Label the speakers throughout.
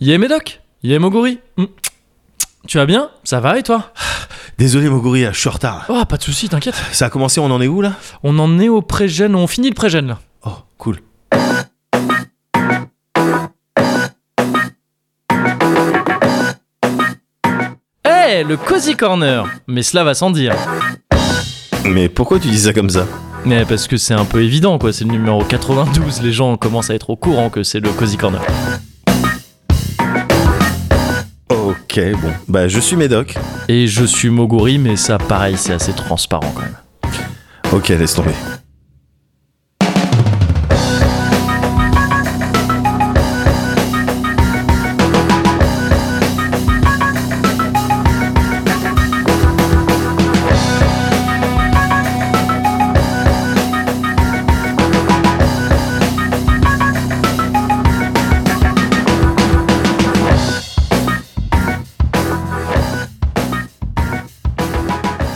Speaker 1: Yé Médoc Yé Moguri Hmm. Tu vas bien Ça va et toi
Speaker 2: Désolé Moguri, je suis en retard.
Speaker 1: Oh, pas de soucis, t'inquiète.
Speaker 2: Ça a commencé, on en est où là
Speaker 1: On en est au pré-gène, on finit le pré-gène là.
Speaker 2: Oh, cool.
Speaker 1: Eh, le Cozy Corner Mais cela va sans dire.
Speaker 2: Mais pourquoi tu dis ça comme ça
Speaker 1: Mais parce que c'est un peu évident quoi, c'est le numéro 92, les gens commencent à être au courant que c'est le Cozy Corner.
Speaker 2: Ok, bon. Bah, je suis Médoc.
Speaker 1: Et je suis Moguri, mais ça pareil, c'est assez transparent quand même.
Speaker 2: Ok, laisse tomber.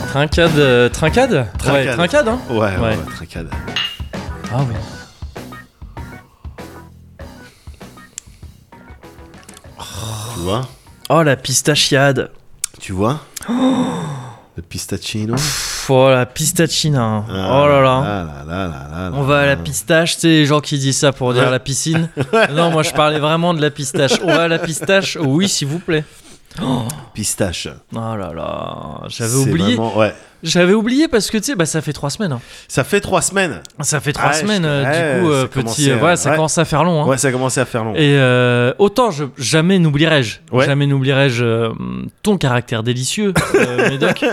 Speaker 1: Trincade, euh, trincade
Speaker 2: Trincade.
Speaker 1: Ouais, trincade hein
Speaker 2: Ouais, ouais,
Speaker 1: Ouais.
Speaker 2: ouais, tracade.
Speaker 1: Ah oui.
Speaker 2: Tu vois
Speaker 1: Oh la pistachiade
Speaker 2: Tu vois
Speaker 1: Oh
Speaker 2: Le pistachino.
Speaker 1: Pff, Oh la pistachina hein. Oh là là
Speaker 2: Ah là là là là là.
Speaker 1: On va à la pistache, tu sais, les gens qui disent ça pour dire
Speaker 2: Ouais.
Speaker 1: la piscine. non, moi je parlais vraiment de la pistache. On va à la pistache, oui, s'il vous plaît. Oh,
Speaker 2: Pistache.
Speaker 1: oh là là, j'avais
Speaker 2: C'est
Speaker 1: oublié.
Speaker 2: vraiment- ouais.
Speaker 1: J'avais oublié parce que tu sais, bah, ça fait trois semaines. hein.
Speaker 2: Ça fait trois semaines.
Speaker 1: Ça fait trois
Speaker 2: Ouais,
Speaker 1: semaines,
Speaker 2: Ah, je-
Speaker 1: euh,
Speaker 2: ouais,
Speaker 1: du coup,
Speaker 2: ça
Speaker 1: euh,
Speaker 2: commençait,
Speaker 1: petit. euh,
Speaker 2: euh,
Speaker 1: voilà, ça
Speaker 2: ouais.
Speaker 1: commence à faire long. hein.
Speaker 2: Ouais, ça a commencé à faire long.
Speaker 1: Et euh, autant je, jamais n'oublierai-je,
Speaker 2: Ouais.
Speaker 1: jamais n'oublierai-je euh, ton caractère délicieux, euh, Médoc.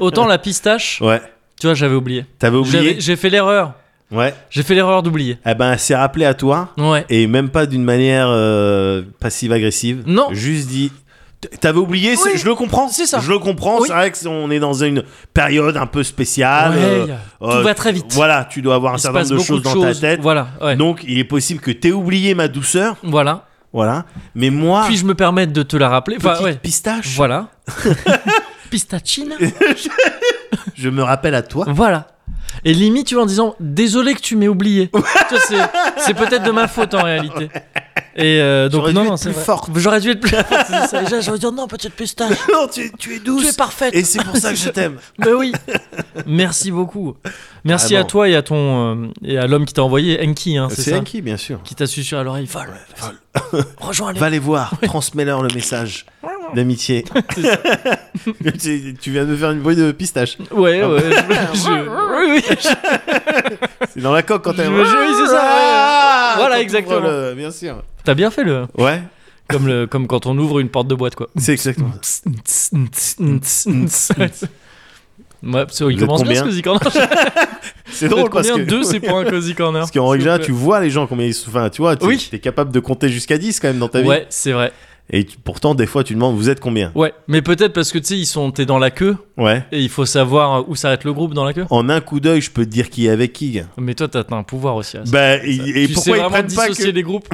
Speaker 1: Autant la pistache,
Speaker 2: Ouais.
Speaker 1: tu vois, j'avais oublié.
Speaker 2: T'avais oublié
Speaker 1: J'avais- J'ai fait l'erreur.
Speaker 2: Ouais.
Speaker 1: J'ai fait l'erreur d'oublier.
Speaker 2: Eh ben, c'est rappelé à toi.
Speaker 1: Ouais.
Speaker 2: Et même pas d'une manière euh, passive-agressive.
Speaker 1: Non.
Speaker 2: Juste dit. T- T'avais oublié, c'est-
Speaker 1: Oui,
Speaker 2: je le comprends.
Speaker 1: c'est ça.
Speaker 2: Je le comprends.
Speaker 1: Oui.
Speaker 2: C'est vrai qu'on est dans une période un peu spéciale.
Speaker 1: Ouais,
Speaker 2: euh,
Speaker 1: y a-
Speaker 2: euh,
Speaker 1: tout va très vite.
Speaker 2: Voilà, tu dois avoir un
Speaker 1: Il se
Speaker 2: certain
Speaker 1: passe
Speaker 2: nombre de
Speaker 1: beaucoup
Speaker 2: choses dans ta tête.
Speaker 1: Voilà, ouais.
Speaker 2: Donc, il est possible que t'aies oublié ma douceur.
Speaker 1: Voilà.
Speaker 2: Voilà. Mais moi,
Speaker 1: Puis-je me permettre de te la rappeler
Speaker 2: petite
Speaker 1: Enfin, ouais.
Speaker 2: pistache,
Speaker 1: Voilà. Pistachine
Speaker 2: je me rappelle à toi.
Speaker 1: Voilà. Et limite, tu vois, en disant Désolé que tu m'aies oublié. Tu vois, c'est, c'est peut-être de ma faute en réalité. Et euh, donc,
Speaker 2: J'aurais
Speaker 1: non,
Speaker 2: dû
Speaker 1: non,
Speaker 2: être
Speaker 1: c'est
Speaker 2: plus
Speaker 1: vrai.
Speaker 2: forte.
Speaker 1: J'aurais dû être plus fort. c'est ça. Déjà, j'aurais dû
Speaker 2: oh
Speaker 1: dire Non, petite pistache,
Speaker 2: non, tu, tu es douce.
Speaker 1: tu es parfaite.
Speaker 2: Et c'est pour ça que je t'aime.
Speaker 1: Mais oui. Merci beaucoup. Merci
Speaker 2: Vraiment.
Speaker 1: à toi et à ton euh, et à l'homme qui t'a envoyé, Enki, hein, c'est,
Speaker 2: Euh, C'est
Speaker 1: ça
Speaker 2: Enki, bien sûr.
Speaker 1: Qui t'a susurré à l'oreille Vole, rejoins les.
Speaker 2: Va les voir, transmets-leur le message d'amitié. tu, tu viens de me faire une bruit de pistache.
Speaker 1: Ouais,
Speaker 2: Ah
Speaker 1: ouais. je- je- oui, oui,
Speaker 2: C'est dans la coque quand
Speaker 1: Je-
Speaker 2: elle.
Speaker 1: oui, c'est ça, ouais.
Speaker 2: Ah,
Speaker 1: Voilà,
Speaker 2: quand on
Speaker 1: exactement.
Speaker 2: ouvre le- Bien sûr.
Speaker 1: T'as bien fait le
Speaker 2: Ouais,
Speaker 1: comme le comme quand on ouvre une porte de boîte quoi.
Speaker 2: c'est exactement.
Speaker 1: Ouais, c'est- il
Speaker 2: êtes
Speaker 1: commence bien ce
Speaker 2: combien
Speaker 1: Cozy Corner.
Speaker 2: C'est
Speaker 1: Vous êtes
Speaker 2: drôle parce
Speaker 1: combien
Speaker 2: que.
Speaker 1: Deux, c'est pour un Cozy Corner.
Speaker 2: Parce qu'en règle générale, tu vois les gens combien ils sont. Enfin, tu vois, tu
Speaker 1: Oui.
Speaker 2: es capable de compter jusqu'à 10 quand même dans ta vie.
Speaker 1: Ouais, c'est vrai.
Speaker 2: Et tu- pourtant, des fois, tu demandes vous êtes combien
Speaker 1: Ouais, mais peut-être parce que tu sais, ils sont, t'es dans la queue
Speaker 2: Ouais.
Speaker 1: et il faut savoir où s'arrête le groupe dans la queue.
Speaker 2: En un coup d'œil, je peux te dire qui est avec qui.
Speaker 1: Mais toi, t'as t'as un pouvoir aussi. hein. à Ah, ça.
Speaker 2: Bah, et, et
Speaker 1: tu
Speaker 2: pourquoi
Speaker 1: sais
Speaker 2: ils
Speaker 1: vraiment
Speaker 2: prennent pas
Speaker 1: dissocier
Speaker 2: que
Speaker 1: les groupes.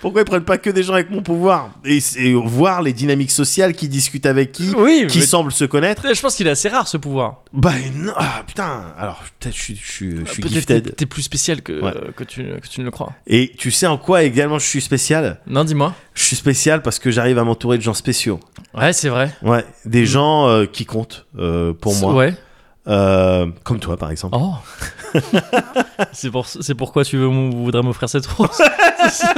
Speaker 2: pourquoi ils prennent pas que des gens avec mon pouvoir et, et voir les dynamiques sociales qui discutent avec qui,
Speaker 1: Oui,
Speaker 2: qui
Speaker 1: mais-
Speaker 2: semblent se connaître.
Speaker 1: Je pense qu'il est assez rare ce pouvoir.
Speaker 2: Bah non, ah, putain. Alors peut-être je suis je suis je suis
Speaker 1: Peut-être
Speaker 2: gifted.
Speaker 1: que t'es plus spécial que,
Speaker 2: Ouais.
Speaker 1: euh, que, tu, que tu ne le crois.
Speaker 2: Et tu sais en quoi également je suis spécial
Speaker 1: Non, dis-moi.
Speaker 2: Je suis spécial parce que j'arrive à m'entourer de gens spéciaux.
Speaker 1: Ouais, c'est vrai.
Speaker 2: Ouais, des gens euh, qui comptent euh, pour moi.
Speaker 1: Mm. Ouais.
Speaker 2: Euh, comme toi par exemple.
Speaker 1: Oh. c'est pour, c'est pourquoi tu veux, voudrais m'offrir cette rose.
Speaker 2: C'est-
Speaker 1: Ça,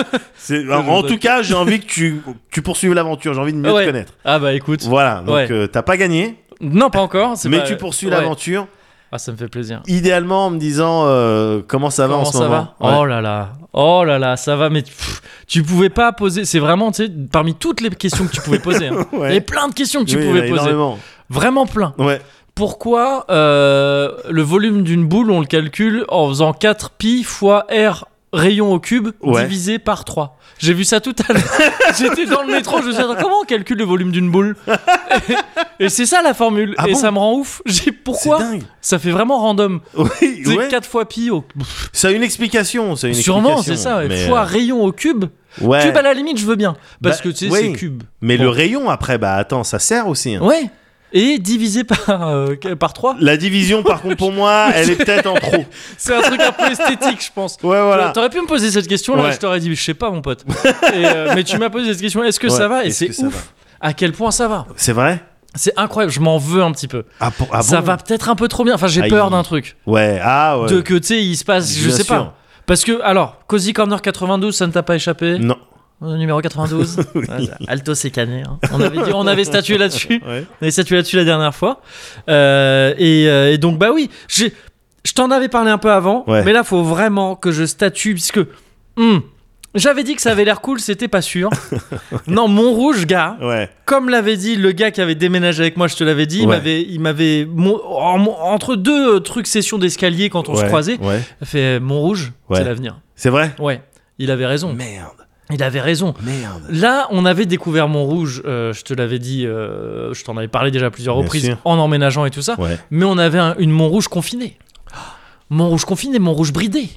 Speaker 1: je
Speaker 2: en
Speaker 1: voudrais-
Speaker 2: tout cas, j'ai envie que tu, tu poursuives l'aventure, j'ai envie de mieux
Speaker 1: Ouais.
Speaker 2: te connaître.
Speaker 1: ah bah écoute.
Speaker 2: Voilà, donc
Speaker 1: Ouais.
Speaker 2: euh, t'as pas gagné,
Speaker 1: Non, pas encore. c'est
Speaker 2: mais
Speaker 1: pas-
Speaker 2: tu poursuis
Speaker 1: ouais.
Speaker 2: l'aventure,
Speaker 1: Ah, ça me fait plaisir.
Speaker 2: idéalement en me disant euh, comment ça va en
Speaker 1: Comment
Speaker 2: ce
Speaker 1: ça
Speaker 2: moment.
Speaker 1: va
Speaker 2: Ouais.
Speaker 1: Oh là là, oh là là, ça va, mais pff, tu pouvais pas poser. C'est vraiment, tu sais, parmi toutes les questions que tu pouvais poser, hein.
Speaker 2: Ouais.
Speaker 1: il y avait plein de questions que tu
Speaker 2: Oui,
Speaker 1: pouvais
Speaker 2: ouais,
Speaker 1: poser,
Speaker 2: énormément.
Speaker 1: vraiment plein.
Speaker 2: Ouais.
Speaker 1: Pourquoi euh, le volume d'une boule, on le calcule en faisant 4 pi fois r rayon au cube
Speaker 2: Ouais.
Speaker 1: divisé par 3 J'ai vu ça tout à l'heure. J'étais dans le métro, je me suis dit, comment on calcule le volume d'une boule Et, et c'est ça la formule,
Speaker 2: Ah
Speaker 1: et
Speaker 2: bon
Speaker 1: ça me rend ouf. J'ai
Speaker 2: C'est
Speaker 1: pourquoi
Speaker 2: dingue.
Speaker 1: Ça fait vraiment random.
Speaker 2: Oui,
Speaker 1: C'est
Speaker 2: ouais.
Speaker 1: 4 fois pi au
Speaker 2: Ça a une explication, ça a une
Speaker 1: Sûrement,
Speaker 2: explication,
Speaker 1: c'est ça. Ouais.
Speaker 2: mais,
Speaker 1: Fois
Speaker 2: euh,
Speaker 1: rayon au cube.
Speaker 2: ouais.
Speaker 1: Cube à la limite, je veux bien. Parce
Speaker 2: Bah,
Speaker 1: que tu sais,
Speaker 2: oui.
Speaker 1: c'est cube.
Speaker 2: Mais
Speaker 1: Bon.
Speaker 2: le rayon après, bah attends, ça sert aussi. hein.
Speaker 1: Ouais. et divisé par, euh, par 3.
Speaker 2: La division, par contre, pour moi, elle est peut-être en trop. Ouais,
Speaker 1: C'est un truc un peu esthétique, je pense.
Speaker 2: voilà.
Speaker 1: T'aurais pu me poser cette question là,
Speaker 2: Ouais.
Speaker 1: je t'aurais dit, je sais pas, mon pote. Et, euh, mais tu m'as posé cette question, est-ce que
Speaker 2: Ouais,
Speaker 1: ça va Et
Speaker 2: est-ce
Speaker 1: c'est
Speaker 2: que ça
Speaker 1: ouf à quel point ça va.
Speaker 2: C'est vrai
Speaker 1: C'est incroyable, je m'en veux un petit peu.
Speaker 2: ah, pour- ah
Speaker 1: ça
Speaker 2: bon
Speaker 1: va peut-être un peu trop bien. Enfin, j'ai
Speaker 2: Aïe.
Speaker 1: peur d'un truc.
Speaker 2: Ouais, ah ouais.
Speaker 1: De que tu sais, il se passe, je
Speaker 2: Bien
Speaker 1: sais
Speaker 2: sûr.
Speaker 1: pas. Parce que, alors, Cozy Corner 92, ça ne t'a pas échappé
Speaker 2: Non.
Speaker 1: Euh, Numéro 92 Ouais, ça- Alto Sécané. hein. On, avait dit- on avait statué là-dessus.
Speaker 2: Ouais.
Speaker 1: On avait statué là-dessus la dernière fois. Euh, et, euh, et donc, bah oui, j'ai- je t'en avais parlé un peu avant,
Speaker 2: Ouais.
Speaker 1: mais là, faut vraiment que je statue, puisque hmm, j'avais dit que ça avait l'air cool, c'était pas sûr. Non, mon rouge, gars,
Speaker 2: Ouais.
Speaker 1: comme l'avait dit le gars qui avait déménagé avec moi, je te l'avais dit, il
Speaker 2: Ouais.
Speaker 1: m'avait, il m'avait mon- en- mon- entre deux euh, trucs sessions d'escalier quand on se
Speaker 2: Ouais,
Speaker 1: croisait,
Speaker 2: Ouais.
Speaker 1: il fait euh, mon rouge,
Speaker 2: Ouais.
Speaker 1: c'est l'avenir.
Speaker 2: C'est vrai
Speaker 1: Ouais, il avait raison.
Speaker 2: Merde.
Speaker 1: Il avait raison.
Speaker 2: Merde.
Speaker 1: Là, on avait découvert Montrouge, euh, je te l'avais dit, euh, je t'en avais parlé déjà à plusieurs
Speaker 2: Bien
Speaker 1: reprises,
Speaker 2: sûr.
Speaker 1: en emménageant et tout ça,
Speaker 2: Ouais.
Speaker 1: mais on avait un- une Montrouge confinée. Montrouge confinée, Montrouge bridée,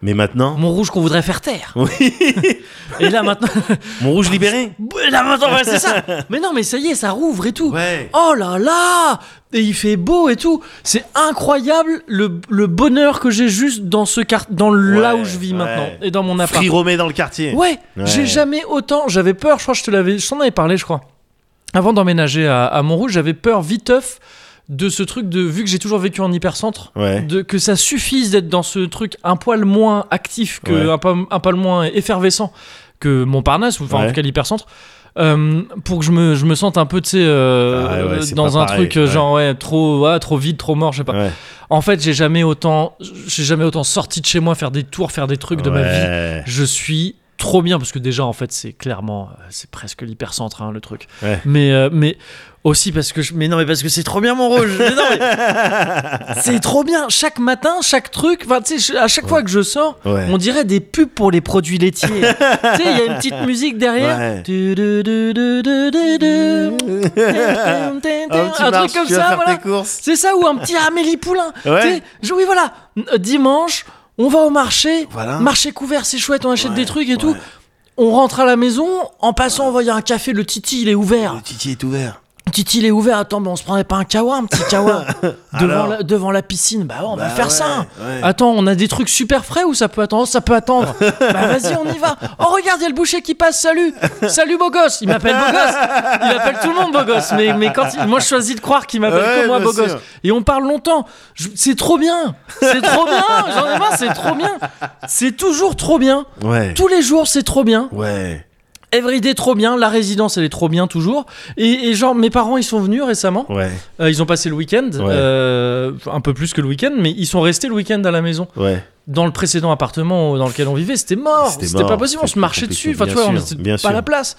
Speaker 2: Mais maintenant.
Speaker 1: Montrouge qu'on voudrait faire taire.
Speaker 2: Oui.
Speaker 1: Et là maintenant,
Speaker 2: Mon rouge libéré
Speaker 1: là maintenant, ouais, c'est ça. Mais non, mais ça y est, ça rouvre et tout.
Speaker 2: Ouais.
Speaker 1: Oh là là Et il fait beau et tout. C'est incroyable le, le bonheur que j'ai juste dans ce quart, dans le- là
Speaker 2: Ouais,
Speaker 1: où je vis
Speaker 2: ouais.
Speaker 1: maintenant et dans mon appart.
Speaker 2: Free Romé dans le quartier.
Speaker 1: Ouais,
Speaker 2: Ouais.
Speaker 1: j'ai jamais autant. J'avais peur, je crois que je te l'avais, je t'en avais parlé, je crois. Avant d'emménager à, à Montrouge, j'avais peur viteuf de ce truc de vu que j'ai toujours vécu en hypercentre,
Speaker 2: Ouais.
Speaker 1: de que ça suffise d'être dans ce truc un poil moins actif que
Speaker 2: Ouais.
Speaker 1: un, poil, un poil moins effervescent que Montparnasse ou enfin en
Speaker 2: Ouais.
Speaker 1: tout cas l'hypercentre. euh, pour que je me, je me sente un peu tu sais euh,
Speaker 2: Ah ouais, ouais, c'est
Speaker 1: dans
Speaker 2: pas
Speaker 1: un
Speaker 2: pareil,
Speaker 1: truc euh,
Speaker 2: ouais.
Speaker 1: genre ouais trop ouais, trop vide trop mort je sais pas
Speaker 2: Ouais.
Speaker 1: en fait j'ai jamais autant j'ai jamais autant sorti de chez moi faire des tours faire des trucs de ma vie
Speaker 2: Ouais.
Speaker 1: je suis trop bien parce que déjà en fait c'est clairement euh, c'est presque l'hypercentre hein, le truc.
Speaker 2: Ouais.
Speaker 1: Mais euh, mais aussi parce que je, mais non mais parce que c'est trop bien mon rouge. Mais non, mais- c'est trop bien chaque matin chaque truc. Enfin tu sais je- à chaque fois que je sors
Speaker 2: Ouais.
Speaker 1: on dirait des pubs pour les produits laitiers. tu sais il y a une petite musique derrière.
Speaker 2: Ouais.
Speaker 1: Du- du- du- du- du- du- du. Tin, tin, tin,
Speaker 2: Oh, tu
Speaker 1: un
Speaker 2: marches,
Speaker 1: truc comme
Speaker 2: tu vas
Speaker 1: ça
Speaker 2: faire
Speaker 1: voilà.
Speaker 2: tes courses.
Speaker 1: C'est ça ou un petit Amélie Poulain.
Speaker 2: Ouais.
Speaker 1: Tu sais, je- oui voilà N- euh, dimanche on va au marché.
Speaker 2: Voilà.
Speaker 1: Marché couvert, c'est chouette, on achète
Speaker 2: Ouais,
Speaker 1: des trucs et
Speaker 2: ouais.
Speaker 1: tout. On rentre à la maison, en passant, on voit, il y a un café, le Titi, il est ouvert.
Speaker 2: Le titi est ouvert.
Speaker 1: Titi, il est ouvert, attends, mais on se prendrait pas un kawa, un petit kawa devant,
Speaker 2: Alors
Speaker 1: la, devant la piscine. Bah, ouais, on va
Speaker 2: Bah
Speaker 1: faire ça.
Speaker 2: ouais, ouais.
Speaker 1: Attends, on a des trucs super frais ou ça peut attendre Ça peut attendre. bah, vas-y, on y va. Oh, regarde, il y a le boucher qui passe, salut. Salut, beau gosse. Il m'appelle beau gosse. Il appelle tout le monde beau gosse. Mais, mais quand il- moi, je choisis de croire qu'il m'appelle
Speaker 2: Ouais,
Speaker 1: comme moi,
Speaker 2: bien
Speaker 1: beau gosse.
Speaker 2: sûr.
Speaker 1: Et on parle longtemps. Je- C'est trop bien. C'est trop bien. J'en ai marre, c'est trop bien. C'est toujours trop bien.
Speaker 2: Ouais.
Speaker 1: Tous les jours, c'est trop bien.
Speaker 2: Ouais.
Speaker 1: Everyday, trop bien. La résidence, elle est trop bien toujours. Et, et genre, mes parents, ils sont venus récemment.
Speaker 2: Ouais.
Speaker 1: Euh, ils ont passé le week-end,
Speaker 2: Ouais.
Speaker 1: euh, un peu plus que le week-end, mais ils sont restés le week-end à la maison.
Speaker 2: Ouais.
Speaker 1: Dans le précédent appartement dans lequel on vivait, c'était mort.
Speaker 2: C'était
Speaker 1: C'était
Speaker 2: mort.
Speaker 1: pas possible. On se
Speaker 2: C'était
Speaker 1: marchait
Speaker 2: compliqué.
Speaker 1: dessus. Enfin, tu
Speaker 2: Bien
Speaker 1: vois, on
Speaker 2: sûr,
Speaker 1: était
Speaker 2: bien
Speaker 1: pas à la
Speaker 2: sûr.
Speaker 1: place.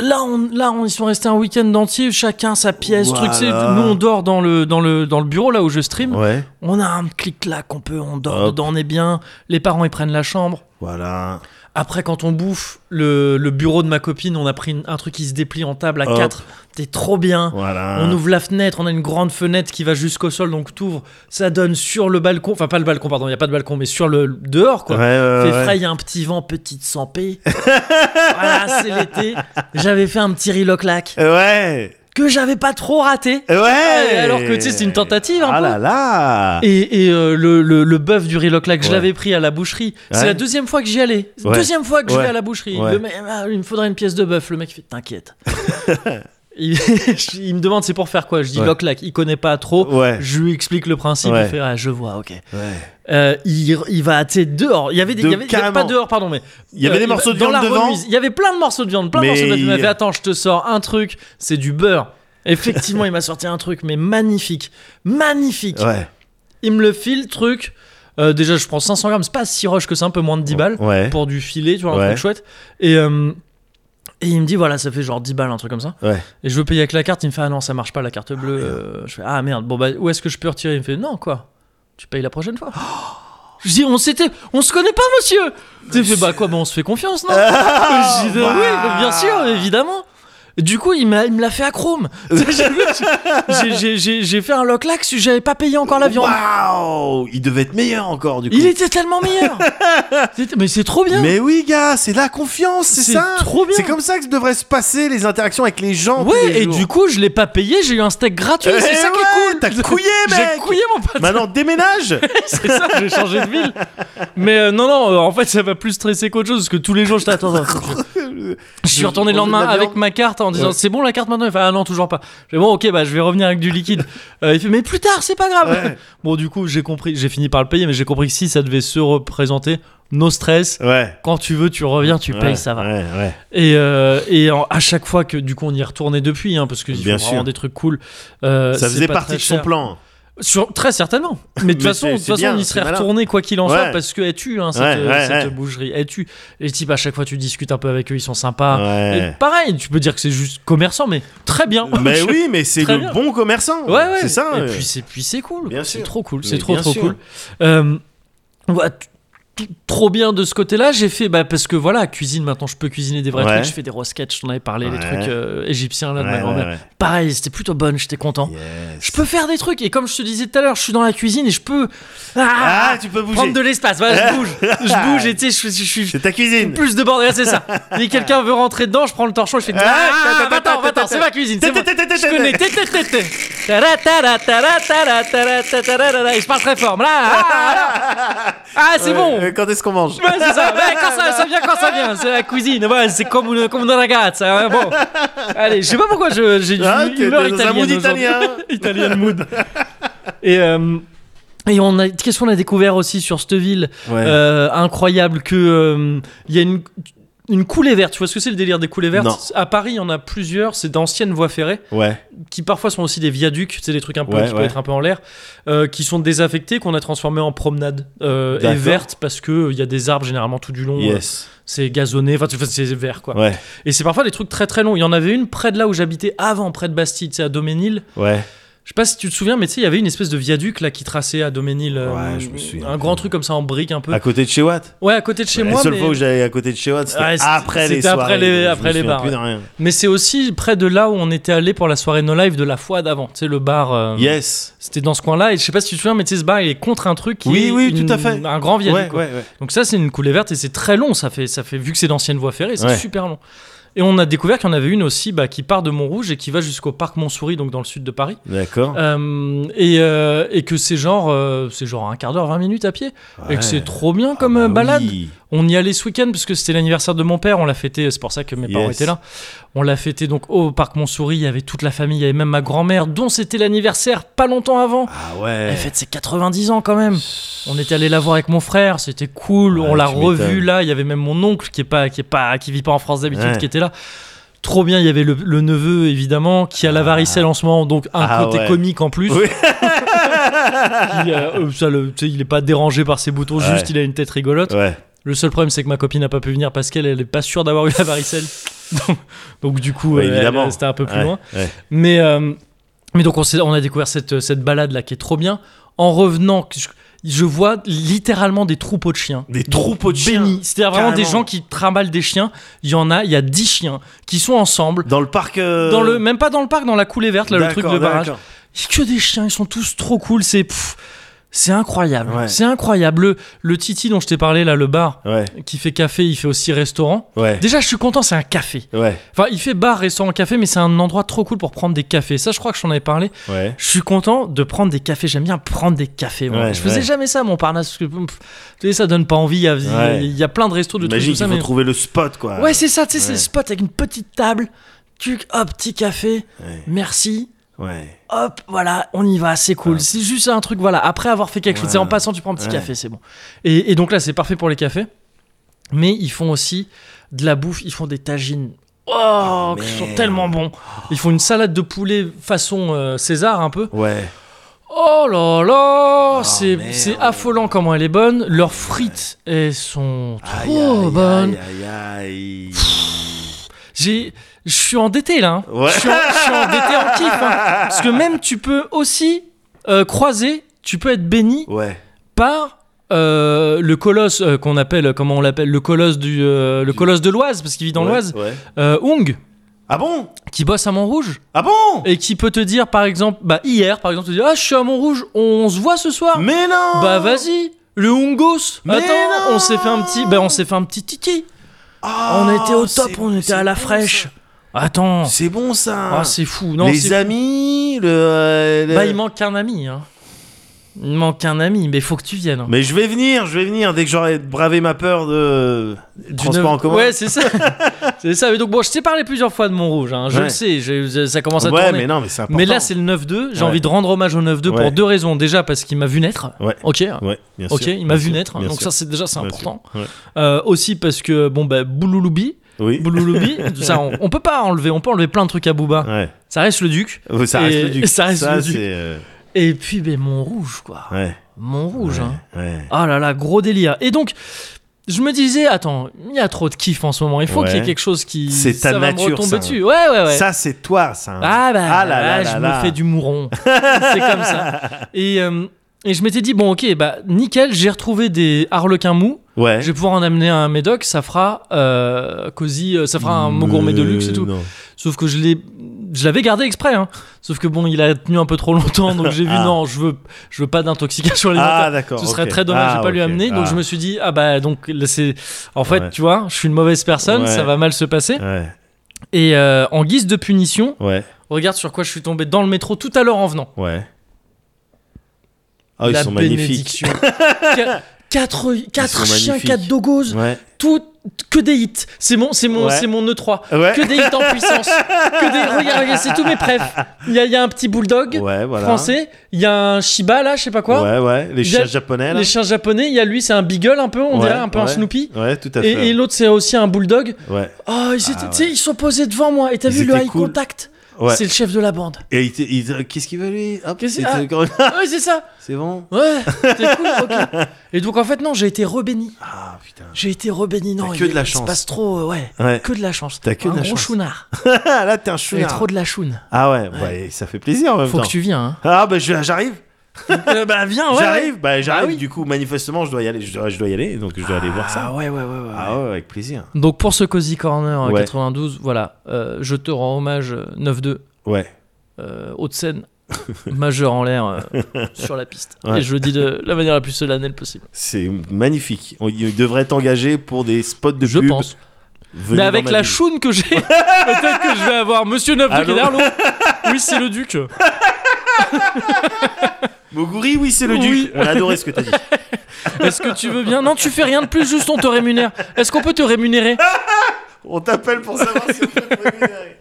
Speaker 1: Là, on, là, on, ils sont restés un week-end entier, chacun sa pièce, truc. tu sais,
Speaker 2: Voilà.
Speaker 1: Nous, on dort dans le, dans le, dans le bureau là où je stream.
Speaker 2: Ouais.
Speaker 1: On a un clic-clac, on peut, on dort
Speaker 2: Hop.
Speaker 1: dedans, on est bien. Les parents, ils prennent la chambre.
Speaker 2: Voilà.
Speaker 1: Après, quand on bouffe, le, le bureau de ma copine, on a pris une- un truc qui se déplie en table à
Speaker 2: Hop.
Speaker 1: 4. T'es trop bien.
Speaker 2: Voilà.
Speaker 1: On ouvre la fenêtre, on a une grande fenêtre qui va jusqu'au sol, donc t'ouvres, ça donne sur le balcon, enfin pas le balcon, pardon, il n'y a pas de balcon, mais sur le dehors, quoi.
Speaker 2: Ouais, ouais,
Speaker 1: Fait
Speaker 2: Euh, ouais.
Speaker 1: frais, il y a un petit vent, petite sampée. voilà, c'est l'été. J'avais fait un petit riloclac
Speaker 2: Euh, Ouais. Euh,
Speaker 1: que j'avais pas trop raté. Euh,
Speaker 2: Ouais.
Speaker 1: Alors que, tu sais, c'est une tentative, un
Speaker 2: Ah
Speaker 1: peu.
Speaker 2: là là.
Speaker 1: Et, et, euh, le, le, le bœuf du riloclac, je
Speaker 2: Ouais.
Speaker 1: l'avais pris à la boucherie. C'est
Speaker 2: Ouais.
Speaker 1: la deuxième fois que j'y allais. C'est la
Speaker 2: Ouais.
Speaker 1: Deuxième fois que je
Speaker 2: Ouais.
Speaker 1: vais à la boucherie.
Speaker 2: Ouais.
Speaker 1: Le mec, ah, il me faudrait une pièce de bœuf. Le mec fait T'inquiète. il, je- il me demande c'est pour faire quoi Je dis
Speaker 2: Ouais.
Speaker 1: loclac. Il connaît pas trop.
Speaker 2: Ouais.
Speaker 1: Je lui explique le principe.
Speaker 2: Ouais.
Speaker 1: Il fait Ah, Je vois, ok.
Speaker 2: Ouais.
Speaker 1: Euh, il, il va hâter dehors. Il y avait, des,
Speaker 2: De-
Speaker 1: il y avait- il y avait pas
Speaker 2: carrément.
Speaker 1: dehors, pardon, mais
Speaker 2: Il y avait des
Speaker 1: va-
Speaker 2: morceaux de
Speaker 1: Euh, dans
Speaker 2: viande
Speaker 1: la
Speaker 2: devant.
Speaker 1: remise, Il y avait plein de morceaux de viande, plein de
Speaker 2: Mais
Speaker 1: morceaux de viande. Il m'a
Speaker 2: il-
Speaker 1: fait attends, je te sors un truc. C'est du beurre. Effectivement, il m'a sorti un truc, mais magnifique, magnifique.
Speaker 2: Ouais.
Speaker 1: Il me le file, truc. Euh, déjà, je prends 500 grammes, c'est pas si roche que ça, un peu moins de 10 balles
Speaker 2: Ouais.
Speaker 1: pour du filet, tu vois, un
Speaker 2: Ouais.
Speaker 1: truc chouette. Et, euh, et il me dit, voilà, ça fait genre 10 balles, un truc comme ça.
Speaker 2: Ouais.
Speaker 1: Et je veux payer avec la carte. Il me fait, ah non, ça marche pas, la carte bleue. Euh, je fais, ah merde, bon, bah, où est-ce que je peux retirer Il me fait, non, quoi, tu payes la prochaine fois. Je dis, on s'était, on se connaît pas, monsieur. Tu sais, il fait, bah quoi, bah, on se fait confiance, non Je dis, oui,
Speaker 2: Waouh.
Speaker 1: bien sûr, évidemment. Du coup, il m'a il me l'a fait à Chrome. J'ai- j'ai- J'ai j'ai fait un lock lac si j'avais pas payé encore
Speaker 2: Bah,
Speaker 1: la viande.
Speaker 2: Waouh Il devait être meilleur encore, du coup.
Speaker 1: Il était tellement meilleur. C'était- Mais c'est trop bien.
Speaker 2: Mais oui, gars, c'est la confiance, c'est
Speaker 1: C'est
Speaker 2: ça.
Speaker 1: trop bien.
Speaker 2: C'est comme ça que devraient se passer les interactions avec les gens. tous
Speaker 1: Ouais,
Speaker 2: les
Speaker 1: et
Speaker 2: jours.
Speaker 1: du coup, je l'ai pas payé, j'ai eu un steak gratuit.
Speaker 2: Eh
Speaker 1: C'est ça qui
Speaker 2: ouais,
Speaker 1: est cool.
Speaker 2: t'as couillé, mec. Bah,
Speaker 1: J'ai couillé, mon pote.
Speaker 2: Maintenant, déménage.
Speaker 1: C'est ça, j'ai changé de ville. Mais euh, non, non, euh, en fait, ça m'a plus stressé qu'autre chose parce que tous les jours, je t'attends. Je suis retourné le lendemain
Speaker 2: Prendre de la viande.
Speaker 1: avec ma carte en disant
Speaker 2: Ouais.
Speaker 1: c'est bon la carte maintenant. Il fait ah non, toujours pas. Je fais bon, ok, bah je vais revenir avec du liquide. Euh, il fait mais plus tard, c'est pas grave.
Speaker 2: Ouais.
Speaker 1: Bon, du coup, j'ai compris, j'ai fini par le payer, mais j'ai compris que si ça devait se représenter, no stress.
Speaker 2: Ouais.
Speaker 1: Quand tu veux, tu reviens, tu payes,
Speaker 2: Ouais,
Speaker 1: ça va.
Speaker 2: Ouais, ouais.
Speaker 1: Et, euh, et en- à chaque fois que du coup on y est retourné depuis, hein, parce qu'ils
Speaker 2: Bien
Speaker 1: font vraiment
Speaker 2: sûr.
Speaker 1: des trucs cool. euh,
Speaker 2: Ça
Speaker 1: c'est
Speaker 2: faisait
Speaker 1: pas
Speaker 2: partie
Speaker 1: très
Speaker 2: de son
Speaker 1: cher.
Speaker 2: plan.
Speaker 1: Sur- très certainement. Mais de toute
Speaker 2: Mais
Speaker 1: façon,
Speaker 2: c'est-
Speaker 1: de
Speaker 2: c'est
Speaker 1: toute façon,
Speaker 2: bien,
Speaker 1: on y
Speaker 2: c'est
Speaker 1: serait
Speaker 2: malin.
Speaker 1: retourné quoi qu'il en
Speaker 2: Ouais.
Speaker 1: soit parce que es tu hein, cette,
Speaker 2: Ouais, ouais,
Speaker 1: cette
Speaker 2: ouais.
Speaker 1: boucherie es tu Les types à chaque fois tu discutes un peu avec eux, ils sont sympas. Et
Speaker 2: Ouais.
Speaker 1: pareil, tu peux dire que c'est juste commerçant, mais très bien.
Speaker 2: Mais
Speaker 1: Je-
Speaker 2: oui, mais c'est
Speaker 1: Très
Speaker 2: le
Speaker 1: bien.
Speaker 2: bon commerçant.
Speaker 1: Ouais, ouais.
Speaker 2: C'est ça.
Speaker 1: Et
Speaker 2: euh.
Speaker 1: puis c'est puis c'est cool.
Speaker 2: Bien
Speaker 1: C'est
Speaker 2: sûr.
Speaker 1: trop cool.
Speaker 2: Mais
Speaker 1: C'est trop
Speaker 2: bien
Speaker 1: trop
Speaker 2: sûr.
Speaker 1: cool. Euh, voilà, t- t- trop bien de ce côté-là. J'ai fait bah, parce que voilà, cuisine. Maintenant, je peux cuisiner des vrais
Speaker 2: Ouais.
Speaker 1: trucs. Je fais des rosketch. Je t'en avais parlé, les
Speaker 2: Ouais.
Speaker 1: trucs euh, égyptiens là de ma
Speaker 2: Ouais,
Speaker 1: grand-mère.
Speaker 2: ouais, ouais.
Speaker 1: Pareil, c'était plutôt bonne. J'étais content.
Speaker 2: Yes.
Speaker 1: Je peux faire des trucs et comme je te disais tout à l'heure, je suis dans la cuisine et je peux
Speaker 2: Ah,
Speaker 1: ah,
Speaker 2: tu peux bouger.
Speaker 1: prendre de l'espace. Voilà, je bouge, je bouge et tu sais, je, je suis
Speaker 2: C'est ta cuisine.
Speaker 1: plus de bordel. C'est ça. Et quelqu'un veut rentrer dedans, je prends le torchon, je fais ah, va-t'en, va-t'en, c'est ma cuisine. c'est moi. Je connais. Té, té, té, té. Tara, tara, tara, tara, tara, tara, tara. Et je parle très fort. Là, ah, ah, ah. Ah, c'est
Speaker 2: Ouais,
Speaker 1: bon.
Speaker 2: euh, Quand est-ce qu'on mange
Speaker 1: Ouais, c'est ça. Ouais, quand ça, ça vient, quand ça vient. C'est la cuisine. Ouais, c'est comme une, comme une ragazza. hein. Bon. Allez, je sais pas pourquoi je- j'ai une
Speaker 2: Ah, t'es
Speaker 1: humeur
Speaker 2: dans un
Speaker 1: italienne.
Speaker 2: mood
Speaker 1: aujourd'hui.
Speaker 2: italien.
Speaker 1: Italian mood. Et, euh, et on a, qu'est-ce qu'on a découvert aussi sur cette ville
Speaker 2: Ouais.
Speaker 1: euh, incroyable que euh, il y a une une coulée verte, tu vois ce que c'est le délire des coulées vertes
Speaker 2: Non.
Speaker 1: À Paris, il y en a plusieurs, c'est d'anciennes voies ferrées,
Speaker 2: Ouais.
Speaker 1: qui parfois sont aussi des viaducs, c'est des trucs un peu
Speaker 2: Ouais,
Speaker 1: qui
Speaker 2: ouais.
Speaker 1: peuvent être un peu en l'air, euh, qui sont désaffectés, qu'on a transformés en promenade euh, et
Speaker 2: D'accord.
Speaker 1: vertes parce que euh, il y a des arbres généralement tout du long, euh,
Speaker 2: Yes.
Speaker 1: c'est gazonné, enfin tu- enfin, c'est vert quoi.
Speaker 2: Ouais.
Speaker 1: Et c'est parfois des trucs très très longs. Il y en avait une près de là où j'habitais avant, près de Bastille, tu sais, à Doménil,
Speaker 2: Ouais.
Speaker 1: je sais pas si tu te souviens, mais tu sais, il y avait une espèce de viaduc là qui traçait à Doménil. euh,
Speaker 2: Ouais, je me souviens.
Speaker 1: Un grand truc comme ça en brique un peu.
Speaker 2: À côté de chez Watt.
Speaker 1: Ouais, à côté de chez
Speaker 2: La
Speaker 1: moi.
Speaker 2: seule
Speaker 1: mais
Speaker 2: fois où j'allais à côté de chez Watt, c'était
Speaker 1: Ouais, c'était-
Speaker 2: après les
Speaker 1: c'était après
Speaker 2: soirées.
Speaker 1: les-
Speaker 2: donc je me
Speaker 1: après les
Speaker 2: souviens
Speaker 1: bars,
Speaker 2: plus de
Speaker 1: ouais.
Speaker 2: rien.
Speaker 1: mais c'est aussi près de là où on était allé pour la soirée No Live de la fois d'avant. Tu sais, le bar. euh,
Speaker 2: Yes.
Speaker 1: C'était dans ce coin-là. Et je sais pas si tu te souviens, mais tu sais, ce bar, il est contre un truc. Qui
Speaker 2: Oui,
Speaker 1: est
Speaker 2: oui,
Speaker 1: une-
Speaker 2: tout à fait.
Speaker 1: Un grand viaduc.
Speaker 2: Ouais,
Speaker 1: quoi.
Speaker 2: ouais, ouais.
Speaker 1: Donc ça, c'est une coulée verte et c'est très long. Ça fait, ça fait, vu que c'est d'anciennes voies ferrées, c'est
Speaker 2: Ouais.
Speaker 1: super long. Et on a découvert qu'il y en avait une aussi bah, qui part de Montrouge et qui va jusqu'au parc Montsouris, donc dans le sud de Paris.
Speaker 2: D'accord.
Speaker 1: Euh, et, euh, et que c'est genre, euh, c'est genre un quart d'heure, 20 minutes à pied. Euh, Et
Speaker 2: Ouais.
Speaker 1: que c'est trop bien comme
Speaker 2: Ah
Speaker 1: euh,
Speaker 2: bah
Speaker 1: balade.
Speaker 2: oui.
Speaker 1: On y allait ce week-end parce que c'était l'anniversaire de mon père. On l'a fêté, euh, c'est pour ça que mes parents
Speaker 2: Yes.
Speaker 1: étaient là. On l'a fêté donc au parc Montsouris. Il y avait toute la famille, il y avait même ma grand-mère dont c'était l'anniversaire pas longtemps avant.
Speaker 2: Ah
Speaker 1: Elle
Speaker 2: ouais.
Speaker 1: fête ses 90 ans quand même. On était allé la voir avec mon frère, c'était cool.
Speaker 2: Ouais,
Speaker 1: on l'a
Speaker 2: tu
Speaker 1: revu
Speaker 2: m'étonnes.
Speaker 1: là. Il y avait même mon oncle qui est pas, qui est pas, qui vit pas en France d'habitude,
Speaker 2: Ouais.
Speaker 1: qui était là. Trop bien. Il y avait le, le neveu évidemment qui a la varicelle en ce moment, donc un
Speaker 2: Ah
Speaker 1: côté
Speaker 2: ouais.
Speaker 1: comique en plus.
Speaker 2: Oui.
Speaker 1: il, a- euh, ça, le- tu sais, il est pas dérangé par ses boutons,
Speaker 2: Ouais.
Speaker 1: juste il a une tête rigolote.
Speaker 2: Ouais.
Speaker 1: Le seul problème, c'est que ma copine n'a pas pu venir parce qu'elle elle est pas sûre d'avoir eu la varicelle. donc, donc, du coup,
Speaker 2: Ouais,
Speaker 1: euh, elle,
Speaker 2: évidemment.
Speaker 1: elle, c'était un peu plus
Speaker 2: Ouais,
Speaker 1: loin.
Speaker 2: ouais.
Speaker 1: Mais, euh, mais donc, on, s'est- on a découvert cette, cette balade là qui est trop bien. En revenant, que je, je vois littéralement des troupeaux de chiens.
Speaker 2: Des troupeaux de chiens.
Speaker 1: Bénis. C'est-à-dire vraiment des
Speaker 2: Carrément.
Speaker 1: gens qui trimballent des chiens. Il y en a, il y a 10 chiens qui sont ensemble.
Speaker 2: Dans le parc. euh,
Speaker 1: Dans le, même pas dans le parc, dans la coulée verte, là, le truc de
Speaker 2: d'accord,
Speaker 1: barrage.
Speaker 2: d'accord.
Speaker 1: Il y a que des chiens, ils sont tous trop cool, c'est pff, c'est incroyable,
Speaker 2: Ouais.
Speaker 1: c'est incroyable. Le, le Titi dont je t'ai parlé là, le bar
Speaker 2: Ouais.
Speaker 1: qui fait café, il fait aussi restaurant.
Speaker 2: Ouais.
Speaker 1: Déjà, je suis content, c'est un café.
Speaker 2: Ouais.
Speaker 1: Enfin, il fait bar, restaurant, café, mais c'est un endroit trop cool pour prendre des cafés. Ça, je crois que j'en avais parlé.
Speaker 2: Ouais.
Speaker 1: Je suis content de prendre des cafés. J'aime bien prendre des cafés. moi.
Speaker 2: Ouais,
Speaker 1: je faisais
Speaker 2: ouais.
Speaker 1: jamais ça, à Montparnasse. Parce que, pff, tu sais, ça donne pas envie. Il y a, il y a-
Speaker 2: Ouais.
Speaker 1: il y a plein de restos de trucs
Speaker 2: Imagine
Speaker 1: comme
Speaker 2: qu'il
Speaker 1: ça.
Speaker 2: faut
Speaker 1: mais-
Speaker 2: trouver le spot, quoi.
Speaker 1: Ouais, c'est ça. Tu sais, c'est
Speaker 2: Ouais.
Speaker 1: le spot avec une petite table. Tu, hop, petit café.
Speaker 2: Ouais.
Speaker 1: Merci
Speaker 2: Ouais.
Speaker 1: hop, voilà, on y va, c'est cool.
Speaker 2: Ouais.
Speaker 1: C'est juste un truc, voilà. Après avoir fait quelque chose,
Speaker 2: Ouais.
Speaker 1: c'est en passant, tu prends un petit
Speaker 2: Ouais.
Speaker 1: café, c'est bon. Et, et donc là, c'est parfait pour les cafés. Mais ils font aussi de la bouffe, ils font des tagines. Oh,
Speaker 2: Oh,
Speaker 1: qui sont
Speaker 2: merde.
Speaker 1: tellement bons. Ils font une salade de poulet façon euh, César un peu.
Speaker 2: Ouais.
Speaker 1: Oh là là, c'est
Speaker 2: Ah, merde.
Speaker 1: c'est affolant comment elle est bonne. Leurs frites, elles sont
Speaker 2: Aïe,
Speaker 1: trop
Speaker 2: aïe,
Speaker 1: bonnes.
Speaker 2: Aïe, aïe, aïe.
Speaker 1: J'ai, je suis endetté là. hein.
Speaker 2: Ouais.
Speaker 1: Je suis en- je suis endetté en kiff. hein. Parce que même tu peux aussi euh, croiser, tu peux être béni
Speaker 2: Ouais.
Speaker 1: par euh, le colosse euh, qu'on appelle, comment on l'appelle, le colosse du, euh, le colosse de l'Oise, parce qu'il vit dans
Speaker 2: Ouais,
Speaker 1: l'Oise,
Speaker 2: Ouais.
Speaker 1: euh, Ung.
Speaker 2: Ah bon
Speaker 1: qui bosse à Montrouge
Speaker 2: Ah bon
Speaker 1: et qui peut te dire, par exemple, bah hier, par exemple, te dire Ah, je suis à Montrouge, on se voit ce soir
Speaker 2: Mais non
Speaker 1: Bah vas-y le Hongos
Speaker 2: Mais
Speaker 1: Attends,
Speaker 2: non
Speaker 1: on s'est fait un petit, bah on s'est fait un petit titi.
Speaker 2: Ah,
Speaker 1: on était au top,
Speaker 2: c'est-
Speaker 1: on
Speaker 2: c'est
Speaker 1: était à la
Speaker 2: bon,
Speaker 1: fraîche.
Speaker 2: ça.
Speaker 1: Attends,
Speaker 2: C'est bon ça
Speaker 1: ah c'est fou. Non,
Speaker 2: Les
Speaker 1: c'est-
Speaker 2: amis, le, euh, le-
Speaker 1: Bah il manque un ami. Hein. Il manque un ami, mais faut que tu viennes. hein.
Speaker 2: Mais je vais venir, je vais venir dès que j'aurai bravé ma peur de
Speaker 1: Tu
Speaker 2: transport
Speaker 1: ne-
Speaker 2: en commun.
Speaker 1: Ouais, c'est ça. c'est ça. Mais donc bon, je t'ai parlé plusieurs fois de Montrouge. Hein. Je
Speaker 2: Ouais.
Speaker 1: le sais. je- ça commence à
Speaker 2: Ouais,
Speaker 1: tourner.
Speaker 2: mais non, mais c'est important.
Speaker 1: Mais là, c'est le 9-2. J'ai
Speaker 2: Ouais.
Speaker 1: envie de rendre hommage au 9-2
Speaker 2: Ouais.
Speaker 1: pour deux raisons. Déjà, parce qu'il m'a vu naître.
Speaker 2: Ouais.
Speaker 1: Ok.
Speaker 2: Ouais, bien
Speaker 1: Ok,
Speaker 2: sûr,
Speaker 1: il m'a
Speaker 2: bien
Speaker 1: vu
Speaker 2: sûr,
Speaker 1: naître,
Speaker 2: bien
Speaker 1: donc
Speaker 2: sûr,
Speaker 1: ça c'est déjà c'est
Speaker 2: bien
Speaker 1: important.
Speaker 2: sûr, ouais.
Speaker 1: Euh, aussi parce que bon bah Boulouloubi,
Speaker 2: Oui.
Speaker 1: Boulouloubi, ça on, on peut pas enlever, on peut enlever plein de trucs à Booba.
Speaker 2: Ouais.
Speaker 1: Ça reste le duc.
Speaker 2: Oh, Ça reste
Speaker 1: Et-
Speaker 2: le duc.
Speaker 1: ça reste le duc.
Speaker 2: c'est, euh,
Speaker 1: Et puis ben Montrouge quoi,
Speaker 2: Ouais.
Speaker 1: Montrouge.
Speaker 2: ouais,
Speaker 1: Hein.
Speaker 2: ouais.
Speaker 1: Ah là là, gros délire. Et donc, je me disais, attends, il y a trop de kiff en ce moment. Il faut
Speaker 2: Ouais.
Speaker 1: qu'il y ait quelque chose qui.
Speaker 2: C'est ta
Speaker 1: ça va me
Speaker 2: nature,
Speaker 1: retomber
Speaker 2: ça.
Speaker 1: dessus. Ouais, ouais, ouais.
Speaker 2: Ça, c'est toi, ça.
Speaker 1: ah bah,
Speaker 2: Ah là là
Speaker 1: ouais,
Speaker 2: là
Speaker 1: je
Speaker 2: là.
Speaker 1: me fais du mouron. C'est comme ça. Et, euh, et je m'étais dit, bon, ok, bah, nickel, j'ai retrouvé des harlequins mous.
Speaker 2: Ouais.
Speaker 1: Je vais pouvoir en amener un médoc. Ça fera euh, cosy, euh, ça fera un mot gourmet de luxe et tout.
Speaker 2: Euh, non.
Speaker 1: Sauf que je l'ai. Je l'avais gardé exprès, hein. sauf que bon, il a tenu un peu trop longtemps, donc j'ai vu
Speaker 2: Ah.
Speaker 1: non, je veux, je veux pas d'intoxication alimentaire.
Speaker 2: Ah, d'accord.
Speaker 1: Ce serait
Speaker 2: ok.
Speaker 1: très dommage de
Speaker 2: Ah,
Speaker 1: pas lui
Speaker 2: ok.
Speaker 1: amener. Donc
Speaker 2: Ah.
Speaker 1: je me suis dit ah bah donc là, c'est en fait
Speaker 2: Ouais.
Speaker 1: tu vois je suis une mauvaise personne
Speaker 2: Ouais.
Speaker 1: ça va mal se passer
Speaker 2: Ouais.
Speaker 1: et euh, en guise de punition
Speaker 2: Ah. Ouais.
Speaker 1: regarde sur quoi je suis tombé dans le métro tout à l'heure en venant.
Speaker 2: Ouais. Ah, ils
Speaker 1: La
Speaker 2: sont magnifiques.
Speaker 1: bénédiction. Qua- Quatre, quatre
Speaker 2: sont
Speaker 1: chiens,
Speaker 2: magnifiques.
Speaker 1: quatre dogos,
Speaker 2: Ouais.
Speaker 1: tout, que des hits. C'est mon, c'est mon,
Speaker 2: Ouais.
Speaker 1: c'est mon E3.
Speaker 2: Ouais.
Speaker 1: Que des hits en puissance. Que des, regarde, regarde, c'est tous mes prefs. Il y a, il y a un petit bulldog
Speaker 2: Ouais, voilà.
Speaker 1: français, il y a un Shiba là, je sais pas quoi.
Speaker 2: Ouais, ouais. Les
Speaker 1: Il y a-
Speaker 2: chiens japonais, là.
Speaker 1: Les chiens japonais, il y a lui, c'est un beagle un peu, on
Speaker 2: Ouais,
Speaker 1: dirait, un peu un
Speaker 2: ouais.
Speaker 1: Snoopy.
Speaker 2: Ouais, tout à fait.
Speaker 1: Et, et l'autre, c'est aussi un bulldog.
Speaker 2: Ouais.
Speaker 1: Oh, ils, étaient,
Speaker 2: Ah ouais.
Speaker 1: tu sais, ils sont posés devant moi. Et t'as
Speaker 2: Ils
Speaker 1: vu le
Speaker 2: étaient
Speaker 1: eye
Speaker 2: cool.
Speaker 1: contact
Speaker 2: Ouais.
Speaker 1: C'est le chef de la bande.
Speaker 2: Et il te- il te- qu'est-ce qu'il veut lui Hop,
Speaker 1: Qu'est-ce- Ah.
Speaker 2: il te-
Speaker 1: ouais, c'est ça.
Speaker 2: C'est bon
Speaker 1: Ouais, c'était cool. ok. Et donc, en fait, non, j'ai été rebéni.
Speaker 2: Ah putain.
Speaker 1: J'ai été rebéni. Non,
Speaker 2: T'as
Speaker 1: il-
Speaker 2: que de la
Speaker 1: il
Speaker 2: chance.
Speaker 1: se passe trop, euh, ouais.
Speaker 2: Ouais.
Speaker 1: Que de la chance.
Speaker 2: T'as que
Speaker 1: un
Speaker 2: de la
Speaker 1: gros
Speaker 2: chance.
Speaker 1: chounard.
Speaker 2: Là, t'es un
Speaker 1: J'ai
Speaker 2: chouinard.
Speaker 1: trop de la choune.
Speaker 2: Ah ouais, bah, et ça fait plaisir en même
Speaker 1: Faut
Speaker 2: temps.
Speaker 1: que tu viennes. Hein.
Speaker 2: Ah bah je- j'arrive.
Speaker 1: Euh, bah, viens, ouais.
Speaker 2: j'arrive, bah j'arrive.
Speaker 1: oui.
Speaker 2: Du coup, manifestement, je dois y aller. Je dois, je dois y aller, donc je dois aller voir
Speaker 1: Ah
Speaker 2: ça.
Speaker 1: ouais, ouais, ouais, ouais.
Speaker 2: Ah ouais, avec plaisir.
Speaker 1: Donc, pour ce Cozy Corner euh,
Speaker 2: Ouais.
Speaker 1: 92, voilà, euh, je te rends hommage euh, 9-2.
Speaker 2: Ouais.
Speaker 1: euh, Haute-Seine majeur en l'air euh, sur la piste.
Speaker 2: Ouais.
Speaker 1: Et je le dis de la manière la plus solennelle possible.
Speaker 2: C'est magnifique. On il devrait t'engager pour des spots de
Speaker 1: Je
Speaker 2: pub.
Speaker 1: pense.
Speaker 2: venus
Speaker 1: Mais
Speaker 2: dans
Speaker 1: avec
Speaker 2: ma
Speaker 1: la
Speaker 2: ville.
Speaker 1: choune que j'ai, peut-être que je vais avoir Monsieur Neuf de
Speaker 2: Allô
Speaker 1: Guédarlo. Oui, c'est le duc.
Speaker 2: Moguri, oui, c'est le
Speaker 1: Oui.
Speaker 2: duc. On a adoré ce que t'as dit.
Speaker 1: Est-ce que tu veux bien Non, tu fais rien de plus, juste on te rémunère. Est-ce qu'on peut te rémunérer
Speaker 2: On t'appelle pour savoir si on peut te rémunérer.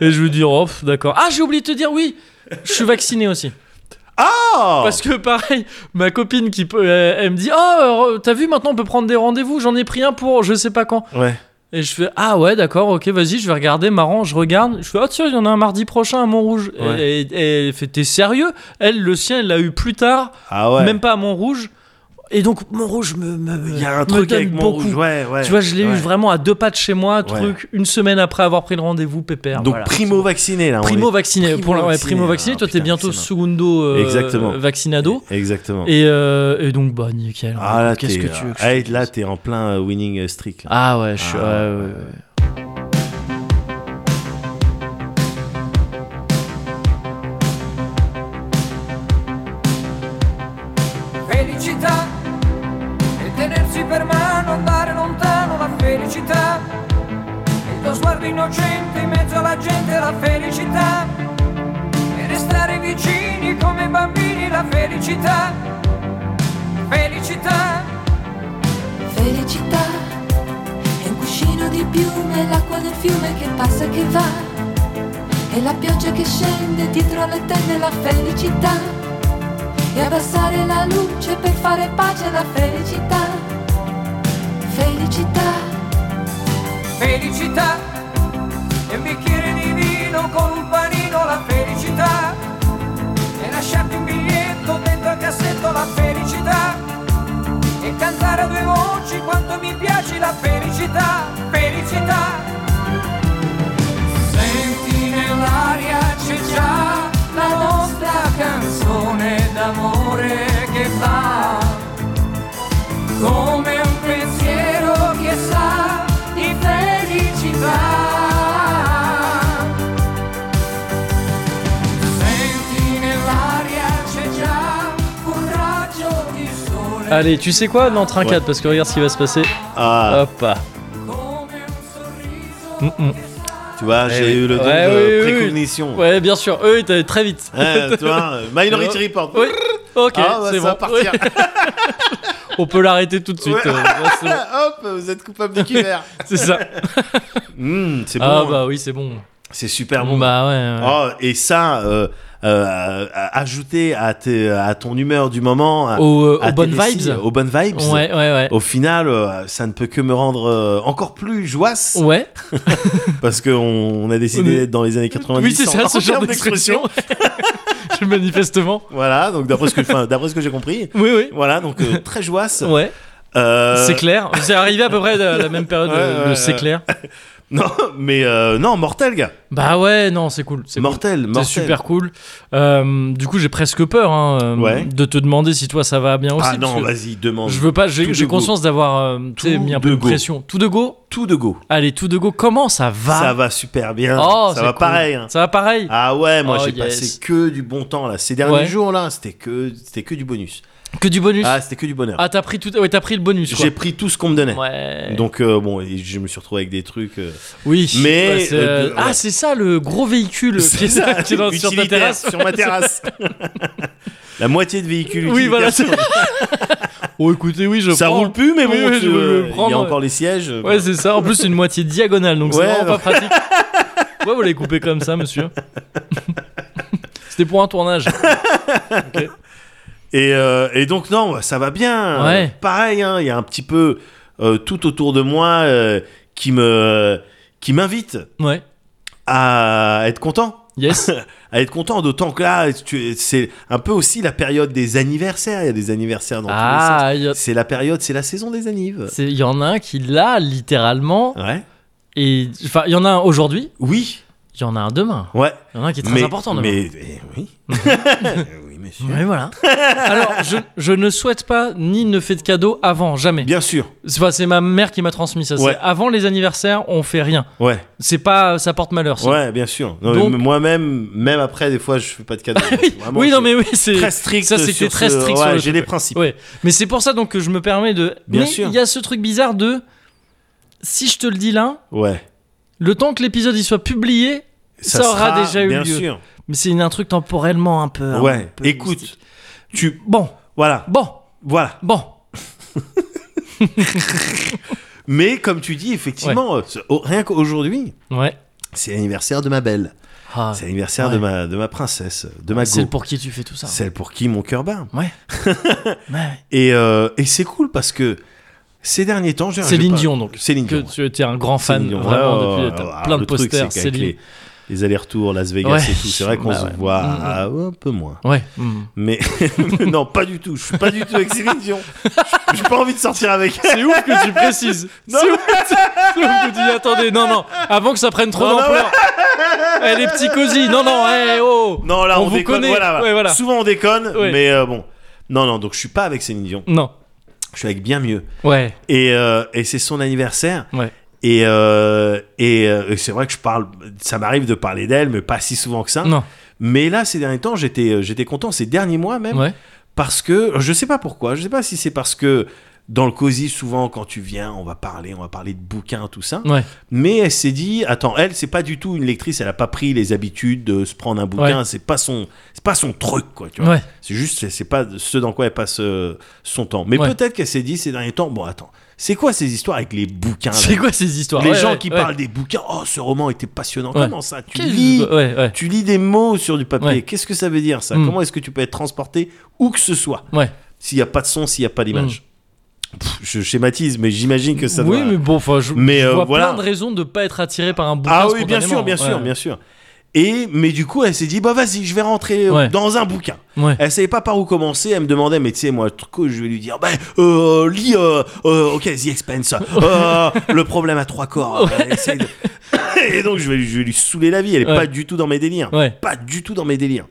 Speaker 1: Et je veux dire, oh, pff, d'accord. Ah, j'ai oublié de te dire, oui, je suis vacciné aussi.
Speaker 2: Oh
Speaker 1: Parce que pareil, ma copine qui peut, elle, elle me dit, oh, euh, t'as vu, maintenant on peut prendre des rendez-vous, j'en ai pris un pour je sais pas quand.
Speaker 2: Ouais.
Speaker 1: Et je fais ah ouais d'accord ok vas-y je vais regarder marrant je regarde je fais ah tiens il y en a un mardi prochain à Montrouge
Speaker 2: Ouais.
Speaker 1: et, et- et elle fait t'es sérieux elle le sien elle l'a eu plus tard
Speaker 2: Ah ouais.
Speaker 1: même pas à Montrouge et donc Montrouge me me
Speaker 2: Il y a un
Speaker 1: euh, me
Speaker 2: truc
Speaker 1: donne
Speaker 2: avec mon
Speaker 1: beaucoup
Speaker 2: rouge. Ouais, ouais.
Speaker 1: tu vois je l'ai eu
Speaker 2: Ouais.
Speaker 1: vraiment à deux pas de chez moi
Speaker 2: Ouais.
Speaker 1: truc une semaine après avoir pris le rendez-vous pépère
Speaker 2: Donc
Speaker 1: voilà.
Speaker 2: primo vacciné là. on
Speaker 1: primo
Speaker 2: est-
Speaker 1: vacciné
Speaker 2: primo
Speaker 1: pour la- ouais,
Speaker 2: vacciné.
Speaker 1: primo vacciné
Speaker 2: Ah,
Speaker 1: toi t'es
Speaker 2: putain,
Speaker 1: bientôt
Speaker 2: excellent.
Speaker 1: segundo euh,
Speaker 2: Exactement.
Speaker 1: vaccinado
Speaker 2: Exactement.
Speaker 1: et, euh, et donc bah nickel
Speaker 2: Ah là,
Speaker 1: qu'est-ce
Speaker 2: t'es,
Speaker 1: que tu veux que je
Speaker 2: ah,
Speaker 1: te
Speaker 2: là,
Speaker 1: dise
Speaker 2: t'es en plein euh, winning euh, streak. là.
Speaker 1: ah ouais je suis ouais,
Speaker 2: Ah, ouais,
Speaker 1: ouais, ouais.
Speaker 3: Felicità e tenersi per mano, andare lontano, la felicità. E il tuo sguardo innocente in mezzo alla gente, la felicità. E restare vicini come bambini, la felicità. Felicità,
Speaker 4: Felicità è un cuscino di piume, l'acqua del fiume che passa e che va, e la pioggia che scende dietro alle tende, la felicità, e abbassare la luce per fare pace, la felicità, felicità,
Speaker 3: felicità. E un bicchiere di vino con un panino, la felicità. E lasciarti un biglietto dentro al cassetto, la felicità. E cantare a due voci quanto mi piaci la felicità, felicità. Senti nell'aria c'è già la nostra canzone d'amore che va come un pensiero che sa di felicità.
Speaker 1: Allez, tu sais quoi Non, train
Speaker 2: Ouais.
Speaker 1: 4, parce que regarde ce qui va se passer.
Speaker 2: Ah,
Speaker 1: Hop. ah. Mm, mm.
Speaker 2: tu vois,
Speaker 1: Eh
Speaker 2: j'ai
Speaker 1: oui.
Speaker 2: eu le don
Speaker 1: Ouais,
Speaker 2: de
Speaker 1: oui, oui, oui.
Speaker 2: précognition.
Speaker 1: Ouais, bien sûr. Eux, ils t'allaient très vite.
Speaker 2: Hein, tu vois, euh, Minority
Speaker 1: Ouais.
Speaker 2: Report.
Speaker 1: Oui. Ok,
Speaker 2: ah, bah,
Speaker 1: c'est
Speaker 2: ça
Speaker 1: bon.
Speaker 2: va partir.
Speaker 1: Ouais. On peut l'arrêter tout de suite.
Speaker 2: Ouais.
Speaker 1: euh, ouais, c'est bon.
Speaker 2: Hop, vous êtes coupable de cuvert.
Speaker 1: C'est ça.
Speaker 2: Hum, c'est bon.
Speaker 1: Ah bah oui, c'est bon.
Speaker 2: C'est super bon.
Speaker 1: Bah ouais. ouais.
Speaker 2: Oh, et ça, euh, euh, à- ajouté à, tes- à ton humeur du moment, à,
Speaker 1: Aux, euh,
Speaker 2: à
Speaker 1: aux bonnes
Speaker 2: tes récits,
Speaker 1: vibes.
Speaker 2: aux bonnes vibes.
Speaker 1: Ouais, ouais, ouais.
Speaker 2: Au final, euh, ça ne peut que me rendre euh, encore plus joisse
Speaker 1: Ouais.
Speaker 2: parce qu'on on a décidé d'être dans les années 90.
Speaker 1: Oui, c'est ça,
Speaker 2: en-
Speaker 1: ce
Speaker 2: en
Speaker 1: genre
Speaker 2: termes
Speaker 1: d'expression. Manifestement.
Speaker 2: Voilà, donc d'après ce que, enfin, d'après ce que j'ai compris,
Speaker 1: Oui, oui.
Speaker 2: voilà, donc euh, très joisse.
Speaker 1: Ouais,
Speaker 2: Euh,
Speaker 1: c'est clair. C'est arrivé à peu près à la même période,
Speaker 2: Ouais,
Speaker 1: euh,
Speaker 2: ouais,
Speaker 1: le c'est
Speaker 2: ouais.
Speaker 1: clair.
Speaker 2: Non, mais euh, non, mortel, gars.
Speaker 1: Bah ouais, non, c'est cool. C'est cool.
Speaker 2: Mortel,
Speaker 1: C'est
Speaker 2: mortel.
Speaker 1: super cool. Euh, du coup, j'ai presque peur hein, euh,
Speaker 2: Ouais.
Speaker 1: de te demander si toi ça va bien aussi.
Speaker 2: Ah
Speaker 1: parce
Speaker 2: non,
Speaker 1: que
Speaker 2: vas-y, demande.
Speaker 1: je veux pas.
Speaker 2: Tout
Speaker 1: J'ai
Speaker 2: de
Speaker 1: j'ai
Speaker 2: go.
Speaker 1: conscience d'avoir euh, tu sais,
Speaker 2: Tout
Speaker 1: mis un peu
Speaker 2: de
Speaker 1: de
Speaker 2: go.
Speaker 1: pression. Tout de go.
Speaker 2: Tout de go.
Speaker 1: Allez, tout de go. Comment ça va
Speaker 2: Ça va super bien.
Speaker 1: Oh,
Speaker 2: ça
Speaker 1: c'est
Speaker 2: va
Speaker 1: cool.
Speaker 2: pareil. hein.
Speaker 1: Ça va pareil.
Speaker 2: Ah ouais, moi
Speaker 1: Oh,
Speaker 2: j'ai
Speaker 1: yes.
Speaker 2: passé que du bon temps là. Ces derniers
Speaker 1: Ouais.
Speaker 2: jours là, c'était que c'était que du bonus.
Speaker 1: Que du bonus.
Speaker 2: Ah, c'était que du bonheur.
Speaker 1: Ah, t'as pris tout. Ouais, t'as pris le bonus. quoi.
Speaker 2: j'ai pris tout ce qu'on me donnait.
Speaker 1: Ouais.
Speaker 2: Donc euh, bon, et je me suis retrouvé avec des trucs. euh,
Speaker 1: oui.
Speaker 2: Mais,
Speaker 1: Ouais, c'est,
Speaker 2: euh,
Speaker 1: euh,
Speaker 2: de- ouais.
Speaker 1: ah, c'est ça le gros véhicule qui est,
Speaker 2: ça,
Speaker 1: qui est dans- sur ta
Speaker 2: utilitaire,
Speaker 1: terrasse.
Speaker 2: sur ma terrasse. La moitié de véhicules.
Speaker 1: Oui, voilà.
Speaker 2: utilitaires.
Speaker 1: Oh, écoutez, oui, je
Speaker 2: Ça
Speaker 1: prends.
Speaker 2: roule plus, mais bon,
Speaker 1: Oui, oui,
Speaker 2: tu-
Speaker 1: je veux le
Speaker 2: il y
Speaker 1: prendre,
Speaker 2: a
Speaker 1: ouais.
Speaker 2: encore les sièges.
Speaker 1: Ouais, c'est ça. En plus, c'est une moitié diagonale, donc
Speaker 2: Ouais, bah.
Speaker 1: c'est vraiment
Speaker 2: ouais.
Speaker 1: pas pratique. Pourquoi vous l'avez coupé comme ça, monsieur C'était pour un tournage.
Speaker 2: Et, euh, et donc non, ça va bien.
Speaker 1: Ouais.
Speaker 2: Euh, Pareil, hein, il y a un petit peu euh, tout autour de moi euh, qui me qui m'invite
Speaker 1: Ouais.
Speaker 2: à être content.
Speaker 1: Yes.
Speaker 2: à être content, d'autant que là, tu- c'est un peu aussi la période des anniversaires. Il y a des anniversaires dans tous
Speaker 1: Ah, il y,
Speaker 2: les
Speaker 1: a-
Speaker 2: sens. C'est la période, c'est la saison des annives.
Speaker 1: c'est- il y en a un qui l'a littéralement.
Speaker 2: Ouais.
Speaker 1: Et enfin, il y en a un aujourd'hui.
Speaker 2: Oui.
Speaker 1: Il y en a un demain.
Speaker 2: Ouais.
Speaker 1: Il y en a un qui est très
Speaker 2: mais,
Speaker 1: important demain.
Speaker 2: Mais eh oui. oui, monsieur.
Speaker 1: Ouais, voilà. Alors, je, je ne souhaite pas ni ne fais de cadeaux avant, jamais.
Speaker 2: Bien sûr.
Speaker 1: C'est enfin, c'est ma mère qui m'a transmis ça. C'est
Speaker 2: Ouais.
Speaker 1: Avant les anniversaires, on fait rien.
Speaker 2: Ouais.
Speaker 1: C'est pas, ça porte malheur. ça.
Speaker 2: Ouais, bien sûr. Non, mais
Speaker 1: Donc-
Speaker 2: Moi-même, même après, des fois, je fais pas de cadeau. Vraiment,
Speaker 1: oui, non,
Speaker 2: je
Speaker 1: mais
Speaker 2: suis
Speaker 1: oui, c'est
Speaker 2: Très strict.
Speaker 1: Ça, c'était
Speaker 2: sur
Speaker 1: très
Speaker 2: ce-
Speaker 1: strict
Speaker 2: ouais,
Speaker 1: sur le
Speaker 2: J'ai
Speaker 1: truc,
Speaker 2: des
Speaker 1: ouais.
Speaker 2: principes.
Speaker 1: Ouais, mais c'est pour ça donc que je me permets de.
Speaker 2: Bien
Speaker 1: mais
Speaker 2: sûr.
Speaker 1: Il y a ce truc bizarre de. Si je te le dis là,
Speaker 2: Ouais.
Speaker 1: le temps que l'épisode il soit publié, ça, aura
Speaker 2: sera,
Speaker 1: déjà eu
Speaker 2: bien
Speaker 1: lieu.
Speaker 2: sûr.
Speaker 1: Mais c'est une- un truc temporellement un peu. un
Speaker 2: Ouais.
Speaker 1: peu
Speaker 2: Écoute,
Speaker 1: mystique.
Speaker 2: tu.
Speaker 1: Bon,
Speaker 2: Voilà.
Speaker 1: bon,
Speaker 2: Voilà.
Speaker 1: bon.
Speaker 2: Mais comme tu dis, effectivement, euh, ce- oh, rien qu'aujourd'hui,
Speaker 1: Ouais.
Speaker 2: c'est l'anniversaire de ma belle.
Speaker 1: Ah,
Speaker 2: C'est l'anniversaire de,
Speaker 1: ouais.
Speaker 2: ma, de ma princesse, de ma go.
Speaker 1: Celle pour qui tu fais tout ça.
Speaker 2: Celle pour qui mon cœur bat.
Speaker 1: Ouais. ouais.
Speaker 2: Et, euh, et c'est cool parce que ces derniers temps, j'ai
Speaker 1: Céline
Speaker 2: j'ai pas-
Speaker 1: Dion donc.
Speaker 2: Céline
Speaker 1: Que
Speaker 2: Dion.
Speaker 1: tu étais un grand fan
Speaker 2: Céline Dion.
Speaker 1: vraiment
Speaker 2: Ouais, ouais,
Speaker 1: depuis.
Speaker 2: ouais,
Speaker 1: T'as
Speaker 2: ouais.
Speaker 1: plein de
Speaker 2: euh, Le truc, c'est
Speaker 1: posters.
Speaker 2: qu'avec
Speaker 1: Céline.
Speaker 2: Les, les allers-retours, Las Vegas
Speaker 1: Ouais.
Speaker 2: et tout. C'est vrai qu'on
Speaker 1: Bah
Speaker 2: se
Speaker 1: ouais.
Speaker 2: voit
Speaker 1: Mm, mm.
Speaker 2: ah, ouais, un peu moins.
Speaker 1: Ouais. mm.
Speaker 2: Mais non, pas du tout. Je suis pas du tout avec Céline Dion. Je- J'ai pas envie de sortir avec elle.
Speaker 1: C'est ouf que tu précises.
Speaker 2: Non.
Speaker 1: C'est ouf, que tu- c'est ouf que tu dis attendez, non, non, avant que ça prenne trop
Speaker 2: Non, non,
Speaker 1: d'ampleur. Eh, les petits cosy, non, non, eh, oh.
Speaker 2: Non, là,
Speaker 1: On
Speaker 2: on,
Speaker 1: vous
Speaker 2: déconne.
Speaker 1: connaît.
Speaker 2: Voilà, voilà.
Speaker 1: Ouais, voilà.
Speaker 2: Souvent, on déconne.
Speaker 1: Ouais.
Speaker 2: Mais euh, bon. Non, non, donc je suis pas avec Céline Dion.
Speaker 1: Non.
Speaker 2: Je suis avec bien mieux.
Speaker 1: Ouais,
Speaker 2: Et, euh, et c'est son anniversaire.
Speaker 1: ouais.
Speaker 2: Et, euh, et, euh, et c'est vrai que je parle, ça m'arrive de parler d'elle, mais pas si souvent que ça.
Speaker 1: Non.
Speaker 2: Mais là, ces derniers temps, j'étais, euh, j'étais content, ces derniers mois même,
Speaker 1: Ouais.
Speaker 2: parce que euh, je sais pas pourquoi, je sais pas si c'est parce que dans le cosy, souvent quand tu viens, on va parler, on va parler de bouquins, tout ça.
Speaker 1: Ouais.
Speaker 2: Mais elle s'est dit, attends, elle, c'est pas du tout une lectrice, elle a pas pris les habitudes de se prendre un bouquin, c'est pas son, c'est pas son truc, quoi, tu vois.
Speaker 1: Ouais.
Speaker 2: C'est juste, c'est- c'est pas ce dans quoi elle passe euh, son temps. Mais
Speaker 1: Ouais.
Speaker 2: peut-être qu'elle s'est dit ces derniers temps, bon, attends, c'est quoi ces histoires avec les bouquins là
Speaker 1: C'est quoi ces histoires
Speaker 2: les
Speaker 1: Ouais,
Speaker 2: gens
Speaker 1: ouais,
Speaker 2: qui
Speaker 1: ouais.
Speaker 2: parlent des bouquins, oh ce roman était passionnant.
Speaker 1: Ouais.
Speaker 2: Comment ça Tu
Speaker 1: Qu'est-ce
Speaker 2: lis,
Speaker 1: que- Ouais, ouais.
Speaker 2: tu lis des mots sur du papier.
Speaker 1: Ouais.
Speaker 2: Qu'est-ce que ça veut dire ça
Speaker 1: Mm.
Speaker 2: Comment est-ce que tu peux être transporté où que ce soit
Speaker 1: Ouais. Mm.
Speaker 2: S'il n'y a pas de son, s'il n'y a pas d'image. Pff, je schématise, mais j'imagine que ça
Speaker 1: oui,
Speaker 2: doit-
Speaker 1: mais bon, enfin, je,
Speaker 2: Mais,
Speaker 1: je
Speaker 2: euh,
Speaker 1: vois
Speaker 2: voilà.
Speaker 1: plein de raisons de pas être attiré par un bouquin.
Speaker 2: Ah oui, bien sûr,
Speaker 1: spontanément.
Speaker 2: bien sûr,
Speaker 1: Ouais.
Speaker 2: bien sûr. Et mais du coup, elle s'est dit bah vas-y, je vais rentrer euh,
Speaker 1: Ouais.
Speaker 2: dans un bouquin.
Speaker 1: Ouais.
Speaker 2: Elle savait pas par où commencer. Elle me demandait, mais tu sais, moi, le truc, je vais lui dire, ben, euh, lis, euh, euh, ok, The Expense, Euh, le problème à trois corps. euh, essaye de- Et donc, je vais, lui- je vais lui saouler la vie. Elle est
Speaker 1: Ouais.
Speaker 2: pas du tout dans mes délires.
Speaker 1: Ouais.
Speaker 2: Pas du tout dans mes délires.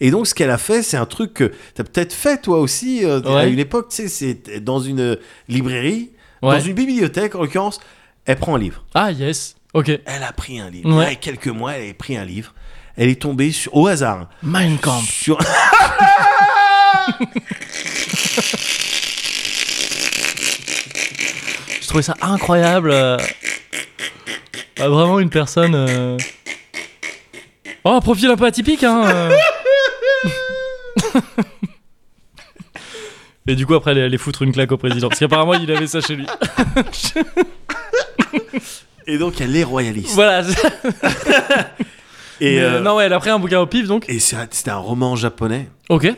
Speaker 2: Et donc, ce qu'elle a fait, c'est un truc que t'as peut-être fait toi aussi euh, à
Speaker 1: Ouais.
Speaker 2: une époque. Tu sais, c'est dans une librairie, dans
Speaker 1: Ouais.
Speaker 2: une bibliothèque en l'occurrence. Elle prend un livre.
Speaker 1: Ah yes. Ok.
Speaker 2: Elle a pris un livre.
Speaker 1: Ouais.
Speaker 2: Il y a quelques mois, elle a pris un livre. Elle est tombée sur, au hasard. hein,
Speaker 1: Mein Kampf.
Speaker 2: sur...
Speaker 1: trouvé ça incroyable. euh. Bah, vraiment une personne. euh. Oh, un profil un peu atypique, hein. euh. Et du coup, après, elle est allée foutre une claque au président. Parce qu'apparemment, il avait ça chez lui.
Speaker 2: Et donc elle est royaliste.
Speaker 1: voilà.
Speaker 2: Et,
Speaker 1: Mais,
Speaker 2: euh,
Speaker 1: euh, Non, ouais, elle a pris un bouquin au pif, donc.
Speaker 2: et c'est un- c'était un roman japonais
Speaker 1: Ok.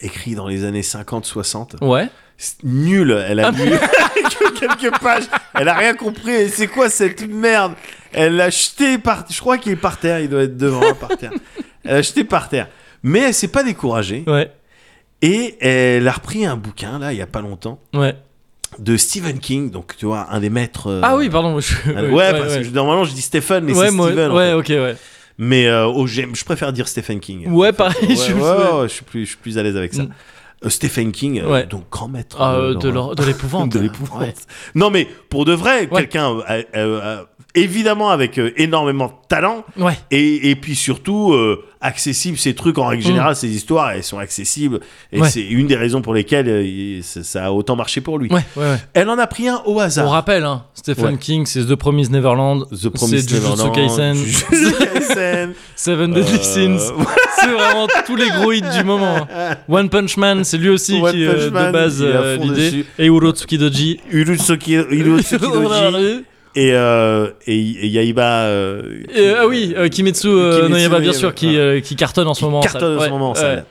Speaker 2: écrit dans les années 50-60.
Speaker 1: Ouais.
Speaker 2: C'est Nul, elle
Speaker 1: Ah,
Speaker 2: a lu que quelques pages. Elle a rien compris. Et C'est quoi cette merde Elle l'a jeté par. Je crois qu'il est par terre. Il doit être devant hein, par terre. Elle l'a jeté par terre. Mais elle s'est pas découragée
Speaker 1: Ouais.
Speaker 2: et elle a repris un bouquin là il y a pas longtemps
Speaker 1: Ouais.
Speaker 2: de Stephen King. Donc tu vois un des maîtres. euh,
Speaker 1: Ah oui, pardon. je-
Speaker 2: euh, ouais, parce que
Speaker 1: ouais.
Speaker 2: je- normalement je dis Stephen mais
Speaker 1: Ouais,
Speaker 2: c'est
Speaker 1: moi-
Speaker 2: Steven. en
Speaker 1: ouais,
Speaker 2: fait.
Speaker 1: ok, ouais.
Speaker 2: Mais euh, oh, j'aime- je préfère dire Stephen King.
Speaker 1: Ouais, pareil,
Speaker 2: Ouais,
Speaker 1: je
Speaker 2: ouais,
Speaker 1: ouais.
Speaker 2: ouais, je suis plus, je suis plus à l'aise avec ça.
Speaker 1: Mm.
Speaker 2: Euh, Stephen King, euh,
Speaker 1: Ouais.
Speaker 2: donc grand maître
Speaker 1: Ah, euh,
Speaker 2: dans-
Speaker 1: de l'hor- de l'épouvante.
Speaker 2: de l'épouvante.
Speaker 1: Ouais.
Speaker 2: Non, mais pour de vrai,
Speaker 1: Ouais.
Speaker 2: quelqu'un euh, euh, euh, évidemment avec euh, énormément de talent
Speaker 1: Ouais.
Speaker 2: et, et puis surtout euh, accessible. Ces trucs en règle générale, ces histoires, elles sont accessibles et
Speaker 1: Mm. Ouais.
Speaker 2: c'est une des raisons pour lesquelles euh, il- ça- ça a autant marché pour lui.
Speaker 1: Ouais, ouais, ouais.
Speaker 2: Elle en a pris un au
Speaker 1: On
Speaker 2: hasard.
Speaker 1: rappelle, hein, Stephen
Speaker 2: Ouais.
Speaker 1: King, c'est The Promised Neverland,
Speaker 2: The
Speaker 1: c'est
Speaker 2: Promised
Speaker 1: Jujutsu
Speaker 2: Neverland,
Speaker 1: Kaisen,
Speaker 2: Jujutsu Kaisen,
Speaker 1: Seven Deadly
Speaker 2: euh,
Speaker 1: Sins, c'est vraiment tous les gros hits du moment. hein. One Punch Man, c'est lui aussi
Speaker 2: One
Speaker 1: qui
Speaker 2: Punch
Speaker 1: euh, de
Speaker 2: Man,
Speaker 1: base
Speaker 2: il est à
Speaker 1: euh,
Speaker 2: fond
Speaker 1: l'idée,
Speaker 2: dessus.
Speaker 1: et Urotsuki Doji.
Speaker 2: Urutsuki, Urutsuki Doji, et euh, et, et Yaiba euh,
Speaker 1: Et, ah oui, euh, Kimetsu, euh,
Speaker 2: Kimetsu,
Speaker 1: Noyaba, bien
Speaker 2: oui,
Speaker 1: sûr, qui,
Speaker 2: voilà.
Speaker 1: euh, qui cartonne en ce moment. en
Speaker 2: cartonne
Speaker 1: salle.
Speaker 2: en
Speaker 1: Ouais,
Speaker 2: ce moment en
Speaker 1: ouais.
Speaker 2: salle.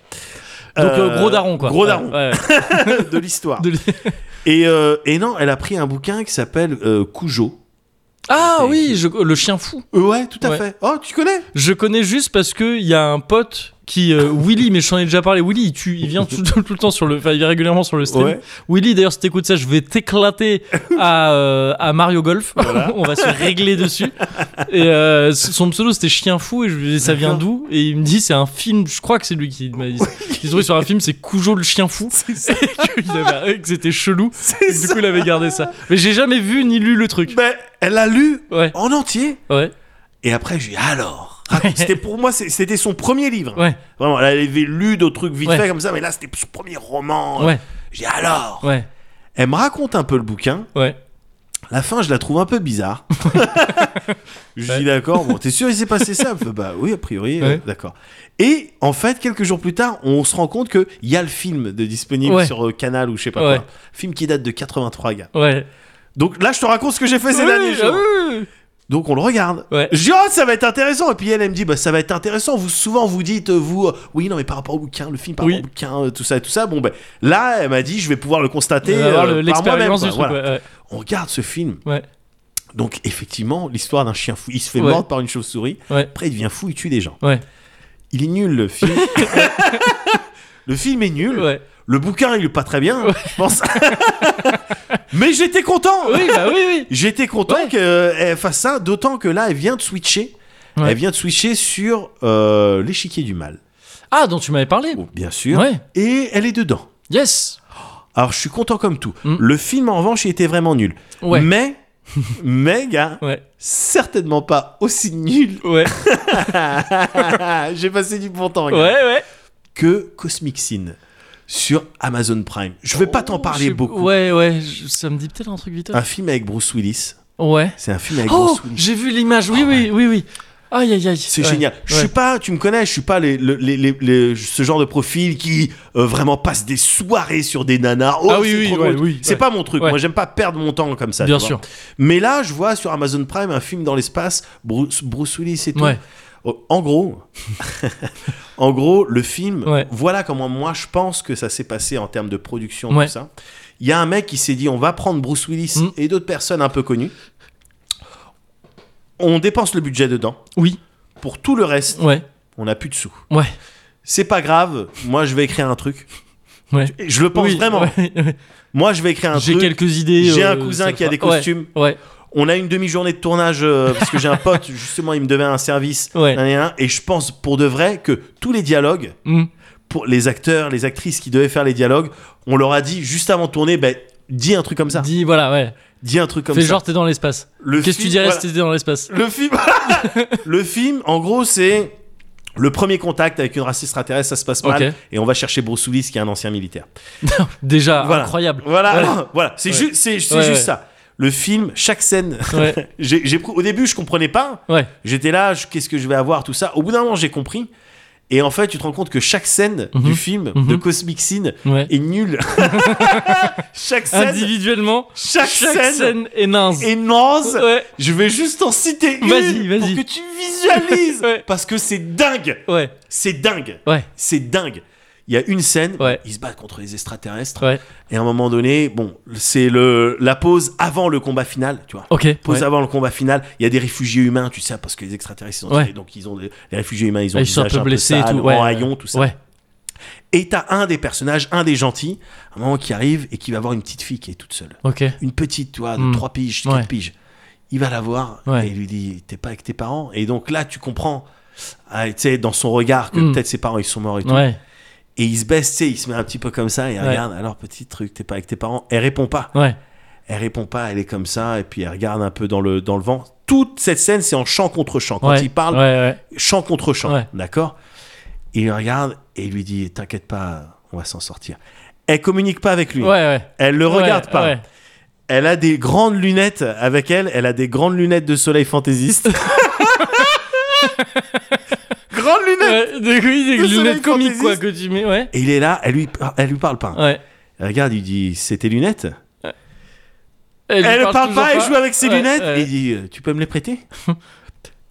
Speaker 1: Donc euh,
Speaker 2: Euh,
Speaker 1: gros daron, quoi.
Speaker 2: Gros
Speaker 1: Ouais,
Speaker 2: daron.
Speaker 1: ouais.
Speaker 2: de l'histoire.
Speaker 1: De-
Speaker 2: Et, euh, et non, elle a pris un bouquin qui s'appelle euh, Cujo.
Speaker 1: Ah oui, je- le chien fou.
Speaker 2: Euh, ouais, tout à
Speaker 1: Ouais.
Speaker 2: fait. Oh, tu connais
Speaker 1: Je connais juste parce que il y a un pote qui euh, Willy, mais je t'en ai déjà parlé. Willy, il, tue- il vient tout, tout- tout le temps sur le, enfin, il vient régulièrement sur le stream.
Speaker 2: Ouais.
Speaker 1: Willy, d'ailleurs, si t'écoutes ça, je vais t'éclater à, euh, à Mario Golf.
Speaker 2: Voilà.
Speaker 1: On va se régler dessus. Et euh, son pseudo c'était Chien Fou et je lui ai dit, ça vient d'où Et il me dit c'est un film. Je crois que c'est lui qui m'a dit. ça. Ils ont trouvé sur un film c'est Cujo le chien fou. Et qu'il avait- que c'était chelou. Et du coup, il avait gardé ça. Mais j'ai jamais vu ni lu le truc.
Speaker 2: Ben, elle l'a lu
Speaker 1: Ouais,
Speaker 2: en entier.
Speaker 1: ouais,
Speaker 2: Et après, j'ai dit alors. raconte. C'était pour moi, c'est- c'était son premier livre.
Speaker 1: ouais,
Speaker 2: Vraiment, elle avait lu d'autres trucs vite
Speaker 1: Ouais.
Speaker 2: fait comme ça, mais là, c'était son premier roman.
Speaker 1: ouais,
Speaker 2: J'ai dit alors.
Speaker 1: ouais,
Speaker 2: Elle me raconte un peu le bouquin.
Speaker 1: ouais.
Speaker 2: La fin, je la trouve un peu bizarre. je
Speaker 1: Ouais.
Speaker 2: dis d'accord, bon, t'es sûr il s'est passé ça Elle fait, Bah oui, a priori, euh,
Speaker 1: Ouais.
Speaker 2: d'accord. Et en fait, quelques jours plus tard, on se rend compte qu'il y a le film de disponible
Speaker 1: Ouais.
Speaker 2: sur euh, Canal ou je sais pas
Speaker 1: Ouais.
Speaker 2: quoi. Film qui date de 83, gars.
Speaker 1: ouais.
Speaker 2: Donc là, je te raconte ce que j'ai fait ces
Speaker 1: Oui,
Speaker 2: derniers jours.
Speaker 1: ah oui.
Speaker 2: Donc on le regarde.
Speaker 1: Ouais.
Speaker 2: Je dis, oh, ça va être intéressant. Et puis elle, elle me dit, bah ça va être intéressant. Vous souvent vous dites, euh, vous, euh, oui, non, mais par rapport au bouquin, le film par
Speaker 1: Oui.
Speaker 2: rapport au bouquin, euh, tout ça et tout ça. Bon, ben là, elle m'a dit, je vais pouvoir le constater.
Speaker 1: On va voir
Speaker 2: euh,
Speaker 1: le-
Speaker 2: par moi-même,
Speaker 1: l'expérience
Speaker 2: quoi.
Speaker 1: du truc.
Speaker 2: Voilà.
Speaker 1: ouais,
Speaker 2: On regarde ce film.
Speaker 1: Ouais.
Speaker 2: Donc effectivement, l'histoire d'un chien fou. Il se fait
Speaker 1: Ouais.
Speaker 2: mordre par une chauve-souris.
Speaker 1: Ouais.
Speaker 2: Après, il devient fou, il tue des gens.
Speaker 1: Ouais.
Speaker 2: Il est nul le film. le film est nul.
Speaker 1: ouais, ouais.
Speaker 2: Le bouquin, il est pas très bien, je pense. Mais j'étais content.
Speaker 1: Oui, bah oui, oui.
Speaker 2: J'étais content
Speaker 1: Ouais.
Speaker 2: qu'elle fasse ça, d'autant que là, elle vient de switcher.
Speaker 1: Ouais.
Speaker 2: Elle vient de switcher sur euh, l'échiquier du mal,
Speaker 1: Ah, dont tu m'avais parlé.
Speaker 2: Bon, bien sûr.
Speaker 1: Ouais.
Speaker 2: Et elle est dedans.
Speaker 1: Yes.
Speaker 2: Alors, je suis content comme tout.
Speaker 1: Mm.
Speaker 2: Le film, en revanche, il était vraiment nul.
Speaker 1: Ouais.
Speaker 2: Mais, mais, gars,
Speaker 1: Ouais.
Speaker 2: certainement pas aussi nul.
Speaker 1: Ouais.
Speaker 2: J'ai passé du bon temps,
Speaker 1: Ouais,
Speaker 2: gars.
Speaker 1: ouais.
Speaker 2: Que Cosmic Sin sur Amazon Prime. Je vais pas t'en
Speaker 1: Oh,
Speaker 2: parler
Speaker 1: je-
Speaker 2: beaucoup.
Speaker 1: Ouais, ouais. je- Ça me dit peut-être un truc vite.
Speaker 2: Un film avec Bruce Willis.
Speaker 1: Ouais.
Speaker 2: C'est un film Ah. avec
Speaker 1: Oh,
Speaker 2: Bruce Willis.
Speaker 1: j'ai vu l'image. Oui, oui, oui, oui. Aïe, aïe, aïe.
Speaker 2: C'est
Speaker 1: Ouais.
Speaker 2: génial. Je suis
Speaker 1: Ouais.
Speaker 2: pas, tu me connais, je suis pas les, les- les- les- les- ce genre de profil qui euh, vraiment passe des soirées sur des nanas. Oh,
Speaker 1: Ah oui,
Speaker 2: c'est
Speaker 1: oui,
Speaker 2: trop
Speaker 1: ouais,
Speaker 2: drôle.
Speaker 1: oui,
Speaker 2: C'est
Speaker 1: ouais.
Speaker 2: pas mon truc.
Speaker 1: Ouais.
Speaker 2: Moi, j'aime pas perdre mon temps comme ça.
Speaker 1: Bien
Speaker 2: tu vois.
Speaker 1: sûr.
Speaker 2: Mais là, je vois sur Amazon Prime un film dans l'espace, Bruce, Bruce Willis et tout.
Speaker 1: Ouais.
Speaker 2: Oh, En gros, en gros, le film,
Speaker 1: Ouais.
Speaker 2: voilà comment moi je pense que ça s'est passé en termes de production,
Speaker 1: Ouais.
Speaker 2: tout ça. Il y a un mec qui s'est dit on va prendre Bruce Willis
Speaker 1: Mm.
Speaker 2: et d'autres personnes un peu connues. On dépense le budget dedans.
Speaker 1: Oui.
Speaker 2: Pour tout le reste,
Speaker 1: Ouais.
Speaker 2: on n'a plus de sous.
Speaker 1: Ouais.
Speaker 2: C'est pas grave, moi je vais écrire un truc.
Speaker 1: Ouais.
Speaker 2: Et Je le pense
Speaker 1: Oui,
Speaker 2: vraiment.
Speaker 1: ouais, ouais.
Speaker 2: Moi je vais écrire un
Speaker 1: J'ai
Speaker 2: truc.
Speaker 1: quelques idées.
Speaker 2: J'ai
Speaker 1: euh,
Speaker 2: un cousin
Speaker 1: ça
Speaker 2: qui a
Speaker 1: fera-
Speaker 2: des costumes.
Speaker 1: Ouais.
Speaker 2: On a une demi-journée de tournage euh, parce que j'ai un pote, justement, il me devait un service.
Speaker 1: Ouais.
Speaker 2: nan, nan, nan, Et je pense pour de vrai que tous les dialogues,
Speaker 1: Mm.
Speaker 2: pour les acteurs, les actrices qui devaient faire les dialogues, on leur a dit juste avant de tourner, ben, dis un truc comme ça.
Speaker 1: Dis, voilà, ouais.
Speaker 2: Dis un truc comme
Speaker 1: Fais
Speaker 2: ça.
Speaker 1: genre, t'es dans l'espace.
Speaker 2: Le
Speaker 1: Qu'est-ce que tu
Speaker 2: film-
Speaker 1: dirais
Speaker 2: voilà.
Speaker 1: si t'étais dans l'espace
Speaker 2: Le film, le film, en gros, c'est le premier contact avec une race extraterrestre, ça se passe mal,
Speaker 1: Ok.
Speaker 2: et on va chercher Bruce Willis, qui est un ancien militaire.
Speaker 1: Déjà,
Speaker 2: Voilà.
Speaker 1: incroyable.
Speaker 2: Voilà,
Speaker 1: Ouais.
Speaker 2: voilà, c'est
Speaker 1: Ouais.
Speaker 2: juste, c'est, c'est
Speaker 1: Ouais,
Speaker 2: juste
Speaker 1: ouais.
Speaker 2: ça. le film, chaque scène.
Speaker 1: Ouais.
Speaker 2: J'ai- j'ai pris- au début, je comprenais pas.
Speaker 1: Ouais.
Speaker 2: J'étais là, je- qu'est-ce que je vais avoir, tout ça. Au bout d'un moment, j'ai compris. Et en fait, tu te rends compte que chaque scène
Speaker 1: Mhm.
Speaker 2: du film de
Speaker 1: Mhm.
Speaker 2: Cosmic Scene
Speaker 1: Ouais.
Speaker 2: est nulle. chaque scène,
Speaker 1: Individuellement,
Speaker 2: chaque,
Speaker 1: chaque
Speaker 2: scène,
Speaker 1: scène est naze.
Speaker 2: est naze.
Speaker 1: Ouais,
Speaker 2: Je vais juste en citer une
Speaker 1: Vas-y, vas-y.
Speaker 2: pour que tu visualises.
Speaker 1: Ouais.
Speaker 2: Parce que c'est dingue.
Speaker 1: ouais,
Speaker 2: C'est dingue.
Speaker 1: ouais,
Speaker 2: C'est dingue. Il y a une scène,
Speaker 1: Ouais.
Speaker 2: ils se battent contre les extraterrestres.
Speaker 1: ouais.
Speaker 2: Et à un moment donné, bon, c'est le la pause avant le combat final, tu vois.
Speaker 1: Ok.
Speaker 2: Pause
Speaker 1: ouais.
Speaker 2: avant le combat final, il y a des réfugiés humains, tu sais, parce que les extraterrestres, ils ont
Speaker 1: Ouais.
Speaker 2: tiré, donc ils ont des- les réfugiés humains, ils ont
Speaker 1: Ouais, ils sont un
Speaker 2: visage
Speaker 1: peu blessés et
Speaker 2: sale,
Speaker 1: tout, ouais.
Speaker 2: en haillons, tout ça.
Speaker 1: Ouais.
Speaker 2: Et t'as un des personnages, un des gentils, à un moment qui arrive et qui va voir une petite fille qui est toute seule,
Speaker 1: Ok.
Speaker 2: une petite, tu vois, de
Speaker 1: Hmm.
Speaker 2: trois piges, quatre
Speaker 1: Ouais.
Speaker 2: piges. Il va la voir
Speaker 1: Ouais.
Speaker 2: et il lui dit, t'es pas avec tes parents. Et donc là, tu comprends, ah, tu sais, dans son regard que
Speaker 1: Hmm.
Speaker 2: peut-être ses parents ils sont morts et tout.
Speaker 1: Ouais.
Speaker 2: Et il se baisse, tu sais, il se met un petit peu comme ça et elle
Speaker 1: Ouais.
Speaker 2: regarde. Alors petit truc, t'es pas avec tes parents. Elle répond pas
Speaker 1: Ouais.
Speaker 2: elle répond pas, elle est comme ça, et puis elle regarde un peu dans le, dans le vent. Toute cette scène, c'est en chant contre chant. Quand
Speaker 1: ouais,
Speaker 2: il parle,
Speaker 1: Ouais,
Speaker 2: chant contre chant,
Speaker 1: Ouais.
Speaker 2: d'accord Il regarde et il lui dit, t'inquiète pas, on va s'en sortir. Elle communique pas avec lui,
Speaker 1: ouais. Ouais, ouais.
Speaker 2: elle le
Speaker 1: Ouais,
Speaker 2: regarde pas.
Speaker 1: ouais.
Speaker 2: Elle a des grandes lunettes avec elle, elle a des grandes lunettes de soleil fantaisiste. grandes lunettes
Speaker 1: Ouais, des- oui, des
Speaker 2: Le soleil
Speaker 1: lunettes comiques, quoi,
Speaker 2: fantaisiste.
Speaker 1: que tu mets. Ouais.
Speaker 2: Et il est là, elle lui, elle lui parle pas.
Speaker 1: Ouais.
Speaker 2: Elle regarde, il dit, c'est tes lunettes
Speaker 1: lui
Speaker 2: Elle parle
Speaker 1: toujours
Speaker 2: pas, elle joue avec ses
Speaker 1: Ouais,
Speaker 2: lunettes.
Speaker 1: ouais.
Speaker 2: Et il dit euh, Tu peux me les prêter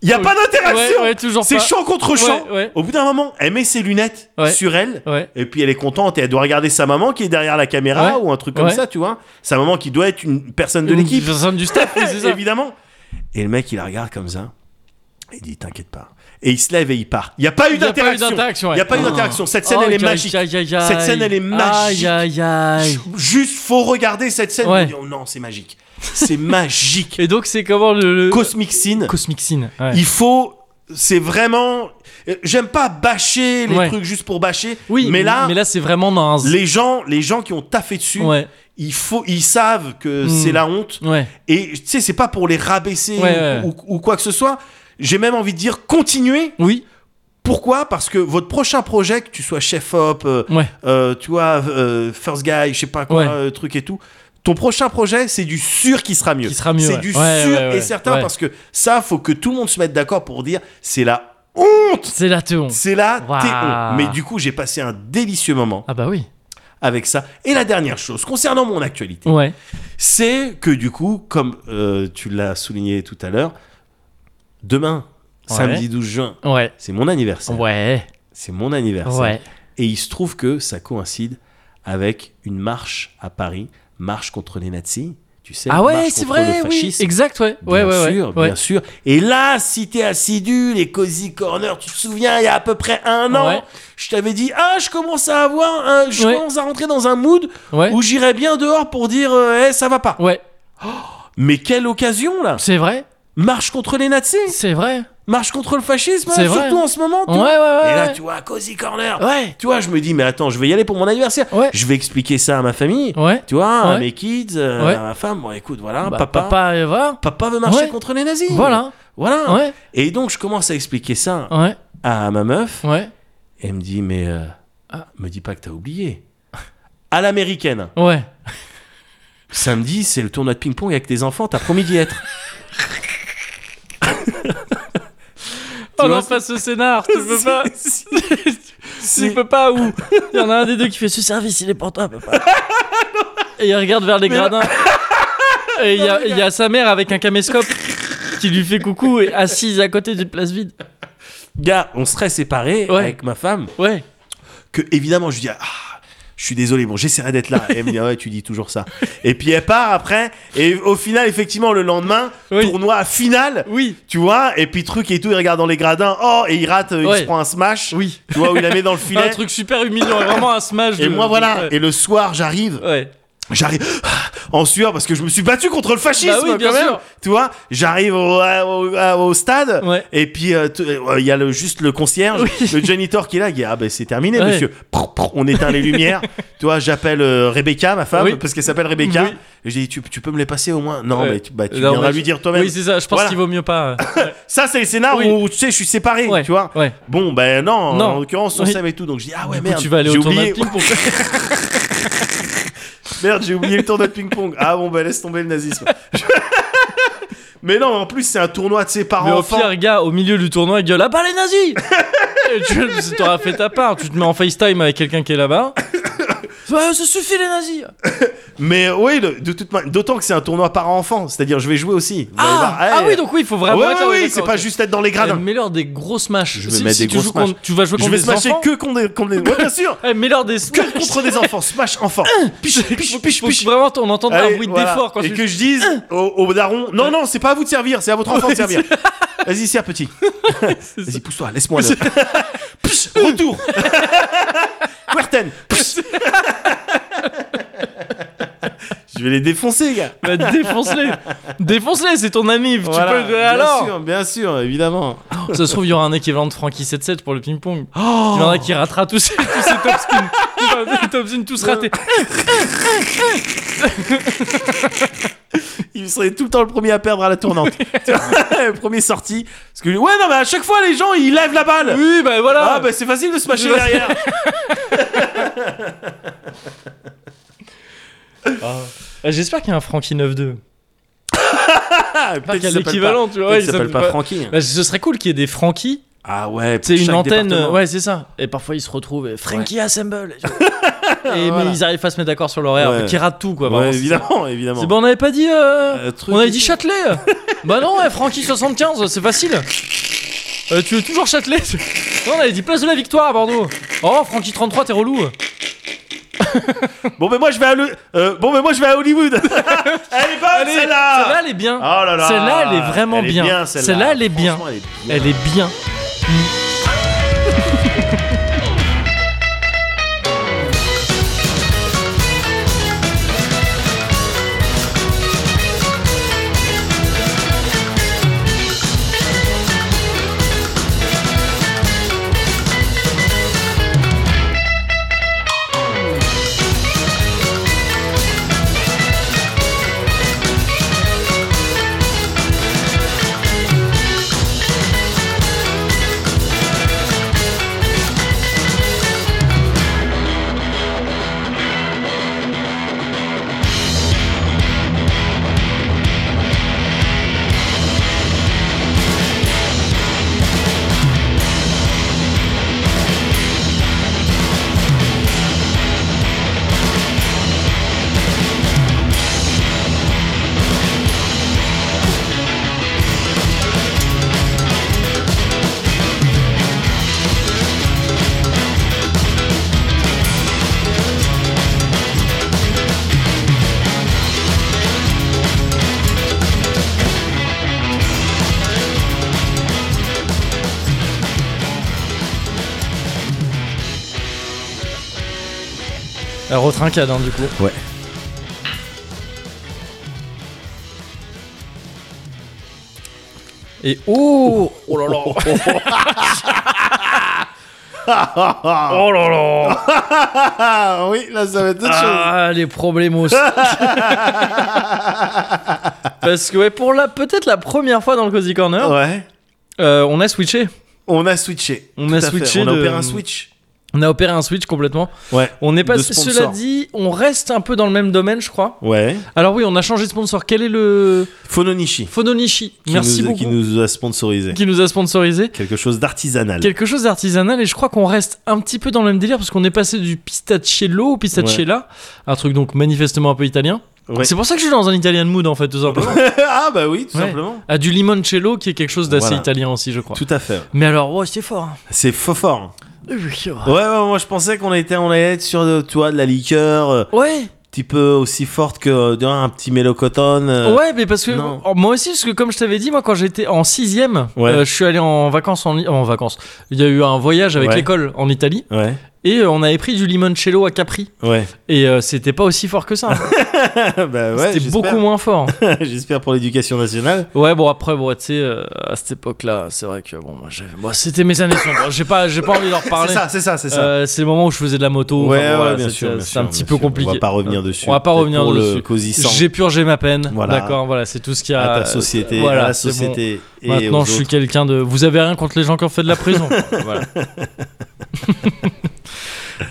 Speaker 2: Il n'y a
Speaker 1: Ouais.
Speaker 2: pas d'interaction
Speaker 1: Ouais, ouais, toujours
Speaker 2: C'est
Speaker 1: pas.
Speaker 2: chant contre chant
Speaker 1: Ouais, ouais.
Speaker 2: Au bout d'un moment, elle met ses lunettes
Speaker 1: Ouais.
Speaker 2: sur elle.
Speaker 1: Ouais.
Speaker 2: Et puis elle est contente et elle doit regarder sa maman qui est derrière la caméra
Speaker 1: Ouais.
Speaker 2: ou un truc comme
Speaker 1: Ouais.
Speaker 2: ça, tu vois. Sa maman qui doit être une personne de l'équipe,
Speaker 1: Une personne du staff, oui, c'est ça.
Speaker 2: évidemment. Et le mec, il la regarde comme ça. Il dit T'inquiète pas. Et il se lève et il part. Il n'y a pas eu
Speaker 1: Il y a pas eu
Speaker 2: d'interaction.
Speaker 1: d'interaction, ouais.
Speaker 2: Il y a pas eu d'interaction. Cette scène,
Speaker 1: Oh,
Speaker 2: elle est
Speaker 1: aïe, aïe,
Speaker 2: magique.
Speaker 1: aïe, aïe, aïe.
Speaker 2: Cette scène, elle est magique.
Speaker 1: Aïe, aïe, aïe.
Speaker 2: Juste, faut regarder cette scène.
Speaker 1: Ouais.
Speaker 2: et dire, Oh non, c'est magique. C'est magique.
Speaker 1: Et donc, c'est comment le. le-
Speaker 2: Cosmic Scene.
Speaker 1: Cosmic Scene. ouais.
Speaker 2: Il faut. C'est vraiment. euh, J'aime pas bâcher les
Speaker 1: Ouais.
Speaker 2: trucs juste pour bâcher.
Speaker 1: Oui,
Speaker 2: mais là,
Speaker 1: mais là c'est vraiment naze.
Speaker 2: les gens, les gens qui ont taffé dessus,
Speaker 1: Ouais,
Speaker 2: il faut, ils savent que
Speaker 1: Mm.
Speaker 2: c'est la honte.
Speaker 1: ouais.
Speaker 2: Et tu sais, c'est pas pour les rabaisser
Speaker 1: Ouais, ouais.
Speaker 2: Ou, ou- ou quoi que ce soit. J'ai même envie de dire continuez.
Speaker 1: Oui,
Speaker 2: Pourquoi Parce que votre prochain projet, que tu sois chef op, euh,
Speaker 1: ouais.
Speaker 2: euh, tu vois, euh, first guy, je sais pas quoi,
Speaker 1: Ouais.
Speaker 2: euh, truc et tout. Ton prochain projet, c'est du sûr qui sera mieux.
Speaker 1: Qui sera mieux,
Speaker 2: C'est
Speaker 1: ouais.
Speaker 2: du
Speaker 1: Ouais,
Speaker 2: sûr
Speaker 1: ouais, ouais,
Speaker 2: et certain
Speaker 1: ouais.
Speaker 2: parce que ça, faut que tout le monde se mette d'accord pour dire c'est la honte,
Speaker 1: C'est la théon.
Speaker 2: c'est la E
Speaker 1: Waouh.
Speaker 2: honte. Mais du coup, j'ai passé un délicieux moment
Speaker 1: Ah bah oui.
Speaker 2: avec ça. Et la dernière chose concernant mon actualité,
Speaker 1: Ouais.
Speaker 2: c'est que du coup, comme euh, tu l'as souligné tout à l'heure, demain,
Speaker 1: Ouais.
Speaker 2: samedi 12 juin,
Speaker 1: Ouais.
Speaker 2: c'est mon anniversaire.
Speaker 1: Ouais.
Speaker 2: C'est mon anniversaire.
Speaker 1: Ouais.
Speaker 2: Et il se trouve que ça coïncide avec une marche à Paris, marche contre les nazis, tu sais.
Speaker 1: Ah ouais,
Speaker 2: marche
Speaker 1: c'est
Speaker 2: contre
Speaker 1: vrai,
Speaker 2: le
Speaker 1: oui.
Speaker 2: fascisme.
Speaker 1: Exact, ouais. Ouais,
Speaker 2: bien
Speaker 1: ouais, ouais.
Speaker 2: sûr,
Speaker 1: ouais.
Speaker 2: bien sûr. Et là, si t'es assidu, les Cozy Corner, tu te souviens, il y a à peu près un an,
Speaker 1: Ouais.
Speaker 2: je t'avais dit, ah, je commence à avoir, un- je
Speaker 1: Ouais.
Speaker 2: commence à rentrer dans un mood
Speaker 1: Ouais.
Speaker 2: où j'irais bien dehors pour dire, euh, eh, ça va pas.
Speaker 1: Ouais.
Speaker 2: Mais quelle occasion là
Speaker 1: C'est vrai.
Speaker 2: Marche contre les nazis,
Speaker 1: C'est vrai.
Speaker 2: marche contre le fascisme,
Speaker 1: C'est
Speaker 2: hein,
Speaker 1: vrai.
Speaker 2: surtout en ce moment. tu
Speaker 1: Ouais, ouais,
Speaker 2: vois.
Speaker 1: ouais.
Speaker 2: Et là,
Speaker 1: ouais.
Speaker 2: tu vois, Cozy Corner,
Speaker 1: Ouais.
Speaker 2: tu vois, je me dis, mais attends, je vais y aller pour mon anniversaire.
Speaker 1: Ouais.
Speaker 2: Je vais expliquer ça à ma famille.
Speaker 1: Ouais.
Speaker 2: Tu vois, à
Speaker 1: Ouais.
Speaker 2: mes kids, euh,
Speaker 1: Ouais.
Speaker 2: à ma femme. Bon, écoute, voilà,
Speaker 1: Bah,
Speaker 2: papa, papa.
Speaker 1: papa, euh, voilà.
Speaker 2: veut marcher
Speaker 1: Ouais.
Speaker 2: contre les nazis.
Speaker 1: Voilà.
Speaker 2: Voilà.
Speaker 1: Ouais.
Speaker 2: Et donc, je commence à expliquer ça
Speaker 1: Ouais.
Speaker 2: à ma meuf.
Speaker 1: Ouais.
Speaker 2: Et elle me dit, mais euh,
Speaker 1: Ah.
Speaker 2: me dis pas que t'as oublié. À l'américaine.
Speaker 1: Ouais.
Speaker 2: Samedi, c'est le tournoi de ping-pong avec tes enfants. T'as promis d'y être.
Speaker 1: Oh
Speaker 2: vois,
Speaker 1: non,
Speaker 2: c'est-
Speaker 1: pas ce scénar, tu peux
Speaker 2: Si,
Speaker 1: pas.
Speaker 2: si,
Speaker 1: Tu
Speaker 2: si.
Speaker 1: peux pas ou il y en a un des deux qui fait ce service, il est pour toi, papa. Et il regarde vers les gradins. Et il y, a- il y a sa mère avec un caméscope qui lui fait coucou et assise à côté d'une place vide.
Speaker 2: Gars, on serait séparés
Speaker 1: Ouais.
Speaker 2: avec ma femme.
Speaker 1: Ouais,
Speaker 2: que évidemment je dis ah je suis désolé bon j'essaierai d'être là et elle me dit Ah ouais tu dis toujours ça et puis elle part après et au final effectivement le lendemain
Speaker 1: Oui.
Speaker 2: tournoi final
Speaker 1: oui,
Speaker 2: tu vois et puis truc et tout il regarde dans les gradins oh et il rate euh, il
Speaker 1: Ouais.
Speaker 2: se prend un smash
Speaker 1: oui.
Speaker 2: tu vois où il la met dans le filet
Speaker 1: Un truc super humiliant, vraiment un smash.
Speaker 2: et
Speaker 1: de-
Speaker 2: moi voilà
Speaker 1: Ouais.
Speaker 2: et le soir j'arrive
Speaker 1: Ouais.
Speaker 2: j'arrive ah, en sueur parce que je me suis battu contre le fascisme
Speaker 1: Bah oui, bien
Speaker 2: quand même.
Speaker 1: sûr.
Speaker 2: Tu vois, j'arrive au, au- au- au stade
Speaker 1: Ouais.
Speaker 2: et puis euh, t- euh, il y a le, juste le concierge,
Speaker 1: Oui.
Speaker 2: le janitor qui est là, il dit ah ben c'est terminé
Speaker 1: Ouais.
Speaker 2: monsieur. Prr, prr, on éteint les lumières. tu vois, j'appelle euh, Rebecca, ma femme,
Speaker 1: Oui.
Speaker 2: parce qu'elle s'appelle Rebecca.
Speaker 1: Oui.
Speaker 2: Et je dis tu, tu peux me les passer au moins Non
Speaker 1: Ouais.
Speaker 2: mais tu, bah, tu
Speaker 1: Non,
Speaker 2: viendras
Speaker 1: mais-
Speaker 2: lui dire toi-même.
Speaker 1: Oui, c'est ça, je pense
Speaker 2: Voilà.
Speaker 1: qu'il vaut mieux pas.
Speaker 2: ça c'est le scénar
Speaker 1: Oui.
Speaker 2: où tu sais je suis séparé,
Speaker 1: Ouais.
Speaker 2: tu vois.
Speaker 1: Ouais.
Speaker 2: Bon ben non,
Speaker 1: Non.
Speaker 2: en l'occurrence on
Speaker 1: Oui.
Speaker 2: s'aime et tout, donc je dis ah ouais
Speaker 1: Du coup,
Speaker 2: merde.
Speaker 1: tu vas aller
Speaker 2: j'ai
Speaker 1: au tournoi de
Speaker 2: oublié.
Speaker 1: ping-pong.
Speaker 2: Merde, j'ai oublié le tournoi de ping-pong. Ah bon, bah laisse tomber le nazisme. Mais non, en plus, c'est un tournoi de ses
Speaker 1: Mais
Speaker 2: parents
Speaker 1: au
Speaker 2: enfants.
Speaker 1: pire, gars, au milieu du tournoi, il gueule Ah bah les nazis Et Tu t'auras fait ta part, tu te mets en FaceTime avec quelqu'un qui est là-bas. Ouais, ça suffit les nazis
Speaker 2: Bah, Mais oui, le- de toute manière, d'autant que c'est un tournoi parents enfants. C'est-à-dire, je vais jouer aussi. Vous allez
Speaker 1: Ah,
Speaker 2: voir, hey.
Speaker 1: ah oui, donc oui, il faut
Speaker 2: Ouais,
Speaker 1: vraiment.
Speaker 2: ouais,
Speaker 1: être là,
Speaker 2: oui,
Speaker 1: d'accord,
Speaker 2: c'est pas
Speaker 1: ok.
Speaker 2: juste être dans les
Speaker 1: Eh,
Speaker 2: gradins.
Speaker 1: Mets-leur des grosses mâches.
Speaker 2: Ah Je vais
Speaker 1: Si-
Speaker 2: mettre
Speaker 1: si
Speaker 2: des
Speaker 1: tu
Speaker 2: grosses
Speaker 1: joues contre-
Speaker 2: mâches.
Speaker 1: Tu vas jouer
Speaker 2: Je
Speaker 1: contre
Speaker 2: vais
Speaker 1: des
Speaker 2: smasher
Speaker 1: enfants.
Speaker 2: que contre des. Contre des... Ouais, bien sûr
Speaker 1: Eh, Mets-leur des
Speaker 2: Que contre des enfants, smash enfants.
Speaker 1: Euh,
Speaker 2: Piche, piche,
Speaker 1: Faut-
Speaker 2: piche,
Speaker 1: faut
Speaker 2: piche.
Speaker 1: que Vraiment, on entend un
Speaker 2: Allez,
Speaker 1: bruit
Speaker 2: voilà.
Speaker 1: d'effort quand
Speaker 2: Et
Speaker 1: tu-
Speaker 2: que je dise au, au daron Non, non, c'est pas à vous de servir, c'est à votre enfant de servir. Vas-y, sers petit. Vas-y, pousse-toi, laisse-moi le. Psh, retour Querten Psh. Je vais les défoncer, les gars.
Speaker 1: Bah, défonce-les Défonce-les, c'est ton ami. Tu
Speaker 2: Voilà,
Speaker 1: peux.
Speaker 2: bien
Speaker 1: Alors
Speaker 2: sûr, bien sûr, évidemment.
Speaker 1: Ça se trouve, il y aura un équivalent de Frankie 77 pour le ping-pong. Il y
Speaker 2: Oh.
Speaker 1: en a qui ratera tous ces, tous ces top spins. Tous ces top spins, tous ratés.
Speaker 2: Il serait tout le temps le premier à perdre à la tournante. Tu vois, le premier sorti. Parce que, ouais, non, mais à chaque fois, les gens, ils lèvent la balle.
Speaker 1: Oui, bah voilà.
Speaker 2: Ah, bah c'est facile de se mâcher
Speaker 1: Ouais.
Speaker 2: derrière.
Speaker 1: Ah, J'espère qu'il y a un Frankie 9-2. J'espère qu'il
Speaker 2: Ah, peut-être
Speaker 1: y a
Speaker 2: qu'il s'appelle
Speaker 1: l'équivalent,
Speaker 2: pas-
Speaker 1: tu vois.
Speaker 2: peut-être
Speaker 1: il
Speaker 2: qu'il s'appelle pas Francky.
Speaker 1: Bah, ce serait cool qu'il y ait des Frankie.
Speaker 2: Ah ouais, pour
Speaker 1: C'est une
Speaker 2: chaque
Speaker 1: antenne. euh,
Speaker 2: département.
Speaker 1: Ouais, c'est ça. Et parfois, ils se retrouvent. et Frankie Assemble. et
Speaker 2: Ah, Voilà.
Speaker 1: mais ils arrivent pas à se mettre d'accord sur l'horaire.
Speaker 2: Ouais.
Speaker 1: mais Qui rate tout, quoi.
Speaker 2: Ouais,
Speaker 1: vraiment, bah, c'est-
Speaker 2: évidemment, évidemment.
Speaker 1: C'est bon, on avait pas dit. euh,
Speaker 2: Euh, truc
Speaker 1: on avait
Speaker 2: et
Speaker 1: dit
Speaker 2: tout.
Speaker 1: Châtelet. bah non, ouais, Francky 75, c'est facile. Euh, tu veux toujours Châtelet Non, on avait dit Place de la Victoire à Bordeaux. Oh, Francky 33, t'es relou.
Speaker 2: Bon, mais moi je vais à le- euh, bon, mais moi je vais à Hollywood. elle est bonne,
Speaker 1: Allez,
Speaker 2: Ah, celle-là.
Speaker 1: elle est bien.
Speaker 2: Oh là là.
Speaker 1: Celle-là, elle est vraiment
Speaker 2: Elle est
Speaker 1: bien.
Speaker 2: celle-là.
Speaker 1: Celle-là, elle est bien.
Speaker 2: Franchement, elle est
Speaker 1: Elle
Speaker 2: bien.
Speaker 1: est bien. Elle retrincade, hein, du coup.
Speaker 2: Ouais.
Speaker 1: Et oh Oh là là
Speaker 2: Ah,
Speaker 1: Oh là là
Speaker 2: ah, oui, là ça va être autre
Speaker 1: Ah, les problèmes Parce que, ouais, pour la peut-être la première fois dans le Cozy Corner,
Speaker 2: chose. Ouais.
Speaker 1: euh, on a switché.
Speaker 2: On a switché.
Speaker 1: On
Speaker 2: Tout
Speaker 1: a
Speaker 2: à fait,
Speaker 1: switché
Speaker 2: On a
Speaker 1: de-
Speaker 2: opéré un switch.
Speaker 1: On a opéré un switch complètement.
Speaker 2: Ouais.
Speaker 1: On est
Speaker 2: De
Speaker 1: passé,
Speaker 2: sponsor.
Speaker 1: cela dit, on reste un peu dans le même domaine, je crois.
Speaker 2: Ouais.
Speaker 1: Alors oui, on a changé de sponsor. Quel est le
Speaker 2: Fononishi.
Speaker 1: Fononishi
Speaker 2: qui
Speaker 1: Merci
Speaker 2: nous-
Speaker 1: beaucoup.
Speaker 2: Qui nous a sponsorisé.
Speaker 1: qui nous a sponsorisé.
Speaker 2: Quelque chose d'artisanal.
Speaker 1: Quelque chose d'artisanal et je crois qu'on reste un petit peu dans le même délire parce qu'on est passé du pistachello au pistachella, un truc donc manifestement un peu italien.
Speaker 2: Ouais.
Speaker 1: C'est pour ça que je suis dans un Italian mood en fait tout simplement.
Speaker 2: ah bah oui, tout
Speaker 1: Ouais.
Speaker 2: simplement.
Speaker 1: à du limoncello qui est quelque chose d'assez
Speaker 2: Voilà.
Speaker 1: italien aussi je crois.
Speaker 2: Tout à fait.
Speaker 1: Mais alors ouais c'est fort. hein.
Speaker 2: C'est faux fort.
Speaker 1: Oui, c'est vrai.
Speaker 2: Ouais, ouais, moi je pensais qu'on était, on allait être sur, euh, tu vois, de la liqueur, euh,
Speaker 1: Ouais,
Speaker 2: un petit peu aussi forte que euh, tu vois, un petit mélocotone. euh,
Speaker 1: ouais, mais parce que
Speaker 2: non.
Speaker 1: oh, moi aussi, parce que comme je t'avais dit, moi quand j'étais en sixième,
Speaker 2: Ouais.
Speaker 1: euh, je suis allé en vacances en, en vacances. Il y a eu un voyage avec
Speaker 2: Ouais.
Speaker 1: l'école en Italie
Speaker 2: Ouais,
Speaker 1: et euh, on avait pris du limoncello à Capri
Speaker 2: ouais.
Speaker 1: et euh, c'était pas aussi fort que ça.
Speaker 2: bah ouais,
Speaker 1: c'était
Speaker 2: j'espère.
Speaker 1: beaucoup moins fort.
Speaker 2: hein. j'espère pour l'éducation nationale.
Speaker 1: Ouais, bon, après, bon, tu sais, euh, à cette époque-là, c'est vrai que, bon, moi, j'avais- moi, c'était mes années sombres. J'ai pas, j'ai pas envie d'en reparler.
Speaker 2: C'est ça, c'est ça, c'est ça.
Speaker 1: Euh, c'est le moment où je faisais de la moto.
Speaker 2: ouais,
Speaker 1: enfin, bon,
Speaker 2: ouais,
Speaker 1: voilà,
Speaker 2: bien
Speaker 1: c'était-
Speaker 2: sûr. bien
Speaker 1: C'était un
Speaker 2: sûr,
Speaker 1: petit
Speaker 2: bien
Speaker 1: peu
Speaker 2: sûr.
Speaker 1: compliqué. Euh,
Speaker 2: On va pas revenir dessus.
Speaker 1: On va pas
Speaker 2: Peut-être
Speaker 1: revenir
Speaker 2: pour
Speaker 1: dessus.
Speaker 2: Le cosy sans
Speaker 1: J'ai purgé ma peine.
Speaker 2: Voilà.
Speaker 1: D'accord, voilà, c'est tout ce qu'il y a.
Speaker 2: à ta société,
Speaker 1: Voilà,
Speaker 2: à la
Speaker 1: c'est bon.
Speaker 2: société. Et
Speaker 1: Maintenant,
Speaker 2: aux
Speaker 1: je suis
Speaker 2: autres.
Speaker 1: quelqu'un de. Vous avez rien contre les gens qui ont fait de la prison. voilà.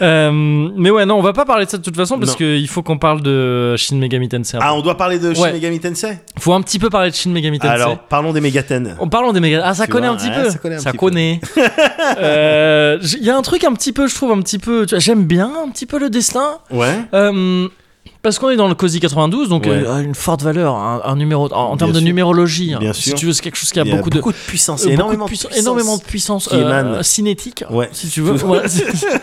Speaker 1: Euh, mais ouais, non, on va pas parler de ça de toute façon parce
Speaker 2: Non.
Speaker 1: qu'il faut qu'on parle de Shin Megami Tensei.
Speaker 2: Ah, on doit parler de Shin
Speaker 1: Ouais.
Speaker 2: Megami Tensei
Speaker 1: Faut un petit peu parler de Shin Megami Tensei.
Speaker 2: Alors, parlons des Megaten.
Speaker 1: En parlant des méga... Ah, ça
Speaker 2: Tu
Speaker 1: connaît
Speaker 2: vois,
Speaker 1: un petit
Speaker 2: ouais,
Speaker 1: peu.
Speaker 2: ça connaît un petit peu.
Speaker 1: connaît. Euh, j- Il y a un truc un petit peu, je trouve, un petit peu. tu vois, J'aime bien un petit peu le destin.
Speaker 2: Ouais.
Speaker 1: Euh, parce qu'on est dans le COSI 92, donc
Speaker 2: Ouais.
Speaker 1: euh, une forte valeur, un, un numéro, en, en
Speaker 2: Bien
Speaker 1: termes de
Speaker 2: sûr.
Speaker 1: numérologie. hein.
Speaker 2: Bien
Speaker 1: si
Speaker 2: sûr.
Speaker 1: tu veux, c'est quelque chose qui a,
Speaker 2: Il y a
Speaker 1: beaucoup de.
Speaker 2: beaucoup de puissance,
Speaker 1: euh,
Speaker 2: énormément de
Speaker 1: puissance-
Speaker 2: puissance.
Speaker 1: énormément de puissance
Speaker 2: qui
Speaker 1: euh,
Speaker 2: émane.
Speaker 1: cinétique
Speaker 2: Ouais.
Speaker 1: si tu veux Voilà.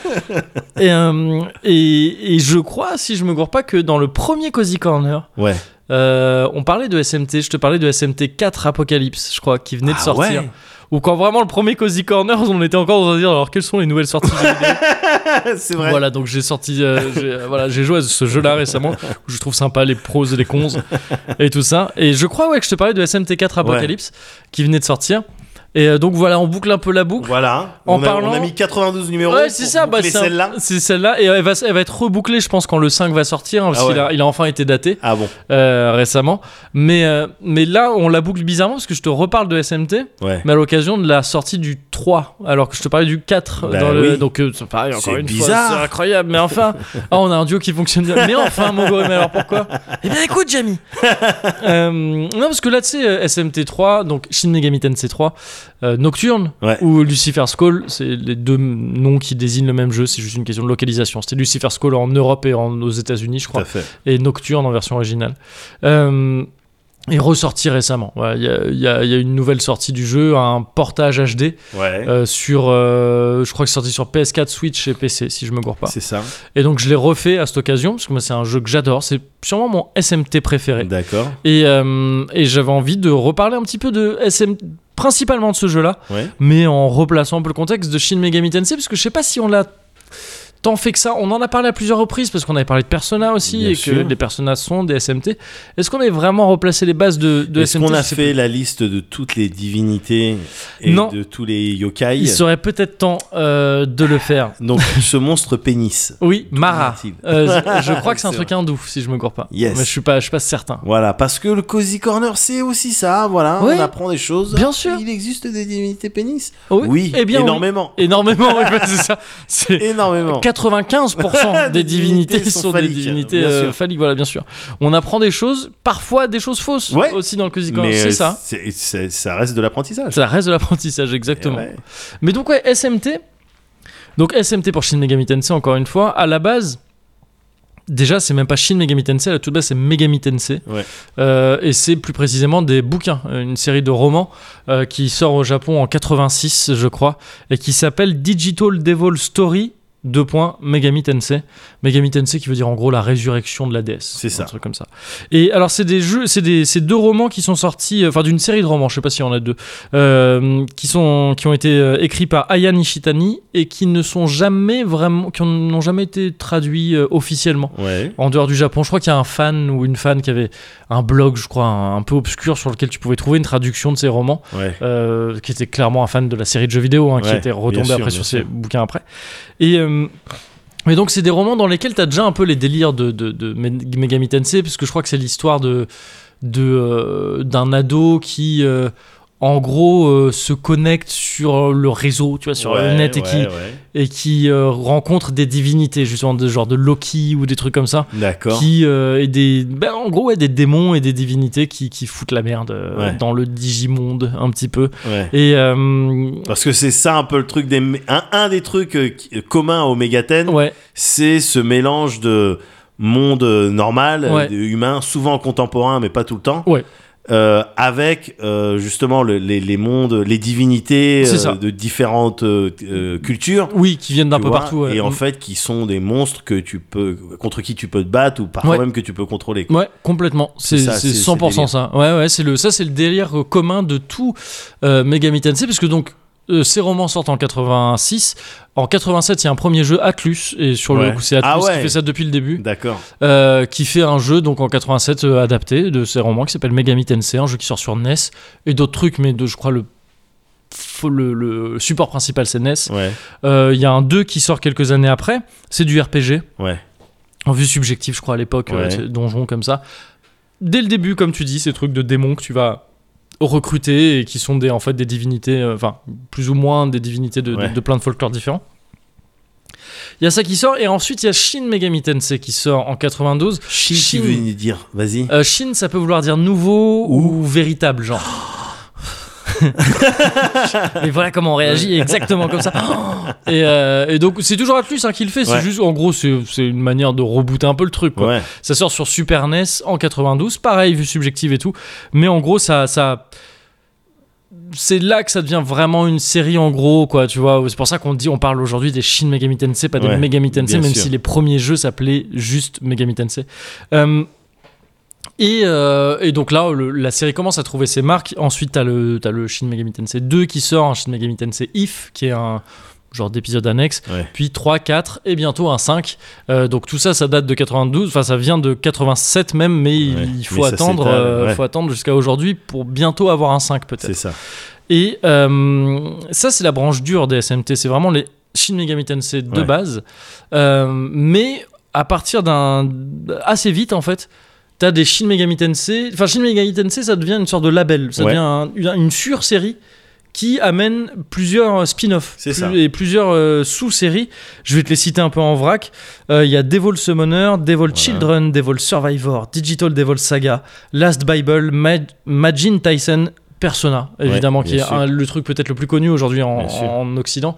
Speaker 1: et, euh, et, et je crois si je me gourre pas que dans le premier Cozy Corner
Speaker 2: Ouais.
Speaker 1: euh, on parlait de SMT je te parlais de SMT 4 Apocalypse je crois qui venait de
Speaker 2: Ah
Speaker 1: sortir
Speaker 2: ouais.
Speaker 1: ou quand vraiment le premier Cozy Corner on était encore dans à dire alors quelles sont les nouvelles sorties de vidéos
Speaker 2: C'est vrai.
Speaker 1: voilà, donc j'ai sorti, euh, j'ai- euh, voilà, j'ai joué à ce jeu-là récemment où je trouve sympa les pros et les cons et tout ça. Et je crois ouais que je te parlais de SMT4 Apocalypse qui venait de sortir. Et euh, donc voilà, on boucle un peu la boucle.
Speaker 2: Voilà.
Speaker 1: En
Speaker 2: on, a,
Speaker 1: parlant-
Speaker 2: on a mis 92 numéros.
Speaker 1: Ouais, c'est
Speaker 2: pour
Speaker 1: ça, bah,
Speaker 2: boucler
Speaker 1: c'est un-
Speaker 2: celle-là.
Speaker 1: c'est celle-là. Et euh, elle va, elle va être rebouclée, je pense, quand le 5 va sortir, hein, parce
Speaker 2: Ah
Speaker 1: qu'il
Speaker 2: ouais.
Speaker 1: a, il a enfin été daté
Speaker 2: Ah bon.
Speaker 1: euh, récemment. Mais, euh, mais là, on la boucle bizarrement, parce que je te reparle de SMT,
Speaker 2: Ouais.
Speaker 1: mais à l'occasion de la sortie du 3, alors que je te parlais du 4.
Speaker 2: Bah
Speaker 1: dans le,
Speaker 2: oui.
Speaker 1: donc, euh, c'est pareil, encore
Speaker 2: C'est
Speaker 1: une
Speaker 2: bizarre.
Speaker 1: fois. C'est incroyable, mais enfin. Ah, on a un duo qui fonctionne bien. Mais enfin, Mogo, mais alors pourquoi Eh bien, écoute, Jamie Euh, Non, parce que là, tu sais, euh, SMT3, donc Shin Megami Tensei 3, euh, Nocturne,
Speaker 2: Ouais.
Speaker 1: ou Lucifer's Call, c'est les deux noms qui désignent le même jeu, c'est juste une question de localisation. C'était Lucifer's Call en Europe et en, aux États-Unis, je
Speaker 2: Tout
Speaker 1: crois
Speaker 2: à fait.
Speaker 1: et Nocturne en version originale. Euh, est ressorti récemment. Voilà, Il y, a- il y a il y a une nouvelle sortie du jeu, un portage HD
Speaker 2: Ouais.
Speaker 1: euh, sur, euh, je crois que c'est sorti sur PS4, Switch et PC, si je me gourre pas.
Speaker 2: c'est ça.
Speaker 1: Et donc je l'ai refait à cette occasion parce que moi c'est un jeu que j'adore, c'est sûrement mon SMT préféré.
Speaker 2: D'accord.
Speaker 1: Et, euh, et j'avais envie de reparler un petit peu de SM, principalement de ce jeu-là,
Speaker 2: Ouais.
Speaker 1: mais en replaçant un peu le contexte de Shin Megami Tensei, parce que je sais pas si on l'a tant fait que ça. On en a parlé à plusieurs reprises, parce qu'on avait parlé de Persona aussi,
Speaker 2: Bien
Speaker 1: et
Speaker 2: sûr.
Speaker 1: que les Persona sont des SMT. Est-ce qu'on a vraiment replacé les bases de, de
Speaker 2: Est-ce
Speaker 1: SMT
Speaker 2: qu'on a
Speaker 1: Je sais
Speaker 2: fait
Speaker 1: plus.
Speaker 2: la liste de toutes les divinités et
Speaker 1: Non.
Speaker 2: de tous les yokai
Speaker 1: Il serait peut-être temps euh, de le faire.
Speaker 2: Donc, ce monstre pénis.
Speaker 1: Oui, Mara.
Speaker 2: est-il
Speaker 1: Euh, je- je crois que c'est un
Speaker 2: C'est
Speaker 1: truc hindou, si je me gourre pas.
Speaker 2: Yes.
Speaker 1: Mais je suis pas, je suis pas certain.
Speaker 2: Voilà, parce que le Cozy Corner, c'est aussi ça, voilà,
Speaker 1: Ouais.
Speaker 2: on apprend des choses.
Speaker 1: Bien sûr.
Speaker 2: Il existe des divinités pénis.
Speaker 1: Oh
Speaker 2: Oui,
Speaker 1: eh bien, oui.
Speaker 2: énormément.
Speaker 1: Énormément, oui, bah, c'est ça. C'est-
Speaker 2: Énormément.
Speaker 1: 95% des
Speaker 2: Des divinités
Speaker 1: divinités sont,
Speaker 2: sont
Speaker 1: des
Speaker 2: phalliques,
Speaker 1: divinités
Speaker 2: bien
Speaker 1: euh,
Speaker 2: sûr.
Speaker 1: phalliques, voilà, bien sûr. On apprend des choses, parfois des choses fausses
Speaker 2: Ouais.
Speaker 1: aussi dans le Cozy Corner,
Speaker 2: Mais
Speaker 1: c'est
Speaker 2: euh,
Speaker 1: ça.
Speaker 2: c'est- c'est- ça reste de l'apprentissage.
Speaker 1: Ça reste de l'apprentissage, exactement.
Speaker 2: Eh ouais.
Speaker 1: Mais donc, ouais, SMT. Donc, SMT pour Shin Megami Tensei, encore une fois. À la base, déjà, c'est même pas Shin Megami Tensei, à la toute base, c'est Megami Tensei.
Speaker 2: Ouais.
Speaker 1: Euh, et c'est plus précisément des bouquins, une série de romans euh, qui sort au Japon en 86, je crois, et qui s'appelle Digital Devil Story. Deux points, Megami Tensei. Megami Tensei qui veut dire en gros la résurrection de la déesse.
Speaker 2: C'est ça.
Speaker 1: Un truc comme ça. Et alors, c'est des jeux, c'est des, c'est deux romans qui sont sortis, euh, enfin d'une série de romans, je sais pas s'il y en a deux, euh, qui, sont, qui ont été euh, écrits par Aya Nishitani et qui ne sont jamais vraiment, qui n'ont jamais été traduits euh, officiellement
Speaker 2: Ouais.
Speaker 1: en dehors du Japon. Je crois qu'il y a un fan ou une fan qui avait un blog, je crois, un, un peu obscur sur lequel tu pouvais trouver une traduction de ses romans,
Speaker 2: Ouais.
Speaker 1: euh, qui était clairement un fan de la série de jeux vidéo, hein, qui
Speaker 2: Ouais,
Speaker 1: était retombé
Speaker 2: bien sûr,
Speaker 1: après
Speaker 2: bien
Speaker 1: sur ses
Speaker 2: sûr.
Speaker 1: bouquins après. Et. euh, mais donc c'est des romans dans lesquels tu as déjà un peu les délires de, de, de Meg- Megami Tensei, parce que je crois que c'est l'histoire de de, euh, d'un ado qui euh, en gros euh, se connecte sur le réseau, tu vois, sur le
Speaker 2: Ouais,
Speaker 1: net et
Speaker 2: ouais,
Speaker 1: qui
Speaker 2: ouais.
Speaker 1: et qui euh, rencontre des divinités justement de genre de Loki ou des trucs comme ça
Speaker 2: D'accord.
Speaker 1: qui euh, est des ben, en gros ouais, des démons et des divinités qui, qui foutent la merde euh,
Speaker 2: Ouais.
Speaker 1: dans le digimonde un petit peu
Speaker 2: Ouais.
Speaker 1: et euh,
Speaker 2: Parce que c'est ça un peu le truc des un, un des trucs euh, qui- euh, communs au Megaten,
Speaker 1: ouais
Speaker 2: c'est ce mélange de monde euh, normal, euh,
Speaker 1: Ouais.
Speaker 2: de humain, souvent contemporain, mais pas tout le temps.
Speaker 1: Ouais.
Speaker 2: euh, avec euh, justement le- les, les mondes, les divinités
Speaker 1: C'est
Speaker 2: euh,
Speaker 1: ça.
Speaker 2: de différentes euh, euh, cultures.
Speaker 1: oui qui viennent d'un
Speaker 2: tu
Speaker 1: peu
Speaker 2: vois,
Speaker 1: partout ouais. Mm.
Speaker 2: Et en fait, qui sont des monstres que tu peux, contre qui tu peux te battre ou parfois
Speaker 1: Ouais.
Speaker 2: même que tu peux contrôler. quoi.
Speaker 1: Ouais, complètement. C'est
Speaker 2: C'est ça,
Speaker 1: c'est
Speaker 2: c'est- c'est
Speaker 1: 100%
Speaker 2: délire.
Speaker 1: ça. Ouais, ouais, c'est le ça c'est le délire euh, commun de tout euh, Megami Tensei parce que donc euh, ces romans sortent en 86. En 87, il y a un premier jeu Atlus et sur le
Speaker 2: Ouais.
Speaker 1: coup c'est Atlus
Speaker 2: Ah ouais.
Speaker 1: qui fait ça depuis le début,
Speaker 2: D'accord.
Speaker 1: euh, qui fait un jeu donc en 87 euh, adapté de ces romans qui s'appelle Megami Tensei, un jeu qui sort sur NES et d'autres trucs mais de je crois le faut le, le support principal c'est NES. Euh,
Speaker 2: Ouais.
Speaker 1: Il y a un 2 qui sort quelques années après, c'est du RPG
Speaker 2: Ouais.
Speaker 1: en vue subjective, je crois, à l'époque,
Speaker 2: Ouais.
Speaker 1: euh, c'est donjon comme ça. Dès le début, comme tu dis, ces trucs de démons que tu vas recruter et qui sont des, en fait des divinités, euh, enfin, plus ou moins des divinités de, de-
Speaker 2: Ouais.
Speaker 1: de plein de folklore différents. Il y a ça qui sort, et ensuite il y a Shin Megami Tensei qui sort en 92.
Speaker 2: Shin, tu veux nous dire Vas-y.
Speaker 1: Euh, Shin, ça peut vouloir dire nouveau ou, véritable, genre. Mais voilà comment on réagit, exactement comme ça. Et, euh, et donc, c'est toujours Atlus hein, qui le fait. C'est
Speaker 2: Ouais.
Speaker 1: juste, en gros, c'est c'est une manière de rebooter un peu le truc. Quoi.
Speaker 2: Ouais.
Speaker 1: Ça sort sur Super NES en 92, pareil, vue subjective et tout. Mais en gros, ça. ça c'est là que ça devient vraiment une série en gros quoi tu vois c'est pour ça qu'on dit on parle aujourd'hui des Shin Megami Tensei pas des
Speaker 2: Ouais,
Speaker 1: Megami Tensei
Speaker 2: bien
Speaker 1: même
Speaker 2: sûr.
Speaker 1: si les premiers jeux s'appelaient juste Megami Tensei Euh, et, euh, et donc là, le- la série commence à trouver ses marques. Ensuite, t'as le, t'as le Shin Megami Tensei 2 qui sort, un Shin Megami Tensei If, qui est un genre d'épisode annexe.
Speaker 2: Ouais.
Speaker 1: Puis 3, 4 et bientôt un 5. Euh, donc tout ça, ça date de 92, enfin ça vient de 87 même, mais il,
Speaker 2: Ouais.
Speaker 1: il faut,
Speaker 2: Mais ça
Speaker 1: attendre,
Speaker 2: s'étale,
Speaker 1: euh,
Speaker 2: ouais.
Speaker 1: faut attendre jusqu'à aujourd'hui pour bientôt avoir un 5 peut-être.
Speaker 2: C'est ça.
Speaker 1: Et euh, ça, c'est la branche dure des SMT. C'est vraiment les Shin Megami Tensei de
Speaker 2: Ouais.
Speaker 1: base. Euh, mais à partir d'un. assez vite, en fait. T'as des Shin Megami Tensei. Enfin, Shin Megami Tensei, ça devient une sorte de label. Ça
Speaker 2: Ouais.
Speaker 1: devient un- une, une sur-série qui amène plusieurs euh, spin-offs
Speaker 2: C'est
Speaker 1: plus-
Speaker 2: ça.
Speaker 1: et plusieurs euh, sous-séries. Je vais te les citer un peu en vrac. Euh, Il y a Devil Summoner, Devil Children, Devil Survivor, Digital Devil Saga, Last Bible, Mag- Majin Tyson, Persona, évidemment, qui
Speaker 2: bien
Speaker 1: est un- le truc peut-être le plus connu aujourd'hui en,
Speaker 2: Bien sûr.
Speaker 1: en Occident.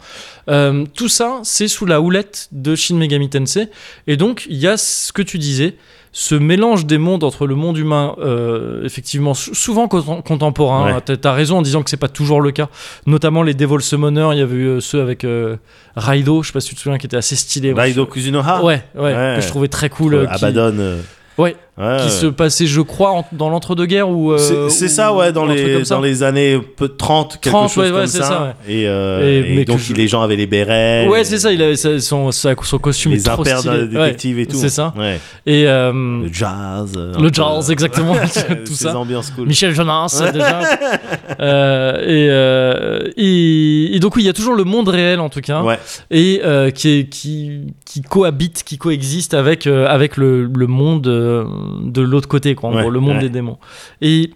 Speaker 1: Euh, tout ça, c'est sous la houlette de Shin Megami Tensei. Et donc, il y a ce que tu disais, ce mélange des mondes entre le monde humain, euh, effectivement, sou- souvent contem- contemporain.
Speaker 2: Ouais.
Speaker 1: T'as- T'as raison en disant que c'est pas toujours le cas. Notamment les Devil Summoner, il y avait eu euh, ceux avec euh, Raido, je sais pas si tu te souviens, qui était assez stylé.
Speaker 2: Raido Bah, Kuzunoha
Speaker 1: Ouais, ouais,
Speaker 2: Ouais.
Speaker 1: que je trouvais très cool. euh, qui-
Speaker 2: Abaddon. euh,
Speaker 1: Ouais,
Speaker 2: ouais,
Speaker 1: qui
Speaker 2: ouais.
Speaker 1: se passait, je crois, en- dans l'entre-deux-guerres ou. euh,
Speaker 2: C'est- c'est ça,
Speaker 1: ou-
Speaker 2: ouais, dans
Speaker 1: ou un truc
Speaker 2: les,
Speaker 1: comme ça.
Speaker 2: dans les années peu- 30, quelque
Speaker 1: 30,
Speaker 2: chose
Speaker 1: ouais, ouais,
Speaker 2: comme
Speaker 1: c'est
Speaker 2: ça.
Speaker 1: ça,
Speaker 2: Et, euh,
Speaker 1: Et-
Speaker 2: et
Speaker 1: mais
Speaker 2: donc,
Speaker 1: que je-
Speaker 2: les gens avaient les bérets.
Speaker 1: Ouais, c'est ça, il avait sa- son, sa- son costume est
Speaker 2: Les
Speaker 1: trop
Speaker 2: impairs
Speaker 1: stylé.
Speaker 2: d'un détective
Speaker 1: Ouais,
Speaker 2: et tout.
Speaker 1: C'est ça.
Speaker 2: Ouais.
Speaker 1: Et euh,
Speaker 2: Le jazz. euh, un
Speaker 1: le
Speaker 2: peu,
Speaker 1: Charles,
Speaker 2: euh,
Speaker 1: exactement, tout
Speaker 2: ces
Speaker 1: ça.
Speaker 2: ambiances cool.
Speaker 1: Michel Jonas, déjà. Euh, et, euh, et, et donc, oui, il y a toujours le monde réel, en tout cas,
Speaker 2: Ouais,
Speaker 1: et euh, qui, est- qui, qui cohabite, qui coexiste avec, euh, avec le, le monde euh, de l'autre côté, quoi, en
Speaker 2: Ouais,
Speaker 1: gros, le monde
Speaker 2: ouais.
Speaker 1: des démons. Et.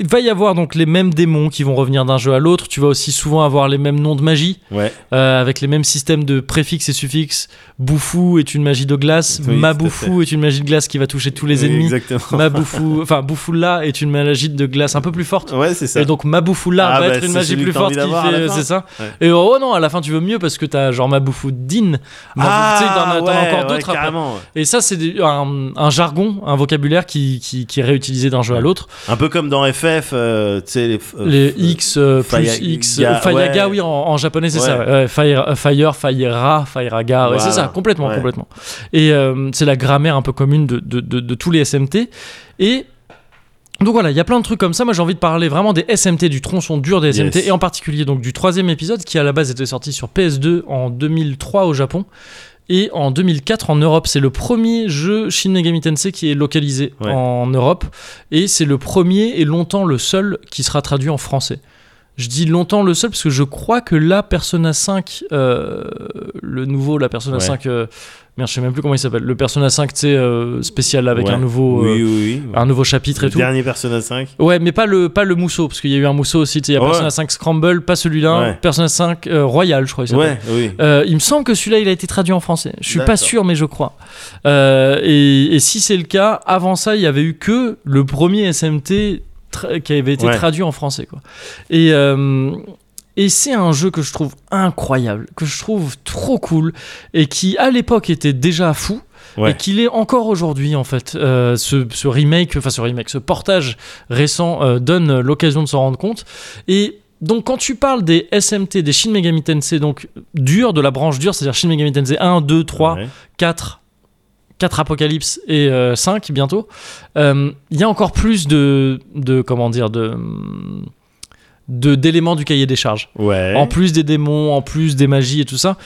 Speaker 1: Il va y avoir donc les mêmes démons qui vont revenir d'un jeu à l'autre. Tu vas aussi souvent avoir les mêmes noms de magie.
Speaker 2: ouais.
Speaker 1: Euh, avec les mêmes systèmes de préfixes et suffixes. Bouffou est une magie de glace,
Speaker 2: Oui, tout à
Speaker 1: Maboufou est une magie de glace qui va toucher tous les ennemis,
Speaker 2: Exactement.
Speaker 1: Maboufou, enfin Boufoula est une magie de glace un peu plus forte.
Speaker 2: Ouais, c'est ça.
Speaker 1: Et donc Maboufula
Speaker 2: Ah,
Speaker 1: va
Speaker 2: bah,
Speaker 1: être une
Speaker 2: c'est
Speaker 1: magie
Speaker 2: celui
Speaker 1: plus
Speaker 2: que t'as envie
Speaker 1: forte qui
Speaker 2: d'avoir à
Speaker 1: fait,
Speaker 2: la
Speaker 1: euh,
Speaker 2: fin.
Speaker 1: c'est ça.
Speaker 2: Ouais.
Speaker 1: Et oh non, à la fin tu veux mieux parce que t'as genre Maboufou Din, Maboufou- tu sais, t'en as- t'en as
Speaker 2: Ah, ouais,
Speaker 1: encore
Speaker 2: ouais,
Speaker 1: d'autres après.
Speaker 2: carrément.
Speaker 1: Et ça c'est des- un, un jargon, un vocabulaire qui, qui, qui est réutilisé d'un jeu à l'autre.
Speaker 2: Un peu comme dans FF, euh, tu sais, les. f- euh,
Speaker 1: Les
Speaker 2: f-
Speaker 1: X euh, plus
Speaker 2: Faya-
Speaker 1: X,
Speaker 2: Ya-
Speaker 1: euh, Fayaga,
Speaker 2: ouais.
Speaker 1: oui, en, en japonais, c'est
Speaker 2: Ouais.
Speaker 1: ça. ouais. Fire, euh, Fire, Faira, Fairaga, ouais,
Speaker 2: Voilà.
Speaker 1: c'est ça, complètement,
Speaker 2: Ouais.
Speaker 1: complètement. Et euh, c'est la grammaire un peu commune de, de, de- de tous les SMT. Et donc voilà, il y a plein de trucs comme ça. Moi, j'ai envie de parler vraiment des SMT, du tronçon dur des SMT,
Speaker 2: Yes.
Speaker 1: et en particulier donc du troisième épisode qui à la base était sorti sur PS2 en 2003 au Japon. Et en 2004 en Europe, c'est le premier jeu Shin Megami Tensei qui est localisé
Speaker 2: Ouais.
Speaker 1: en Europe. Et c'est le premier et longtemps le seul qui sera traduit en français. Je dis longtemps le seul parce que je crois que la Persona 5, euh, le nouveau, la Persona
Speaker 2: Ouais.
Speaker 1: 5, euh, merde, je sais même plus comment il s'appelle, le Persona 5, tu sais, euh, spécial avec
Speaker 2: ouais.
Speaker 1: un nouveau,
Speaker 2: Oui,
Speaker 1: euh,
Speaker 2: oui, oui.
Speaker 1: un nouveau chapitre et
Speaker 2: Le
Speaker 1: tout.
Speaker 2: dernier Persona 5.
Speaker 1: Ouais, mais pas le, pas le mousseau, parce qu'il y a eu un mousseau aussi, tu sais, il y a
Speaker 2: Ouais.
Speaker 1: Persona 5 Scramble, pas celui-là,
Speaker 2: Ouais.
Speaker 1: Persona 5 euh, Royal, je crois. il s'appelle.
Speaker 2: Ouais, oui.
Speaker 1: Euh, il me semble que celui-là, il a été traduit en français. Je suis pas
Speaker 2: D'accord.
Speaker 1: sûr, mais je crois. Euh, et, et si c'est le cas, avant ça, il y avait eu que le premier SMT tra- qui avait été
Speaker 2: Ouais.
Speaker 1: traduit en français, quoi. Et euh, et c'est un jeu que je trouve incroyable, que je trouve trop cool, et qui à l'époque était déjà fou,
Speaker 2: Ouais.
Speaker 1: et qu'il est encore aujourd'hui en fait. Euh, ce, ce remake, enfin ce remake, ce portage récent euh, donne l'occasion de s'en rendre compte. Et donc quand tu parles des SMT, des Shin Megami Tensei, donc dur, de la branche dure, c'est-à-dire Shin Megami Tensei 1, 2, 3,
Speaker 2: Ouais.
Speaker 1: 4, 4 Apocalypse et euh, 5 bientôt, euh, il y a encore plus de, de comment dire, de de- d'éléments du cahier des charges.
Speaker 2: Ouais.
Speaker 1: En plus des démons, en plus des magies et tout ça,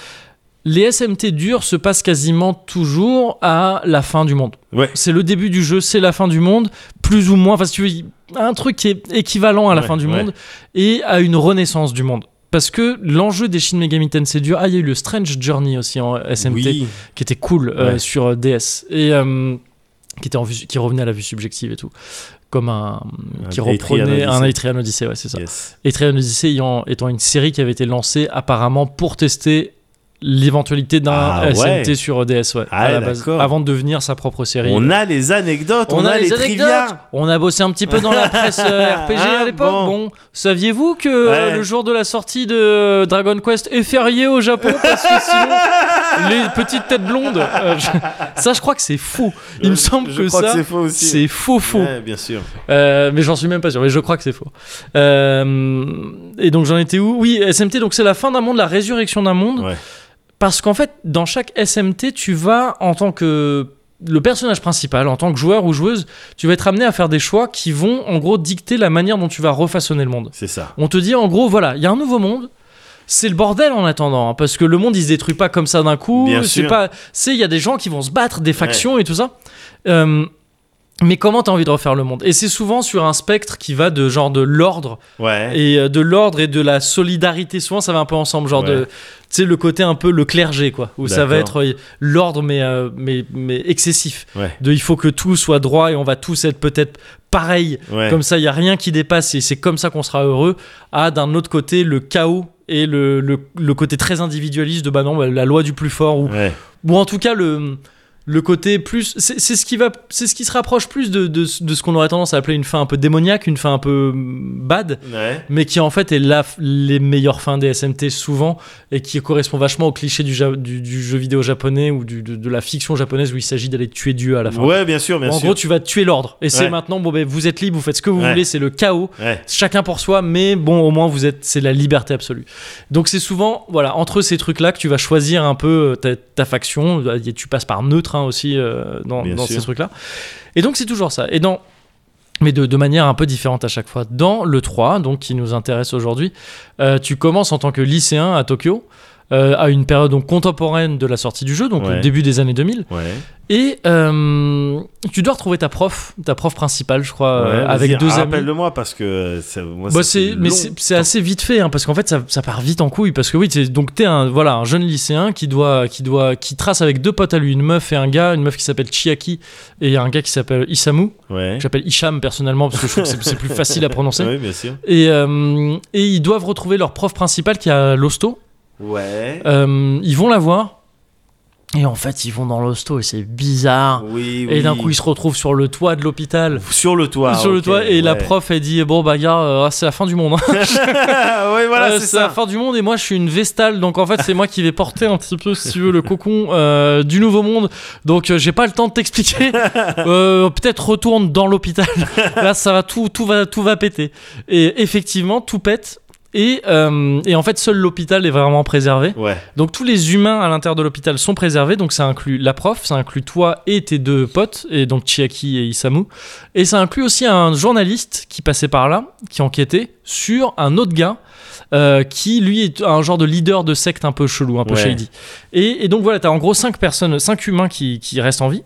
Speaker 1: les SMT durs se passent quasiment toujours à la fin du monde.
Speaker 2: Ouais.
Speaker 1: C'est le début du jeu, c'est la fin du monde, plus ou moins, enfin si tu veux, il- un truc qui est équivalent à la
Speaker 2: Ouais,
Speaker 1: fin du
Speaker 2: ouais.
Speaker 1: monde et à une renaissance du monde. Parce que l'enjeu des Shin Megami Tensei durs, ah il y a eu le Strange Journey aussi en SMT
Speaker 2: Oui.
Speaker 1: qui était cool euh,
Speaker 2: Ouais.
Speaker 1: sur euh, DS et euh, qui était en vue- qui revenait à la vue subjective et tout comme un,
Speaker 2: Un
Speaker 1: qui
Speaker 2: Aetrian
Speaker 1: reprenait un
Speaker 2: Odyssey.
Speaker 1: Aetrian Odyssey ouais c'est ça
Speaker 2: Yes.
Speaker 1: Etrian Odyssey ayant- étant une série qui avait été lancée apparemment pour tester l'éventualité d'un
Speaker 2: Ah,
Speaker 1: SMT
Speaker 2: ouais.
Speaker 1: sur EDS, ouais,
Speaker 2: Ah,
Speaker 1: à la base,
Speaker 2: d'accord.
Speaker 1: avant de devenir sa propre série.
Speaker 2: On a les anecdotes, on, a, les,
Speaker 1: anecdotes.
Speaker 2: trivia.
Speaker 1: On a bossé un petit peu dans la presse euh, RPG à
Speaker 2: Hein,
Speaker 1: l'époque. Bon,
Speaker 2: bon.
Speaker 1: saviez-vous que euh,
Speaker 2: Ouais.
Speaker 1: le jour de la sortie de Dragon Quest est férié au Japon parce que sinon les petites têtes blondes. euh, je- Ça, je crois que c'est faux. Il me
Speaker 2: Je-
Speaker 1: semble
Speaker 2: je
Speaker 1: que
Speaker 2: crois
Speaker 1: ça,
Speaker 2: c'est faux aussi.
Speaker 1: c'est faux faux.
Speaker 2: Ouais, bien sûr.
Speaker 1: Euh, mais j'en suis même pas sûr, mais je crois que c'est faux. Euh, et donc j'en étais où Oui, SMT, donc c'est la fin d'un monde, la résurrection d'un monde.
Speaker 2: Ouais.
Speaker 1: Parce qu'en fait, dans chaque SMT, tu vas, en tant que le personnage principal, en tant que joueur ou joueuse, tu vas être amené à faire des choix qui vont en gros dicter la manière dont tu vas refaçonner le monde.
Speaker 2: C'est ça.
Speaker 1: On te dit en gros, voilà, il y a un nouveau monde. C'est le bordel en attendant, hein, parce que le monde il se détruit pas comme ça d'un coup.
Speaker 2: Bien
Speaker 1: C'est
Speaker 2: sûr.
Speaker 1: pas, c'est il y a des gens qui vont se battre, des factions et tout ça. Euh, mais comment t'as envie de refaire le monde Et c'est souvent sur un spectre qui va de genre de l'ordre
Speaker 2: Ouais.
Speaker 1: et euh, de l'ordre et de la solidarité. Souvent ça va un peu ensemble, genre de,
Speaker 2: Ouais.
Speaker 1: tu sais le côté un peu le clergé quoi, où ça va être
Speaker 2: D'accord.
Speaker 1: euh, l'ordre mais euh, mais mais excessif.
Speaker 2: Ouais.
Speaker 1: De il faut que tout soit droit et on va tous être peut-être pareil
Speaker 2: Ouais.
Speaker 1: comme ça, il n'y a rien qui dépasse et c'est comme ça qu'on sera heureux. À d'un autre côté, le chaos et le, le, le côté très individualiste de bah non, bah, la loi du plus fort ou,
Speaker 2: Ouais.
Speaker 1: ou en tout cas le, le côté plus. C'est c'est ce, qui va- c'est ce qui se rapproche plus de, de, ce- de ce qu'on aurait tendance à appeler une fin un peu démoniaque, une fin un peu mm, bad.
Speaker 2: Ouais.
Speaker 1: Mais qui en fait est la, f- les meilleures fins des SMT souvent et qui correspond vachement au cliché du, ja- du, du jeu vidéo japonais ou du- de, de la fiction japonaise où il s'agit d'aller tuer Dieu à la fin.
Speaker 2: Ouais, bien sûr, bien
Speaker 1: en
Speaker 2: sûr.
Speaker 1: gros, tu vas tuer l'ordre et c'est
Speaker 2: Ouais.
Speaker 1: maintenant bon ben vous êtes libre, vous faites ce que vous
Speaker 2: Ouais.
Speaker 1: voulez, c'est le chaos
Speaker 2: Ouais.
Speaker 1: chacun pour soi, mais bon, au moins vous êtes, c'est la liberté absolue. Donc c'est souvent, voilà, entre ces trucs-là que tu vas choisir un peu euh, ta, ta faction. euh, Tu passes par neutre hein, aussi euh, dans,
Speaker 2: Bien
Speaker 1: dans
Speaker 2: sûr.
Speaker 1: ces trucs-là. Et donc c'est toujours ça. Et dans mais de, de manière un peu différente à chaque fois. Dans le 3, donc qui nous intéresse aujourd'hui, euh, tu commences en tant que lycéen à Tokyo, euh, à une période donc, contemporaine de la sortie du jeu, donc
Speaker 2: Ouais.
Speaker 1: le début des années 2000,
Speaker 2: Ouais.
Speaker 1: et euh, tu dois retrouver ta prof, ta prof principale, je crois, euh,
Speaker 2: Ouais,
Speaker 1: avec
Speaker 2: vas-y,
Speaker 1: deux amis.
Speaker 2: Rappelle-le-moi parce que euh, ça, moi,
Speaker 1: Bah,
Speaker 2: ça fait
Speaker 1: c'est, mais
Speaker 2: long.
Speaker 1: c'est, c'est assez vite fait hein, parce qu'en fait ça, ça part vite en couille parce que oui t'es, donc t'es un voilà un jeune lycéen qui doit qui doit qui trace avec deux potes à lui une meuf et un gars une meuf qui s'appelle Chiaki et un gars qui s'appelle Isamu
Speaker 2: Ouais.
Speaker 1: que j'appelle Isham personnellement parce que je trouve que c'est, c'est plus facile à prononcer
Speaker 2: Ouais, bien sûr.
Speaker 1: et, euh, et ils doivent retrouver leur prof principal qui est à l'hosto
Speaker 2: Ouais.
Speaker 1: Euh, ils vont la voir et en fait ils vont dans l'hosto et c'est bizarre
Speaker 2: oui,
Speaker 1: Euh, et d'un
Speaker 2: oui.
Speaker 1: coup ils se retrouvent sur le toit de l'hôpital
Speaker 2: sur le toit.
Speaker 1: sur le
Speaker 2: ok,
Speaker 1: toit et la
Speaker 2: ouais.
Speaker 1: prof elle dit bon bah gars euh, c'est la fin du monde
Speaker 2: Ah, ouais, voilà,
Speaker 1: Euh,
Speaker 2: c'est
Speaker 1: c'est la
Speaker 2: ça.
Speaker 1: fin du monde et moi je suis une vestale donc en fait c'est moi qui vais porter un petit peu si tu veux le cocon euh, du nouveau monde donc euh, j'ai pas le temps de t'expliquer Euh, peut-être retourne dans l'hôpital là ça va tout tout va tout va péter et effectivement tout pète et, euh, et en fait seul l'hôpital est vraiment préservé
Speaker 2: Ouais.
Speaker 1: donc tous les humains à l'intérieur de l'hôpital sont préservés donc ça inclut la prof ça inclut toi et tes deux potes et donc Chiaki et Isamu et ça inclut aussi un journaliste qui passait par là qui enquêtait sur un autre gars euh, qui lui est un genre de leader de secte un peu chelou, un peu
Speaker 2: Ouais.
Speaker 1: shady. Et, et donc voilà, t'as en gros 5 personnes, 5 humains qui, qui restent en vie.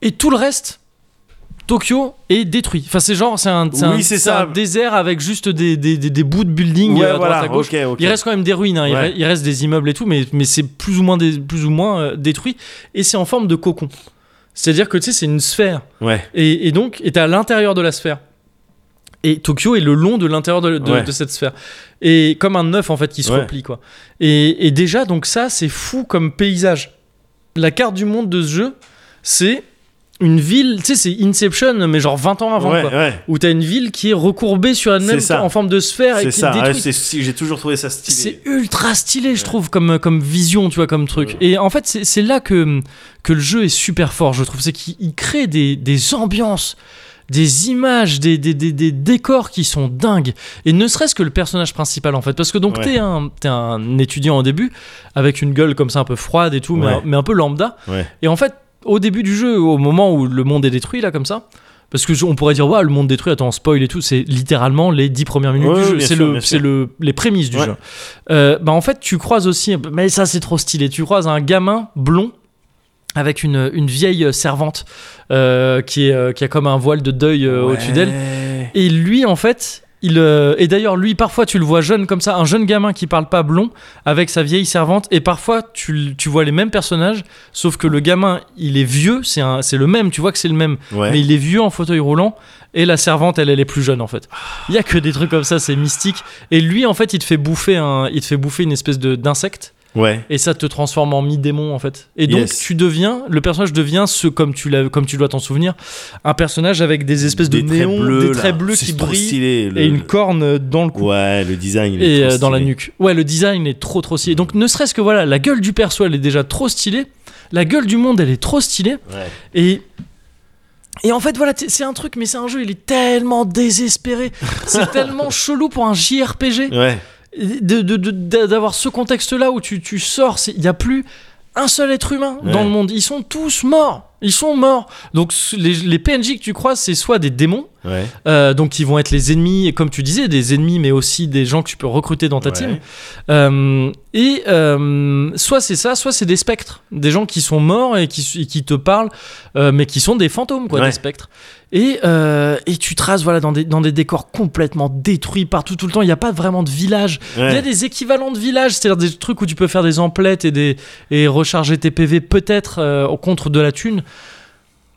Speaker 1: Et tout le reste, Tokyo est détruit. Enfin, c'est genre, c'est un, c'est
Speaker 2: Oui,
Speaker 1: un-
Speaker 2: c'est
Speaker 1: c'est
Speaker 2: ça.
Speaker 1: un désert avec juste des, des, des- des bouts de building
Speaker 2: Ouais,
Speaker 1: euh, à droite
Speaker 2: voilà,
Speaker 1: à gauche.
Speaker 2: ok, ok.
Speaker 1: Il reste quand même des ruines, hein, il,
Speaker 2: Ouais.
Speaker 1: re- il reste des immeubles et tout, mais, mais c'est plus ou moins, des, plus ou moins euh, détruit. Et c'est en forme de cocon. C'est-à-dire que tu sais, c'est une sphère.
Speaker 2: Ouais.
Speaker 1: Et, et donc, et t'es à l'intérieur de la sphère. Et Tokyo est le long de l'intérieur de, de-
Speaker 2: Ouais.
Speaker 1: de cette sphère. Et comme un œuf, en fait, qui se
Speaker 2: Ouais.
Speaker 1: replie, quoi. Et, et déjà, donc ça, c'est fou comme paysage. La carte du monde de ce jeu, c'est une ville, tu sais, c'est Inception, mais genre 20 ans avant,
Speaker 2: Ouais,
Speaker 1: quoi.
Speaker 2: ouais.
Speaker 1: Où t'as une ville qui est recourbée sur elle-même
Speaker 2: C'est ça.
Speaker 1: en forme de sphère et qui
Speaker 2: C'est
Speaker 1: est
Speaker 2: ça. ouais,
Speaker 1: détruite.
Speaker 2: c'est- si, J'ai toujours trouvé ça
Speaker 1: C'est
Speaker 2: stylé.
Speaker 1: ultra stylé, je trouve, comme, comme vision, tu vois, comme truc. Et en fait, c'est c'est là que, que le jeu est super fort, je trouve. C'est qu'il il crée des, des ambiances, des images, des, des, des, des décors qui sont dingues. Et ne serait-ce que le personnage principal, en fait. Parce que donc,
Speaker 2: Ouais.
Speaker 1: t'es un, t'es un étudiant au début, avec une gueule comme ça un peu froide et tout, mais,
Speaker 2: Ouais.
Speaker 1: un, mais un peu lambda.
Speaker 2: Ouais.
Speaker 1: Et en fait, au début du jeu, au moment où le monde est détruit, là, comme ça. Parce que je- on pourrait dire, ouais, le monde détruit, attends, spoil et tout, c'est littéralement les dix premières minutes
Speaker 2: Ouais,
Speaker 1: du jeu.
Speaker 2: bien
Speaker 1: C'est
Speaker 2: sûr,
Speaker 1: le-
Speaker 2: bien
Speaker 1: c'est
Speaker 2: sûr.
Speaker 1: le, les prémices du
Speaker 2: Ouais.
Speaker 1: jeu. Euh, bah en fait, tu croises aussi, mais ça c'est trop stylé, tu croises un gamin blond avec une, une vieille servante euh, qui, est, euh, qui a comme un voile de deuil euh, au-dessus d'elle.
Speaker 2: Ouais.
Speaker 1: Et lui, en fait, Il, euh, et d'ailleurs, lui, parfois, tu le vois jeune comme ça, un jeune gamin qui parle pas blond avec sa vieille servante. Et parfois, tu, l- tu vois les mêmes personnages, sauf que le gamin, il est vieux, c'est un- c'est le même, tu vois que c'est le même.
Speaker 2: Ouais.
Speaker 1: Mais il est vieux en fauteuil roulant et la servante, elle, elle est plus jeune en fait. Il y a que des trucs comme ça, c'est mystique. Et lui, en fait, il te fait bouffer, un, il te fait bouffer une espèce de- d'insecte
Speaker 2: Ouais.
Speaker 1: et ça te transforme en mi-démon en fait. Et donc,
Speaker 2: Yes.
Speaker 1: tu deviens, le personnage devient ce, comme tu, l'as- comme tu dois t'en souvenir, un personnage avec des espèces de
Speaker 2: traits
Speaker 1: néons,
Speaker 2: bleus,
Speaker 1: des
Speaker 2: là.
Speaker 1: traits bleus
Speaker 2: C'est
Speaker 1: qui
Speaker 2: trop
Speaker 1: brillent
Speaker 2: stylé, le-
Speaker 1: et une corne dans le cou
Speaker 2: Ouais, le design. il est
Speaker 1: et
Speaker 2: trop
Speaker 1: euh, dans la
Speaker 2: stylé.
Speaker 1: nuque. Ouais, le design est trop trop stylé. Donc ne serait-ce que voilà, la gueule du perso elle est déjà trop stylée, la gueule du monde elle est trop stylée
Speaker 2: Ouais.
Speaker 1: et et en fait voilà, t- c'est un truc mais c'est un jeu, il est tellement désespéré, c'est tellement chelou pour un JRPG
Speaker 2: Ouais.
Speaker 1: de- de- de- d'a- d'avoir ce contexte-là où tu, tu sors, c'est- il n'y a plus un seul être humain
Speaker 2: Ouais.
Speaker 1: dans le monde. Ils sont tous morts. Ils sont morts. Donc s- les, les PNJ que tu croises, c'est soit des démons,
Speaker 2: Ouais.
Speaker 1: euh, donc qui vont être les ennemis, et comme tu disais, des ennemis, mais aussi des gens que tu peux recruter dans ta
Speaker 2: Ouais.
Speaker 1: team. Euh, et euh, soit c'est ça, soit c'est des spectres, des gens qui sont morts et qui, su- et qui te parlent, euh, mais qui sont des fantômes, quoi,
Speaker 2: Ouais.
Speaker 1: des spectres. Et, euh, et tu traces voilà, dans, des, dans des décors complètement détruits partout, tout le temps. Il n'y a pas vraiment de village. Il y a
Speaker 2: Ouais.
Speaker 1: des équivalents de villages, c'est-à-dire des trucs où tu peux faire des emplettes et, des, et recharger tes PV peut-être euh, au contre de la thune.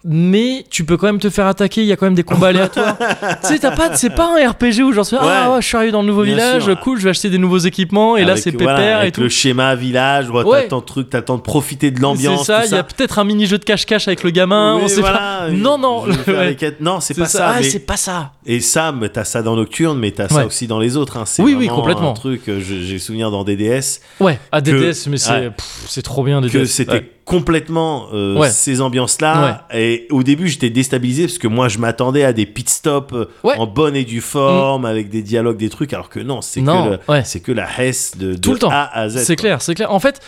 Speaker 1: Mais tu peux quand même te faire attaquer, il y a quand même des combats aléatoires. tu sais, t'as pas, c'est pas un RPG où genre, c'est, ah
Speaker 2: Ouais.
Speaker 1: ouais, je suis arrivé dans le nouveau
Speaker 2: Bien
Speaker 1: village,
Speaker 2: sûr.
Speaker 1: cool, je vais acheter des nouveaux équipements, et là
Speaker 2: Avec,
Speaker 1: c'est pépère
Speaker 2: voilà,
Speaker 1: et
Speaker 2: avec
Speaker 1: tout.
Speaker 2: Le schéma village, ouais,
Speaker 1: Ouais.
Speaker 2: t'attends de truc, t'attends de profiter de
Speaker 1: C'est
Speaker 2: l'ambiance.
Speaker 1: ça,
Speaker 2: tout
Speaker 1: il y a peut-être un mini-jeu de cache-cache avec le gamin,
Speaker 2: Oui,
Speaker 1: on sait
Speaker 2: voilà,
Speaker 1: pas.
Speaker 2: oui,
Speaker 1: Non, non,
Speaker 2: je vais faire
Speaker 1: ouais.
Speaker 2: les quêtes. Non, c'est
Speaker 1: C'est
Speaker 2: pas ça.
Speaker 1: Ah,
Speaker 2: mais-
Speaker 1: c'est pas ça.
Speaker 2: Et ça, mais t'as ça dans Nocturne, mais t'as
Speaker 1: Ouais.
Speaker 2: ça aussi dans les autres. hein. C'est
Speaker 1: Oui, oui,
Speaker 2: vraiment
Speaker 1: complètement.
Speaker 2: Un truc, euh, je- j'ai souvenir dans DDS
Speaker 1: Ouais, à
Speaker 2: Que-
Speaker 1: DDS, mais c'est,
Speaker 2: ouais.
Speaker 1: pff, c'est trop bien DDS.
Speaker 2: que c'était
Speaker 1: Ouais.
Speaker 2: complètement euh,
Speaker 1: Ouais.
Speaker 2: ces ambiances-là. Et au début, j'étais déstabilisé parce que moi, je m'attendais à des pit stops euh,
Speaker 1: Ouais. Mm.
Speaker 2: en bonne et due forme, avec des dialogues, des trucs, alors que non, c'est
Speaker 1: Non,
Speaker 2: que le-
Speaker 1: ouais.
Speaker 2: c'est que la Hesse de, de
Speaker 1: Tout le temps.
Speaker 2: A à Z.
Speaker 1: C'est
Speaker 2: quoi.
Speaker 1: clair, c'est clair. En fait,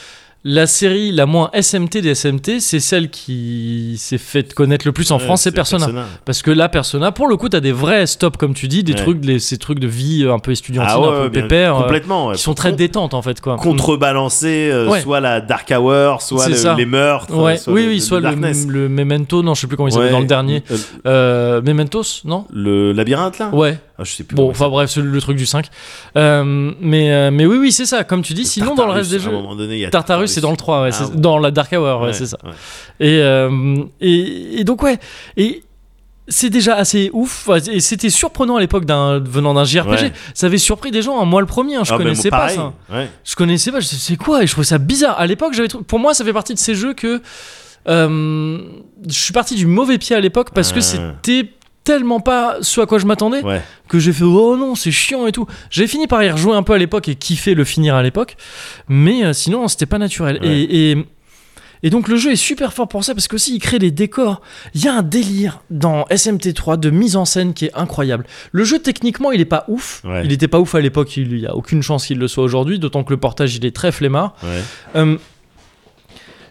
Speaker 1: la série la moins SMT des SMT, c'est celle qui s'est faite connaître le plus en
Speaker 2: Ouais,
Speaker 1: France, c'est
Speaker 2: c'est
Speaker 1: Persona. Parce que là, Persona, pour le coup, t'as des vrais stops, comme tu dis, des
Speaker 2: Ouais.
Speaker 1: trucs, des- ces trucs de vie euh, un peu estudiantine,
Speaker 2: Ah ouais,
Speaker 1: un peu
Speaker 2: ouais, bien-
Speaker 1: pépère, euh,
Speaker 2: complètement. ouais.
Speaker 1: qui sont très
Speaker 2: Con-
Speaker 1: détentes en fait, quoi.
Speaker 2: contrebalancer euh,
Speaker 1: Ouais.
Speaker 2: soit la Dark Hour, soit
Speaker 1: C'est
Speaker 2: le-
Speaker 1: ça.
Speaker 2: les meurtres,
Speaker 1: Mm.
Speaker 2: euh,
Speaker 1: Ouais,
Speaker 2: soit
Speaker 1: oui,
Speaker 2: le,
Speaker 1: oui,
Speaker 2: le
Speaker 1: soit le,
Speaker 2: Darkness.
Speaker 1: le Memento, non, je sais plus comment il s'appelle
Speaker 2: Ouais.
Speaker 1: dans le dernier.
Speaker 2: Euh,
Speaker 1: Euh, Mementos, non
Speaker 2: le labyrinthe là
Speaker 1: Ouais,
Speaker 2: Ah, je sais plus.
Speaker 1: bon,
Speaker 2: comment
Speaker 1: enfin bref, c'est le truc du 5. Euh, mais, euh, mais oui, oui, c'est ça, comme tu dis,
Speaker 2: il s'appelle.
Speaker 1: sinon dans le reste des
Speaker 2: Tartarus, À un
Speaker 1: jeux.
Speaker 2: moment donné, il y a
Speaker 1: Tartarus, c'est dans le 3, ouais,
Speaker 2: Ah,
Speaker 1: c'est-
Speaker 2: ouais.
Speaker 1: dans la Dark Hour, ouais, c'est ça.
Speaker 2: ouais.
Speaker 1: Et, euh, et, et donc ouais, et c'est déjà assez ouf. ouais, Et c'était surprenant à l'époque d'un venant d'un JRPG.
Speaker 2: Ouais.
Speaker 1: Ça avait surpris des gens. hein, Moi le premier, hein, je
Speaker 2: Ah, mais
Speaker 1: connaissais
Speaker 2: bon,
Speaker 1: pas
Speaker 2: pareil,
Speaker 1: ça.
Speaker 2: ouais.
Speaker 1: Je connaissais pas. je sais, C'est quoi Et je trouvais ça bizarre. À l'époque, j'avais. trou- Pour moi, ça fait partie de ces jeux que euh, je suis parti du mauvais pied à l'époque parce que
Speaker 2: Ah.
Speaker 1: c'était tellement pas ce à quoi je m'attendais
Speaker 2: Ouais.
Speaker 1: que j'ai fait oh non c'est chiant et tout j'ai fini par y rejouer un peu à l'époque et kiffer le finir à l'époque mais euh, sinon c'était pas naturel
Speaker 2: Ouais.
Speaker 1: et, et et donc le jeu est super fort pour ça parce qu'aussi il crée des décors il y a un délire dans SMT3 de mise en scène qui est incroyable le jeu techniquement il est pas ouf
Speaker 2: Ouais.
Speaker 1: il était pas ouf à l'époque il y a aucune chance qu'il le soit aujourd'hui d'autant que le portage il est très flemmard
Speaker 2: ouais.
Speaker 1: euh,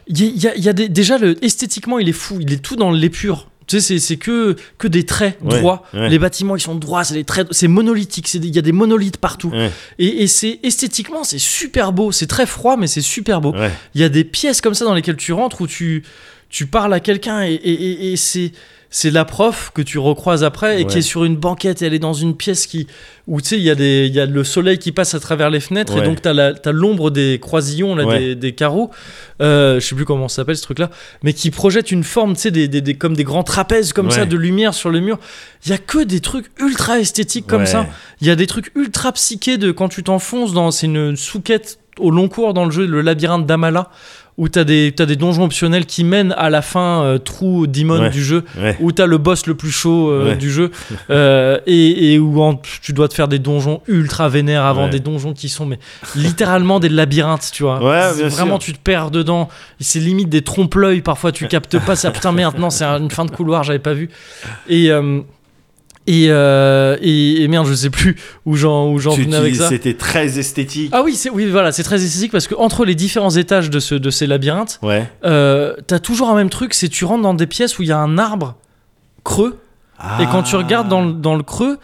Speaker 1: Il y a, il y a- il y a des- déjà le esthétiquement il est fou, il est tout dans l'épure. Tu sais, c'est- c'est que que des traits
Speaker 2: Ouais,
Speaker 1: droits.
Speaker 2: ouais.
Speaker 1: Les bâtiments ils sont droits, c'est des traits, c'est monolithique, c'est des- il y a des monolithes partout.
Speaker 2: Ouais.
Speaker 1: Et, et c'est esthétiquement c'est super beau, c'est très froid mais c'est super beau.
Speaker 2: Ouais.
Speaker 1: Il y a des pièces comme ça dans lesquelles tu rentres où tu, tu parles à quelqu'un et, et- et- et c'est, c'est la prof que tu recroises après et qui
Speaker 2: Ouais.
Speaker 1: est sur une banquette et elle est dans une pièce qui, où tu sais, il y, a des- il y a le soleil qui passe à travers les fenêtres et
Speaker 2: Ouais.
Speaker 1: donc t'as, la, t'as l'ombre des croisillons, là,
Speaker 2: Ouais.
Speaker 1: des, des carreaux, euh, je sais plus comment ça s'appelle ce truc-là, mais qui projette une forme, tu sais, des, des- des- comme des grands trapèzes comme
Speaker 2: Ouais.
Speaker 1: ça de lumière sur le mur. Il y a que des trucs ultra esthétiques comme
Speaker 2: Ouais.
Speaker 1: ça. Il y a des trucs ultra psychés de quand tu t'enfonces dans. C'est une sous-quête au long cours dans le jeu, le labyrinthe d'Amala, où t'as des, t'as des donjons optionnels qui mènent à la fin euh, trou demon
Speaker 2: Ouais.
Speaker 1: du jeu,
Speaker 2: Ouais.
Speaker 1: où t'as le boss le plus chaud euh,
Speaker 2: Ouais.
Speaker 1: du jeu, euh, et, et où en- tu dois te faire des donjons ultra vénères avant
Speaker 2: Ouais.
Speaker 1: des donjons qui sont mais, littéralement des labyrinthes, tu vois.
Speaker 2: Ouais, bien
Speaker 1: Vraiment, tu
Speaker 2: sûr.
Speaker 1: te perds dedans. C'est limite des trompe-l'œil, parfois tu captes pas ça. Putain, merde, non, c'est un- une fin de couloir, j'avais pas vu. Et. euh, et, euh, et, et merde, je sais plus où j'en où j'en
Speaker 2: Tu-
Speaker 1: venais
Speaker 2: tu-
Speaker 1: avec ça.
Speaker 2: C'était très esthétique.
Speaker 1: Ah oui, c'est oui, voilà, c'est très esthétique parce que entre les différents étages de ce de ces labyrinthes,
Speaker 2: Ouais.
Speaker 1: euh, t'as toujours un même truc, c'est tu rentres dans des pièces où il y a un arbre creux et quand tu regardes dans le, dans le creux,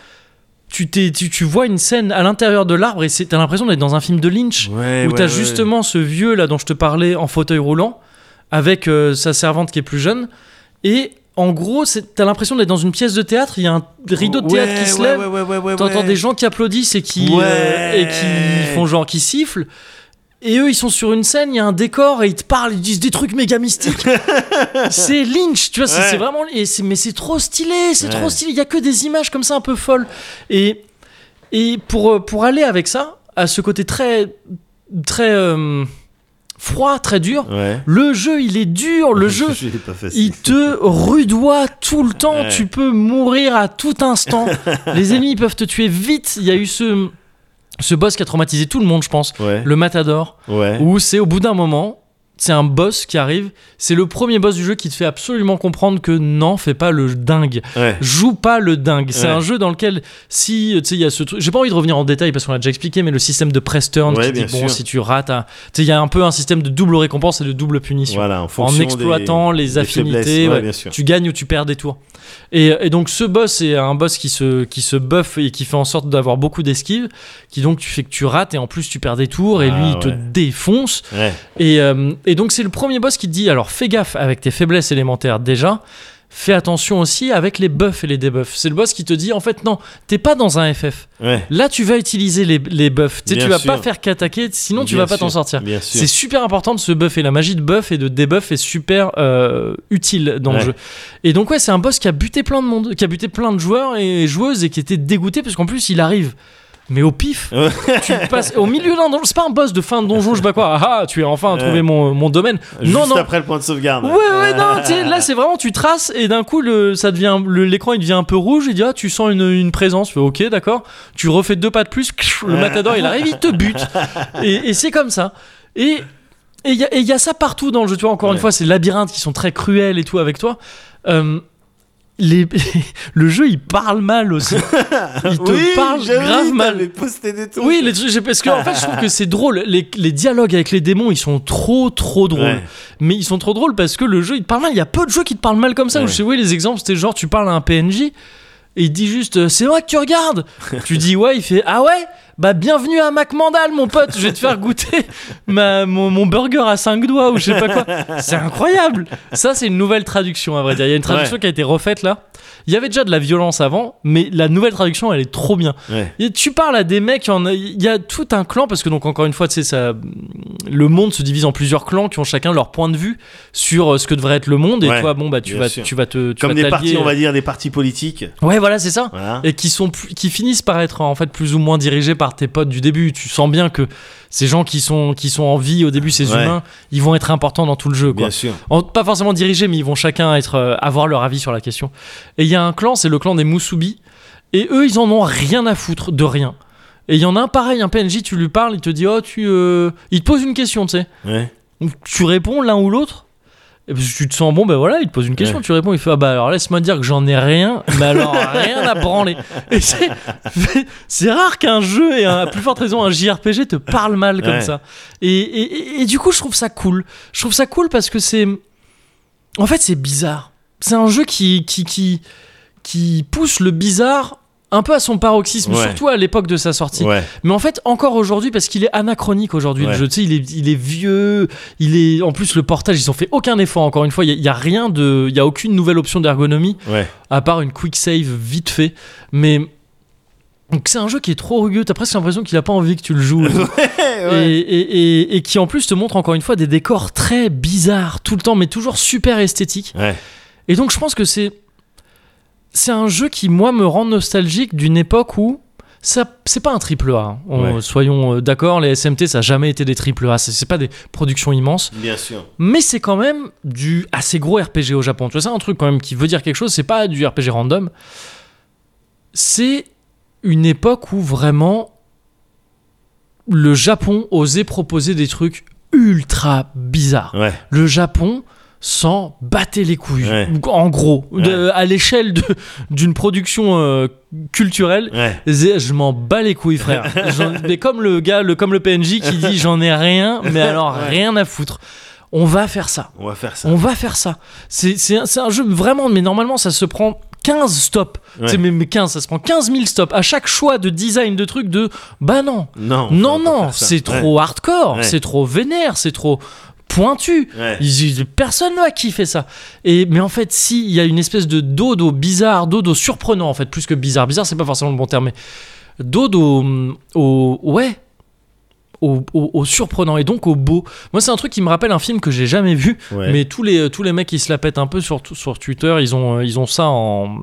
Speaker 1: tu t'es tu, tu vois une scène à l'intérieur de l'arbre et c'est t'as l'impression d'être dans un film de Lynch
Speaker 2: Ah, Ouais,
Speaker 1: où
Speaker 2: ouais,
Speaker 1: t'as
Speaker 2: ouais.
Speaker 1: justement ce vieux là dont je te parlais en fauteuil roulant avec euh, sa servante qui est plus jeune et en gros, c'est- t'as l'impression d'être dans une pièce de théâtre, il y a un rideau de théâtre
Speaker 2: Ouais,
Speaker 1: qui se
Speaker 2: ouais,
Speaker 1: lève,
Speaker 2: ouais, ouais, ouais, ouais,
Speaker 1: t'entends
Speaker 2: ouais.
Speaker 1: des gens qui applaudissent et qui,
Speaker 2: Ouais.
Speaker 1: euh, et qui font genre qui sifflent. Et eux, ils sont sur une scène, il y a un décor et ils te parlent, ils disent des trucs méga mystiques. c'est Lynch, tu vois, c'est
Speaker 2: Ouais.
Speaker 1: c'est vraiment. Et c'est- mais c'est trop stylé, c'est trop
Speaker 2: Ouais.
Speaker 1: stylé. Il y a que des images comme ça un peu folles. Et, et pour, euh, pour aller avec ça, à ce côté très, très euh, froid, très dur,
Speaker 2: Ouais.
Speaker 1: le jeu, il est dur, le jeu.
Speaker 2: Je l'ai pas fait.
Speaker 1: Il te rudoie tout le temps,
Speaker 2: Ouais.
Speaker 1: tu peux mourir à tout instant. Les ennemis peuvent te tuer vite. Il y a eu ce, ce boss qui a traumatisé tout le monde, je pense.
Speaker 2: Ouais.
Speaker 1: Le Matador,
Speaker 2: Ouais.
Speaker 1: où c'est au bout d'un moment, c'est un boss qui arrive. C'est le premier boss du jeu qui te fait absolument comprendre que non, fais pas le dingue.
Speaker 2: Ouais.
Speaker 1: Joue pas le dingue. C'est
Speaker 2: Ouais.
Speaker 1: un jeu dans lequel, si, euh, tu sais, il y a ce truc. J'ai pas envie de revenir en détail parce qu'on l'a déjà expliqué, mais le système de press turn
Speaker 2: Ouais,
Speaker 1: qui dit,
Speaker 2: bien
Speaker 1: bon,
Speaker 2: sûr.
Speaker 1: si tu rates, à- tu sais, il y a un peu un système de double récompense et de double punition
Speaker 2: Voilà, en,
Speaker 1: en
Speaker 2: fonction
Speaker 1: exploitant
Speaker 2: des-
Speaker 1: les
Speaker 2: des
Speaker 1: affinités,
Speaker 2: faiblesses. Ouais,
Speaker 1: ouais,
Speaker 2: bien sûr.
Speaker 1: tu gagnes ou tu perds des tours. Et, et donc ce boss est un boss qui se, qui se buff et qui fait en sorte d'avoir beaucoup d'esquives, qui donc tu fais que tu rates et en plus tu perds des tours et
Speaker 2: Ah,
Speaker 1: lui il te
Speaker 2: ouais.
Speaker 1: défonce.
Speaker 2: Ouais.
Speaker 1: Et, euh, et donc c'est le premier boss qui te dit alors fais gaffe avec tes faiblesses élémentaires déjà. Fais attention aussi avec les buffs et les debuffs. C'est le boss qui te dit en fait non, t'es pas dans un FF.
Speaker 2: Ouais.
Speaker 1: Là tu vas utiliser les, les buffs. Tu sais,
Speaker 2: Bien
Speaker 1: tu vas
Speaker 2: sûr.
Speaker 1: pas faire qu'attaquer, sinon tu
Speaker 2: Bien
Speaker 1: vas pas t'en
Speaker 2: sûr,
Speaker 1: sortir.
Speaker 2: Bien
Speaker 1: C'est
Speaker 2: sûr.
Speaker 1: super important de se buffer. La magie de buff et de debuff est super euh, utile dans le
Speaker 2: Ouais.
Speaker 1: jeu. Et donc, ouais, c'est un boss qui a buté plein de monde, qui a buté plein de joueurs et joueuses et qui était dégoûté parce qu'en plus, il arrive. Mais au pif,
Speaker 2: Ouais.
Speaker 1: tu passes au milieu d'un donjon. C'est pas un boss de fin de donjon, je sais pas quoi. Ah, ah, tu es enfin
Speaker 2: Ouais.
Speaker 1: trouvé mon, mon domaine. non,
Speaker 2: Juste
Speaker 1: non.
Speaker 2: après le point de sauvegarde.
Speaker 1: Ouais, ouais, non, tu sais, là c'est vraiment tu traces et d'un coup le, ça devient le- l'écran il devient un peu rouge et dit ah tu sens une, une présence, Tu fais, ok d'accord, tu refais deux pas de plus, le matador il arrive, il te bute et, et c'est comme ça et et il y, a- et il y a ça partout dans le jeu, tu vois encore une
Speaker 2: Ouais.
Speaker 1: fois ces labyrinthes qui sont très cruels et tout avec toi. Euh, les, le jeu il parle mal aussi, il te
Speaker 2: oui,
Speaker 1: parle
Speaker 2: j'avoue,
Speaker 1: grave mal.
Speaker 2: t'avais posté des trucs.
Speaker 1: Oui, les trucs, j'ai- parce que en fait, je trouve que c'est drôle. Les, les dialogues avec les démons, ils sont trop, trop drôles.
Speaker 2: Ouais.
Speaker 1: Mais ils sont trop drôles parce que le jeu, il te parle mal. Il y a peu de jeux qui te parlent mal comme ça. Où
Speaker 2: Ouais.
Speaker 1: je sais, oui, les exemples, c'était genre, tu parles à un PNJ et il te dit juste, euh, c'est moi que tu regardes. tu dis, ouais, il fait, ah ouais bah bienvenue à McMandal mon pote, je vais te faire goûter ma, mon, mon burger à 5 doigts ou je sais pas quoi. C'est incroyable. Ça c'est une nouvelle traduction à vrai dire. Il y a une traduction
Speaker 2: Ouais.
Speaker 1: qui a été refaite là. Il y avait déjà de la violence avant, mais la nouvelle traduction elle est trop bien.
Speaker 2: Ouais.
Speaker 1: Et tu parles à des mecs, il y en a- il y, a tout un clan, parce que donc encore une fois, tu sais, ça, le monde se divise en plusieurs clans qui ont chacun leur point de vue sur euh, ce que devrait être le monde, et
Speaker 2: Ouais,
Speaker 1: toi, bon, bah, tu
Speaker 2: bien
Speaker 1: vas,
Speaker 2: sûr.
Speaker 1: tu vas te. Tu
Speaker 2: Comme
Speaker 1: vas
Speaker 2: des
Speaker 1: t'allier,
Speaker 2: partis, on
Speaker 1: euh.
Speaker 2: va dire, des partis politiques.
Speaker 1: Ouais, voilà, c'est ça.
Speaker 2: Voilà.
Speaker 1: Et qui, sont, plus- qui finissent par être en fait plus ou moins dirigés par tes potes du début. Tu sens bien que ces gens qui sont, qui sont en vie au début, ces
Speaker 2: Ouais.
Speaker 1: humains, ils vont être importants dans tout le jeu. Quoi.
Speaker 2: Bien sûr.
Speaker 1: En- pas forcément dirigés, mais ils vont chacun être, euh, avoir leur avis sur la question. Et il y a un clan, c'est le clan des Musubi, et eux, ils en ont rien à foutre de rien. Et il y en a un pareil, un PNJ, tu lui parles, il te dit, oh, tu. euh, Il te pose une question, tu sais.
Speaker 2: Ouais.
Speaker 1: Donc, tu réponds l'un ou l'autre. Et puis, tu te sens bon, ben voilà, il te pose une question,
Speaker 2: Ouais.
Speaker 1: tu réponds, il fait ah bah alors laisse-moi dire que j'en ai rien, mais alors rien à branler. Et c'est, c'est rare qu'un jeu et un- à plus forte raison un JRPG te parle mal comme
Speaker 2: Ouais.
Speaker 1: ça. Et, et- et- et du coup, je trouve ça cool. Je trouve ça cool parce que c'est. En fait, c'est bizarre. C'est un jeu qui, qui, qui, qui pousse le bizarre un peu à son paroxysme,
Speaker 2: Ouais.
Speaker 1: surtout à l'époque de sa sortie.
Speaker 2: Ouais.
Speaker 1: Mais en fait, encore aujourd'hui, parce qu'il est anachronique aujourd'hui, le
Speaker 2: Ouais.
Speaker 1: jeu, tu sais, il est, il est vieux, il est. En plus, le portage, ils ont fait aucun effort, encore une fois, il n'y a, il y a rien de. Il n'y a aucune nouvelle option d'ergonomie,
Speaker 2: Ouais.
Speaker 1: à part une quick save vite fait. Mais. Donc, c'est un jeu qui est trop rugueux, t'as presque l'impression qu'il a pas envie que tu le joues.
Speaker 2: ouais.
Speaker 1: Et, et- et- et qui en plus te montre encore une fois des décors très bizarres tout le temps, mais toujours super esthétiques.
Speaker 2: Ouais.
Speaker 1: Et donc je pense que c'est c'est un jeu qui moi me rend nostalgique d'une époque où ça c'est pas un triple A. hein. On-
Speaker 2: Ouais.
Speaker 1: Soyons euh, d'accord, les SMT ça a jamais été des triple A. C'est- C'est pas des productions immenses,
Speaker 2: Bien sûr.
Speaker 1: mais c'est quand même du assez gros RPG au Japon. Tu vois, c'est un truc quand même qui veut dire quelque chose. C'est pas du RPG random. C'est une époque où vraiment le Japon osait proposer des trucs ultra bizarres
Speaker 2: Ouais.
Speaker 1: le Japon s'en battait les couilles,
Speaker 2: Ouais.
Speaker 1: en gros,
Speaker 2: Ouais.
Speaker 1: De- à l'échelle de- d'une production euh, culturelle.
Speaker 2: Ouais.
Speaker 1: c'est- Je m'en bats les couilles, frère. J'en- mais comme le gars, le, comme le PNJ qui dit j'en ai rien, mais alors
Speaker 2: Ouais.
Speaker 1: rien à foutre. On va faire ça.
Speaker 2: On va faire ça.
Speaker 1: On va faire ça. C'est c'est un, c'est un jeu vraiment, mais normalement, ça se prend 15 stops.
Speaker 2: Ouais.
Speaker 1: C'est- Mais, mais 15, ça se prend 15 000 stops. À chaque choix de design de truc, de bah non,
Speaker 2: Non. on
Speaker 1: non,
Speaker 2: va pas
Speaker 1: non,
Speaker 2: faire ça.
Speaker 1: c'est
Speaker 2: Ouais.
Speaker 1: trop hardcore,
Speaker 2: Ouais.
Speaker 1: c'est trop vénère, c'est trop. pointu.
Speaker 2: Ouais.
Speaker 1: Ils- ils- Personne n'a kiffé ça. Et, mais en fait, si, il y a une espèce de dodo bizarre, dodo surprenant, en fait, plus que bizarre. Bizarre, c'est pas forcément le bon terme, mais dodo. hum, Au, ouais. Au, au- au surprenant et donc au beau. Moi, c'est un truc qui me rappelle un film que j'ai jamais vu,
Speaker 2: Ouais.
Speaker 1: mais tous les, tous les mecs qui se la pètent un peu sur, sur Twitter, ils ont, euh, ils ont ça en,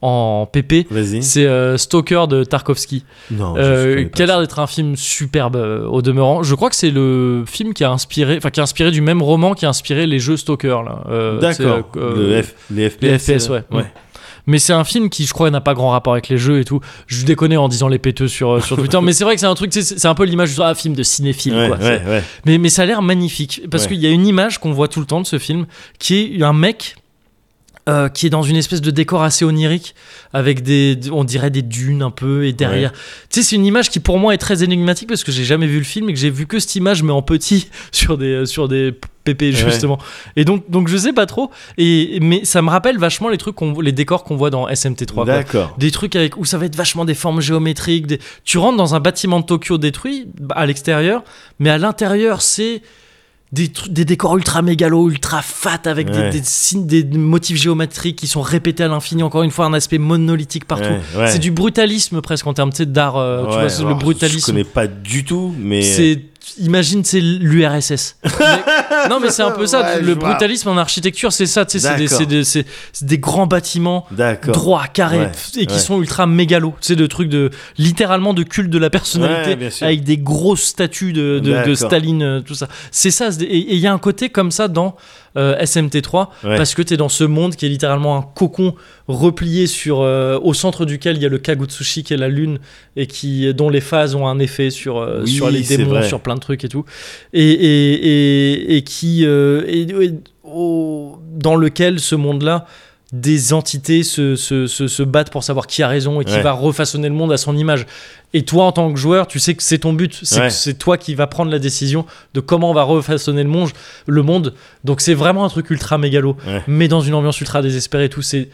Speaker 1: en PP.
Speaker 2: Vas-y.
Speaker 1: C'est euh, Stalker de Tarkovsky.
Speaker 2: Non. je- je
Speaker 1: Euh,
Speaker 2: connais pas
Speaker 1: qui a
Speaker 2: ça.
Speaker 1: l'air d'être un film superbe euh, au demeurant. Je crois que c'est le film qui a inspiré, enfin qui a inspiré du même roman qui a inspiré les jeux Stalker. là. Euh,
Speaker 2: D'accord.
Speaker 1: c'est, euh,
Speaker 2: Le F- les FPS.
Speaker 1: les FPS, ouais.
Speaker 2: euh,
Speaker 1: ouais. Mais c'est un film qui, je crois, n'a pas grand rapport avec les jeux et tout. Je déconne en disant les péteux sur, euh, sur Twitter, mais c'est vrai que c'est un truc, tu sais, c'est c'est un peu l'image du ah, film de cinéphile.
Speaker 2: Ouais,
Speaker 1: quoi.
Speaker 2: ouais, ouais.
Speaker 1: Mais, mais ça a l'air magnifique parce
Speaker 2: Ouais.
Speaker 1: qu'il y a une image qu'on voit tout le temps de ce film qui est un mec euh, qui est dans une espèce de décor assez onirique avec des, on dirait des dunes un peu et derrière. Tu sais, c'est une image qui pour moi est très énigmatique parce que j'ai jamais vu le film et que j'ai vu que cette image mais en petit sur des euh, sur des PP justement. Et donc donc je sais pas trop. Et mais ça me rappelle vachement les trucs qu'on les décors qu'on voit dans SMT3. quoi
Speaker 2: D'accord.
Speaker 1: des trucs avec où ça va être vachement des formes géométriques. des- Tu rentres dans un bâtiment de Tokyo détruit bah, à l'extérieur, mais à l'intérieur c'est des, tru- des décors ultra mégalo, ultra fat avec des-
Speaker 2: Ouais.
Speaker 1: des, signes- des motifs géométriques qui sont répétés à l'infini. Encore une fois, un aspect monolithique partout.
Speaker 2: Ouais, ouais.
Speaker 1: C'est du brutalisme presque en termes tu sais, d'art. euh, tu
Speaker 2: Ouais,
Speaker 1: vois, c'est le
Speaker 2: alors, Je
Speaker 1: brutalisme.
Speaker 2: connais pas du tout, mais.
Speaker 1: C'est imagine c'est l'URSS. Mais- non mais c'est un peu ça.
Speaker 2: Ouais, je
Speaker 1: le
Speaker 2: vois.
Speaker 1: brutalisme en architecture, c'est ça. tu sais, C'est des-
Speaker 2: D'accord.
Speaker 1: c'est des- c'est- c'est des grands bâtiments
Speaker 2: D'accord.
Speaker 1: droits, carrés,
Speaker 2: Ouais,
Speaker 1: pff, et qui
Speaker 2: ouais.
Speaker 1: sont ultra mégalos. C'est de trucs de littéralement de culte de la personnalité,
Speaker 2: Ouais, bien sûr.
Speaker 1: avec des grosses statues de, de- de
Speaker 2: D'accord.
Speaker 1: Staline, euh, tout ça. C'est ça, c'est- et et il y a un côté comme ça dans euh, SMT3,
Speaker 2: Ouais.
Speaker 1: parce que t'es dans ce monde qui est littéralement un cocon replié sur, euh, au centre duquel il y a le Kagutsushi qui est la lune, et qui, dont les phases ont un effet sur, euh,
Speaker 2: Oui,
Speaker 1: sur les
Speaker 2: c'est
Speaker 1: démons,
Speaker 2: vrai.
Speaker 1: sur plein de trucs et tout et, et, et, et qui euh, et- et- au- dans lequel ce monde-là des entités se, se, se, se battent pour savoir qui a raison et qui
Speaker 2: Ouais.
Speaker 1: va refaçonner le monde à son image. Et toi, en tant que joueur, tu sais que c'est ton but. C'est
Speaker 2: Ouais.
Speaker 1: que c'est toi qui vas prendre la décision de comment on va refaçonner le monde. Le monde. Donc c'est vraiment un truc ultra mégalo,
Speaker 2: Ouais.
Speaker 1: mais dans une ambiance ultra désespérée et tout. C'est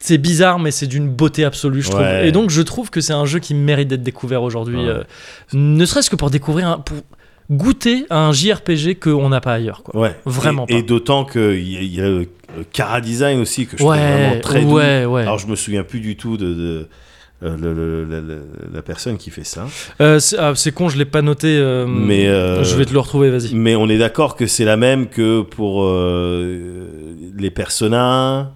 Speaker 1: c'est bizarre, mais c'est d'une beauté absolue, je trouve.
Speaker 2: Ouais.
Speaker 1: Et donc, je trouve que c'est un jeu qui mérite d'être découvert aujourd'hui.
Speaker 2: Ouais.
Speaker 1: euh, ne serait-ce que pour découvrir, un- pour goûter à un JRPG qu'on n'a pas ailleurs. Quoi.
Speaker 2: Ouais.
Speaker 1: Vraiment
Speaker 2: Et,
Speaker 1: pas.
Speaker 2: et d'autant qu'il y, a- il y a le le Cara Design aussi, que je trouve
Speaker 1: ouais,
Speaker 2: vraiment très doux. Ah
Speaker 1: ouais, ouais.
Speaker 2: Alors, je me souviens plus du tout de. de- euh, le- le- le- le- la personne qui fait ça.
Speaker 1: Euh, c'est ah, c'est con, je l'ai pas noté. euh,
Speaker 2: Mais, euh,
Speaker 1: je vais te le retrouver, vas-y.
Speaker 2: Mais on est d'accord que c'est la même que pour euh, les personnages.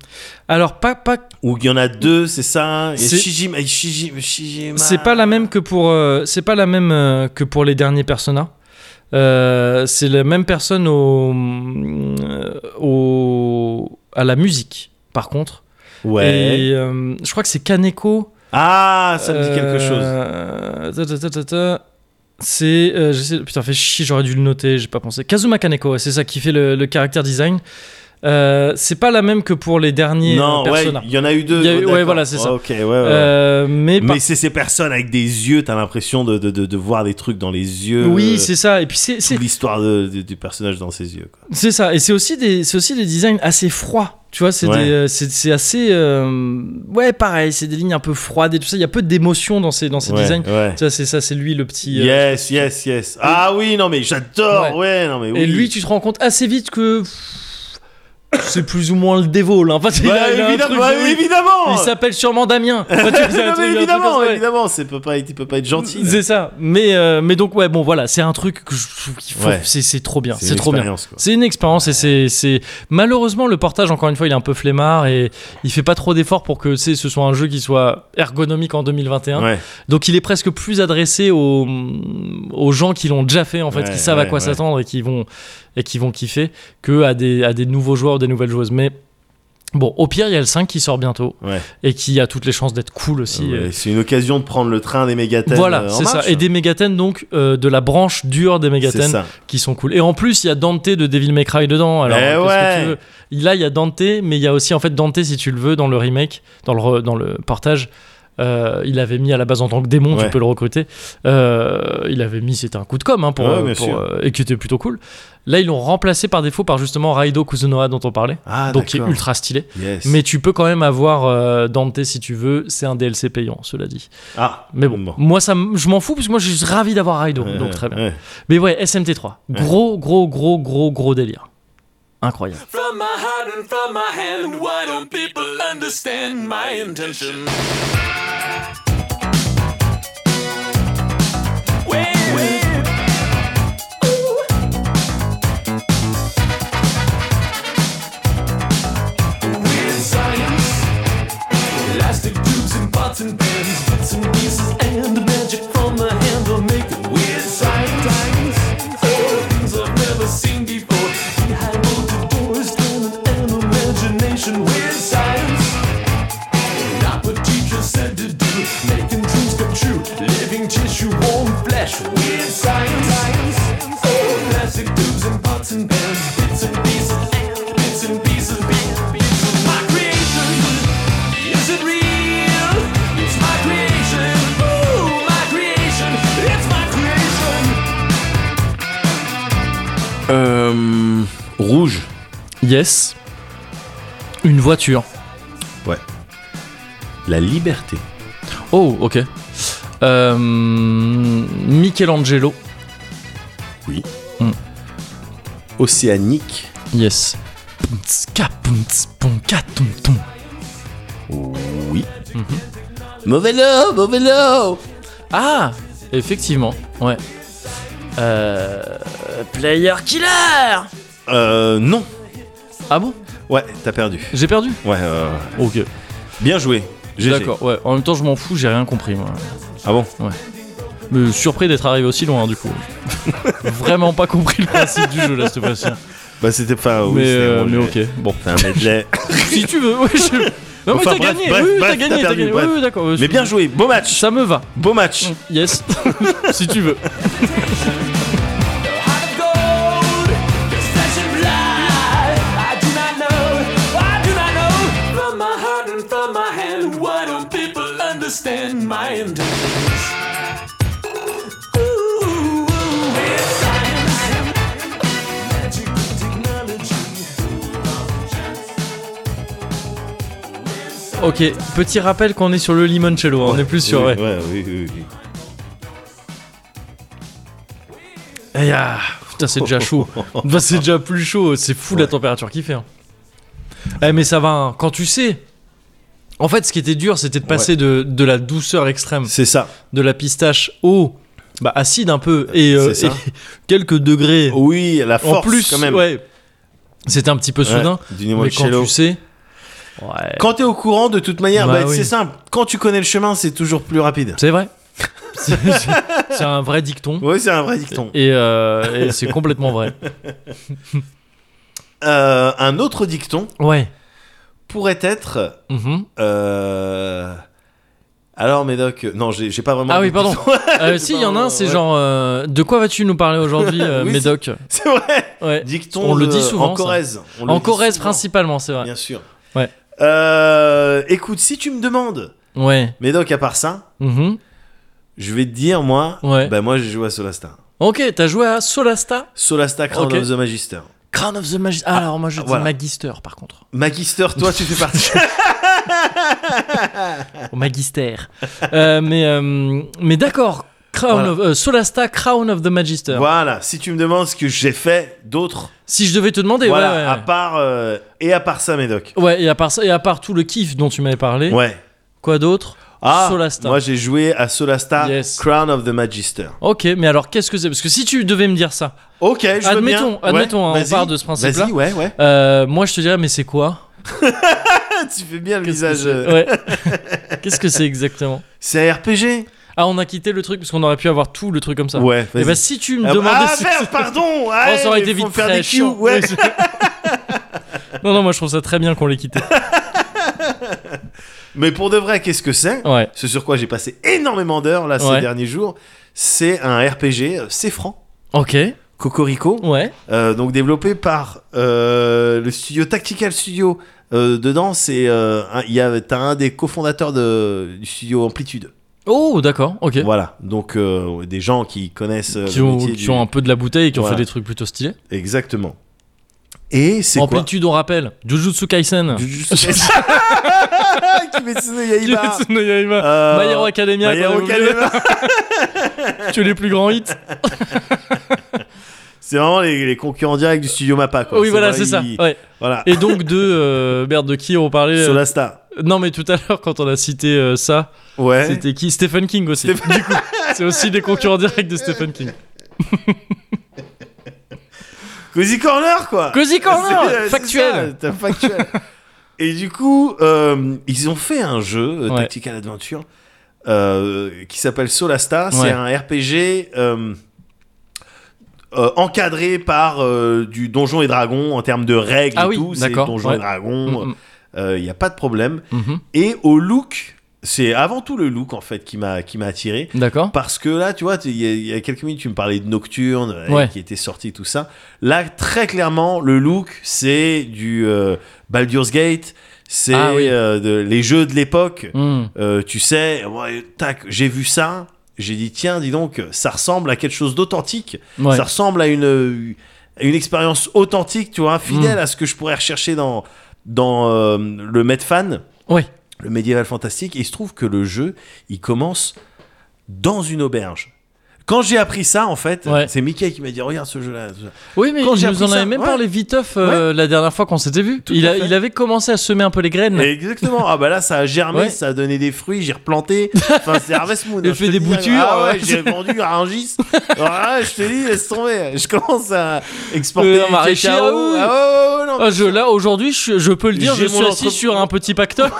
Speaker 1: Alors, pas, pas,
Speaker 2: Où il y en a deux, c'est ça Il y a
Speaker 1: C'est-
Speaker 2: Shijima- et Shijima- Shijima-
Speaker 1: c'est pas la même que pour, euh, c'est pas la même euh, que pour les derniers Persona. Euh, c'est la même personne au, euh, au, à la musique, par contre.
Speaker 2: Ouais.
Speaker 1: Et euh, je crois que c'est Kaneko.
Speaker 2: Ah, ça me dit quelque chose.
Speaker 1: Euh, ta, ta, ta, ta, ta. C'est. euh, j'essaie- putain, fait chier, j'aurais dû le noter, j'ai pas pensé. Kazuma Kaneko, ouais, c'est ça qui fait le, le caractère design. Euh, c'est pas la même que pour les derniers
Speaker 2: Non,
Speaker 1: euh,
Speaker 2: ouais,
Speaker 1: Persona.
Speaker 2: il y en a eu deux.
Speaker 1: Il y a eu-
Speaker 2: oh,
Speaker 1: ouais,
Speaker 2: d'accord.
Speaker 1: voilà, c'est ça.
Speaker 2: Ok, ouais, ouais.
Speaker 1: Euh, mais par-
Speaker 2: Mais c'est ces personnes avec des yeux, t'as l'impression de, de, de, de voir des trucs dans les yeux.
Speaker 1: oui,
Speaker 2: euh,
Speaker 1: c'est ça. Et puis c'est, c'est,
Speaker 2: toute l'histoire de- de- du personnage dans ses yeux. Quoi.
Speaker 1: c'est ça. Et c'est aussi des, c'est aussi des designs assez froids. Tu vois, c'est,
Speaker 2: Ouais.
Speaker 1: des, euh, c'est, c'est assez. euh, ouais, pareil, c'est des lignes un peu froides et tout ça. Il y a peu d'émotion dans ces, dans ces
Speaker 2: ouais,
Speaker 1: designs.
Speaker 2: ouais.
Speaker 1: Ça, c'est ça, c'est lui le petit. euh,
Speaker 2: Yes, yes, yes. Ah oui, non mais j'adore.
Speaker 1: Ouais.
Speaker 2: Ouais. non mais oui.
Speaker 1: Et lui, tu te rends compte assez vite que pff, c'est plus ou moins le dévol. Hein. Enfin, il
Speaker 2: Bah,
Speaker 1: a- il a un
Speaker 2: évidemment,
Speaker 1: truc
Speaker 2: bah,
Speaker 1: de-
Speaker 2: évidemment.
Speaker 1: Il s'appelle sûrement Damien. Enfin, tu vois, c'est un truc-
Speaker 2: Non, mais
Speaker 1: un truc
Speaker 2: évidemment,
Speaker 1: comme ça, ouais.
Speaker 2: évidemment, c'est peut pas, il peut pas être gentil. là.
Speaker 1: C'est ça. Mais, euh, mais donc, ouais, bon, voilà, c'est un truc que je trouve qu'il faut.
Speaker 2: Ouais.
Speaker 1: C'est, c'est trop bien.
Speaker 2: une
Speaker 1: C'est trop bien.
Speaker 2: expérience, quoi.
Speaker 1: C'est une expérience et c'est, c'est- malheureusement le portage encore une fois il est un peu flemmard et il fait pas trop d'efforts pour que tu sais, ce soit un jeu qui soit ergonomique en 2021
Speaker 2: Ouais,
Speaker 1: donc il est presque plus adressé aux, aux gens qui l'ont déjà fait en fait,
Speaker 2: Ouais,
Speaker 1: qui savent à
Speaker 2: ouais,
Speaker 1: quoi
Speaker 2: ouais.
Speaker 1: s'attendre et qui vont et qui vont kiffer, que à des à des nouveaux joueurs ou des nouvelles joueuses. Mais bon, au pire il y a le 5 qui sort bientôt
Speaker 2: ouais.
Speaker 1: et qui a toutes les chances d'être cool aussi.
Speaker 2: Ouais,
Speaker 1: euh.
Speaker 2: C'est une occasion de prendre le train des Mégathènes.
Speaker 1: Voilà,
Speaker 2: euh, en
Speaker 1: c'est ça.
Speaker 2: marche.
Speaker 1: Et des Megaten donc euh, de la branche dure des
Speaker 2: C'est
Speaker 1: Megaten
Speaker 2: ça.
Speaker 1: qui sont cool. Et en plus, il y a Dante de Devil May Cry dedans. Alors, euh,
Speaker 2: Eh
Speaker 1: qu'est-ce que
Speaker 2: ouais.
Speaker 1: tu veux Là, il y a Dante, mais il y a aussi en fait Dante si tu le veux dans le remake, dans le re- dans le portage. Euh, il avait mis à la base en tant que démon,
Speaker 2: Ouais.
Speaker 1: tu peux le recruter. Euh, il avait mis, c'était un coup de com, hein, pour,
Speaker 2: Ouais,
Speaker 1: euh,
Speaker 2: bien
Speaker 1: pour,
Speaker 2: sûr.
Speaker 1: euh, et qui était plutôt cool. Là, ils l'ont remplacé par défaut par justement Raido Kuzunoha dont on parlait,
Speaker 2: Ah,
Speaker 1: donc qui est
Speaker 2: d'accord.
Speaker 1: ultra stylé.
Speaker 2: Yes.
Speaker 1: Mais tu peux quand même avoir euh, Dante si tu veux, c'est un DLC payant, cela dit.
Speaker 2: Ah,
Speaker 1: Mais bon, moi ça, m- je m'en fous parce que moi je suis ravi d'avoir Raido,
Speaker 2: Ouais,
Speaker 1: donc très bien.
Speaker 2: ouais.
Speaker 1: Mais ouais, SMT3, gros, gros, gros, gros, gros délire. Incroyable.
Speaker 5: From my heart and from my hand, why don't people understand my intention? Wait, wait. Ooh. Weird science, elastic tubes and pots and pans, bits and pieces, and the magic from the hand will make it weird science. Oh, things I've never seen before. Behind bolted doors, talent and imagination, weird science. Not what teachers said to do, making dreams come true, living tissue, warm flesh, weird science. Oh, plastic tubes and pots and pans, bits and pieces, bits and pieces, bits of my creation. Is it real? It's my creation. Ooh, my creation. It's my creation.
Speaker 2: Euh, rouge.
Speaker 1: Yes. Une voiture.
Speaker 2: Ouais. La liberté.
Speaker 1: Oh, ok. Euh, Michelangelo.
Speaker 2: Océanique.
Speaker 1: Yes. Pumts, ka, pumts, pum, ka, tum, tum.
Speaker 2: Oui.
Speaker 1: Mhm.
Speaker 2: Mauvais lot, mauvais lot.
Speaker 1: Ah, effectivement, ouais. Euh, player Killer
Speaker 2: Euh, non.
Speaker 1: Ah bon
Speaker 2: Ouais, t'as perdu.
Speaker 1: J'ai perdu
Speaker 2: Ouais, euh,
Speaker 1: Ok,
Speaker 2: bien joué. GG.
Speaker 1: d'accord, ouais. En même temps, je m'en fous, j'ai rien compris, moi.
Speaker 2: Ah bon
Speaker 1: Mais surpris d'être arrivé aussi loin, du coup. Vraiment pas compris le principe du jeu, là, cette fois-ci.
Speaker 2: Bah c'était pas. oui,
Speaker 1: mais,
Speaker 2: c'était
Speaker 1: euh,
Speaker 2: bon,
Speaker 1: mais
Speaker 2: j'ai-
Speaker 1: ok, bon.
Speaker 2: C'est un medley.
Speaker 1: si tu veux, ouais, je... Non, mais
Speaker 2: Enfin,
Speaker 1: t'as
Speaker 2: bref,
Speaker 1: gagné,
Speaker 2: bref,
Speaker 1: oui, t'as
Speaker 2: bref, t'as
Speaker 1: gagné, t'as
Speaker 2: perdu,
Speaker 1: gagné.
Speaker 2: bref.
Speaker 1: Oui, oui, d'accord.
Speaker 2: Mais bien joué, beau match.
Speaker 1: Ça me va,
Speaker 2: Beau match.
Speaker 1: yes. si tu veux.
Speaker 5: Understand my intentions. Ooh, weird science, magic technology.
Speaker 1: Ok, petit rappel qu'on est sur le limoncello, hein, on est plus sur.
Speaker 2: Oui,
Speaker 1: ouais.
Speaker 2: ouais, oui, oui, oui.
Speaker 1: Aïe, ah, putain, c'est déjà chaud. Bah, c'est déjà plus chaud. C'est fou la température qu'il fait. hein. Eh, mais ça va, hein, quand tu sais. En fait, ce qui était dur, c'était de passer de, de la douceur extrême,
Speaker 2: C'est ça.
Speaker 1: de la pistache au bah, acide un peu, et, euh,
Speaker 2: C'est ça.
Speaker 1: et quelques degrés
Speaker 2: Oui, la
Speaker 1: en
Speaker 2: force
Speaker 1: plus.
Speaker 2: quand même.
Speaker 1: Ouais, c'était un petit peu soudain.
Speaker 2: Ouais, du
Speaker 1: mais quand
Speaker 2: limoncello.
Speaker 1: tu sais. Ouais.
Speaker 2: Quand t'es au courant, de toute manière,
Speaker 1: Bah
Speaker 2: bah,
Speaker 1: oui.
Speaker 2: c'est simple. Quand tu connais le chemin, c'est toujours plus rapide.
Speaker 1: C'est vrai. C'est- c'est c'est un vrai dicton.
Speaker 2: Oui, c'est un vrai dicton.
Speaker 1: Et, euh, et c'est complètement vrai.
Speaker 2: Euh, un autre dicton
Speaker 1: Ouais.
Speaker 2: pourrait être.
Speaker 1: Mhm.
Speaker 2: euh, Alors, Médoc, euh, non, j'ai j'ai pas vraiment.
Speaker 1: Ah
Speaker 2: de
Speaker 1: oui, pardon.
Speaker 2: dicton.
Speaker 1: Euh, si, il y en a un, c'est
Speaker 2: Ouais.
Speaker 1: genre euh, De quoi vas-tu nous parler aujourd'hui, euh,
Speaker 2: Oui,
Speaker 1: Médoc
Speaker 2: c'est vrai.
Speaker 1: Ouais.
Speaker 2: Dicton.
Speaker 1: On le
Speaker 2: de-
Speaker 1: dit souvent,
Speaker 2: En
Speaker 1: ça.
Speaker 2: Corrèze. On le
Speaker 1: En
Speaker 2: dit
Speaker 1: Corrèze,
Speaker 2: souvent,
Speaker 1: principalement, c'est vrai.
Speaker 2: Bien sûr.
Speaker 1: Ouais.
Speaker 2: Euh, écoute, si tu me demandes,
Speaker 1: Ouais.
Speaker 2: Médoc, à part ça,
Speaker 1: Mhm.
Speaker 2: je vais te dire, moi,
Speaker 1: Ouais.
Speaker 2: bah, moi, j'ai joué à Solasta.
Speaker 1: Ok, t'as joué à Solasta
Speaker 2: Solasta Crown
Speaker 1: Ok.
Speaker 2: of the Magister.
Speaker 1: Crown of the Magister. Ah, alors moi je dis
Speaker 2: voilà.
Speaker 1: Magister par contre.
Speaker 2: Magister, toi, tu fais partie.
Speaker 1: Au Magister. Euh, mais euh, mais d'accord. Crown
Speaker 2: Voilà.
Speaker 1: of- euh, Solasta, Crown of the Magister.
Speaker 2: voilà, si tu me demandes ce que j'ai fait d'autre,
Speaker 1: Si je devais te demander,
Speaker 2: voilà,
Speaker 1: ouais, ouais,
Speaker 2: à part euh, et à part ça, Médoc.
Speaker 1: ouais. Ouais, et à part ça, et à part tout le kiff dont tu m'avais parlé,
Speaker 2: Ouais.
Speaker 1: quoi d'autre
Speaker 2: Ah,
Speaker 1: Solasta.
Speaker 2: moi j'ai joué à Solasta
Speaker 1: Yes.
Speaker 2: Crown of the Magister.
Speaker 1: Ok, mais alors qu'est-ce que c'est Parce que si tu devais me dire ça,
Speaker 2: Ok, je veux bien.
Speaker 1: Admettons, admettons, hein, on
Speaker 2: vas-y.
Speaker 1: part de ce principe-là.
Speaker 2: Vas-y, ouais, ouais.
Speaker 1: euh, moi je te dirais, mais c'est quoi
Speaker 2: Ah, tu fais bien le
Speaker 1: Qu'est-ce
Speaker 2: visage.
Speaker 1: que c'est
Speaker 2: euh,
Speaker 1: Ouais. Qu'est-ce que c'est exactement
Speaker 2: C'est un RPG
Speaker 1: Ah, on a quitté le truc parce qu'on aurait pu avoir tout le truc comme ça.
Speaker 2: Ouais,
Speaker 1: Et
Speaker 2: vas-y.
Speaker 1: bah, si tu me
Speaker 2: Ah,
Speaker 1: demandais.
Speaker 2: ah,
Speaker 1: si-
Speaker 2: merde, pardon
Speaker 1: Oh,
Speaker 2: ouais,
Speaker 1: ça aurait
Speaker 2: mais
Speaker 1: été
Speaker 2: faut
Speaker 1: vite
Speaker 2: faire
Speaker 1: très
Speaker 2: des cues,
Speaker 1: chiant.
Speaker 2: ouais.
Speaker 1: non, non, moi je trouve ça très bien qu'on l'ait quitté.
Speaker 2: Mais pour de vrai, qu'est-ce que c'est
Speaker 1: Ouais.
Speaker 2: Ce sur quoi j'ai passé énormément d'heures là ces
Speaker 1: Ouais.
Speaker 2: derniers jours, c'est un RPG, euh, c'est franc.
Speaker 1: Ok.
Speaker 2: Cocorico,
Speaker 1: Ouais.
Speaker 2: euh, donc développé par euh, le studio Tactical Studio. Euh, dedans, c'est euh, un- il y a t'as un des cofondateurs de, du studio Amplitude.
Speaker 1: Oh, d'accord, ok.
Speaker 2: Voilà, donc euh, des gens qui connaissent euh,
Speaker 1: Qui
Speaker 2: le
Speaker 1: ont,
Speaker 2: métier
Speaker 1: qui
Speaker 2: du-
Speaker 1: ont un peu de la bouteille et qui ont
Speaker 2: Voilà.
Speaker 1: fait des trucs plutôt stylés.
Speaker 2: exactement. Et c'est quoi
Speaker 1: Amplitude, on rappelle. Jujutsu Kaisen.
Speaker 2: Jujutsu Kaisen. Kimetsu no Yaiba.
Speaker 1: Jujutsu no Yaiba.
Speaker 2: Euh,
Speaker 1: My Hero Academia.
Speaker 2: My
Speaker 1: quoi,
Speaker 2: Hero
Speaker 1: vous voulez.
Speaker 2: Academia.
Speaker 1: Tu es les plus grands hits.
Speaker 2: C'est vraiment les, les concurrents directs du studio Mappa. Quoi.
Speaker 1: Ah oui, voilà, c'est ça.
Speaker 2: vraiment- ils-
Speaker 1: Ouais.
Speaker 2: Voilà.
Speaker 1: Et donc de euh, merde de qui on parlait euh,
Speaker 2: Solasta.
Speaker 1: Non, mais tout à l'heure quand on a cité euh, ça,
Speaker 2: Ouais.
Speaker 1: c'était qui Stephen King aussi. Du coup, c'est aussi des concurrents directs de Stephen King.
Speaker 2: Cozy Corner, quoi.
Speaker 1: Cozy Corner,
Speaker 2: C'est- c'est
Speaker 1: factuel.
Speaker 2: ça, t'as factuel. Et du coup, euh, ils ont fait un jeu, euh,
Speaker 1: Ouais.
Speaker 2: Tactical Adventure, euh, qui s'appelle Solasta.
Speaker 1: Ouais.
Speaker 2: C'est un RPG euh, euh, encadré par euh, du Donjon et Dragon en termes de règles
Speaker 1: Ah
Speaker 2: et
Speaker 1: oui,
Speaker 2: tout. C'est
Speaker 1: d'accord,
Speaker 2: Donjon
Speaker 1: ouais.
Speaker 2: et Dragon,
Speaker 1: Mhm,
Speaker 2: il n'y a pas de problème.
Speaker 1: mhm.
Speaker 2: Et au look, c'est avant tout le look, en fait, qui m'a qui m'a attiré.
Speaker 1: D'accord.
Speaker 2: Parce que là, tu vois, tu- il y, a- il y a quelques minutes, tu me parlais de Nocturne, euh,
Speaker 1: Ouais.
Speaker 2: qui était sorti, tout ça. Là, très clairement, le look, c'est du euh, Baldur's Gate, c'est
Speaker 1: Ah oui.
Speaker 2: euh, de- les jeux de l'époque.
Speaker 1: Mhm.
Speaker 2: Euh, tu sais, ouais, tac, j'ai vu ça, j'ai dit, tiens, dis donc, ça ressemble à quelque chose d'authentique,
Speaker 1: Ouais.
Speaker 2: ça ressemble à une, à une expérience authentique, tu vois, fidèle
Speaker 1: Mm.
Speaker 2: à ce que je pourrais rechercher dans, dans euh, le Medfan
Speaker 1: Ouais.
Speaker 2: le médiéval fantastique. Et il se trouve que le jeu, il commence dans une auberge. Quand j'ai appris ça, en fait,
Speaker 1: Ouais.
Speaker 2: c'est Mickey qui m'a dit Regarde ce jeu-là. ce jeu-là.
Speaker 1: Oui, mais
Speaker 2: Quand
Speaker 1: il
Speaker 2: j'ai
Speaker 1: nous
Speaker 2: appris
Speaker 1: en avait
Speaker 2: ça,
Speaker 1: même
Speaker 2: ouais.
Speaker 1: parlé viteuf euh, la dernière fois qu'on s'était vu.
Speaker 2: Tout
Speaker 1: Il,
Speaker 2: à
Speaker 1: a-
Speaker 2: fait.
Speaker 1: il avait commencé à semer un peu les graines.
Speaker 2: Et Exactement. Ah, bah là, ça a germé,
Speaker 1: Ouais.
Speaker 2: ça a donné des fruits, j'ai replanté. Enfin, c'est Harvest Moon.
Speaker 1: Il
Speaker 2: hein, je
Speaker 1: fait
Speaker 2: te
Speaker 1: des
Speaker 2: dis,
Speaker 1: boutures,
Speaker 2: Ah ouais,
Speaker 1: ouais.
Speaker 2: j'ai vendu à Rungis. Ah, je te dis, laisse tomber. Je commence à
Speaker 1: Euh,
Speaker 2: exporter
Speaker 1: un maraîchis,
Speaker 2: cacao.
Speaker 1: ah oui.
Speaker 2: Ah ouais, ouais, ouais, non.
Speaker 1: Ah, je, là, aujourd'hui, je, je peux le dire, je
Speaker 2: J'ai
Speaker 1: suis
Speaker 2: mon
Speaker 1: assis
Speaker 2: entreprise.
Speaker 1: sur un petit pactole.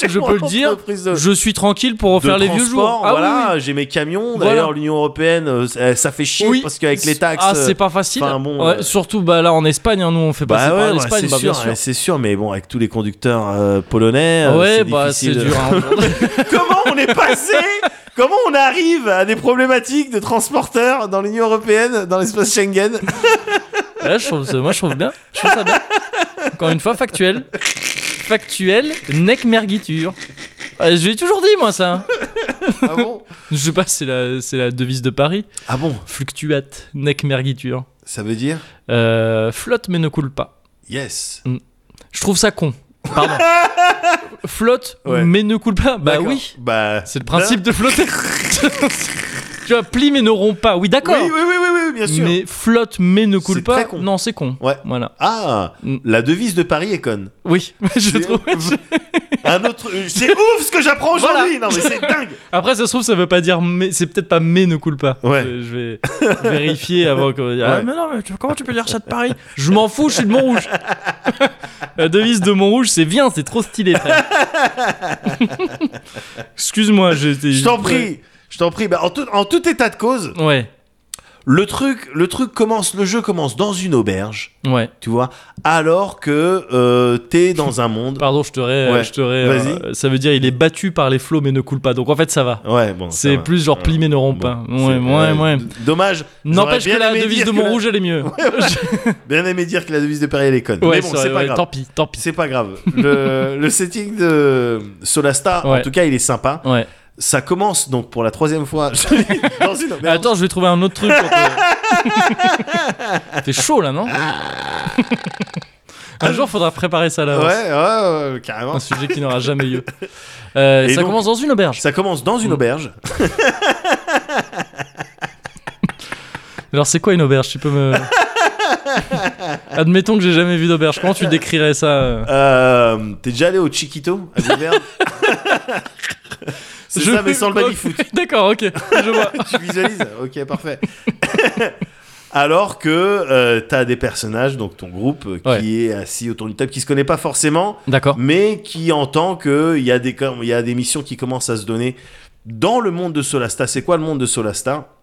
Speaker 2: J'ai
Speaker 1: je
Speaker 2: mon
Speaker 1: peux le dire,
Speaker 2: entreprise de-
Speaker 1: Je suis tranquille pour
Speaker 2: de
Speaker 1: refaire les vieux jours.
Speaker 2: transport,
Speaker 1: Ah oui,
Speaker 2: voilà, j'ai mes camions.
Speaker 1: Voilà.
Speaker 2: D'ailleurs, l'Union Européenne, euh, ça- ça fait chier
Speaker 1: Oui.
Speaker 2: parce qu'avec les taxes. euh,
Speaker 1: Ah, c'est pas facile.
Speaker 2: enfin, bon,
Speaker 1: Ouais,
Speaker 2: euh,
Speaker 1: Surtout bah, là en Espagne, hein, nous on fait passer
Speaker 2: Bah ouais,
Speaker 1: par
Speaker 2: ouais,
Speaker 1: l'Espagne,
Speaker 2: c'est
Speaker 1: bah, bien
Speaker 2: sûr,
Speaker 1: sûr.
Speaker 2: ouais, c'est sûr, mais bon, avec tous les conducteurs euh, polonais, euh,
Speaker 1: ouais,
Speaker 2: c'est
Speaker 1: bah c'est
Speaker 2: difficile.
Speaker 1: dur. hein.
Speaker 2: Comment on est passé Comment on arrive à des problématiques de transporteurs dans l'Union européenne, dans l'espace Schengen
Speaker 1: Là, je trouve ça- moi je trouve bien. Je trouve ça bien. Encore une fois, factuel. Factuel, nec mergiture. Ah, je l'ai toujours dit moi ça. hein.
Speaker 2: Ah bon
Speaker 1: Je sais pas, c'est la, c'est la devise de Paris.
Speaker 2: Ah bon
Speaker 1: Fluctuate, nec mergiture.
Speaker 2: Ça veut dire
Speaker 1: Euh, flotte mais ne coule pas.
Speaker 2: yes.
Speaker 1: Je trouve ça con. Pardon. flotte
Speaker 2: Ouais.
Speaker 1: mais ne coule pas. Bah
Speaker 2: D'accord.
Speaker 1: oui.
Speaker 2: Bah
Speaker 1: C'est le principe de flotter. tu vois, plie mais ne rompt pas. Oui,
Speaker 2: Oui,
Speaker 1: d'accord.
Speaker 2: oui, oui, oui, oui, bien sûr.
Speaker 1: mais flotte mais ne coule
Speaker 2: C'est
Speaker 1: pas.
Speaker 2: très con.
Speaker 1: Non, c'est con.
Speaker 2: Ouais.
Speaker 1: Voilà.
Speaker 2: Ah,
Speaker 1: Mm.
Speaker 2: la devise de Paris est conne.
Speaker 1: Oui, je
Speaker 2: C'est-
Speaker 1: trouve.
Speaker 2: Un autre, euh, c'est ouf ce que j'apprends
Speaker 1: Voilà.
Speaker 2: aujourd'hui. Non mais c'est dingue.
Speaker 1: Après, ça se trouve, ça veut pas dire mais. C'est peut-être pas mais ne coule pas.
Speaker 2: Ouais.
Speaker 1: Je, je vais vérifier avant qu'on dise, Ah,
Speaker 2: Ouais.
Speaker 1: mais non, mais tu- comment tu peux dire ça de Paris Je m'en fous, je suis de Montrouge. La devise de Montrouge, c'est bien, c'est trop stylé, frère. Excuse-moi, j'étais.
Speaker 2: Je t'en prie, je t'en prie. Bah, en tout- en tout état de cause,
Speaker 1: Ouais,
Speaker 2: le truc, le truc commence, le jeu commence dans une auberge.
Speaker 1: ouais.
Speaker 2: tu vois, alors que euh, t'es dans un monde.
Speaker 1: Pardon, je te ré,
Speaker 2: Ouais,
Speaker 1: je te ré-
Speaker 2: vas-y.
Speaker 1: euh, ça veut dire il est battu par les flots mais ne coule pas. Donc en fait ça va.
Speaker 2: Ouais, bon. ça
Speaker 1: C'est
Speaker 2: va.
Speaker 1: plus genre pli mais ne rompt pas.
Speaker 2: Bon,
Speaker 1: Ouais,
Speaker 2: c'est- euh,
Speaker 1: ouais, ouais.
Speaker 2: d- Dommage.
Speaker 1: N'empêche
Speaker 2: j'aurais
Speaker 1: que
Speaker 2: bien
Speaker 1: la
Speaker 2: aimé
Speaker 1: devise
Speaker 2: dire
Speaker 1: de
Speaker 2: que
Speaker 1: Montrouge elle est mieux.
Speaker 2: la- Bien aimé dire que la devise de Paris elle est conne.
Speaker 1: Ouais,
Speaker 2: Mais bon,
Speaker 1: ça-
Speaker 2: c'est pas
Speaker 1: ouais,
Speaker 2: grave.
Speaker 1: Tant pis, tant pis.
Speaker 2: C'est pas grave. Le, le setting de Solasta,
Speaker 1: Ouais.
Speaker 2: en tout cas, il est sympa.
Speaker 1: Ouais.
Speaker 2: Ça commence donc pour la troisième fois je dis, dans une
Speaker 1: Mais
Speaker 2: auberge.
Speaker 1: attends, je vais trouver un autre truc. pour te- T'es chaud là, non Un jour, faudra préparer ça là.
Speaker 2: Ouais, ouais, ouais, carrément.
Speaker 1: Un sujet qui n'aura jamais lieu. Euh,
Speaker 2: Et
Speaker 1: ça
Speaker 2: donc-
Speaker 1: commence dans une auberge.
Speaker 2: Ça commence dans
Speaker 1: Mm.
Speaker 2: une auberge.
Speaker 1: Alors, c'est quoi une auberge Tu peux me. Admettons que j'ai jamais vu d'auberge. Comment tu décrirais ça euh
Speaker 2: Euh, T'es déjà allé au Chiquito à Gouverne C'est
Speaker 1: Je-
Speaker 2: ça, mais sans le baby-foot.
Speaker 1: D'accord, ok. Je vois.
Speaker 2: tu visualises Ok, parfait. Alors que euh, t'as des personnages, donc ton groupe, euh, qui
Speaker 1: Ouais.
Speaker 2: est assis autour d'une table, qui se connaît pas forcément,
Speaker 1: D'accord.
Speaker 2: mais qui entend qu'il y, a des com- il y a des missions qui commencent à se donner dans le monde de Solasta. C'est quoi le monde de Solasta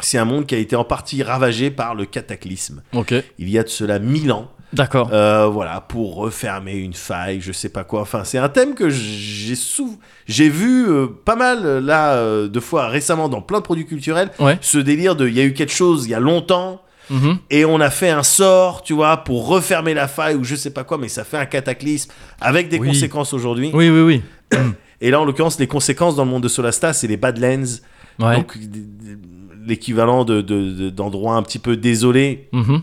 Speaker 2: C'est un monde qui a été en partie ravagé par le cataclysme.
Speaker 1: Ok.
Speaker 2: Il y a de cela mille ans.
Speaker 1: D'accord.
Speaker 2: Euh, voilà, pour refermer une faille, je sais pas quoi. Enfin, c'est un thème que j'ai sou- j'ai vu euh, pas mal euh, là euh, de fois récemment dans plein de produits culturels.
Speaker 1: Ouais.
Speaker 2: Ce délire de, il y a eu quelque chose il y a longtemps.
Speaker 1: Mhm.
Speaker 2: et on a fait un sort, tu vois, pour refermer la faille ou je sais pas quoi, mais ça fait un cataclysme avec des
Speaker 1: Oui.
Speaker 2: conséquences aujourd'hui.
Speaker 1: Oui, oui, oui.
Speaker 2: Et là, en l'occurrence, les conséquences dans le monde de Solasta, c'est les Badlands,
Speaker 1: Ouais.
Speaker 2: donc d- d- l'équivalent de- de- de- d'endroits un petit peu désolés
Speaker 1: Mhm.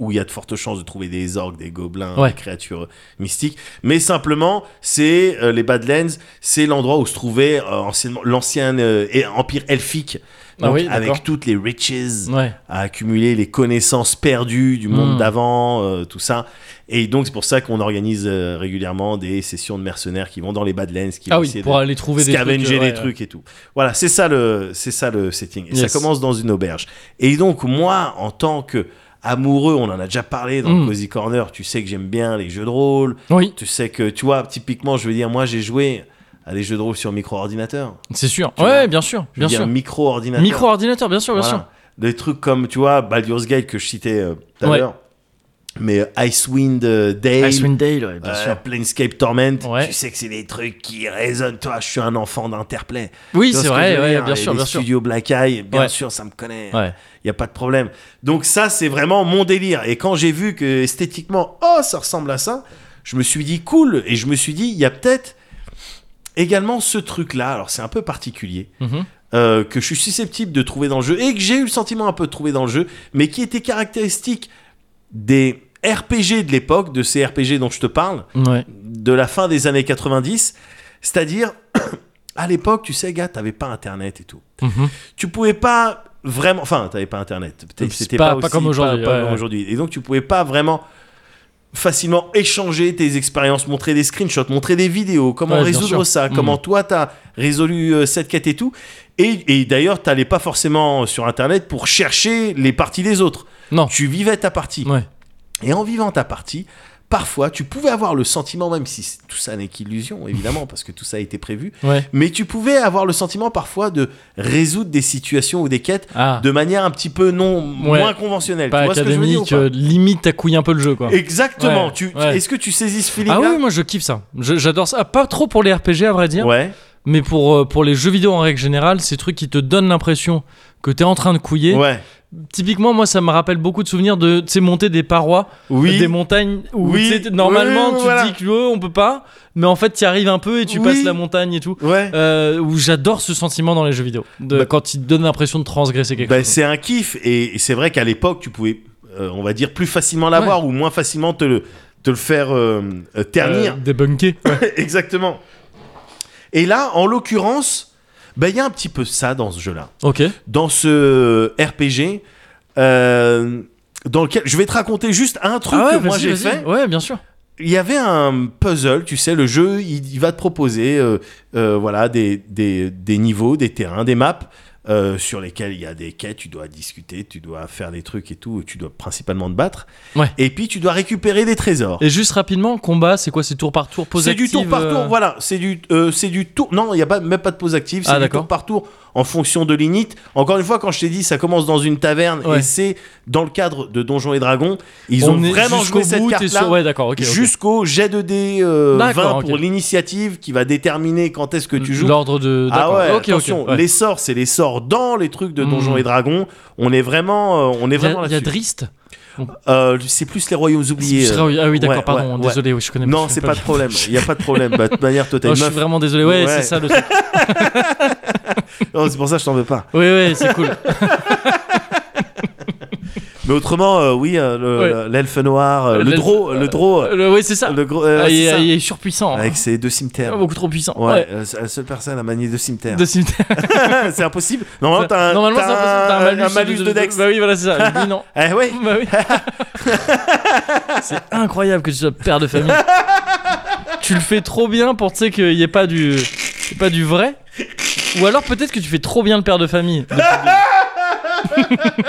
Speaker 2: où il y a de fortes chances de trouver des orques, des gobelins,
Speaker 1: Ouais.
Speaker 2: des créatures mystiques. Mais simplement, c'est euh, les Badlands, c'est l'endroit où se trouvait euh, anciennement l'ancien euh, et- empire elfique,
Speaker 1: Ah
Speaker 2: Donc,
Speaker 1: oui, d'accord.
Speaker 2: avec toutes les riches
Speaker 1: Ouais.
Speaker 2: à accumuler les connaissances perdues du monde
Speaker 1: Mm.
Speaker 2: d'avant, euh, tout ça. Et donc c'est pour ça qu'on organise euh, régulièrement des sessions de mercenaires qui vont dans les Badlands, qui
Speaker 1: Ah
Speaker 2: vont
Speaker 1: oui,
Speaker 2: essayer
Speaker 1: pour
Speaker 2: de
Speaker 1: aller trouver des trucs.
Speaker 2: scavenger
Speaker 1: euh, ouais,
Speaker 2: des trucs et tout. Voilà, c'est ça le, c'est ça le setting. Et ça
Speaker 1: Yes.
Speaker 2: commence dans une auberge. Et donc moi, en tant que amoureux, on en a déjà parlé dans
Speaker 1: Mm.
Speaker 2: le Cozy Corner. Tu sais que j'aime bien les jeux de rôle.
Speaker 1: ouais. Oui,
Speaker 2: Tu sais que, tu vois, typiquement, je veux dire, moi j'ai joué à des jeux de rôle sur micro-ordinateur.
Speaker 1: c'est sûr.
Speaker 2: Tu vois,
Speaker 1: Ouais, bien sûr,
Speaker 2: Je veux
Speaker 1: bien
Speaker 2: dire
Speaker 1: sûr.
Speaker 2: micro-ordinateur.
Speaker 1: Micro-ordinateur, bien sûr, bien
Speaker 2: Voilà.
Speaker 1: sûr.
Speaker 2: Des trucs comme, tu vois, Baldur's Gate que je citais euh, tout à
Speaker 1: Ouais.
Speaker 2: l'heure. Mais euh, Icewind euh, Dale.
Speaker 1: Icewind Dale, ouais, bien
Speaker 2: euh,
Speaker 1: sûr.
Speaker 2: Planescape Torment,
Speaker 1: Ouais.
Speaker 2: tu sais que c'est des trucs qui résonnent. Toi, je suis un enfant d'Interplay.
Speaker 1: Oui, c'est
Speaker 2: Tu vois ce que je
Speaker 1: vrai,
Speaker 2: veux
Speaker 1: ouais,
Speaker 2: dire
Speaker 1: bien
Speaker 2: Et
Speaker 1: sûr,
Speaker 2: les
Speaker 1: bien sûr.
Speaker 2: Studios Black Eye, bien
Speaker 1: Ouais.
Speaker 2: sûr, ça me connaît. Il
Speaker 1: Ouais.
Speaker 2: n'y a pas de problème. Donc ça, c'est vraiment mon délire. Et quand j'ai vu que esthétiquement, oh, ça ressemble à ça, je me suis dit cool. Et je me suis dit, il y a peut-être également ce truc-là. Alors c'est un peu particulier
Speaker 1: Mhm.
Speaker 2: euh, que je suis susceptible de trouver dans le jeu et que j'ai eu le sentiment un peu de trouver dans le jeu, mais qui était caractéristique des RPG de l'époque, de ces RPG dont je te parle,
Speaker 1: Mhm. Ouais.
Speaker 2: de la fin des années 90. C'est-à-dire, à l'époque, tu sais, gars, t'avais pas Internet et tout.
Speaker 1: Mhm.
Speaker 2: Tu pouvais pas vraiment. Enfin, t'avais pas Internet. Peut-être
Speaker 1: C'est
Speaker 2: C'était
Speaker 1: pas-
Speaker 2: pas,
Speaker 1: pas
Speaker 2: aussi-
Speaker 1: comme aujourd'hui,
Speaker 2: pas
Speaker 1: ouais,
Speaker 2: comme
Speaker 1: ouais.
Speaker 2: aujourd'hui. Et donc, tu pouvais pas vraiment facilement échanger tes expériences, montrer des screenshots, montrer des vidéos, comment
Speaker 1: Ouais, bien
Speaker 2: résoudre
Speaker 1: sûr.
Speaker 2: ça,
Speaker 1: Mhm.
Speaker 2: comment toi t'as résolu euh, cette quête et tout. Et, et d'ailleurs, t'allais pas forcément sur Internet pour chercher les parties des autres.
Speaker 1: Non.
Speaker 2: Tu vivais ta partie.
Speaker 1: Ouais.
Speaker 2: Et en vivant ta partie, parfois, tu pouvais avoir le sentiment, même si tout ça n'est qu'illusion, évidemment, parce que tout ça a été prévu,
Speaker 1: Ouais.
Speaker 2: mais tu pouvais avoir le sentiment parfois de résoudre des situations ou des quêtes
Speaker 1: Ah.
Speaker 2: de manière un petit peu non
Speaker 1: Ouais.
Speaker 2: moins conventionnelle.
Speaker 1: Pas
Speaker 2: tu vois ce que je veux dire ou
Speaker 1: académique,
Speaker 2: pas
Speaker 1: euh, limite à couiller un peu le jeu, quoi.
Speaker 2: Exactement.
Speaker 1: Ouais,
Speaker 2: Tu, tu-
Speaker 1: ouais.
Speaker 2: Est-ce que tu saisis ce feeling
Speaker 1: Ah oui, moi je kiffe ça. Je- J'adore ça. Ah, Pas trop pour les RPG à vrai dire,
Speaker 2: Ouais.
Speaker 1: mais pour, euh, pour les jeux vidéo en règle générale, ces trucs qui te donnent l'impression que t'es en train de couiller.
Speaker 2: Ouais.
Speaker 1: Typiquement, moi ça me rappelle beaucoup de souvenirs de tu sais, monter des parois,
Speaker 2: Oui.
Speaker 1: des montagnes où
Speaker 2: Oui.
Speaker 1: tu sais, normalement
Speaker 2: Oui,
Speaker 1: tu
Speaker 2: voilà.
Speaker 1: te dis que oh, on peut pas, mais en fait tu arrives un peu et tu
Speaker 2: Oui.
Speaker 1: passes la montagne et tout.
Speaker 2: Ouais.
Speaker 1: Euh, où j'adore ce sentiment dans les jeux vidéo, de,
Speaker 2: Bah-
Speaker 1: quand ils te donnent l'impression de transgresser quelque
Speaker 2: Bah,
Speaker 1: chose.
Speaker 2: c'est un kiff et, et c'est vrai qu'à l'époque tu pouvais, euh, on va dire, plus facilement l'avoir ou moins facilement te le, te le faire euh, euh, ternir.
Speaker 1: Euh, débunker.
Speaker 2: Exactement. Et là, en l'occurrence, ben, il y a un petit peu ça dans ce jeu-là.
Speaker 1: ok.
Speaker 2: Dans ce RPG, euh, dans lequel je vais te raconter juste un truc
Speaker 1: Ah ouais,
Speaker 2: que moi
Speaker 1: vas-y,
Speaker 2: j'ai
Speaker 1: vas-y.
Speaker 2: fait.
Speaker 1: Ouais, bien sûr.
Speaker 2: Il y avait un puzzle, tu sais, le jeu, il, il va te proposer euh, euh, voilà, des, des- des niveaux, des terrains, des maps. euh, sur lesquels il y a des quêtes, tu dois discuter, tu dois faire des trucs et tout, tu dois principalement te battre.
Speaker 1: Ouais.
Speaker 2: Et puis tu dois récupérer des trésors.
Speaker 1: Et juste rapidement, combat, c'est quoi C'est tour par tour, pose
Speaker 2: C'est du tour
Speaker 1: active,
Speaker 2: par tour,
Speaker 1: euh,
Speaker 2: voilà. C'est du, euh, c'est du tour. Non, il n'y a pas, même pas de pause active. C'est
Speaker 1: Ah,
Speaker 2: du
Speaker 1: d'accord.
Speaker 2: tour par tour en fonction de l'init. Encore une fois, quand je t'ai dit, ça commence dans une taverne
Speaker 1: Ouais.
Speaker 2: et c'est dans le cadre de Donjons et Dragons. Ils
Speaker 1: On
Speaker 2: ont
Speaker 1: est
Speaker 2: vraiment
Speaker 1: jusqu'au
Speaker 2: joué cette
Speaker 1: bout, t'es
Speaker 2: carte-là.
Speaker 1: sûr- Ouais, d'accord, ok. ok.
Speaker 2: Jusqu'au jet de dés euh,
Speaker 1: D'accord,
Speaker 2: 20 pour
Speaker 1: ok.
Speaker 2: l'initiative qui va déterminer quand est-ce que tu joues.
Speaker 1: L'ordre de.
Speaker 2: Ah
Speaker 1: d'accord.
Speaker 2: ouais,
Speaker 1: Ok, ok,
Speaker 2: attention,
Speaker 1: ouais.
Speaker 2: les sorts, c'est les sorts dans les trucs de Donjons
Speaker 1: Mm.
Speaker 2: et Dragons. On est vraiment, euh, on
Speaker 1: Il y
Speaker 2: est
Speaker 1: a-
Speaker 2: vraiment
Speaker 1: il y a
Speaker 2: là-dessus.
Speaker 1: Drist
Speaker 2: Euh, c'est plus les royaumes oubliés.
Speaker 1: C'est- Ah oui, ah oui, d'accord,
Speaker 2: ouais,
Speaker 1: pardon,
Speaker 2: ouais, ouais.
Speaker 1: désolé, oui, je connais
Speaker 2: Non,
Speaker 1: je
Speaker 2: c'est
Speaker 1: connais
Speaker 2: pas de
Speaker 1: bien.
Speaker 2: problème. Il y a pas de problème. Bah, de toute manière, toi, t'as
Speaker 1: Oh,
Speaker 2: une
Speaker 1: je suis
Speaker 2: meuf.
Speaker 1: vraiment désolé, ouais,
Speaker 2: Ouais.
Speaker 1: c'est ça le truc.
Speaker 2: Non, c'est pour ça que je t'en veux pas.
Speaker 1: Oui, oui, c'est cool.
Speaker 2: Mais autrement, euh, oui, euh, le-
Speaker 1: Ouais.
Speaker 2: le- l'elfe noir, euh, le
Speaker 1: L'elfe-
Speaker 2: draw, le draw, euh,
Speaker 1: Le- Oui, c'est ça.
Speaker 2: le gros, euh,
Speaker 1: Ah, il,
Speaker 2: c'est
Speaker 1: est-
Speaker 2: ça.
Speaker 1: il est surpuissant. hein.
Speaker 2: avec ses deux cimetières.
Speaker 1: Beaucoup trop puissant.
Speaker 2: Ouais,
Speaker 1: oh, Ouais.
Speaker 2: euh, c'est la seule personne à manier deux cimetières.
Speaker 1: De cimetière.
Speaker 2: c'est impossible. Normalement, t'as un,
Speaker 1: Normalement, c'est
Speaker 2: t'as
Speaker 1: impossible. T'as un malus,
Speaker 2: de, Dex.
Speaker 1: Bah oui, voilà, c'est ça. Lui, non.
Speaker 2: Eh oui.
Speaker 1: Bah oui. c'est incroyable que tu sois père de famille. tu le fais trop bien pour tu sais qu'il n'y ait pas du, qu'il y ait pas du vrai. Ou alors peut-être que tu fais trop bien le père de famille. depuis le début.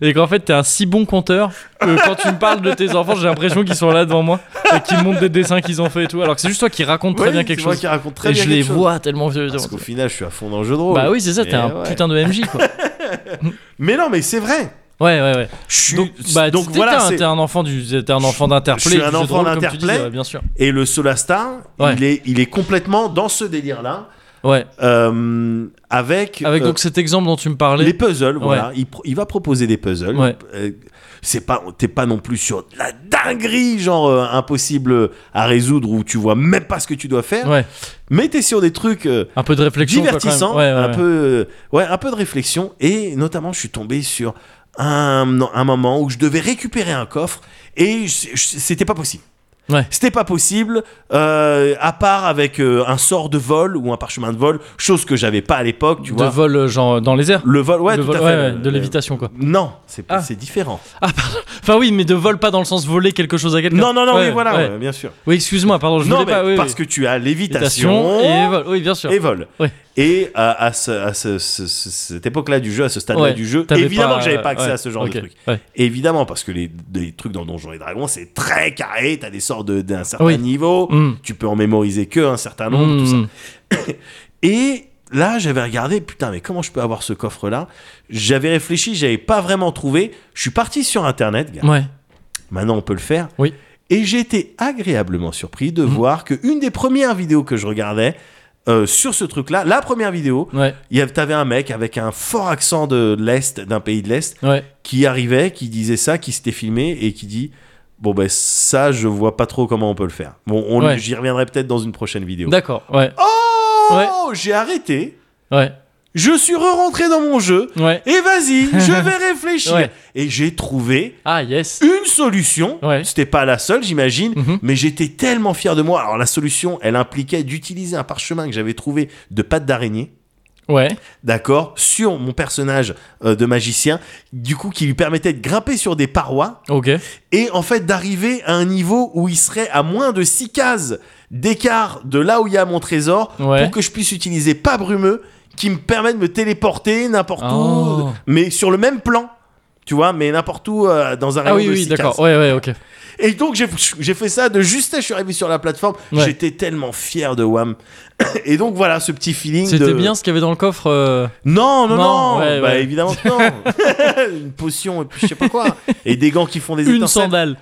Speaker 1: Et qu'en fait t'es un si bon conteur que quand tu me parles de tes enfants j'ai l'impression qu'ils sont là devant moi et qu'ils montent des dessins qu'ils ont fait et tout alors que c'est juste toi qui raconte très
Speaker 2: Oui,
Speaker 1: bien
Speaker 2: c'est
Speaker 1: quelque
Speaker 2: moi
Speaker 1: chose
Speaker 2: qui raconte très
Speaker 1: et
Speaker 2: bien
Speaker 1: je les
Speaker 2: quelque chose.
Speaker 1: vois tellement vieux
Speaker 2: Parce qu'au final, je suis à fond dans le jeu de rôle.
Speaker 1: bah oui c'est ça t'es
Speaker 2: Et
Speaker 1: un
Speaker 2: ouais.
Speaker 1: putain de MJ quoi
Speaker 2: Mais non, mais c'est vrai.
Speaker 1: ouais ouais ouais
Speaker 2: Je suis-
Speaker 1: donc, bah,
Speaker 2: donc
Speaker 1: t'es- t'es
Speaker 2: voilà.
Speaker 1: un-
Speaker 2: c'est-
Speaker 1: t'es un enfant du, t'es un enfant
Speaker 2: Je
Speaker 1: d'Interplay.
Speaker 2: suis
Speaker 1: du
Speaker 2: un
Speaker 1: jeu de
Speaker 2: enfant
Speaker 1: rôle, comme tu dis,
Speaker 2: d'Interplay.
Speaker 1: ouais, bien sûr.
Speaker 2: Et le Solasta,
Speaker 1: Ouais.
Speaker 2: il est, il est complètement dans ce délire-là.
Speaker 1: Ouais.
Speaker 2: euh, avec,
Speaker 1: Avec
Speaker 2: euh,
Speaker 1: donc cet exemple dont tu me parlais.
Speaker 2: les puzzles. Voilà, il, pro- il va proposer des puzzles.
Speaker 1: Ouais.
Speaker 2: Euh, C'est pas, t'es pas non plus sur de la dinguerie, genre euh, impossible à résoudre où tu vois même pas ce que tu dois faire.
Speaker 1: Ouais.
Speaker 2: Mais t'es sur des trucs euh,
Speaker 1: Un peu de réflexion. quoi, quand
Speaker 2: divertissants,
Speaker 1: même. Ouais, ouais,
Speaker 2: un
Speaker 1: ouais.
Speaker 2: peu, euh, ouais, un peu de réflexion. Et notamment, je suis tombé sur un, non, un moment où je devais récupérer un coffre et je- je- c'était pas possible.
Speaker 1: Ouais.
Speaker 2: C'était pas possible, euh, à part avec euh, un sort de vol ou un parchemin de vol, chose que j'avais pas à l'époque, tu
Speaker 1: de
Speaker 2: vois.
Speaker 1: vol euh, genre dans les airs.
Speaker 2: Le vol, ouais,
Speaker 1: de
Speaker 2: tout
Speaker 1: vol-
Speaker 2: à fait. Euh,
Speaker 1: ouais, ouais, de
Speaker 2: Le-
Speaker 1: lévitation quoi.
Speaker 2: non, c'est pas-
Speaker 1: Ah.
Speaker 2: c'est différent.
Speaker 1: Enfin oui, mais de vol pas dans le sens voler quelque chose à quelqu'un.
Speaker 2: Non, non, non,
Speaker 1: Ouais,
Speaker 2: oui, voilà,
Speaker 1: ouais.
Speaker 2: ouais, bien sûr.
Speaker 1: Oui, excuse-moi, pardon, je
Speaker 2: non,
Speaker 1: voulais
Speaker 2: mais
Speaker 1: pas. oui,
Speaker 2: parce
Speaker 1: oui.
Speaker 2: que tu as lévitation
Speaker 1: Lévitation et vol. Oui, bien sûr.
Speaker 2: et vol.
Speaker 1: Ouais.
Speaker 2: Et à, à ce- à ce- ce- ce- cette époque-là du jeu, à ce stade-là
Speaker 1: Ouais,
Speaker 2: du jeu,
Speaker 1: t'avais euh,
Speaker 2: évidemment que j'avais pas accès
Speaker 1: ouais,
Speaker 2: à ce genre
Speaker 1: ok,
Speaker 2: de truc.
Speaker 1: ouais.
Speaker 2: Évidemment, parce que les, les trucs dans Donjons et Dragons, c'est très carré, t'as des sorts de- d'un certain
Speaker 1: Oui.
Speaker 2: niveau,
Speaker 1: Mm.
Speaker 2: tu peux en mémoriser que un certain nombre, tout ça.
Speaker 1: Mm.
Speaker 2: Et là, j'avais regardé, putain, mais comment je peux avoir ce coffre-là J'avais réfléchi, j'avais pas vraiment trouvé. Je suis parti sur Internet, gars.
Speaker 1: Hmm, Ouais.
Speaker 2: Maintenant, on peut le faire.
Speaker 1: Oui. Mhm.
Speaker 2: Et j'ai été agréablement surpris de voir que une des premières vidéos que je regardais euh, sur ce truc-là, la première vidéo,
Speaker 1: Ouais.
Speaker 2: il y avait- t'avais un mec avec un fort accent de l'est, d'un pays de l'est,
Speaker 1: Ouais.
Speaker 2: qui arrivait, qui disait ça, qui s'était filmé et qui dit. Bon ben ça je vois pas trop comment on peut le faire. Bon on-
Speaker 1: Ouais.
Speaker 2: j'y reviendrai peut-être dans une prochaine vidéo.
Speaker 1: D'accord. Ouais.
Speaker 2: Oh j'ai arrêté.
Speaker 1: Ouais.
Speaker 2: Je suis re-rentré dans mon jeu
Speaker 1: Ouais.
Speaker 2: et vas-y je vais réfléchir.
Speaker 1: Ouais.
Speaker 2: Et j'ai trouvé
Speaker 1: Ah yes.
Speaker 2: une solution.
Speaker 1: Ouais.
Speaker 2: C'était pas la seule, j'imagine,
Speaker 1: Mhm.
Speaker 2: mais j'étais tellement fier de moi. Alors la solution, elle impliquait d'utiliser un parchemin que j'avais trouvé de pâte d'araignée.
Speaker 1: Ouais.
Speaker 2: D'accord, sur mon personnage euh, de magicien, du coup, qui lui permettait de grimper sur des parois
Speaker 1: Ok.
Speaker 2: et en fait d'arriver à un niveau où il serait à moins de 6 cases d'écart de là où il y a mon trésor
Speaker 1: Ouais.
Speaker 2: pour que je puisse utiliser pas brumeux qui me permet de me téléporter n'importe
Speaker 1: Oh.
Speaker 2: où, mais sur le même plan, tu vois, mais n'importe où euh, dans un
Speaker 1: Ah
Speaker 2: rayon
Speaker 1: oui,
Speaker 2: de
Speaker 1: oui,
Speaker 2: six
Speaker 1: d'accord.
Speaker 2: cases.
Speaker 1: Ouais, ouais, ok.
Speaker 2: Et donc j'ai j'ai fait ça de justesse, je suis arrivé sur la plateforme,
Speaker 1: Ouais.
Speaker 2: j'étais tellement fier de Wham. Et donc voilà ce petit feeling
Speaker 1: C'était
Speaker 2: de-
Speaker 1: bien ce qu'il y avait dans le coffre. euh,
Speaker 2: Non, non, non,
Speaker 1: Non, ouais,
Speaker 2: bah
Speaker 1: ouais.
Speaker 2: évidemment que non. Une potion et puis je sais pas quoi et des gants qui font des
Speaker 1: Une
Speaker 2: étincelles.
Speaker 1: sandale.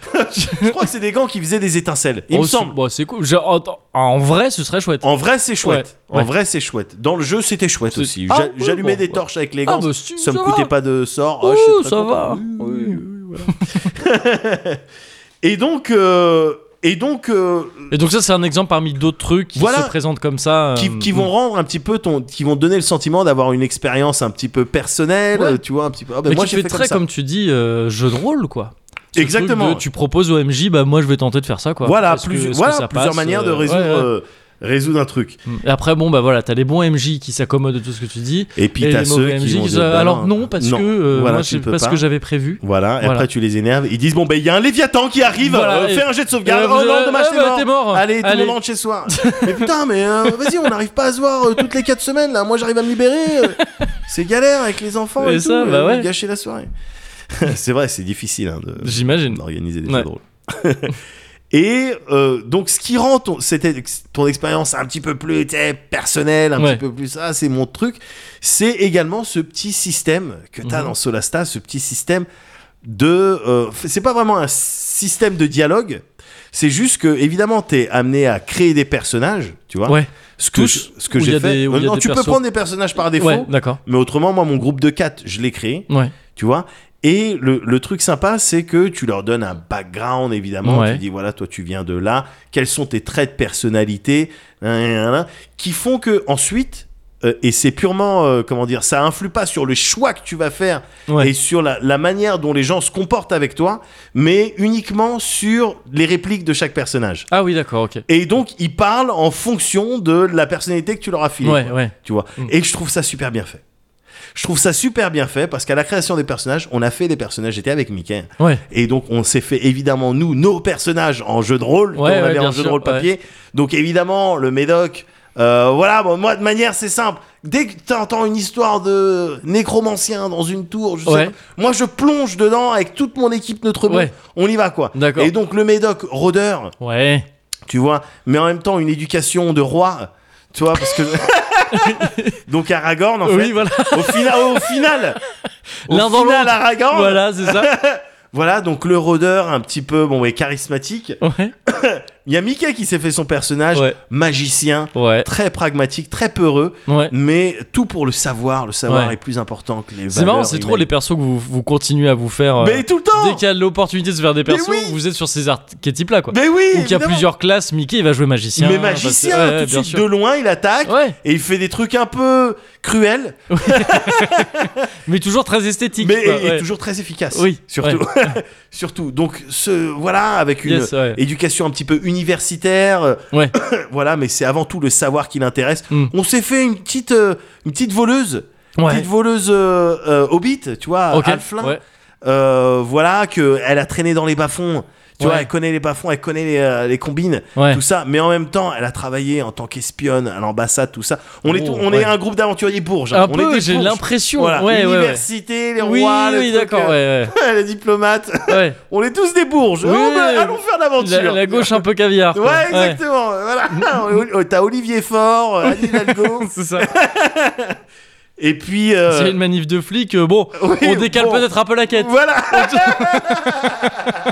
Speaker 2: Je crois que c'est des gants qui faisaient des étincelles. Il
Speaker 1: Oh,
Speaker 2: me
Speaker 1: c'est-
Speaker 2: semble.
Speaker 1: Bon, c'est cool. Je- en- ah, en vrai, ce serait chouette.
Speaker 2: En vrai, c'est chouette.
Speaker 1: Ouais,
Speaker 2: En
Speaker 1: ouais.
Speaker 2: vrai, c'est chouette. Dans le jeu, c'était chouette
Speaker 1: C'est-
Speaker 2: aussi.
Speaker 1: Ah,
Speaker 2: J'a-
Speaker 1: oui,
Speaker 2: J'allumais
Speaker 1: bon,
Speaker 2: des
Speaker 1: ouais.
Speaker 2: torches avec les
Speaker 1: Ah,
Speaker 2: gants.
Speaker 1: bah, si,
Speaker 2: ça me
Speaker 1: ça
Speaker 2: coûtait
Speaker 1: va.
Speaker 2: pas de sort. Ah,
Speaker 1: Oh,
Speaker 2: je suis très
Speaker 1: ça
Speaker 2: content.
Speaker 1: va.
Speaker 2: Oui, oui, oui, voilà. et donc, euh, et donc euh,
Speaker 1: Et donc ça, c'est un exemple parmi d'autres trucs qui
Speaker 2: Voilà.
Speaker 1: se présentent comme ça. euh,
Speaker 2: qui, qui vont rendre un petit peu ton, qui vont donner le sentiment d'avoir une expérience un petit peu personnelle.
Speaker 1: Ouais.
Speaker 2: euh, Tu vois un petit peu. Ah, bah,
Speaker 1: Mais
Speaker 2: moi,
Speaker 1: qui
Speaker 2: j'ai
Speaker 1: fait
Speaker 2: fait
Speaker 1: très,
Speaker 2: ça.
Speaker 1: comme, tu dis, euh, jeu de rôle, quoi. Ce truc
Speaker 2: Exactement.
Speaker 1: de, tu proposes au MJ, bah moi je vais tenter de faire ça, quoi.
Speaker 2: Voilà,
Speaker 1: Est-ce que-
Speaker 2: plus-
Speaker 1: est-ce que
Speaker 2: voilà,
Speaker 1: ça
Speaker 2: plusieurs
Speaker 1: passe,
Speaker 2: manières de
Speaker 1: euh,
Speaker 2: résoudre.
Speaker 1: ouais, ouais.
Speaker 2: euh, résoudre un truc
Speaker 1: Et après, bon, bah voilà, t'as les bons MJ qui s'accommodent de tout ce que tu dis.
Speaker 2: et puis
Speaker 1: et
Speaker 2: t'as
Speaker 1: les
Speaker 2: ceux
Speaker 1: mauvais
Speaker 2: qui
Speaker 1: MJ
Speaker 2: vont
Speaker 1: qui
Speaker 2: dire,
Speaker 1: disent,
Speaker 2: bah
Speaker 1: alors
Speaker 2: non,
Speaker 1: non, parce que euh,
Speaker 2: voilà,
Speaker 1: moi
Speaker 2: tu
Speaker 1: c'est
Speaker 2: peux
Speaker 1: pas ce
Speaker 2: pas.
Speaker 1: que j'avais prévu.
Speaker 2: Voilà, et
Speaker 1: Voilà.
Speaker 2: après tu les énerves. Ils disent Bon, ben il y a un Léviathan qui arrive,
Speaker 1: Voilà,
Speaker 2: euh,
Speaker 1: et-
Speaker 2: fais un jet de sauvegarde.
Speaker 1: et vous
Speaker 2: oh non,
Speaker 1: avez-
Speaker 2: dommage,
Speaker 1: ah,
Speaker 2: t'es
Speaker 1: bah,
Speaker 2: mort.
Speaker 1: t'es mort.
Speaker 2: Allez, tout le
Speaker 1: Allez.
Speaker 2: monde rentre chez soi. mais putain, mais euh, vas-y, on n'arrive pas à se voir euh, toutes les 4 semaines là. Moi j'arrive à me libérer. euh, c'est galère avec les enfants et,
Speaker 1: Et ça,
Speaker 2: tout,
Speaker 1: bah
Speaker 2: euh,
Speaker 1: ouais.
Speaker 2: gâcher la soirée. c'est vrai, c'est difficile hein, de-
Speaker 1: J'imagine.
Speaker 2: d'organiser des
Speaker 1: Ouais.
Speaker 2: jeux de rôle. Et euh, donc, ce qui rend ton, cette ex- ton expérience un petit peu plus tu sais, personnelle, un
Speaker 1: Ouais.
Speaker 2: petit peu plus ça, c'est mon truc, c'est également ce petit système que tu as
Speaker 1: Mhm.
Speaker 2: dans Solasta, ce petit système de. euh, f- c'est pas vraiment un système de dialogue, c'est juste que, évidemment, tu es amené à créer des personnages, tu vois.
Speaker 1: Ouais,
Speaker 2: ce que,
Speaker 1: tous,
Speaker 2: je- ce que
Speaker 1: où il y
Speaker 2: j'ai
Speaker 1: a
Speaker 2: fait.
Speaker 1: des- où il y a
Speaker 2: non,
Speaker 1: des
Speaker 2: tu peux
Speaker 1: persos.
Speaker 2: prendre des personnages par défaut,
Speaker 1: ouais, d'accord.
Speaker 2: mais autrement, moi, mon groupe de 4, je l'ai créé
Speaker 1: Ouais,
Speaker 2: tu vois et le, le truc sympa c'est que tu leur donnes un background évidemment
Speaker 1: Ouais.
Speaker 2: tu dis voilà toi tu viens de là quels sont tes traits de personnalité nan, nan, nan, nan, qui font que ensuite euh, et c'est purement euh, comment dire ça influe pas sur le choix que tu vas faire
Speaker 1: ouais.
Speaker 2: et sur la, la manière dont les gens se comportent avec toi mais uniquement sur les répliques de chaque personnage
Speaker 1: Ah oui, d'accord, ok.
Speaker 2: et donc ils parlent en fonction de la personnalité que tu leur as filée
Speaker 1: Ouais,
Speaker 2: quoi
Speaker 1: ouais.
Speaker 2: tu vois.
Speaker 1: Mm.
Speaker 2: Et je trouve ça super bien fait. Je trouve ça super bien fait parce qu'à la création des personnages, on a fait des personnages. J'étais avec Mickey.
Speaker 1: Ouais,
Speaker 2: Et donc, on s'est fait évidemment, nous, nos personnages en jeu de rôle.
Speaker 1: Ouais,
Speaker 2: on
Speaker 1: ouais,
Speaker 2: avait
Speaker 1: bien
Speaker 2: en jeu de
Speaker 1: sûr,
Speaker 2: rôle papier. Donc, évidemment, le médoc. euh, voilà, bon, moi, de manière, c'est simple. Dès que t'entends une histoire de nécromancien dans une tour, je sais
Speaker 1: Ouais.
Speaker 2: pas, moi, je plonge dedans avec toute mon équipe notre bon.
Speaker 1: Ouais.
Speaker 2: On y va, quoi.
Speaker 1: D'accord.
Speaker 2: Et donc, le médoc rôdeur,
Speaker 1: ouais.
Speaker 2: tu vois, mais en même temps une éducation de roi, tu vois, parce que donc Aragorn en
Speaker 1: oui,
Speaker 2: fait,
Speaker 1: voilà.
Speaker 2: au final, au final, au
Speaker 1: L'un dans
Speaker 2: final
Speaker 1: l'autre.
Speaker 2: Aragorn, voilà.
Speaker 1: Voilà, c'est ça.
Speaker 2: donc le rôdeur un petit peu bon et charismatique,
Speaker 1: Ouais.
Speaker 2: Il y a Mickey qui s'est fait son personnage,
Speaker 1: Ouais.
Speaker 2: magicien,
Speaker 1: Ouais.
Speaker 2: très pragmatique, très peureux,
Speaker 1: Ouais.
Speaker 2: mais tout pour le savoir. Le savoir
Speaker 1: Ouais.
Speaker 2: est plus important que les
Speaker 1: C'est marrant,
Speaker 2: valeurs
Speaker 1: c'est
Speaker 2: humaines.
Speaker 1: trop les persos que vous, vous continuez à vous faire. euh,
Speaker 2: Mais tout le temps
Speaker 1: Dès qu'il y a l'opportunité de se faire des
Speaker 2: Mais
Speaker 1: persos,
Speaker 2: oui
Speaker 1: vous êtes sur ces archétypes-là, quoi.
Speaker 2: Mais oui
Speaker 1: Donc il y a
Speaker 2: évidemment.
Speaker 1: plusieurs classes, Mickey il va jouer magicien.
Speaker 2: Mais
Speaker 1: parce-
Speaker 2: magicien,
Speaker 1: ouais, ouais,
Speaker 2: tout
Speaker 1: bien
Speaker 2: de suite, de
Speaker 1: sûr.
Speaker 2: loin, il attaque.
Speaker 1: Ouais,
Speaker 2: Et il fait des trucs un peu cruels,
Speaker 1: mais toujours très esthétique.
Speaker 2: mais
Speaker 1: quoi,
Speaker 2: et- et
Speaker 1: ouais.
Speaker 2: toujours très efficaces.
Speaker 1: Oui,
Speaker 2: surtout. surtout. Donc, ce, voilà, avec une
Speaker 1: Yes, ouais.
Speaker 2: éducation un petit peu universitaire, euh,
Speaker 1: Ouais.
Speaker 2: voilà, mais c'est avant tout le savoir qui l'intéresse.
Speaker 1: Mm.
Speaker 2: On s'est fait une petite, euh, une petite voleuse, une
Speaker 1: Ouais.
Speaker 2: petite voleuse euh, euh, hobbit, tu vois,
Speaker 1: Ok.
Speaker 2: Halfling.
Speaker 1: Ouais.
Speaker 2: Euh, voilà, que elle a traîné dans les bas-fonds. Tu vois,
Speaker 1: Ouais.
Speaker 2: elle connaît les bas-fonds, elle connaît les, euh, les combines,
Speaker 1: Ouais.
Speaker 2: tout ça. Mais en même temps, elle a travaillé en tant qu'espionne à l'ambassade, tout ça. On, est,
Speaker 1: Oh,
Speaker 2: tout- on
Speaker 1: ouais.
Speaker 2: est un groupe d'aventuriers bourges. hein.
Speaker 1: Un
Speaker 2: On est
Speaker 1: peu,
Speaker 2: des
Speaker 1: j'ai
Speaker 2: bourges.
Speaker 1: l'impression.
Speaker 2: Voilà,
Speaker 1: ouais, ouais, ouais.
Speaker 2: l'université, les
Speaker 1: Oui,
Speaker 2: rois, le
Speaker 1: oui,
Speaker 2: truc,
Speaker 1: d'accord,
Speaker 2: euh,
Speaker 1: ouais,
Speaker 2: les diplomates.
Speaker 1: ouais. ouais.
Speaker 2: On est tous des bourges.
Speaker 1: Oui,
Speaker 2: Oh, bah,
Speaker 1: oui,
Speaker 2: allons faire
Speaker 1: La,
Speaker 2: l'aventure.
Speaker 1: la gauche un peu caviar. quoi.
Speaker 2: Ouais, exactement. Voilà. On- on- T'as Olivier Faure, euh, Anne Hidalgo.
Speaker 1: C'est ça.
Speaker 2: et puis. euh,
Speaker 1: S'il y a une manif de flics, euh, bon,
Speaker 2: Oui,
Speaker 1: on décale
Speaker 2: bon.
Speaker 1: peut-être un peu la quête.
Speaker 2: Voilà.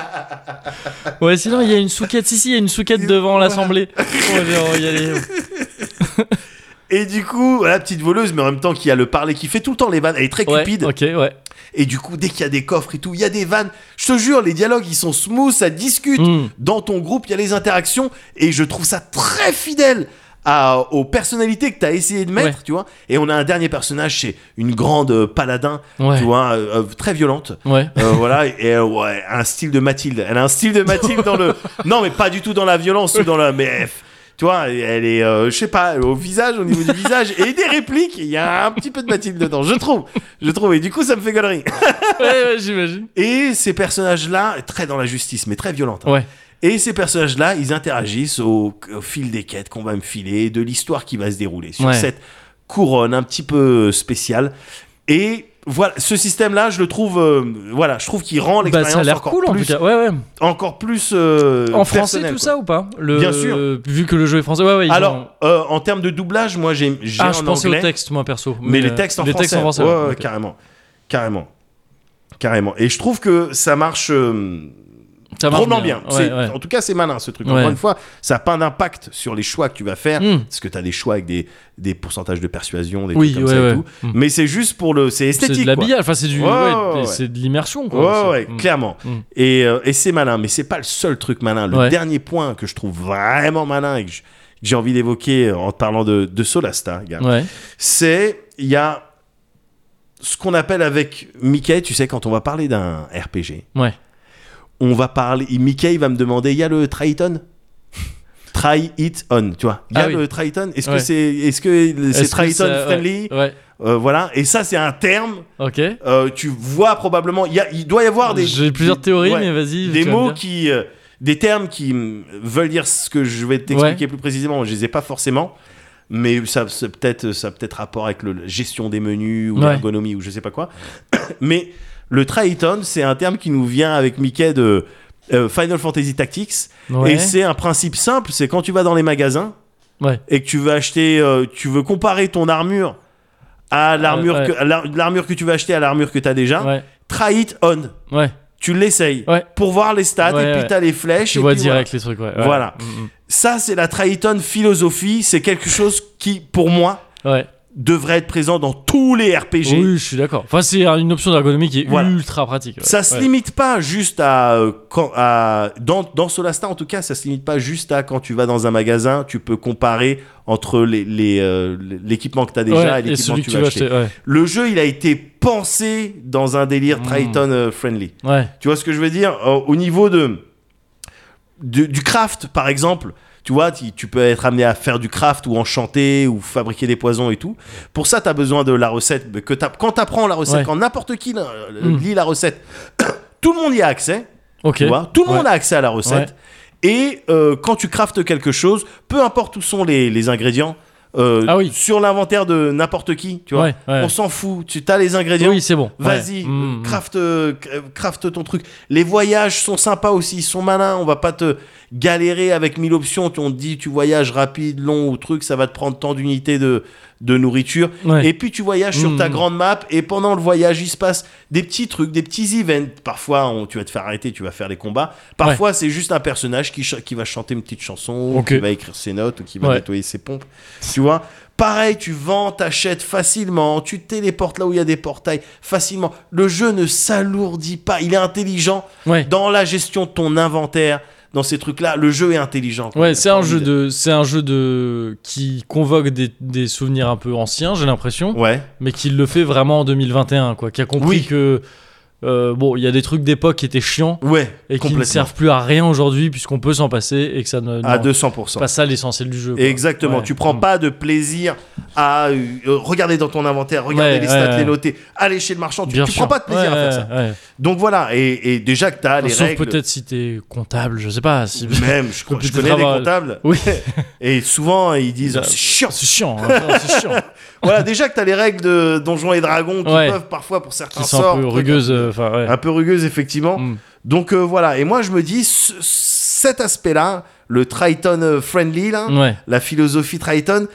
Speaker 1: Ouais, sinon il y a une souquette. Si, si, il y a une souquette devant l'Assemblée. On va dire, on va y aller.
Speaker 2: Et du coup, la petite voleuse, mais en même temps qui a le parler, qui fait tout le temps les vannes. Elle est très
Speaker 1: Ouais,
Speaker 2: cupide.
Speaker 1: ok, ouais.
Speaker 2: Et du coup, dès qu'il y a des coffres et tout, il y a des vannes. Je te jure, les dialogues, ils sont smooth, ça discute.
Speaker 1: Mm.
Speaker 2: Dans ton groupe, il y a les interactions. Et je trouve ça très fidèle à, aux personnalités que tu as essayé de mettre,
Speaker 1: Ouais.
Speaker 2: tu vois. Et on a un dernier personnage, c'est une grande euh, paladin,
Speaker 1: Ouais.
Speaker 2: tu vois, euh, euh, très violente.
Speaker 1: Ouais.
Speaker 2: Euh, voilà, et euh, ouais, un style de Mathilde. Elle a un style de Mathilde dans le. Non, mais pas du tout dans la violence ou dans la. Mais elle- tu vois, elle est, euh, je sais pas, au visage, au niveau du visage, et des répliques, il y a un petit peu de Mathilde dedans, je trouve. Je trouve, et du coup, ça me fait galerie.
Speaker 1: Ouais, ouais, j'imagine.
Speaker 2: Et ces personnages-là, très dans la justice, mais très violente. hein.
Speaker 1: Ouais.
Speaker 2: Et ces personnages-là, ils interagissent au, au fil des quêtes qu'on va me filer, de l'histoire qui va se dérouler sur
Speaker 1: Ouais.
Speaker 2: cette couronne un petit peu euh, spéciale. Et voilà, ce système-là, je le trouve, euh, voilà, je trouve qu'il rend
Speaker 1: Bah,
Speaker 2: l'expérience
Speaker 1: ça a l'air
Speaker 2: encore
Speaker 1: cool en
Speaker 2: plus,
Speaker 1: tout cas. Ouais, ouais.
Speaker 2: encore plus euh,
Speaker 1: En français,
Speaker 2: personnelle,
Speaker 1: tout
Speaker 2: quoi.
Speaker 1: ça ou pas Le-
Speaker 2: Bien sûr.
Speaker 1: Vu que le jeu est français. Ouais, ouais. ils ont-
Speaker 2: Alors, euh, en termes de doublage, moi, j'ai, j'ai
Speaker 1: Ah,
Speaker 2: en
Speaker 1: je pensais
Speaker 2: anglais,
Speaker 1: au texte, moi perso.
Speaker 2: mais les textes en
Speaker 1: les
Speaker 2: français,
Speaker 1: textes en français.
Speaker 2: ouais,
Speaker 1: ouais,
Speaker 2: ouais,
Speaker 1: ok.
Speaker 2: carrément, carrément, carrément. Et je trouve que ça marche. euh,
Speaker 1: Ça marche
Speaker 2: drôlement bien.
Speaker 1: Ouais,
Speaker 2: C'est-
Speaker 1: ouais.
Speaker 2: En tout cas, c'est malin ce truc.
Speaker 1: Ouais.
Speaker 2: Encore une fois, ça n'a pas d'impact sur les choix que tu vas faire,
Speaker 1: Mm.
Speaker 2: parce que tu as des choix avec des, des pourcentages de persuasion, des
Speaker 1: Oui,
Speaker 2: trucs
Speaker 1: ouais,
Speaker 2: comme ça
Speaker 1: ouais.
Speaker 2: et tout.
Speaker 1: Mm.
Speaker 2: Mais c'est juste pour le. C'est
Speaker 1: C'est
Speaker 2: esthétique.
Speaker 1: de
Speaker 2: quoi.
Speaker 1: l'habillage, enfin c'est du,
Speaker 2: Ouais,
Speaker 1: ouais,
Speaker 2: ouais, ouais.
Speaker 1: c'est de l'immersion
Speaker 2: Ouais, ouais,
Speaker 1: quoi.
Speaker 2: ouais,
Speaker 1: C'est- Mm.
Speaker 2: clairement.
Speaker 1: Mm.
Speaker 2: Et, euh, et c'est malin, mais c'est pas le seul truc malin. Le
Speaker 1: Ouais.
Speaker 2: dernier point que je trouve vraiment malin et que je- que j'ai envie d'évoquer euh, en te parlant de, de Solasta, gars,
Speaker 1: Ouais.
Speaker 2: c'est il y a ce qu'on appelle avec Mickey, tu sais, quand on va parler d'un RPG,
Speaker 1: Ouais.
Speaker 2: on va parler. Mickey il va me demander il y a le Triton Try it on, tu vois. Il y a
Speaker 1: Ah oui.
Speaker 2: le Triton. Est-ce
Speaker 1: Ouais.
Speaker 2: que c'est est-ce que c'est
Speaker 1: Est-ce que
Speaker 2: Triton
Speaker 1: ça- ouais,
Speaker 2: friendly
Speaker 1: Ouais.
Speaker 2: Euh, Voilà. Et ça, c'est un terme.
Speaker 1: OK.
Speaker 2: euh, tu vois probablement. Il, y a- il doit y avoir des.
Speaker 1: J'ai plusieurs
Speaker 2: des-
Speaker 1: théories
Speaker 2: ouais,
Speaker 1: mais vas-y.
Speaker 2: Des
Speaker 1: tu vas me
Speaker 2: mots
Speaker 1: dire.
Speaker 2: qui. euh, des termes qui mm, veulent dire ce que je vais t'expliquer plus précisément. Je les ai pas forcément. Mais ça c'est peut-être ça a peut-être rapport avec le- la gestion des menus ou
Speaker 1: Ouais.
Speaker 2: l'ergonomie ou je sais pas quoi. Mais le Triton, c'est un terme qui nous vient avec Mickey de euh, Final Fantasy Tactics.
Speaker 1: Ouais.
Speaker 2: Et c'est un principe simple, c'est quand tu vas dans les magasins
Speaker 1: Ouais.
Speaker 2: et que tu veux acheter, euh, tu veux comparer ton armure à l'armure
Speaker 1: Euh, ouais.
Speaker 2: que à l'ar- l'armure que tu vas acheter à l'armure que tu as déjà,
Speaker 1: Ouais.
Speaker 2: try it on,
Speaker 1: Ouais.
Speaker 2: tu l'essayes
Speaker 1: Ouais.
Speaker 2: pour voir les stats
Speaker 1: Ouais,
Speaker 2: et puis
Speaker 1: ouais.
Speaker 2: t'as les flèches.
Speaker 1: Tu
Speaker 2: et
Speaker 1: vois
Speaker 2: puis voilà.
Speaker 1: direct les trucs ouais. ouais.
Speaker 2: Voilà.
Speaker 1: Mm, mm.
Speaker 2: Ça c'est la try it on philosophie, c'est quelque chose qui pour moi
Speaker 1: Ouais.
Speaker 2: devrait être présent dans tous les RPG.
Speaker 1: Oui, je suis d'accord. Enfin c'est une option d'ergonomie qui est
Speaker 2: Voilà.
Speaker 1: ultra pratique. ouais.
Speaker 2: Ça se
Speaker 1: Ouais.
Speaker 2: limite pas juste à, euh, quand- à- dans dans Solasta en tout cas, ça se limite pas juste à quand tu vas dans un magasin, tu peux comparer entre les les, euh, l'équipement que tu as déjà
Speaker 1: Ouais,
Speaker 2: et
Speaker 1: et
Speaker 2: l'équipement
Speaker 1: celui
Speaker 2: que tu vas acheter.
Speaker 1: ouais.
Speaker 2: Le jeu, il a été pensé dans un délire
Speaker 1: Mm.
Speaker 2: Triton euh, friendly.
Speaker 1: Ouais.
Speaker 2: Tu vois ce que je veux dire Euh, Au niveau de, de- du craft, par exemple, tu vois, tu, tu peux être amené à faire du craft ou enchanter ou fabriquer des poisons et tout. Pour ça, tu as besoin de la recette. Que t'as- quand tu apprends la recette,
Speaker 1: Ouais.
Speaker 2: quand n'importe qui euh,
Speaker 1: Mm.
Speaker 2: lit la recette, tout le monde y a accès.
Speaker 1: OK.
Speaker 2: Tu vois Tout le
Speaker 1: Ouais.
Speaker 2: monde a accès à la recette. Et euh, quand tu craftes quelque chose, peu importe où sont les, les ingrédients, euh,
Speaker 1: Ah oui.
Speaker 2: sur l'inventaire de n'importe qui, tu vois,
Speaker 1: Ouais, ouais.
Speaker 2: on s'en fout. Tu as les ingrédients.
Speaker 1: Oui, c'est bon. Ouais.
Speaker 2: Vas-y,
Speaker 1: Mm, mm.
Speaker 2: craft, euh, craft ton truc. Les voyages sont sympas aussi, ils sont malins. On va pas te galérer avec mille options. On te dit tu voyages rapide, long ou truc, ça va te prendre tant d'unités de, de nourriture.
Speaker 1: Ouais.
Speaker 2: Et puis tu voyages sur
Speaker 1: Mmh.
Speaker 2: ta grande map et pendant le voyage, il se passe des petits trucs, des petits events. Parfois, on- tu vas te faire arrêter, tu vas faire les combats. Parfois, c'est juste un personnage qui, ch- qui va chanter une petite chanson,
Speaker 1: Ok.
Speaker 2: qui va écrire ses notes ou qui va
Speaker 1: Ouais.
Speaker 2: nettoyer ses pompes. Tu vois Pareil, tu vends, t'achètes facilement, tu te téléportes là où il y a des portails facilement. Le jeu ne s'alourdit pas, il est intelligent
Speaker 1: Ouais.
Speaker 2: dans la gestion de ton inventaire, dans ces trucs-là, le jeu est intelligent. quoi. Il
Speaker 1: Ouais,
Speaker 2: a
Speaker 1: c'est
Speaker 2: pas
Speaker 1: un
Speaker 2: envie
Speaker 1: jeu de, c'est un jeu de qui convoque des, des souvenirs un peu anciens, j'ai l'impression,
Speaker 2: Ouais,
Speaker 1: mais qui le fait vraiment en 2021, quoi. Qui a compris
Speaker 2: Oui.
Speaker 1: que euh, bon, il y a des trucs d'époque qui étaient chiants
Speaker 2: ouais,
Speaker 1: et qui ne
Speaker 2: complètement.
Speaker 1: servent plus à rien aujourd'hui puisqu'on peut s'en passer et que ça ne
Speaker 2: à
Speaker 1: non,
Speaker 2: 200%.
Speaker 1: c'est pas ça l'essentiel du jeu. quoi.
Speaker 2: Exactement,
Speaker 1: Ouais. Mm.
Speaker 2: tu prends pas de plaisir à euh, regarder dans ton inventaire, regarder
Speaker 1: Ouais,
Speaker 2: les stats,
Speaker 1: ouais,
Speaker 2: les
Speaker 1: ouais.
Speaker 2: noter, aller chez le marchand, tu,
Speaker 1: Bien
Speaker 2: tu
Speaker 1: sûr.
Speaker 2: prends pas de plaisir
Speaker 1: Ouais,
Speaker 2: à faire ça.
Speaker 1: ouais, ouais.
Speaker 2: Donc voilà, et, et déjà que t'as les
Speaker 1: Sauf
Speaker 2: règles,
Speaker 1: peut-être si t'es comptable, je sais pas. Si...
Speaker 2: même, je,
Speaker 1: Faut peut-être
Speaker 2: je connais des
Speaker 1: avoir-
Speaker 2: comptables,
Speaker 1: Oui,
Speaker 2: et souvent ils disent
Speaker 1: Bah,
Speaker 2: oh, c'est chiant.
Speaker 1: c'est chiant, hein, c'est chiant.
Speaker 2: voilà, déjà que t'as les règles de Donjons et Dragons qui
Speaker 1: Ouais.
Speaker 2: peuvent parfois pour certains
Speaker 1: Qui sont
Speaker 2: sorts,
Speaker 1: un peu
Speaker 2: trucs
Speaker 1: rugueuses. euh, Enfin, ouais.
Speaker 2: un peu rugueuses effectivement.
Speaker 1: Mm.
Speaker 2: Donc euh, voilà, et moi je me dis, ce- cet aspect-là, le Triton euh, friendly, là,
Speaker 1: Ouais.
Speaker 2: la philosophie Triton,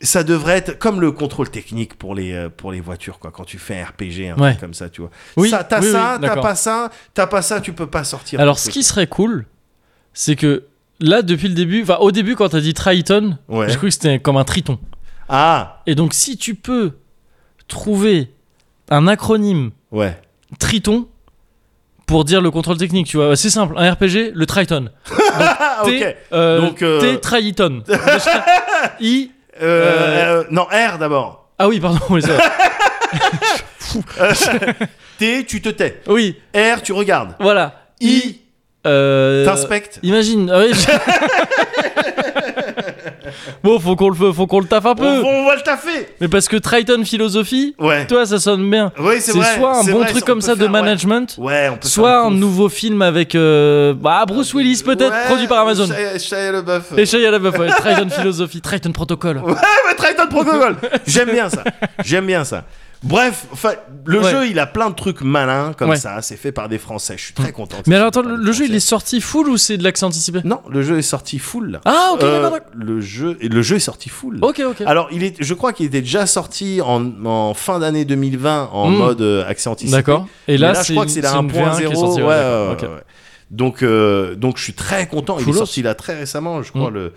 Speaker 2: ça devrait être comme le contrôle technique pour les, euh, pour les voitures, quoi, quand tu fais un RPG, un
Speaker 1: Ouais.
Speaker 2: truc comme ça, tu vois.
Speaker 1: Oui,
Speaker 2: ça, t'as
Speaker 1: oui,
Speaker 2: ça,
Speaker 1: oui,
Speaker 2: t'as
Speaker 1: d'accord.
Speaker 2: pas ça, t'as pas ça, tu peux pas sortir.
Speaker 1: Alors,
Speaker 2: du
Speaker 1: ce
Speaker 2: truc.
Speaker 1: qui serait cool, c'est que là, depuis le début, enfin, au début, quand t'as dit Triton,
Speaker 2: Ouais.
Speaker 1: j'ai cru que c'était comme un triton.
Speaker 2: Ah,
Speaker 1: Et donc, si tu peux trouver un acronyme
Speaker 2: ouais.
Speaker 1: triton pour dire le contrôle technique, tu vois, c'est simple, un RPG, le Triton.
Speaker 2: Ah, ok.
Speaker 1: T, euh,
Speaker 2: Donc, euh,
Speaker 1: T Triton. I.
Speaker 2: Euh, euh, non, R d'abord.
Speaker 1: Ah oui, pardon, oui, ça va.
Speaker 2: T, tu te tais.
Speaker 1: oui,
Speaker 2: R, tu regardes.
Speaker 1: voilà.
Speaker 2: I,
Speaker 1: Euh,
Speaker 2: t'inspectes.
Speaker 1: Imagine. ah oui, bon, faut qu'on le faut qu'on le taffe un peu.
Speaker 2: On, on va le taffer.
Speaker 1: Mais parce que Triton philosophie,
Speaker 2: Ouais.
Speaker 1: toi ça sonne bien.
Speaker 2: Oui, c'est
Speaker 1: C'est
Speaker 2: vrai.
Speaker 1: soit un
Speaker 2: c'est
Speaker 1: bon
Speaker 2: vrai,
Speaker 1: truc
Speaker 2: on
Speaker 1: comme
Speaker 2: peut
Speaker 1: ça de
Speaker 2: faire, ouais.
Speaker 1: management,
Speaker 2: Ouais, on peut
Speaker 1: soit
Speaker 2: faire
Speaker 1: un
Speaker 2: conf.
Speaker 1: nouveau film avec euh, bah, Bruce Willis peut-être
Speaker 2: Ouais,
Speaker 1: produit par Amazon.
Speaker 2: Shia- Shia LaBeouf.
Speaker 1: Et Shia LaBeouf, ouais, Triton philosophie, Triton protocole.
Speaker 2: Ouais, Triton Protocol. J'aime bien ça. J'aime bien ça. Bref, enfin, le
Speaker 1: Ouais.
Speaker 2: jeu, il a plein de trucs malins comme
Speaker 1: Ouais.
Speaker 2: ça. C'est fait par des Français. Je suis très content. que
Speaker 1: Mais
Speaker 2: ça
Speaker 1: alors
Speaker 2: soit
Speaker 1: attends,
Speaker 2: par
Speaker 1: le,
Speaker 2: des
Speaker 1: le jeu il est
Speaker 2: Français.
Speaker 1: sorti full ou c'est de l'accent anticipé
Speaker 2: Non, le jeu est sorti full. là.
Speaker 1: Ah ok,
Speaker 2: Euh,
Speaker 1: d'accord, d'accord.
Speaker 2: le jeu, et le jeu est sorti full.
Speaker 1: Ok, ok.
Speaker 2: Alors, il est, je crois qu'il était déjà sorti en, en fin d'année 2020 en
Speaker 1: Mm.
Speaker 2: mode euh, accès anticipé.
Speaker 1: D'accord. Et
Speaker 2: Mais
Speaker 1: là,
Speaker 2: je crois que c'est la
Speaker 1: une V1 qui est
Speaker 2: 1.0.
Speaker 1: sortie,
Speaker 2: ouais, euh,
Speaker 1: ouais, d'accord,
Speaker 2: ouais,
Speaker 1: ok.
Speaker 2: ouais. Donc, euh, donc, je suis très content. Il est
Speaker 1: Foulos.
Speaker 2: sorti là très récemment, je crois.
Speaker 1: Mm.
Speaker 2: Le,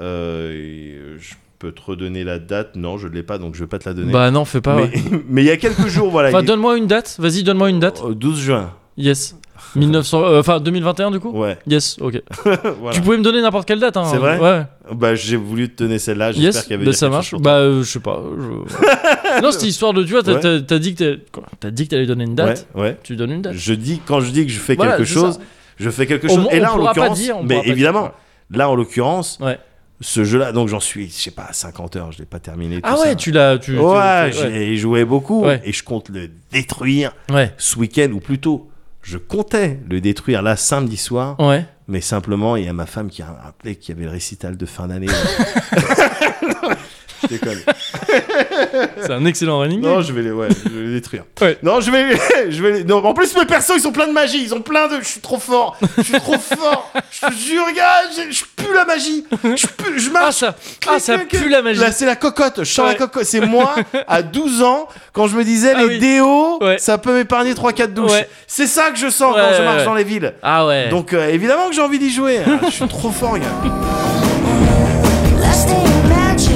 Speaker 2: euh, et je peux te redonner la date. Non, je ne l'ai pas, donc je ne vais pas te la donner.
Speaker 1: Bah non, fais pas.
Speaker 2: mais,
Speaker 1: ouais.
Speaker 2: mais il y a quelques jours, voilà.
Speaker 1: Enfin,
Speaker 2: il-
Speaker 1: donne-moi une date. Vas-y, donne-moi une date.
Speaker 2: euh, 12 juin.
Speaker 1: Yes. 1900, euh, enfin 2021 du coup.
Speaker 2: Ouais.
Speaker 1: Yes, ok.
Speaker 2: voilà.
Speaker 1: Tu pouvais me donner n'importe quelle date. Hein.
Speaker 2: C'est vrai
Speaker 1: Ouais.
Speaker 2: Bah, j'ai voulu te donner celle-là. J'espère
Speaker 1: Yes,
Speaker 2: qu'il y avait
Speaker 1: bah,
Speaker 2: déjà
Speaker 1: ça
Speaker 2: quelque
Speaker 1: marche.
Speaker 2: chose pour
Speaker 1: Bah, euh, je sais pas. je- non, c'était histoire de. Tu vois, t'as
Speaker 2: Ouais.
Speaker 1: t'as- t'as dit que t'allais- quoi, t'as dit que t'allais donner une
Speaker 2: toi.
Speaker 1: date.
Speaker 2: Ouais, ouais.
Speaker 1: Tu donnes une date.
Speaker 2: Je dis, quand je dis que je fais
Speaker 1: Voilà,
Speaker 2: quelque
Speaker 1: c'est
Speaker 2: chose,
Speaker 1: ça.
Speaker 2: je fais quelque
Speaker 1: Au
Speaker 2: chose.
Speaker 1: moins,
Speaker 2: Et
Speaker 1: on
Speaker 2: là, en
Speaker 1: pourra pas
Speaker 2: l'occurrence,
Speaker 1: dire, on
Speaker 2: mais
Speaker 1: pourra pas
Speaker 2: évidemment, là, en l'occurrence,
Speaker 1: Ouais.
Speaker 2: ce jeu-là, donc j'en suis, je sais pas, à 50 heures, je l'ai pas terminé.
Speaker 1: Ah
Speaker 2: tout
Speaker 1: ouais,
Speaker 2: ça.
Speaker 1: tu l'as. Tu, tu-
Speaker 2: Ouais,
Speaker 1: tu- ouais.
Speaker 2: j'ai joué beaucoup
Speaker 1: Ouais.
Speaker 2: et je compte le détruire
Speaker 1: ouais.
Speaker 2: ce week-end, ou plutôt, je comptais le détruire là samedi soir,
Speaker 1: Ouais.
Speaker 2: mais simplement, il y a ma femme qui a rappelé qu'il y avait le récital de fin d'année. je déconne.
Speaker 1: C'est un excellent running.
Speaker 2: Non,
Speaker 1: game.
Speaker 2: je vais les, ouais, je vais les détruire.
Speaker 1: Ouais.
Speaker 2: Non, je vais, les- je vais. les- Non, en plus mes persos ils sont pleins de magie, ils ont plein de. Je suis trop fort, je suis trop fort. Je te jure, gars, je, je pue la magie. Je pue, je
Speaker 1: Ah
Speaker 2: marche.
Speaker 1: ça, ah, ça pue la magie.
Speaker 2: Là, c'est la cocotte. Je sens
Speaker 1: Ouais.
Speaker 2: la cocotte. C'est moi à 12 ans quand je me disais
Speaker 1: Ah
Speaker 2: les
Speaker 1: oui.
Speaker 2: déos,
Speaker 1: Ouais.
Speaker 2: ça peut m'épargner 3-4 douches.
Speaker 1: Ouais.
Speaker 2: C'est ça que je sens
Speaker 1: Ouais,
Speaker 2: quand je
Speaker 1: ouais,
Speaker 2: marche
Speaker 1: ouais.
Speaker 2: dans les villes.
Speaker 1: Ah ouais.
Speaker 2: Donc euh, évidemment que j'ai envie d'y jouer. hein. je suis trop fort, gars.
Speaker 6: Let's do magic.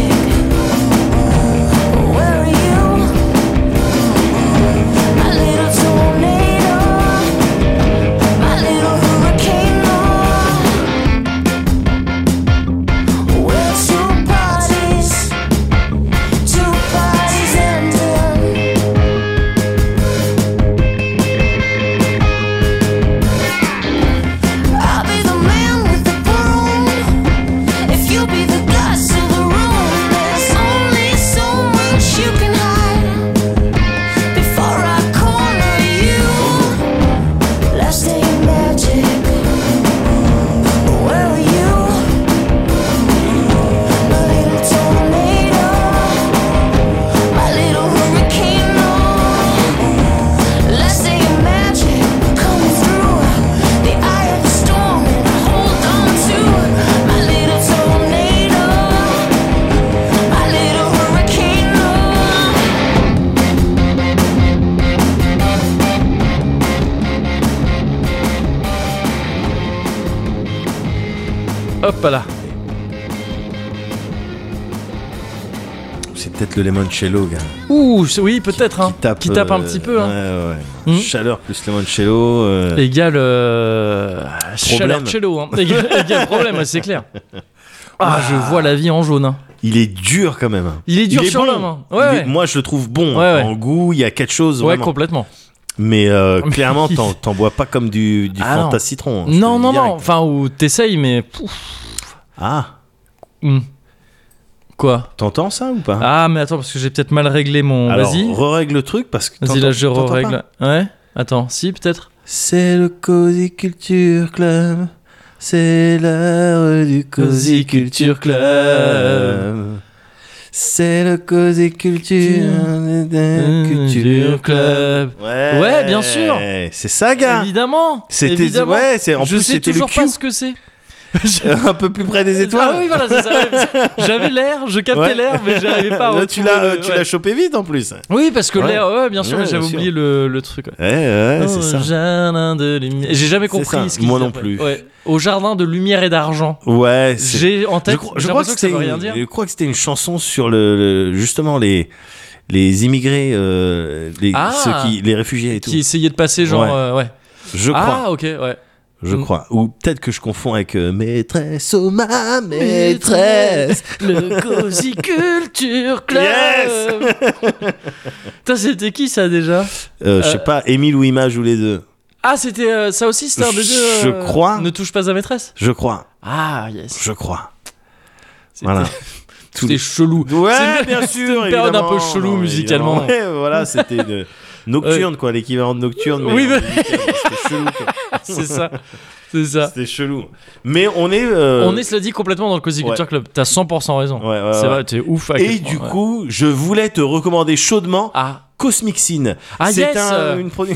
Speaker 6: Where are you? My little tornado. My little hurricane. We're two parties. Two parties ending. I'll be the man with the broom.
Speaker 4: oh, oh.
Speaker 1: Hop là.
Speaker 2: C'est peut-être le limoncello, gars.
Speaker 1: Ouh, c'est- oui, peut-être. Hein, qui tape un
Speaker 2: euh,
Speaker 1: petit peu. Hein.
Speaker 2: Ouais, ouais.
Speaker 1: Hmm.
Speaker 2: Chaleur plus limoncello. euh,
Speaker 1: Égale. Euh... Chaleur cello. Hein. Égale, égale problème, ouais, c'est clair. Ah, je vois la vie en jaune. hein.
Speaker 2: Il est dur quand même. hein.
Speaker 1: Il est dur sur
Speaker 2: bon.
Speaker 1: l'homme. hein. Ouais,
Speaker 2: Il est-
Speaker 1: ouais.
Speaker 2: moi, je le trouve bon.
Speaker 1: Ouais,
Speaker 2: hein.
Speaker 1: ouais.
Speaker 2: En goût, il y a quelque chose.
Speaker 1: Ouais,
Speaker 2: vraiment.
Speaker 1: complètement.
Speaker 2: Mais euh,
Speaker 1: Mais-
Speaker 2: clairement, t'en, t'en bois pas comme du, du
Speaker 1: Ah, non.
Speaker 2: Fanta Citron. hein, je te
Speaker 1: Non,
Speaker 2: le
Speaker 1: non,
Speaker 2: dis direct.
Speaker 1: non. Enfin, ou t'essayes, mais. pouf,
Speaker 2: Ah,
Speaker 1: hum. Quoi
Speaker 2: t'entends ça ou pas
Speaker 1: Ah, mais attends, parce que j'ai peut-être mal réglé mon.
Speaker 2: Hein Alors,
Speaker 1: Vas-y.
Speaker 2: re-règle le truc parce que.
Speaker 1: Vas-y,
Speaker 2: t'entends-
Speaker 1: là, je
Speaker 2: t'entends pas
Speaker 1: règle. Ouais. Attends, si, peut-être.
Speaker 2: C'est le Cozy Culture Club. C'est l'heure du Cozy Culture Club. C'est le Cozy Culture,
Speaker 1: Hum,
Speaker 2: Culture Club. Ouais,
Speaker 1: Ouais, bien sûr.
Speaker 2: C'est ça, gars.
Speaker 1: Évidemment.
Speaker 2: C'était
Speaker 1: évidemment.
Speaker 2: ouais, c'est en
Speaker 1: je
Speaker 2: plus
Speaker 1: sais
Speaker 2: c'était le
Speaker 1: toujours pas
Speaker 2: cul
Speaker 1: ce que c'est.
Speaker 2: un peu plus près des étoiles.
Speaker 1: Ah oui, voilà, c'est ça. J'avais l'air, je captais
Speaker 2: Ouais.
Speaker 1: l'air, mais j'arrivais pas. à
Speaker 2: Là, tu
Speaker 1: retrouver
Speaker 2: l'as euh,
Speaker 1: le-
Speaker 2: tu
Speaker 1: ouais.
Speaker 2: l'as chopé vite en plus. Ouais,
Speaker 1: Oui, parce que
Speaker 2: Ouais.
Speaker 1: l'air, ouais, bien sûr,
Speaker 2: Ouais,
Speaker 1: mais j'avais
Speaker 2: bien sûr.
Speaker 1: oublié le, le truc. ouais.
Speaker 2: ouais,
Speaker 1: Au
Speaker 2: c'est ça.
Speaker 1: jardin de lumière. J'ai jamais
Speaker 2: C'est ça,
Speaker 1: compris ce qu'il
Speaker 2: moi
Speaker 1: disait
Speaker 2: non
Speaker 1: après.
Speaker 2: plus.
Speaker 1: Ouais. Au jardin de lumière et d'argent.
Speaker 2: Ouais, c'est
Speaker 1: J'ai en tête.
Speaker 2: je, crois- je
Speaker 1: j'ai
Speaker 2: crois que
Speaker 1: l'impression ça
Speaker 2: c'était
Speaker 1: veut rien
Speaker 2: une,
Speaker 1: dire.
Speaker 2: je crois que c'était une chanson sur le, le- justement les les immigrés euh, les
Speaker 1: Ah.
Speaker 2: ceux qui les réfugiés et tout.
Speaker 1: Qui essayait de passer genre
Speaker 2: Ouais.
Speaker 1: euh, ouais.
Speaker 2: Je crois,
Speaker 1: Ah ok ouais.
Speaker 2: je
Speaker 1: Mm.
Speaker 2: crois ou peut-être que je confonds avec euh, maîtresse oh ma maîtresse.
Speaker 1: le Cozy Culture Club.
Speaker 2: Yes
Speaker 1: Putain, c'était qui ça déjà
Speaker 2: Euh, je sais pas Émile ou Image ou les deux.
Speaker 1: Ah, c'était euh, ça aussi, c'était un des deux.
Speaker 2: Je
Speaker 1: euh,
Speaker 2: crois.
Speaker 1: Ne touche pas à maîtresse.
Speaker 2: Je crois,
Speaker 1: Ah yes.
Speaker 2: je crois.
Speaker 1: C'était-
Speaker 2: Voilà. Tous
Speaker 1: C'était
Speaker 2: les-
Speaker 1: chelou.
Speaker 2: Ouais,
Speaker 1: C'est-
Speaker 2: bien
Speaker 1: c'était
Speaker 2: sûr.
Speaker 1: une période un peu
Speaker 2: évidemment.
Speaker 1: chelou
Speaker 2: Non,
Speaker 1: musicalement.
Speaker 2: évidemment. Ouais, voilà, c'était une nocturne quoi, l'équivalent de nocturne. Mais
Speaker 1: Oui,
Speaker 2: en
Speaker 1: mais-
Speaker 2: musical, c'était chelou. quoi.
Speaker 1: C'est ça. C'est ça.
Speaker 2: C'était chelou. Mais on est. euh,
Speaker 1: On est cela dit complètement dans le Cozy Culture Club. T'as 100% raison.
Speaker 2: Ouais, ouais,
Speaker 1: C'est
Speaker 2: ouais.
Speaker 1: vrai, t'es ouf. à
Speaker 2: Et
Speaker 1: quel point,
Speaker 2: du
Speaker 1: ouais.
Speaker 2: coup, je voulais te recommander chaudement
Speaker 1: Ah,
Speaker 2: Cosmic Sin.
Speaker 1: Ah,
Speaker 2: c'est
Speaker 1: yes,
Speaker 2: un-
Speaker 1: euh,
Speaker 2: une produ-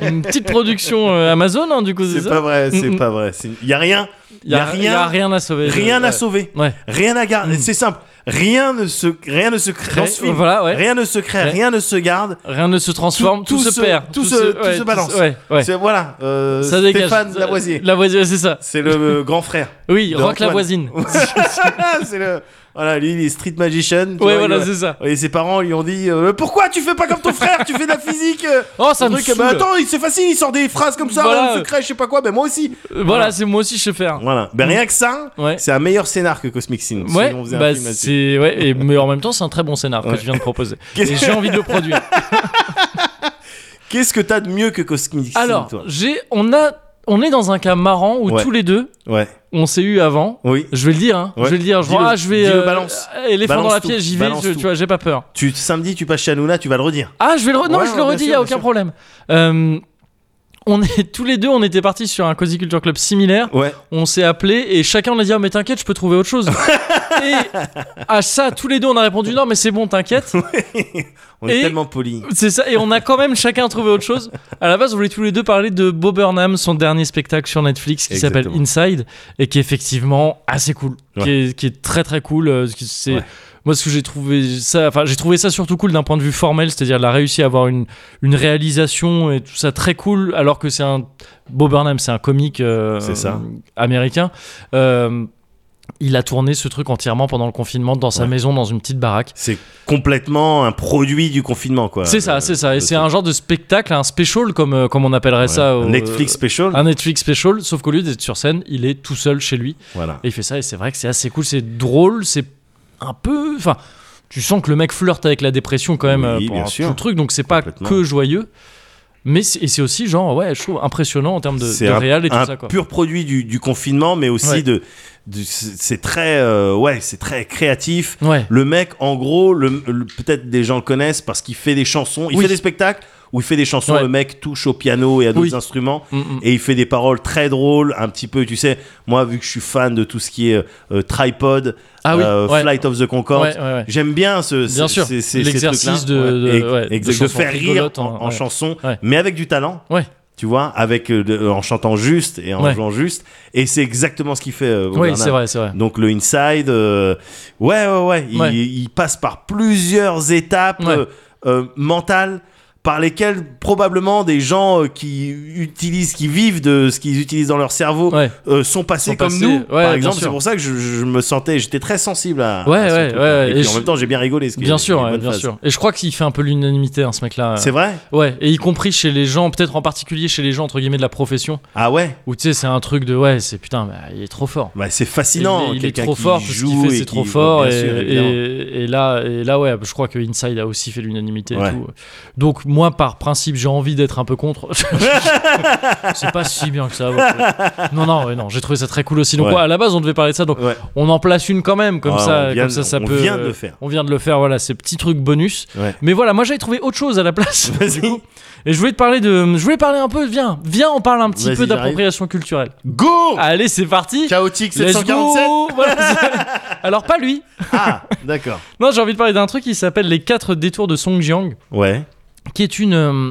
Speaker 1: une petite production euh, Amazon, hein, du coup, c'est
Speaker 2: c'est
Speaker 1: ça.
Speaker 2: pas vrai, c'est
Speaker 1: Mm-mm.
Speaker 2: pas vrai. c'est- Y a rien,
Speaker 1: Il y
Speaker 2: y a
Speaker 1: a, y a rien à sauver.
Speaker 2: rien à
Speaker 1: Ouais. Mm.
Speaker 2: sauver,
Speaker 1: Ouais.
Speaker 2: rien à garder. C'est simple, rien ne se, rien ne se crée. dans ce film.
Speaker 1: Voilà, ouais.
Speaker 2: Rien ne se crée,
Speaker 1: Ouais.
Speaker 2: rien ne se garde.
Speaker 1: Rien ne se transforme, tout,
Speaker 2: Tout- tout
Speaker 1: se
Speaker 2: se-
Speaker 1: perd,
Speaker 2: tout se- tout se balance.
Speaker 1: ouais, ouais.
Speaker 2: C'est voilà, euh,
Speaker 1: Ça dégage.
Speaker 2: Stéphane Lavoisier.
Speaker 1: La voisine, c'est ça.
Speaker 2: C'est le euh, grand frère.
Speaker 1: Oui,
Speaker 2: De
Speaker 1: rock
Speaker 2: Antoine.
Speaker 1: la voisine.
Speaker 2: c'est le voilà, lui il est street magician. tu vois,
Speaker 1: ouais,
Speaker 2: il-
Speaker 1: voilà, c'est ça.
Speaker 2: et ses parents lui ont dit euh, pourquoi tu fais pas comme ton frère, tu fais de la physique. euh,
Speaker 1: Oh, ça
Speaker 2: un
Speaker 1: me
Speaker 2: truc, bah,
Speaker 1: saoule.
Speaker 2: attends, il- c'est facile, il sort des phrases comme ça,
Speaker 1: Voilà.
Speaker 2: on se crée, je sais pas quoi, ben moi aussi.
Speaker 1: Euh, Voilà, c'est moi aussi je sais faire.
Speaker 2: Voilà. Ben rien que ça,
Speaker 1: Ouais.
Speaker 2: c'est un meilleur scénar que Cosmic Sin. si
Speaker 1: Ouais,
Speaker 2: on faisait un
Speaker 1: bah
Speaker 2: film là-dessus.
Speaker 1: c'est ouais, et, mais en même temps c'est un très bon scénar que tu viens de proposer. Et
Speaker 2: Qu'est-ce-
Speaker 1: j'ai envie de le produire.
Speaker 2: Qu'est-ce que t'as de mieux que Cosmic Sin
Speaker 1: Alors,
Speaker 2: toi
Speaker 1: j'ai, on a, on est dans un cas marrant où
Speaker 2: Ouais.
Speaker 1: tous les deux,
Speaker 2: Ouais.
Speaker 1: on s'est eu avant.
Speaker 2: Oui.
Speaker 1: Je vais le dire, hein.
Speaker 2: Ouais.
Speaker 1: Je vais le dire. Je
Speaker 2: Dis-le,
Speaker 1: vois, ah, je vais
Speaker 2: dis-le, balance.
Speaker 1: éléphant
Speaker 2: Balance
Speaker 1: dans la
Speaker 2: tout,
Speaker 1: pièce, j'y vais.
Speaker 2: balance
Speaker 1: je-
Speaker 2: tout.
Speaker 1: tu vois, j'ai pas peur.
Speaker 2: Tu samedi tu passes chez Hanouna, tu vas le redire.
Speaker 1: Ah, je vais le re- non,
Speaker 2: Ouais,
Speaker 1: je le
Speaker 2: bien
Speaker 1: redis, il
Speaker 2: sûr,
Speaker 1: y a
Speaker 2: bien
Speaker 1: aucun
Speaker 2: sûr.
Speaker 1: problème. Euh, on est tous les deux, on était partis sur un Cozy Culture Club similaire.
Speaker 2: Ouais.
Speaker 1: On s'est appelé et chacun on a dit Ah, mais t'inquiète, je peux trouver autre chose. et à ça, tous les deux, on a répondu non, mais c'est bon, t'inquiète.
Speaker 2: On est
Speaker 1: Et-
Speaker 2: tellement polis.
Speaker 1: C'est ça. Et on a quand même chacun trouvé autre chose. À la base, on voulait tous les deux parler de Bob Burnham, son dernier spectacle sur Netflix qui s'appelle
Speaker 2: Exactement.
Speaker 1: Inside et qui est effectivement assez cool, qui, est, qui est très très cool. euh, qui- c'est
Speaker 2: Ouais.
Speaker 1: moi ce que j'ai trouvé ça, enfin j'ai trouvé ça surtout cool d'un point de vue formel, c'est-à-dire il a réussi à avoir une une réalisation et tout ça très cool, alors que c'est un Bob Burnham, c'est un comique euh,
Speaker 2: C'est ça.
Speaker 1: américain. Euh, il a tourné ce truc entièrement pendant le confinement dans sa
Speaker 2: Ouais.
Speaker 1: maison dans une petite baraque.
Speaker 2: C'est complètement un produit du confinement quoi.
Speaker 1: C'est ça,
Speaker 2: Euh,
Speaker 1: c'est ça. Et
Speaker 2: le
Speaker 1: c'est
Speaker 2: truc.
Speaker 1: un genre de spectacle, un special, comme, euh, comme on appellerait ça.
Speaker 2: Ouais.
Speaker 1: au- euh,
Speaker 2: Netflix special.
Speaker 1: Un Netflix special, sauf qu'au lieu d'être sur scène, il est tout seul chez lui.
Speaker 2: Voilà.
Speaker 1: Et il fait ça, et c'est vrai que c'est assez cool, c'est drôle, c'est un peu. Enfin, tu sens que le mec flirte avec la dépression quand même
Speaker 2: Oui,
Speaker 1: euh,
Speaker 2: bien
Speaker 1: pendant
Speaker 2: sûr.
Speaker 1: tout le truc, donc c'est pas
Speaker 2: Complètement.
Speaker 1: que joyeux. Mais c'est, et c'est aussi, genre, ouais, je trouve impressionnant en termes de,
Speaker 2: C'est
Speaker 1: de
Speaker 2: un-
Speaker 1: réel et tout
Speaker 2: un
Speaker 1: ça, quoi.
Speaker 2: pur produit du, du confinement, mais aussi
Speaker 1: Ouais.
Speaker 2: de, de- c'est c'est très, euh, ouais, c'est très créatif.
Speaker 1: Ouais.
Speaker 2: Le mec, en gros, le, le- peut-être des gens le connaissent parce qu'il fait des chansons, il
Speaker 1: Oui.
Speaker 2: fait des spectacles où il fait des chansons.
Speaker 1: Ouais.
Speaker 2: Le mec touche au piano et à d'autres
Speaker 1: Oui.
Speaker 2: instruments
Speaker 1: Mm, mm.
Speaker 2: et il fait des paroles très drôles, un petit peu. Tu sais, moi, vu que je suis fan de tout ce qui est euh, tripod,
Speaker 1: Ah oui,
Speaker 2: euh,
Speaker 1: ouais.
Speaker 2: Flight of the Concorde.
Speaker 1: Ouais, ouais, ouais.
Speaker 2: J'aime bien ce,
Speaker 1: Bien
Speaker 2: ce-
Speaker 1: sûr,
Speaker 2: ces- ces- ces
Speaker 1: l'exercice
Speaker 2: trucs-là.
Speaker 1: de-
Speaker 2: Ouais.
Speaker 1: de- ouais, de
Speaker 2: exact, de,
Speaker 1: chansons
Speaker 2: faire rire
Speaker 1: rigolotes
Speaker 2: en,
Speaker 1: en-
Speaker 2: en
Speaker 1: ouais.
Speaker 2: chanson,
Speaker 1: Ouais.
Speaker 2: mais avec du talent
Speaker 1: Ouais.
Speaker 2: tu vois, avec euh, de- en chantant juste et en
Speaker 1: Ouais.
Speaker 2: jouant juste. Et c'est exactement ce qu'il fait. euh, Bob
Speaker 1: Oui,
Speaker 2: Burnham.
Speaker 1: c'est vrai, c'est vrai.
Speaker 2: Donc le inside, euh, ouais, ouais, ouais, il,
Speaker 1: Ouais.
Speaker 2: il passe par plusieurs étapes
Speaker 1: Ouais.
Speaker 2: euh, euh, mentales. par lesquels probablement des gens euh, qui utilisent, qui vivent de ce qu'ils utilisent dans leur cerveau
Speaker 1: Ouais.
Speaker 2: euh, sont passés
Speaker 1: Sont
Speaker 2: comme
Speaker 1: passés,
Speaker 2: nous,
Speaker 1: ouais,
Speaker 2: par
Speaker 1: bien
Speaker 2: exemple.
Speaker 1: sûr.
Speaker 2: C'est pour ça que je, je me sentais, j'étais très sensible à.
Speaker 1: Ouais,
Speaker 2: à ce
Speaker 1: ouais,
Speaker 2: truc-là.
Speaker 1: ouais,
Speaker 2: Et,
Speaker 1: et
Speaker 2: puis en
Speaker 1: je-
Speaker 2: même temps, j'ai bien rigolé. Ce qui est
Speaker 1: Bien
Speaker 2: une
Speaker 1: sûr, ouais,
Speaker 2: bonne
Speaker 1: bien
Speaker 2: phase.
Speaker 1: sûr. Et je crois qu'il fait un peu l'unanimité, hein, ce mec-là.
Speaker 2: C'est vrai
Speaker 1: Ouais, et y compris chez les gens, peut-être en particulier chez les gens entre guillemets de la profession,
Speaker 2: Ah ouais
Speaker 1: où tu sais, c'est un truc de ouais, c'est putain, bah, il est trop fort.
Speaker 2: bah, c'est
Speaker 1: il
Speaker 2: fascinant,
Speaker 1: est, il est
Speaker 2: quelqu'un
Speaker 1: trop
Speaker 2: qui
Speaker 1: fort, tout ce
Speaker 2: joue
Speaker 1: qu'il fait,
Speaker 2: et
Speaker 1: c'est
Speaker 2: qui-
Speaker 1: trop fort.
Speaker 2: bien
Speaker 1: et,
Speaker 2: sûr,
Speaker 1: et-
Speaker 2: évidemment.
Speaker 1: et là, et là, ouais, je crois que Inside a aussi fait l'unanimité. et
Speaker 2: Ouais.
Speaker 1: tout. Donc, moi, par principe, j'ai envie d'être un peu contre. c'est pas si bien que ça. bon. Non, non, ouais, non, j'ai trouvé ça très cool aussi. Donc,
Speaker 2: Ouais.
Speaker 1: ouais, à la base, on devait parler de ça. Donc,
Speaker 2: Ouais.
Speaker 1: on en place une quand même, comme
Speaker 2: Ouais,
Speaker 1: ça,
Speaker 2: on vient
Speaker 1: comme
Speaker 2: de-
Speaker 1: ça, ça
Speaker 2: on
Speaker 1: peut.
Speaker 2: vient de
Speaker 1: euh,
Speaker 2: le faire.
Speaker 1: On vient de le faire. Voilà, ces petits trucs bonus.
Speaker 2: Ouais.
Speaker 1: Mais voilà, moi, j'avais trouvé autre chose à la place.
Speaker 2: Vas-y.
Speaker 1: Et je voulais te parler de. Je voulais parler un peu. Viens, viens, on parle un petit
Speaker 2: Vas-y,
Speaker 1: peu
Speaker 2: j'arrive. Oh.
Speaker 1: d'appropriation culturelle.
Speaker 2: Go
Speaker 1: Allez, c'est parti.
Speaker 2: Chaotique
Speaker 1: Ah, Let's
Speaker 2: 747
Speaker 1: go Voilà, c'est- Alors, pas lui.
Speaker 2: Ah, d'accord.
Speaker 1: Non, j'ai envie de parler d'un truc qui s'appelle Les 4 détours de Song Jiang,
Speaker 2: Ouais.
Speaker 1: qui est une. euh,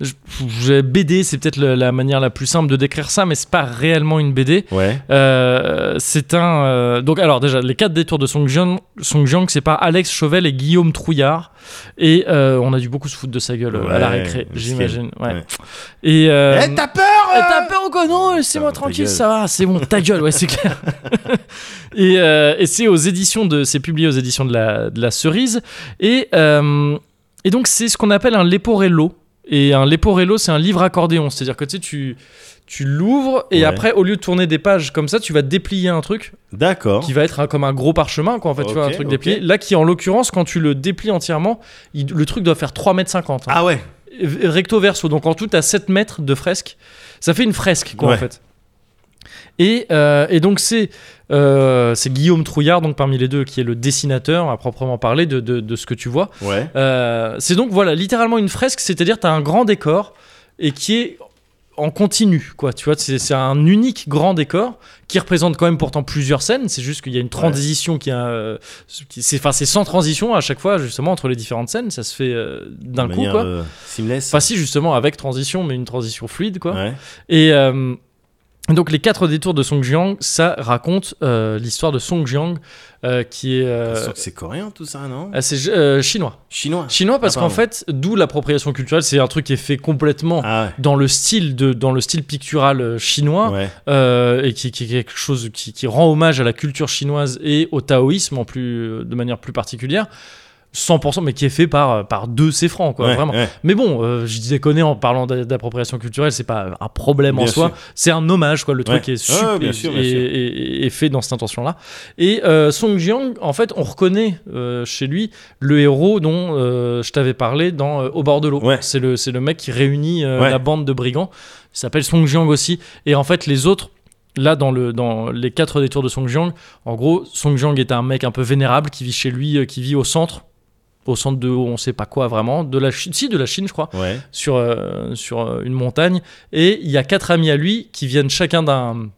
Speaker 1: je- je- BD, c'est peut-être le- la manière la plus simple de décrire ça, mais c'est pas réellement une BD.
Speaker 2: Ouais.
Speaker 1: Euh, c'est un. euh, donc, alors, déjà, les quatre détours de Song Jiang, Song Jiang, c'est par Alex Chauvel et Guillaume Trouillard. Et euh, on a dû beaucoup se foutre de sa gueule euh, à la
Speaker 2: Ouais,
Speaker 1: récré,
Speaker 2: parce
Speaker 1: j'imagine.
Speaker 2: que-
Speaker 1: Ouais.
Speaker 2: ouais.
Speaker 1: Et. euh,
Speaker 2: Eh, t'as peur
Speaker 1: Eh,
Speaker 2: euh
Speaker 1: T'as peur ou quoi Non, laissez-moi
Speaker 2: ta
Speaker 1: tranquille,
Speaker 2: gueule.
Speaker 1: ça va, c'est bon, ta gueule, ouais, c'est clair. et euh, et c'est aux éditions de, c'est publié aux éditions de la, de la cerise. Et, euh, et donc c'est ce qu'on appelle un leporello. Et un leporello, c'est un livre accordéon, c'est-à-dire que tu sais, tu, tu l'ouvres et
Speaker 2: Ouais.
Speaker 1: après, au lieu de tourner des pages comme ça, tu vas déplier un truc
Speaker 2: D'accord.
Speaker 1: qui va être un- comme un gros parchemin, quoi, en fait, tu vois, un
Speaker 2: Ok,
Speaker 1: truc
Speaker 2: ok.
Speaker 1: déplié. Là, qui en l'occurrence, quand tu le déplies entièrement, il- le truc doit faire 3,50 m.
Speaker 2: Ah ouais.
Speaker 1: recto verso. Donc en tout, à 7 mètres de fresque. Ça fait une fresque, quoi, en
Speaker 2: Ouais.
Speaker 1: fait. Et, euh, et donc c'est euh, c'est Guillaume Trouillard, donc parmi les deux, qui est le dessinateur à proprement parler de, de, de ce que tu vois.
Speaker 2: Ouais.
Speaker 1: Euh, c'est donc voilà, littéralement une fresque, c'est-à-dire tu as un grand décor et qui est en continu, quoi. Tu vois, c'est c'est un unique grand décor qui représente quand même pourtant plusieurs scènes. C'est juste qu'il y a une transition qui a, euh, qui- c'est enfin c'est sans transition à chaque fois justement entre les différentes scènes. Ça se fait euh, d'un
Speaker 2: De
Speaker 1: coup,
Speaker 2: manière,
Speaker 1: quoi.
Speaker 2: euh, seamless.
Speaker 1: Enfin, si, justement, avec transition, mais une transition fluide, quoi.
Speaker 2: Ouais.
Speaker 1: Et euh, donc, les quatre détours de Song Jiang, ça raconte euh, l'histoire de Song Jiang, euh, qui est. euh,
Speaker 2: Sauf que c'est coréen tout ça, non
Speaker 1: ah, c'est euh, chinois.
Speaker 2: Chinois.
Speaker 1: Chinois, parce
Speaker 2: Ah,
Speaker 1: qu'en
Speaker 2: pardon.
Speaker 1: fait, d'où l'appropriation culturelle, c'est un truc qui est fait complètement.
Speaker 2: Ah
Speaker 1: Dans le, style de, dans le style pictural euh, chinois,
Speaker 2: ouais. Ouais.
Speaker 1: euh, et qui, qui est quelque chose qui, qui rend hommage à la culture chinoise et au taoïsme en plus, euh, de manière plus particulière, 100%, mais qui est fait par, par deux séfrans, quoi,
Speaker 2: Ouais,
Speaker 1: vraiment.
Speaker 2: ouais.
Speaker 1: Mais bon, euh, je déconne en parlant d'a- d'appropriation culturelle, c'est pas un problème en
Speaker 2: Bien
Speaker 1: soi,
Speaker 2: sûr.
Speaker 1: c'est un hommage, quoi. Le
Speaker 2: Ouais.
Speaker 1: truc est
Speaker 2: Ouais,
Speaker 1: super
Speaker 2: ouais, bien sûr, bien
Speaker 1: et,
Speaker 2: sûr.
Speaker 1: et- et- et fait dans cette intention-là. Et euh, Song Jiang, en fait, on reconnaît euh, chez lui le héros dont euh, je t'avais parlé dans euh, Au bord de l'eau.
Speaker 2: Ouais.
Speaker 1: C'est le, c'est le mec qui réunit euh,
Speaker 2: Ouais.
Speaker 1: la bande de brigands. Il s'appelle Song Jiang aussi. Et en fait, les autres. Là, dans, le, dans les quatre détours de Song Jiang, en gros, Song Jiang est un mec un peu vénérable qui vit chez lui, euh, qui vit au centre, au centre de on sait pas quoi vraiment, de la Chine, si, de la Chine, je crois,
Speaker 2: Ouais.
Speaker 1: sur, euh, sur euh, une montagne. Et il y a quatre amis à lui qui viennent chacun d'un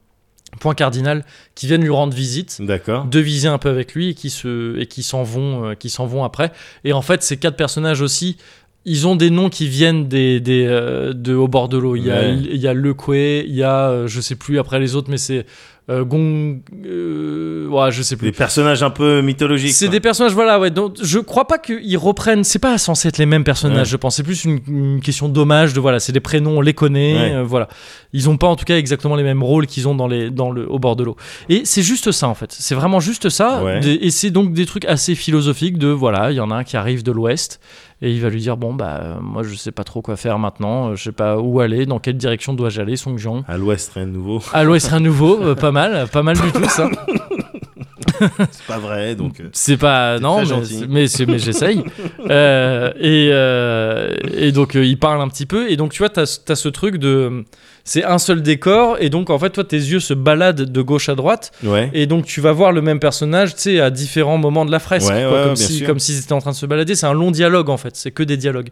Speaker 1: point cardinal, qui viennent lui rendre visite
Speaker 2: D'accord.
Speaker 1: deviser un peu avec lui et qui se et qui s'en vont euh, qui s'en vont après et en fait ces quatre personnages aussi ils ont des noms qui viennent des, des euh, de au bord de l'eau il y a
Speaker 2: Ouais.
Speaker 1: il y a Le Coué, il y a euh, je sais plus après les autres mais c'est euh, Gong euh, ouais je sais plus
Speaker 2: Des personnages un peu mythologiques.
Speaker 1: c'est
Speaker 2: quoi.
Speaker 1: des personnages, voilà, ouais. Donc, je crois pas qu'ils reprennent. C'est pas censé être les mêmes personnages,
Speaker 2: Ouais.
Speaker 1: je pense. C'est plus une, une question d'hommage, de voilà, c'est des prénoms, on les connaît,
Speaker 2: Ouais.
Speaker 1: euh, voilà. Ils ont pas, en tout cas, exactement les mêmes rôles qu'ils ont dans les, dans le, au bord de l'eau. Et c'est juste ça, en fait. C'est vraiment juste ça.
Speaker 2: Ouais.
Speaker 1: Des- et c'est donc des trucs assez philosophiques de, voilà, il y en a un qui arrive de l'Ouest et il va lui dire, bon, bah, euh, moi, je sais pas trop quoi faire maintenant, euh, je sais pas où aller, dans quelle direction dois-je aller, Song Jiang.
Speaker 2: À l'ouest, rien de nouveau.
Speaker 1: À l'Ouest, rien de nouveau, euh, pas mal, pas mal du tout, ça.
Speaker 2: C'est pas vrai, donc. euh,
Speaker 1: C'est pas
Speaker 2: T'es
Speaker 1: non,
Speaker 2: très
Speaker 1: mais
Speaker 2: gentil.
Speaker 1: c'est- mais, c'est- mais j'essaye. Euh, et, euh, et donc euh, il parle un petit peu. Et donc tu vois, t'as as ce truc de c'est un seul décor. Et donc en fait, toi, tes yeux se baladent de gauche à droite.
Speaker 2: Ouais.
Speaker 1: Et donc tu vas voir le même personnage, tu sais, à différents moments de la fresque, quoi,
Speaker 2: Ouais, ouais,
Speaker 1: comme
Speaker 2: ouais, bien
Speaker 1: si
Speaker 2: sûr.
Speaker 1: comme s'ils étaient en train de se balader. C'est un long dialogue en fait. C'est que des dialogues.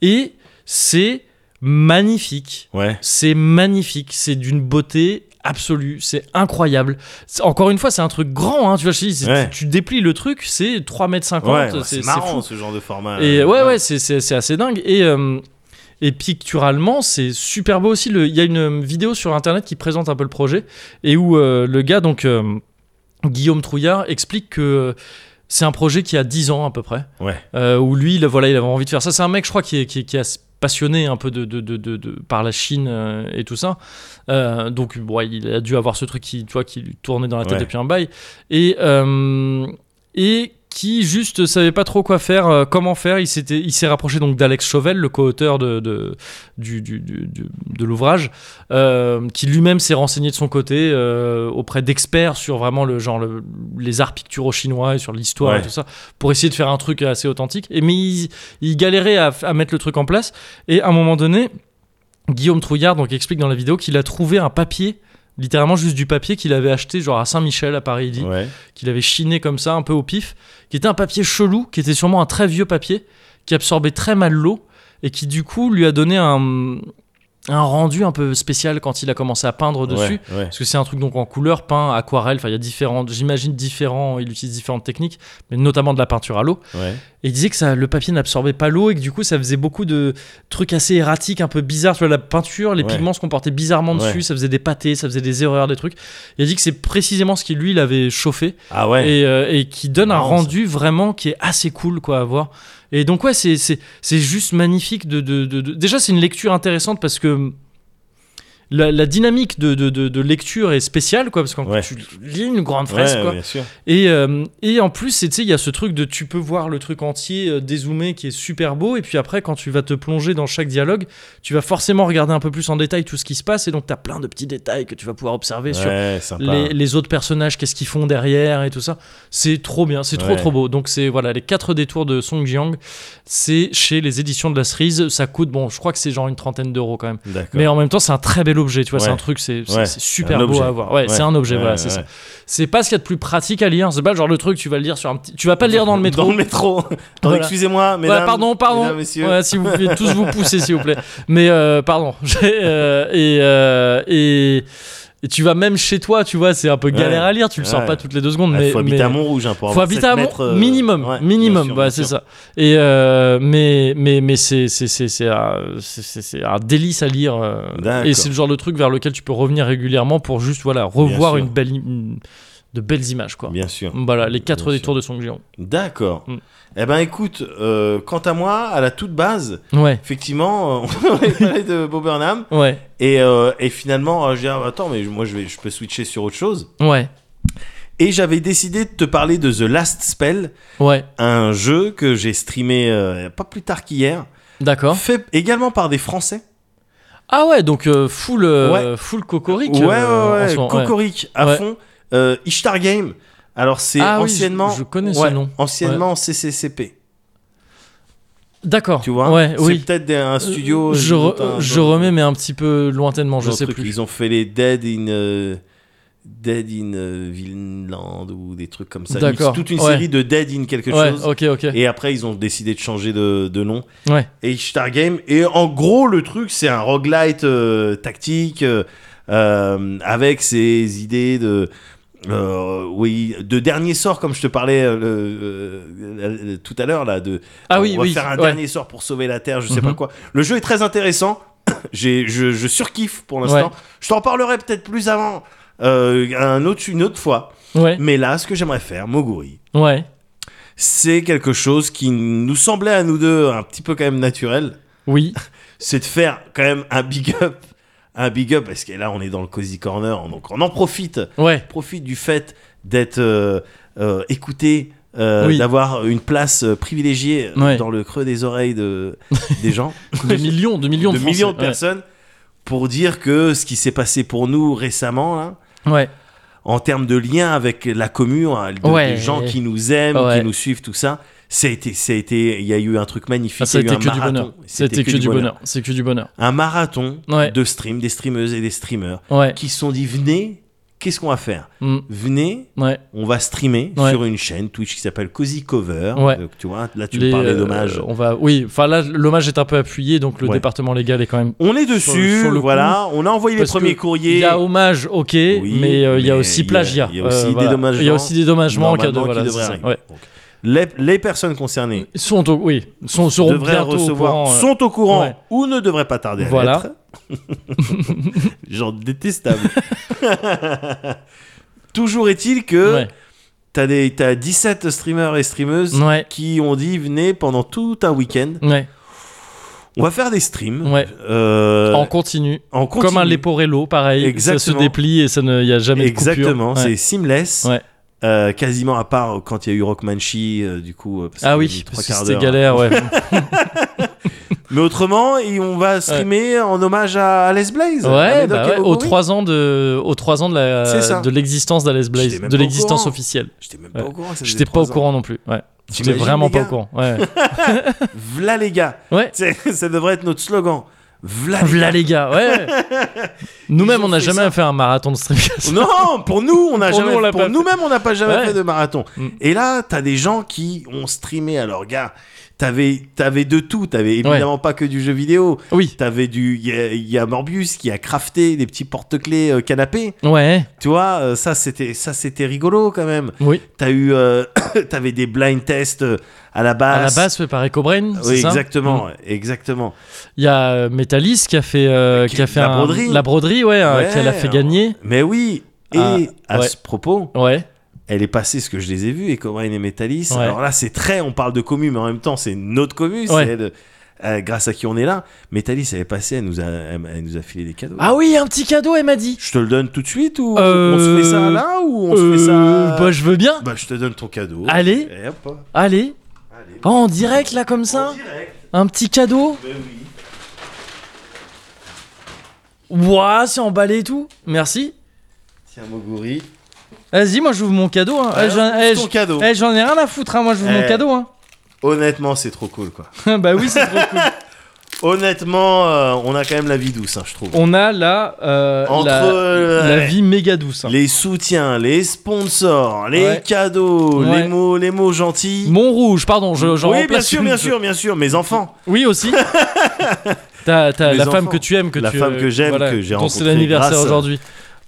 Speaker 1: Et c'est magnifique.
Speaker 2: Ouais.
Speaker 1: C'est magnifique, c'est d'une beauté absolue, c'est incroyable. C'est- Encore une fois, c'est un truc grand, hein, tu vois, je te dis, c'est-
Speaker 2: Ouais.
Speaker 1: tu déplies le truc, c'est 3m50,
Speaker 2: Ouais, ouais,
Speaker 1: c'est
Speaker 2: c'est
Speaker 1: c'est fou.
Speaker 2: marrant ce genre de format.
Speaker 1: Et
Speaker 2: euh,
Speaker 1: ouais, ouais, c'est- c'est c'est assez dingue. Et, euh, et picturalement, c'est super beau aussi. Le- Il y a une euh, vidéo sur internet qui présente un peu le projet et où euh, le gars, donc euh, Guillaume Trouillard, explique que C'est un projet qui a 10 ans à peu près,
Speaker 2: Ouais.
Speaker 1: euh, où lui, là, voilà, il avait envie de faire ça. C'est un mec, je crois, qui est, qui est- qui est passionné un peu de, de- de- de- de- par la Chine euh, et tout ça. Euh, donc, bon, il a dû avoir ce truc qui, tu vois, qui lui tournait dans la tête
Speaker 2: Ouais.
Speaker 1: depuis un bail. Et, euh, et qui juste savait pas trop quoi faire, euh, comment faire. Il s'était- il s'est rapproché donc d'Alex Chauvel, le co-auteur de, de- du- du- du- du- de l'ouvrage, euh, qui lui-même s'est renseigné de son côté euh, auprès d'experts sur vraiment le genre le- les arts picturaux chinois et sur l'histoire
Speaker 2: Ouais.
Speaker 1: et tout ça pour essayer de faire un truc assez authentique. Et mais il, il galérait à, à mettre le truc en place. Et à un moment donné, Guillaume Trouillard donc explique dans la vidéo qu'il a trouvé un papier, littéralement juste du papier qu'il avait acheté genre à Saint-Michel à Paris. Il dit
Speaker 2: Ouais.
Speaker 1: qu'il avait chiné comme ça, un peu au pif, qui était un papier chelou, qui était sûrement un très vieux papier, qui absorbait très mal l'eau, et qui du coup lui a donné un, un rendu un peu spécial quand il a commencé à peindre dessus.
Speaker 2: Ouais, ouais.
Speaker 1: Parce que c'est un truc donc en couleur, peint, aquarelle, enfin il y a différentes, j'imagine différents, il utilise différentes techniques, mais notamment de la peinture à l'eau.
Speaker 2: Ouais.
Speaker 1: Et il disait que ça, le papier n'absorbait pas l'eau et que du coup ça faisait beaucoup de trucs assez erratiques, un peu bizarres. Tu vois, la peinture, les
Speaker 2: Ouais.
Speaker 1: pigments se comportaient bizarrement dessus,
Speaker 2: Ouais.
Speaker 1: ça faisait des pâtés, ça faisait des erreurs, des trucs. Il a dit que c'est précisément ce qui lui il avait chauffé
Speaker 2: Ah ouais.
Speaker 1: et, euh, et qui donne un
Speaker 2: Marrant, ça.
Speaker 1: rendu vraiment qui est assez cool quoi à voir. Et donc ouais c'est c'est c'est juste magnifique de, de, de- de- déjà c'est une lecture intéressante parce que la, la dynamique de, de, de, de lecture est spéciale quoi parce que
Speaker 2: Ouais.
Speaker 1: tu lis une grande fresque
Speaker 2: Ouais,
Speaker 1: quoi.
Speaker 2: bien sûr.
Speaker 1: Et, euh, et en plus, c'est- tu sais, il y a ce truc de tu peux voir le truc entier euh, dézoomé qui est super beau, et puis après, quand tu vas te plonger dans chaque dialogue, tu vas forcément regarder un peu plus en détail tout ce qui se passe, et donc tu as plein de petits détails que tu vas pouvoir observer sur
Speaker 2: Ouais, sympa.
Speaker 1: les, les autres personnages, qu'est-ce qu'ils font derrière et tout ça. C'est trop bien, c'est trop
Speaker 2: Ouais.
Speaker 1: trop beau. Donc c'est voilà, les quatre détours de Song Jiang, c'est chez les éditions de la cerise. Ça coûte, bon, je crois que c'est genre une trentaine d'euros quand même.
Speaker 2: D'accord.
Speaker 1: Mais en même temps, c'est un très bel objet, tu vois, c'est
Speaker 2: Ouais.
Speaker 1: un truc, c'est c'est-
Speaker 2: Ouais.
Speaker 1: c'est super
Speaker 2: Un
Speaker 1: beau
Speaker 2: objet.
Speaker 1: à avoir. Ouais, c'est un objet,
Speaker 2: Ouais,
Speaker 1: voilà,
Speaker 2: ouais,
Speaker 1: c'est ça.
Speaker 2: ouais.
Speaker 1: C'est pas ce qu'il y a de plus pratique à lire, c'est pas le genre de truc, tu vas le lire sur un petit. Tu vas pas le lire dans le métro.
Speaker 2: Dans le métro. Attends,
Speaker 1: Voilà.
Speaker 2: Excusez-moi,
Speaker 1: Ouais,
Speaker 2: mesdames.
Speaker 1: pardon, pardon.
Speaker 2: mesdames, messieurs.
Speaker 1: Ouais, si vous pouvez tous vous pousser, s'il vous plaît. Mais euh, pardon. J'ai, euh, et, euh, et, et tu vas même chez toi, tu vois, c'est un peu galère
Speaker 2: Ouais.
Speaker 1: à lire. Tu le sors
Speaker 2: Ouais.
Speaker 1: pas toutes les deux secondes.
Speaker 2: Ah,
Speaker 1: mais,
Speaker 2: faut habiter
Speaker 1: mais-
Speaker 2: à Montrouge hein, pour
Speaker 1: faut
Speaker 2: avoir
Speaker 1: habiter
Speaker 2: 7
Speaker 1: à Mont-
Speaker 2: mètres, euh,
Speaker 1: minimum,
Speaker 2: ouais, bien
Speaker 1: minimum,
Speaker 2: sûr,
Speaker 1: voilà,
Speaker 2: bien
Speaker 1: c'est
Speaker 2: sûr.
Speaker 1: ça. Et euh, mais mais mais c'est c'est c'est c'est un, c'est- c'est- c'est un délice à lire. euh,
Speaker 2: D'accord.
Speaker 1: et c'est le genre de truc vers lequel tu peux revenir régulièrement pour juste voilà revoir
Speaker 2: sûr.
Speaker 1: une belle im- de belles images quoi.
Speaker 2: Bien sûr.
Speaker 1: Voilà les quatre
Speaker 2: Bien
Speaker 1: détours de Song Jiang.
Speaker 2: D'accord.
Speaker 1: Mm.
Speaker 2: Eh ben écoute, euh, quant à moi, à la toute base,
Speaker 1: Ouais,
Speaker 2: effectivement, euh, on avait parlé de Bob Burnham
Speaker 1: ouais,
Speaker 2: et, euh, et finalement, euh, j'ai dit, ah, attends, mais moi je, vais, je peux switcher sur autre chose.
Speaker 1: ouais,
Speaker 2: Et j'avais décidé de te parler de The Last Spell,
Speaker 1: ouais.
Speaker 2: un jeu que j'ai streamé euh, pas plus tard qu'hier,
Speaker 1: D'accord.
Speaker 2: fait également par des Français.
Speaker 1: Ah ouais, donc euh, full euh, full
Speaker 2: Ouais,
Speaker 1: cocoric.
Speaker 2: ouais,
Speaker 1: euh, en
Speaker 2: ouais,
Speaker 1: ce moment, ouais.
Speaker 2: Cocoric à
Speaker 1: Ouais.
Speaker 2: fond. Euh, Ishtar Game. Alors c'est
Speaker 1: Ah oui,
Speaker 2: anciennement,
Speaker 1: je- je connais ce
Speaker 2: ouais,
Speaker 1: nom.
Speaker 2: anciennement CCCP.
Speaker 1: D'accord.
Speaker 2: Tu vois,
Speaker 1: Ouais,
Speaker 2: c'est
Speaker 1: oui. Euh,
Speaker 2: peut-être des- un studio.
Speaker 1: je,
Speaker 2: dans
Speaker 1: re-
Speaker 2: un-
Speaker 1: je
Speaker 2: dans-
Speaker 1: remets mais un petit peu lointainement, je
Speaker 2: dans un
Speaker 1: sais
Speaker 2: truc.
Speaker 1: plus.
Speaker 2: Ils ont fait les Dead in euh, Dead in euh, Vinland ou des trucs comme ça. Ils-
Speaker 1: D'accord,
Speaker 2: Toute une
Speaker 1: ouais.
Speaker 2: série de Dead in quelque
Speaker 1: Ouais,
Speaker 2: chose.
Speaker 1: ok, ok.
Speaker 2: Et après, ils ont décidé de changer de, de nom.
Speaker 1: Ouais.
Speaker 2: Et Ishtar Game. Et en gros, le truc, c'est un roguelite euh, tactique euh, euh, avec ses idées de. euh, oui, de dernier sort, comme je te parlais euh, le- euh, le- tout à l'heure, là. De,
Speaker 1: Ah oui,
Speaker 2: on va
Speaker 1: oui,
Speaker 2: faire un
Speaker 1: ouais.
Speaker 2: dernier sort pour sauver la Terre, je sais pas
Speaker 1: Mhm.
Speaker 2: quoi. Le jeu est très intéressant. J'ai, je, je surkiffe pour l'instant.
Speaker 1: Ouais.
Speaker 2: Je t'en parlerai peut-être plus avant, euh, un autre, une autre fois.
Speaker 1: Ouais,
Speaker 2: Mais là, ce que j'aimerais faire, Moguri,
Speaker 1: ouais.
Speaker 2: c'est quelque chose qui nous semblait à nous deux un petit peu quand même naturel,
Speaker 1: Oui,
Speaker 2: c'est de faire quand même un big up, un big up parce que là on est dans le cozy corner, donc on en profite,
Speaker 1: ouais,
Speaker 2: on profite du fait d'être euh, euh, écouté, euh,
Speaker 1: Oui.
Speaker 2: d'avoir une place euh, privilégiée euh,
Speaker 1: Ouais.
Speaker 2: dans le creux des oreilles de des gens,
Speaker 1: de millions, de millions
Speaker 2: de
Speaker 1: de, Français,
Speaker 2: millions de
Speaker 1: ouais.
Speaker 2: personnes, pour dire que ce qui s'est passé pour nous récemment là
Speaker 1: Ouais, Ah,
Speaker 2: en termes de lien avec la commune, hein, de,
Speaker 1: Ouais.
Speaker 2: de gens qui nous aiment,
Speaker 1: Ouais.
Speaker 2: qui nous suivent, tout ça. Ça a été, ça a été, il y a eu un truc magnifique.
Speaker 1: Ah, ça a
Speaker 2: il y a
Speaker 1: été
Speaker 2: eu
Speaker 1: que
Speaker 2: un
Speaker 1: du
Speaker 2: marathon.
Speaker 1: bonheur. Ça a été que du bonheur. C'est que du bonheur.
Speaker 2: Un marathon
Speaker 1: Ouais.
Speaker 2: de stream, des streameuses et des streamers
Speaker 1: Ouais,
Speaker 2: qui se sont dit venez, qu'est-ce qu'on va faire
Speaker 1: mm,
Speaker 2: Venez,
Speaker 1: ouais.
Speaker 2: on va streamer
Speaker 1: Ouais.
Speaker 2: sur une chaîne Twitch qui s'appelle Cozy Cover.
Speaker 1: Ouais.
Speaker 2: Donc, tu vois, là tu
Speaker 1: Les,
Speaker 2: me parlais
Speaker 1: euh,
Speaker 2: d'hommage.
Speaker 1: on va, oui, enfin là, l'hommage est un peu appuyé, donc le
Speaker 2: Ouais.
Speaker 1: département légal est quand même.
Speaker 2: on est dessus,
Speaker 1: sur- sur le
Speaker 2: voilà. On a envoyé les
Speaker 1: Parce que
Speaker 2: premiers courriers.
Speaker 1: Il y a hommage, ok,
Speaker 2: Oui,
Speaker 1: mais euh, il y a
Speaker 2: mais
Speaker 1: aussi
Speaker 2: il y a-
Speaker 1: plagiat.
Speaker 2: il y a aussi
Speaker 1: euh, voilà.
Speaker 2: dédommagement.
Speaker 1: Il y a aussi dédommagement en cas de
Speaker 2: normalement,
Speaker 1: voilà.
Speaker 2: qui devraient
Speaker 1: c'est ça,
Speaker 2: arriver.
Speaker 1: ouais.
Speaker 2: Donc, les, les personnes concernées
Speaker 1: Ils Sont au- oui, sont seront
Speaker 2: devraient
Speaker 1: bientôt au
Speaker 2: recevoir,
Speaker 1: courant, euh,
Speaker 2: sont au courant
Speaker 1: ouais.
Speaker 2: ou ne devraient pas tarder
Speaker 1: Voilà.
Speaker 2: à l'être. Genre détestable. Toujours est-il que
Speaker 1: ouais.
Speaker 2: t'as des- t'as 17 streamers et streameuses
Speaker 1: Ouais.
Speaker 2: qui ont dit venez pendant tout un week-end,
Speaker 1: Ouais,
Speaker 2: on va faire des streams
Speaker 1: Ouais.
Speaker 2: euh,
Speaker 1: en continu.
Speaker 2: en continu.
Speaker 1: Comme un Leporello, pareil. Ça se
Speaker 2: Exactement.
Speaker 1: déplie et ça ne, il y a jamais
Speaker 2: Exactement,
Speaker 1: de coupure. Ouais.
Speaker 2: c'est seamless.
Speaker 1: Ouais.
Speaker 2: Euh, quasiment à part quand il y a eu Rockmanchi, euh, du coup. euh, parce
Speaker 1: Ah
Speaker 2: qu'il y a
Speaker 1: oui,
Speaker 2: eu trois
Speaker 1: parce que
Speaker 2: quarts
Speaker 1: c'était
Speaker 2: d'heure. hein.
Speaker 1: galère, ouais.
Speaker 2: Mais autrement, et on va streamer en hommage à Alice Blaze. à
Speaker 1: ouais,
Speaker 2: Médoc
Speaker 1: bah
Speaker 2: et
Speaker 1: ouais, aux
Speaker 2: Oguri.
Speaker 1: trois ans de, aux trois ans de
Speaker 2: euh, C'est ça.
Speaker 1: la, de l'existence d'Alice Blaze,
Speaker 2: J'étais
Speaker 1: de
Speaker 2: même pas au
Speaker 1: l'existence
Speaker 2: courant.
Speaker 1: officielle.
Speaker 2: J'étais même pas
Speaker 1: Ouais.
Speaker 2: au courant. que ça faisait
Speaker 1: J'étais pas
Speaker 2: trois
Speaker 1: au
Speaker 2: ans.
Speaker 1: courant non plus. Ouais. J'étais
Speaker 2: T'imagines,
Speaker 1: vraiment
Speaker 2: les
Speaker 1: pas au
Speaker 2: gars
Speaker 1: courant. Ouais.
Speaker 2: V'là les gars.
Speaker 1: ouais.
Speaker 2: C'est- Ça devrait être notre slogan. V'là les
Speaker 1: V'là les gars, ouais. Nous-mêmes,
Speaker 2: Ils
Speaker 1: on
Speaker 2: ont
Speaker 1: n'a
Speaker 2: fait
Speaker 1: jamais
Speaker 2: ça.
Speaker 1: fait un marathon de stream. comme ça.
Speaker 2: Non, pour nous, on a
Speaker 1: Pour
Speaker 2: jamais,
Speaker 1: nous, on l'a
Speaker 2: pour
Speaker 1: pas fait.
Speaker 2: nous-mêmes, on n'a pas jamais
Speaker 1: Ouais.
Speaker 2: fait de marathon.
Speaker 1: Mm.
Speaker 2: Et là, t'as des gens qui ont streamé. Alors, gars, t'avais, t'avais de tout. T'avais évidemment pas que du jeu vidéo.
Speaker 1: Oui.
Speaker 2: T'avais du, il y, a- il y a Morbius qui a crafté des petits porte-clés euh, canapés.
Speaker 1: Ouais.
Speaker 2: Tu vois, euh, ça c'était, ça c'était rigolo quand même.
Speaker 1: Oui.
Speaker 2: T'as eu, euh, t'avais des blind tests euh, à la base.
Speaker 1: À la base, fait par Ecobrain. c'est
Speaker 2: Oui,
Speaker 1: ça Mm.
Speaker 2: exactement, exactement.
Speaker 1: Il y a euh, Metalis qui a fait, euh, qui a
Speaker 2: Qui-
Speaker 1: fait
Speaker 2: la
Speaker 1: un-
Speaker 2: broderie.
Speaker 1: la broderie, ouais, euh,
Speaker 2: Ouais,
Speaker 1: qu'elle a fait
Speaker 2: alors.
Speaker 1: gagner.
Speaker 2: Mais oui. Et
Speaker 1: Ah,
Speaker 2: à
Speaker 1: ouais.
Speaker 2: ce propos,
Speaker 1: Ouais.
Speaker 2: elle est passée ce que je les ai vus, Ecobrine et Metalis.
Speaker 1: Ouais.
Speaker 2: Alors là, c'est très, on parle de commu, mais en même temps, c'est notre commu, c'est
Speaker 1: Ouais.
Speaker 2: elle, euh, grâce à qui on est là. Metalis, elle est passée, elle nous a, elle, elle nous a filé des cadeaux.
Speaker 1: Ah oui, un petit cadeau, elle m'a dit.
Speaker 2: Je te le donne tout de suite ou
Speaker 1: Euh,
Speaker 2: on se fait ça là ou on se fait
Speaker 1: Euh,
Speaker 2: ça
Speaker 1: Bah, je veux bien.
Speaker 2: Bah, je te donne ton cadeau.
Speaker 1: Allez.
Speaker 2: Et hop.
Speaker 1: Allez.
Speaker 2: Allez.
Speaker 1: Oh, en direct, là, comme ça.
Speaker 2: En direct.
Speaker 1: Un petit cadeau.
Speaker 2: Ben oui.
Speaker 1: Ouah, c'est emballé et tout. Merci.
Speaker 2: Tiens, Moguri.
Speaker 1: Vas-y, moi, j'ouvre mon cadeau. hein. Eh,
Speaker 2: Alors,
Speaker 1: j'en- eh,
Speaker 2: ton
Speaker 1: j-
Speaker 2: cadeau.
Speaker 1: eh, j'en ai rien à foutre, hein. moi, j'ouvre mon
Speaker 2: Eh.
Speaker 1: cadeau. Hein.
Speaker 2: Honnêtement, c'est trop cool, quoi.
Speaker 1: bah oui, c'est trop cool.
Speaker 2: Honnêtement, euh, on a quand même la vie douce, hein, je trouve.
Speaker 1: On a là euh,
Speaker 2: Entre,
Speaker 1: la,
Speaker 2: euh,
Speaker 1: la
Speaker 2: ouais.
Speaker 1: vie méga douce. hein.
Speaker 2: Les soutiens, les sponsors, les
Speaker 1: Ouais.
Speaker 2: cadeaux,
Speaker 1: Ouais.
Speaker 2: les mots, les mots gentils.
Speaker 1: Hein. Montrouge, pardon, je, j'en
Speaker 2: oui, bien
Speaker 1: remplace
Speaker 2: sûr,
Speaker 1: une.
Speaker 2: bien sûr, bien sûr. Mes enfants.
Speaker 1: Oui, aussi. T'as, t'as
Speaker 2: Mes
Speaker 1: la femme
Speaker 2: enfants.
Speaker 1: que tu aimes, que
Speaker 2: La
Speaker 1: tu,
Speaker 2: femme que j'aime, que j'ai
Speaker 1: dont c'est
Speaker 2: rencontrée
Speaker 1: l'anniversaire
Speaker 2: grâce à-
Speaker 1: aujourd'hui.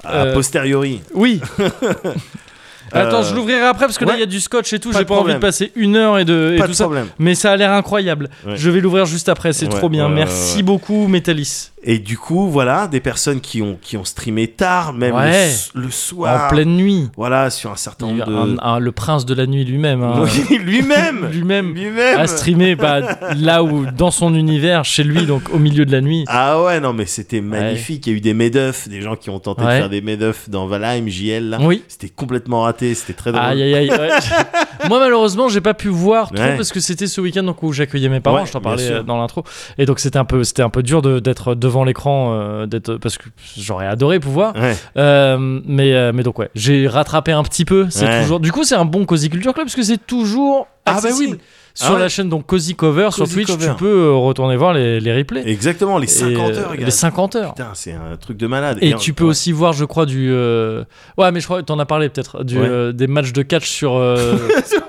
Speaker 2: A
Speaker 1: Euh,
Speaker 2: posteriori.
Speaker 1: Oui. Attends, je l'ouvrirai après parce que là
Speaker 2: Euh, ouais.
Speaker 1: il y a du scotch et tout.
Speaker 2: Pas
Speaker 1: j'ai
Speaker 2: de
Speaker 1: pas envie de
Speaker 2: problème.
Speaker 1: passer une heure et de et
Speaker 2: Pas
Speaker 1: tout
Speaker 2: de
Speaker 1: ça.
Speaker 2: problème.
Speaker 1: Mais ça a l'air incroyable.
Speaker 2: Ouais.
Speaker 1: Je vais l'ouvrir juste après. C'est
Speaker 2: Ouais,
Speaker 1: trop bien.
Speaker 2: ouais, ouais,
Speaker 1: Merci
Speaker 2: ouais.
Speaker 1: beaucoup, Metalis.
Speaker 2: Et du coup, voilà, des personnes qui ont, qui ont streamé tard, même le
Speaker 1: Ouais.
Speaker 2: s- le, soir.
Speaker 1: En pleine nuit.
Speaker 2: Voilà, sur un certain nombre de.
Speaker 1: Un- un- le prince de la nuit lui-même. hein.
Speaker 2: Oui, lui-même
Speaker 1: Lui-même.
Speaker 2: Lui-même
Speaker 1: a streamé bah, là où dans son univers chez lui donc au milieu de la nuit
Speaker 2: Ah ouais, non, mais c'était magnifique. Il y a eu des médeufs, des gens qui ont tenté
Speaker 1: Ouais.
Speaker 2: de faire des médeufs dans Valheim, JL, là.
Speaker 1: oui
Speaker 2: C'était complètement raté, c'était très drôle.
Speaker 1: aïe aïe aïe ouais. moi malheureusement j'ai pas pu voir trop
Speaker 2: Ouais.
Speaker 1: parce que c'était ce week-end donc, où j'accueillais mes parents
Speaker 2: Ouais,
Speaker 1: je t'en
Speaker 2: bien
Speaker 1: parlais
Speaker 2: sûr.
Speaker 1: euh, dans l'intro et donc c'était un peu c'était un peu dur de- d'être devant l'écran euh, d'être parce que j'aurais adoré pouvoir
Speaker 2: Ouais.
Speaker 1: Euh, mais euh, mais donc ouais j'ai rattrapé un petit peu c'est
Speaker 2: Ouais.
Speaker 1: toujours du coup c'est un bon Cozy Culture Club parce que c'est toujours
Speaker 2: Ah bah
Speaker 1: accessible
Speaker 2: oui.
Speaker 1: sur
Speaker 2: Ah ouais.
Speaker 1: la chaîne donc Cozy Cover sur
Speaker 2: Cozy
Speaker 1: Twitch
Speaker 2: Cover.
Speaker 1: tu peux euh, retourner voir les, les replays
Speaker 2: Exactement, les 50
Speaker 1: Et, euh,
Speaker 2: heures, gars.
Speaker 1: les 50 heures
Speaker 2: Putain, c'est un truc de malade.
Speaker 1: et
Speaker 2: en-
Speaker 1: tu peux
Speaker 2: ouais.
Speaker 1: aussi voir, je crois, du. euh, Ouais, mais je crois que t'en as parlé peut-être, du,
Speaker 2: Ouais.
Speaker 1: euh, des matchs de catch sur euh,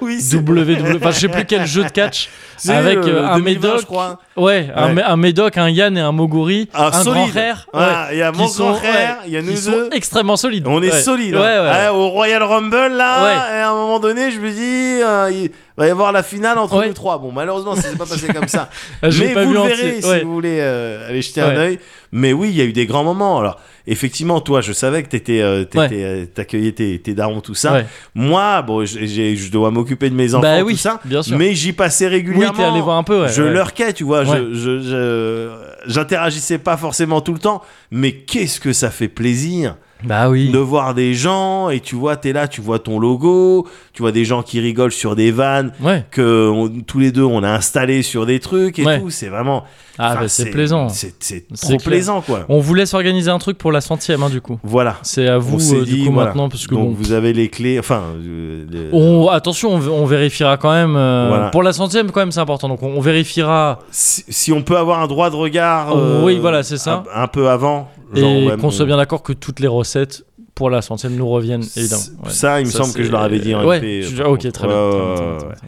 Speaker 2: oui, c'est-
Speaker 1: WW. Enfin, je sais plus quel jeu de catch.
Speaker 2: c'est,
Speaker 1: avec,
Speaker 2: euh,
Speaker 1: euh, un
Speaker 2: 2020,
Speaker 1: médoc.
Speaker 2: je crois.
Speaker 1: Ouais, Un,
Speaker 2: Ouais.
Speaker 1: mé- un médoc, un Yann et un Moguri.
Speaker 2: Ah,
Speaker 1: un grand
Speaker 2: solide.
Speaker 1: frère. ouais,
Speaker 2: Voilà, il y a
Speaker 1: qui
Speaker 2: mon
Speaker 1: sont-
Speaker 2: grand frère,
Speaker 1: ouais,
Speaker 2: il y a
Speaker 1: qui
Speaker 2: nous
Speaker 1: sont
Speaker 2: deux.
Speaker 1: extrêmement solides.
Speaker 2: On est
Speaker 1: Ouais.
Speaker 2: solide.
Speaker 1: Ouais,
Speaker 2: hein.
Speaker 1: ouais, ouais.
Speaker 2: Ouais, au Royal Rumble, là,
Speaker 1: Ouais.
Speaker 2: et à un moment donné, je me dis, euh, il va y avoir la finale entre
Speaker 1: Ouais.
Speaker 2: nous trois. Bon, malheureusement, ça s'est pas passé comme ça.
Speaker 1: Ah, je l'ai
Speaker 2: Mais
Speaker 1: pas
Speaker 2: vous
Speaker 1: vu
Speaker 2: le
Speaker 1: entier.
Speaker 2: verrez
Speaker 1: Ouais.
Speaker 2: si vous voulez euh, aller jeter
Speaker 1: Ouais.
Speaker 2: un œil. Mais oui, il y a eu des grands moments. Alors, effectivement, toi, je savais que t'étais, euh, t'étais,
Speaker 1: Ouais.
Speaker 2: euh, t'accueillais tes, tes darons, tout ça.
Speaker 1: Ouais.
Speaker 2: Moi, bon, j'ai- j'ai- je dois m'occuper de mes enfants,
Speaker 1: Bah
Speaker 2: tout
Speaker 1: oui,
Speaker 2: ça.
Speaker 1: bien sûr.
Speaker 2: Mais j'y passais
Speaker 1: Oui,
Speaker 2: régulièrement.
Speaker 1: t'es allé voir un peu, ouais.
Speaker 2: je
Speaker 1: ouais.
Speaker 2: lurquais, tu vois.
Speaker 1: Ouais.
Speaker 2: Je, je- je- j'interagissais pas forcément tout le temps. Mais qu'est-ce que ça fait plaisir
Speaker 1: Bah oui.
Speaker 2: de voir des gens et tu vois, t'es là, tu vois ton logo, tu vois des gens qui rigolent sur des vannes
Speaker 1: Ouais.
Speaker 2: que on- tous les deux on a installé sur des trucs et
Speaker 1: Ouais.
Speaker 2: tout. C'est vraiment.
Speaker 1: Ah,
Speaker 2: enfin,
Speaker 1: bah c'est plaisant.
Speaker 2: C'est c'est
Speaker 1: C'est
Speaker 2: trop
Speaker 1: clair.
Speaker 2: plaisant, quoi.
Speaker 1: On vous laisse organiser un truc pour la centième, hein, du coup.
Speaker 2: Voilà.
Speaker 1: C'est à
Speaker 2: on
Speaker 1: vous,
Speaker 2: s'est
Speaker 1: euh, du
Speaker 2: dit,
Speaker 1: coup,
Speaker 2: voilà.
Speaker 1: maintenant, parce que
Speaker 2: Donc
Speaker 1: bon.
Speaker 2: vous avez les clés. Enfin. euh, le-
Speaker 1: On, attention, on, on vérifiera quand même. euh,
Speaker 2: Voilà.
Speaker 1: Pour la centième, quand même, c'est important. Donc, on, on vérifiera
Speaker 2: si, si on peut avoir un droit de regard.
Speaker 1: Oh,
Speaker 2: euh,
Speaker 1: Oui, voilà, c'est ça.
Speaker 2: Un, un peu avant. genre,
Speaker 1: et
Speaker 2: ouais,
Speaker 1: qu'on
Speaker 2: on-
Speaker 1: soit bien d'accord que toutes les recettes pour la centième nous reviennent, évidemment. Ouais.
Speaker 2: Ça, il me semble que
Speaker 1: c'est-
Speaker 2: je leur avais dit en
Speaker 1: ouais,
Speaker 2: MP,
Speaker 1: tu-
Speaker 2: par
Speaker 1: Ok,
Speaker 2: contre.
Speaker 1: très bien.
Speaker 2: Ouais, ouais,
Speaker 1: Attends,
Speaker 2: ouais,
Speaker 1: attends,
Speaker 2: ouais.
Speaker 1: attends.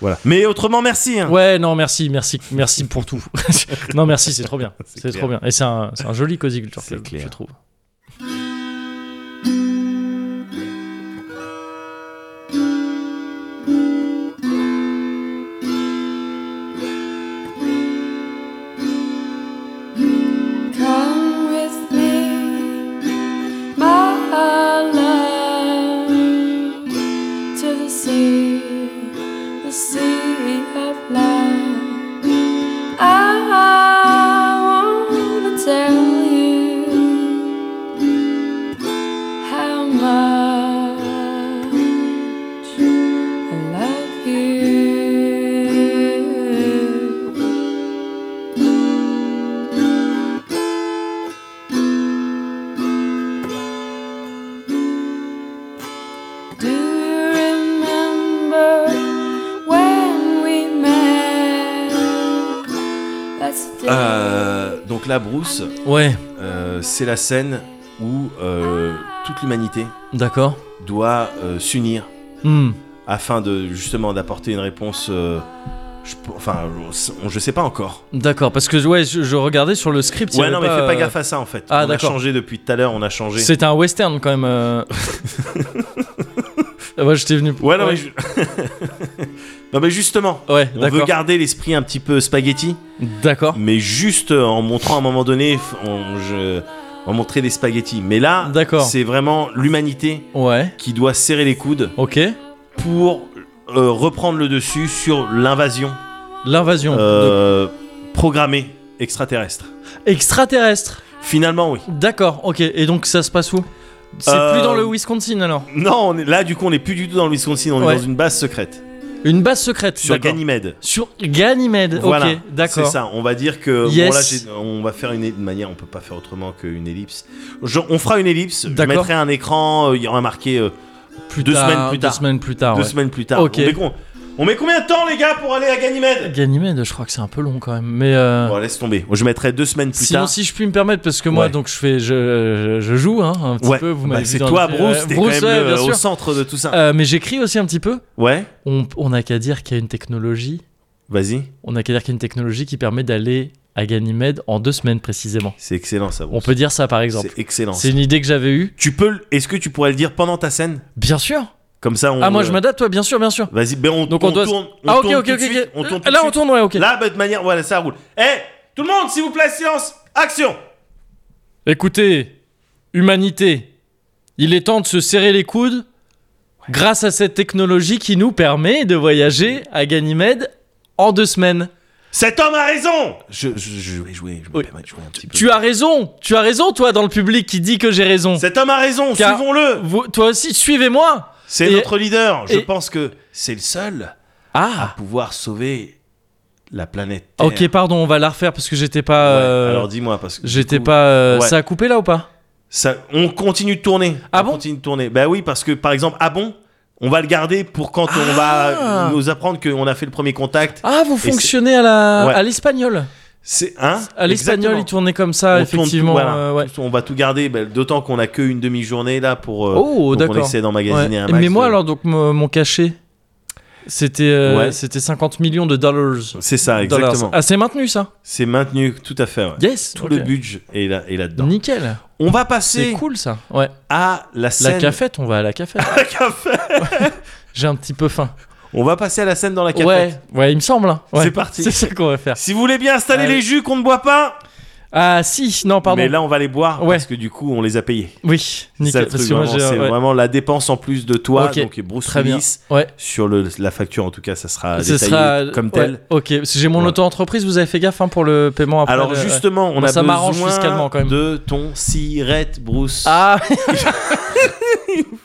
Speaker 2: Voilà. Mais autrement, merci. hein.
Speaker 1: Ouais, non, merci, merci, merci pour tout. non, merci, c'est trop bien.
Speaker 2: C'est
Speaker 1: C'est
Speaker 2: clair.
Speaker 1: trop bien. Et c'est un, c'est un joli Cozy Culture
Speaker 2: C'est
Speaker 1: Club,
Speaker 2: clair.
Speaker 1: je trouve.
Speaker 4: Come with me, my love, to
Speaker 2: Euh, donc la brousse,
Speaker 1: Ouais,
Speaker 2: euh, c'est la scène où euh, toute l'humanité
Speaker 1: d'accord.
Speaker 2: doit euh, s'unir
Speaker 1: Hmm.
Speaker 2: afin de justement d'apporter une réponse. euh, je, p- enfin, on- je sais pas encore.
Speaker 1: D'accord, parce que ouais, je, je regardais sur le script. il y
Speaker 2: Ouais,
Speaker 1: avait
Speaker 2: non, mais fais pas
Speaker 1: euh,
Speaker 2: gaffe à ça en fait.
Speaker 1: Ah,
Speaker 2: on a
Speaker 1: d'accord.
Speaker 2: changé depuis tout à l'heure, on a changé.
Speaker 1: C'est un western quand même. euh. ouais, j'étais venu.
Speaker 2: Ouais, non, mais ju- non, mais justement,
Speaker 1: Ouais,
Speaker 2: on veut
Speaker 1: d'accord.
Speaker 2: garder l'esprit un petit peu spaghetti,
Speaker 1: D'accord.
Speaker 2: mais juste euh, en montrant à un moment donné, f- on, je- on montrait des spaghettis. Mais là,
Speaker 1: D'accord.
Speaker 2: c'est vraiment l'humanité
Speaker 1: Ouais.
Speaker 2: qui doit serrer les coudes
Speaker 1: Ok.
Speaker 2: pour euh, reprendre le dessus sur l'invasion
Speaker 1: L'invasion de-
Speaker 2: euh, programmée extraterrestre.
Speaker 1: extraterrestre.
Speaker 2: Finalement, oui.
Speaker 1: D'accord. Ok. Et donc ça se passe où C'est
Speaker 2: Euh,
Speaker 1: plus dans le Wisconsin alors.
Speaker 2: Non, on est- là, du coup, on n'est plus du tout dans le Wisconsin, on
Speaker 1: Ouais.
Speaker 2: est dans une base secrète
Speaker 1: Une base secrète.
Speaker 2: sur
Speaker 1: d'accord.
Speaker 2: Ganymède.
Speaker 1: Sur Ganymède.
Speaker 2: Voilà,
Speaker 1: ok. D'accord.
Speaker 2: C'est ça. On va dire que bon,
Speaker 1: Yes.
Speaker 2: là, j'ai- on va faire une, une manière. On peut pas faire autrement qu'une ellipse. Je- on fera une ellipse. Je
Speaker 1: D'accord.
Speaker 2: mettrai un écran. euh, Il y aura marqué euh,
Speaker 1: Plus
Speaker 2: Deux
Speaker 1: tard,
Speaker 2: semaines plus tard.
Speaker 1: Deux semaines plus tard.
Speaker 2: deux
Speaker 1: Ah ouais.
Speaker 2: semaines plus tard.
Speaker 1: Ok.
Speaker 2: On, met, con- on met combien de temps, les gars, pour aller à Ganymède
Speaker 1: Ganymède, je crois que c'est un peu long quand même. Mais euh,
Speaker 2: Bon, laisse tomber. Je mettrai deux semaines plus
Speaker 1: sinon,
Speaker 2: tard.
Speaker 1: si je puis me permettre, parce que moi,
Speaker 2: Ouais.
Speaker 1: donc je fais, je, je- je joue hein, un petit
Speaker 2: ouais.
Speaker 1: peu. Vous
Speaker 2: Bah,
Speaker 1: m'avez vu
Speaker 2: c'est
Speaker 1: dans
Speaker 2: toi,
Speaker 1: le-
Speaker 2: Bruce.
Speaker 1: Ouais,
Speaker 2: T'es
Speaker 1: Bruce,
Speaker 2: quand même
Speaker 1: ouais, bien
Speaker 2: euh, au
Speaker 1: sûr.
Speaker 2: centre de tout ça.
Speaker 1: Euh, mais j'écris aussi un petit peu.
Speaker 2: Ouais.
Speaker 1: On on n'a qu'à dire qu'il y a une technologie.
Speaker 2: Vas-y.
Speaker 1: On n'a qu'à dire qu'il y a une technologie qui permet d'aller à Ganymède en deux semaines précisément.
Speaker 2: C'est excellent, ça. Bruce.
Speaker 1: On peut dire ça par exemple.
Speaker 2: C'est excellent.
Speaker 1: C'est une idée que j'avais eue.
Speaker 2: Tu peux. le- Est-ce que tu pourrais le dire pendant ta scène
Speaker 1: Bien sûr.
Speaker 2: Comme ça, on.
Speaker 1: Ah moi je
Speaker 2: euh,
Speaker 1: m'adapte, toi bien sûr, bien sûr.
Speaker 2: Vas-y. Ben on.
Speaker 1: Donc on, doit.
Speaker 2: tourne. on
Speaker 1: ah ok
Speaker 2: tourne
Speaker 1: ok
Speaker 2: tout
Speaker 1: ok.
Speaker 2: de suite,
Speaker 1: ok.
Speaker 2: On tourne tout de
Speaker 1: Là on
Speaker 2: suite.
Speaker 1: tourne ouais ok.
Speaker 2: Là, bah, de manière, voilà, ça roule. Eh, tout le monde, s'il vous plaît, silence, action
Speaker 1: Écoutez, humanité, il est temps de se serrer les coudes grâce à cette technologie qui nous permet de voyager à Ganymède en deux semaines.
Speaker 2: Cet homme a raison Je, je, je vais jouer, je me
Speaker 1: Oui.
Speaker 2: permets de jouer un petit peu.
Speaker 1: Tu as raison, tu as raison toi dans le public qui dit que j'ai raison.
Speaker 2: Cet homme a raison,
Speaker 1: Car-
Speaker 2: suivons-le
Speaker 1: Vous- toi aussi, suivez-moi.
Speaker 2: C'est
Speaker 1: Et-
Speaker 2: notre leader, je
Speaker 1: et-
Speaker 2: pense que c'est le seul à
Speaker 1: Ah.
Speaker 2: pouvoir sauver la planète Terre.
Speaker 1: Ok,
Speaker 2: Ouais,
Speaker 1: pardon, on va la refaire parce que j'étais pas. euh,
Speaker 2: Alors dis-moi, parce que...
Speaker 1: J'étais
Speaker 2: du coup,
Speaker 1: pas. euh,
Speaker 2: ouais.
Speaker 1: Ça a coupé là ou pas
Speaker 2: ça- on continue de tourner.
Speaker 1: Ah
Speaker 2: on
Speaker 1: bon
Speaker 2: continue de tourner. Bah oui, parce que, par exemple, ah bon on va le garder pour quand on
Speaker 1: Ah.
Speaker 2: va nous apprendre qu'on a fait le premier contact.
Speaker 1: Ah, vous
Speaker 2: c'est-
Speaker 1: fonctionnez à la
Speaker 2: Ouais.
Speaker 1: à l'espagnol.
Speaker 2: C'est hein
Speaker 1: À l'espagnol,
Speaker 2: Exactement.
Speaker 1: il tournait comme ça,
Speaker 2: On tourne tout,
Speaker 1: effectivement.
Speaker 2: voilà.
Speaker 1: euh, ouais.
Speaker 2: Tout- On va tout garder, bah, d'autant qu'on a qu'une demi-journée là pour. euh,
Speaker 1: Oh,
Speaker 2: donc
Speaker 1: d'accord.
Speaker 2: On essaie d'emmagasiner
Speaker 1: Ouais.
Speaker 2: un max. euh.
Speaker 1: Mais moi,
Speaker 2: de-
Speaker 1: alors, donc, mon mon cachet, c'était euh,
Speaker 2: Ouais.
Speaker 1: c'était 50 millions de dollars.
Speaker 2: C'est ça,
Speaker 1: Dollars.
Speaker 2: exactement.
Speaker 1: Ah, c'est maintenu ça
Speaker 2: C'est maintenu, tout à fait. ouais.
Speaker 1: Yes
Speaker 2: Tout
Speaker 1: ok.
Speaker 2: le budget est là, est là dedans.
Speaker 1: Nickel.
Speaker 2: On va
Speaker 1: C'est
Speaker 2: passer
Speaker 1: cool ça. Ouais.
Speaker 2: à la
Speaker 1: La
Speaker 2: scène.
Speaker 1: cafette, on va à la cafette.
Speaker 2: La cafette.
Speaker 1: J'ai un petit peu faim.
Speaker 2: On va passer à la scène dans la cafette.
Speaker 1: Ouais, ouais, il me semble. hein. Ouais.
Speaker 2: C'est parti.
Speaker 1: C'est ça qu'on va faire.
Speaker 2: Si vous voulez bien installer
Speaker 1: Allez.
Speaker 2: les jus qu'on ne boit pas,
Speaker 1: Ah, si, non, pardon.
Speaker 2: mais là on va les boire
Speaker 1: Ouais.
Speaker 2: parce que du coup on les a payés.
Speaker 1: oui,
Speaker 2: C'est ça
Speaker 1: nickel.
Speaker 2: le truc,
Speaker 1: parce que moi,
Speaker 2: vraiment,
Speaker 1: j'ai-
Speaker 2: c'est
Speaker 1: ouais.
Speaker 2: vraiment la dépense en plus de toi,
Speaker 1: Ok.
Speaker 2: donc Bruce
Speaker 1: Très bien.
Speaker 2: Willis,
Speaker 1: Ouais.
Speaker 2: sur le, la facture en tout cas, ça sera
Speaker 1: Ce
Speaker 2: détaillé
Speaker 1: sera
Speaker 2: comme
Speaker 1: ouais,
Speaker 2: tel.
Speaker 1: ok, parce que j'ai mon
Speaker 2: Ouais.
Speaker 1: auto-entreprise, vous avez fait gaffe hein, pour le paiement après.
Speaker 2: Alors
Speaker 1: le- ouais.
Speaker 2: justement, on
Speaker 1: Moi,
Speaker 2: a
Speaker 1: ça
Speaker 2: besoin
Speaker 1: m'arrange fiscalement, quand même.
Speaker 2: de ton sirette, Bruce.
Speaker 1: Ah,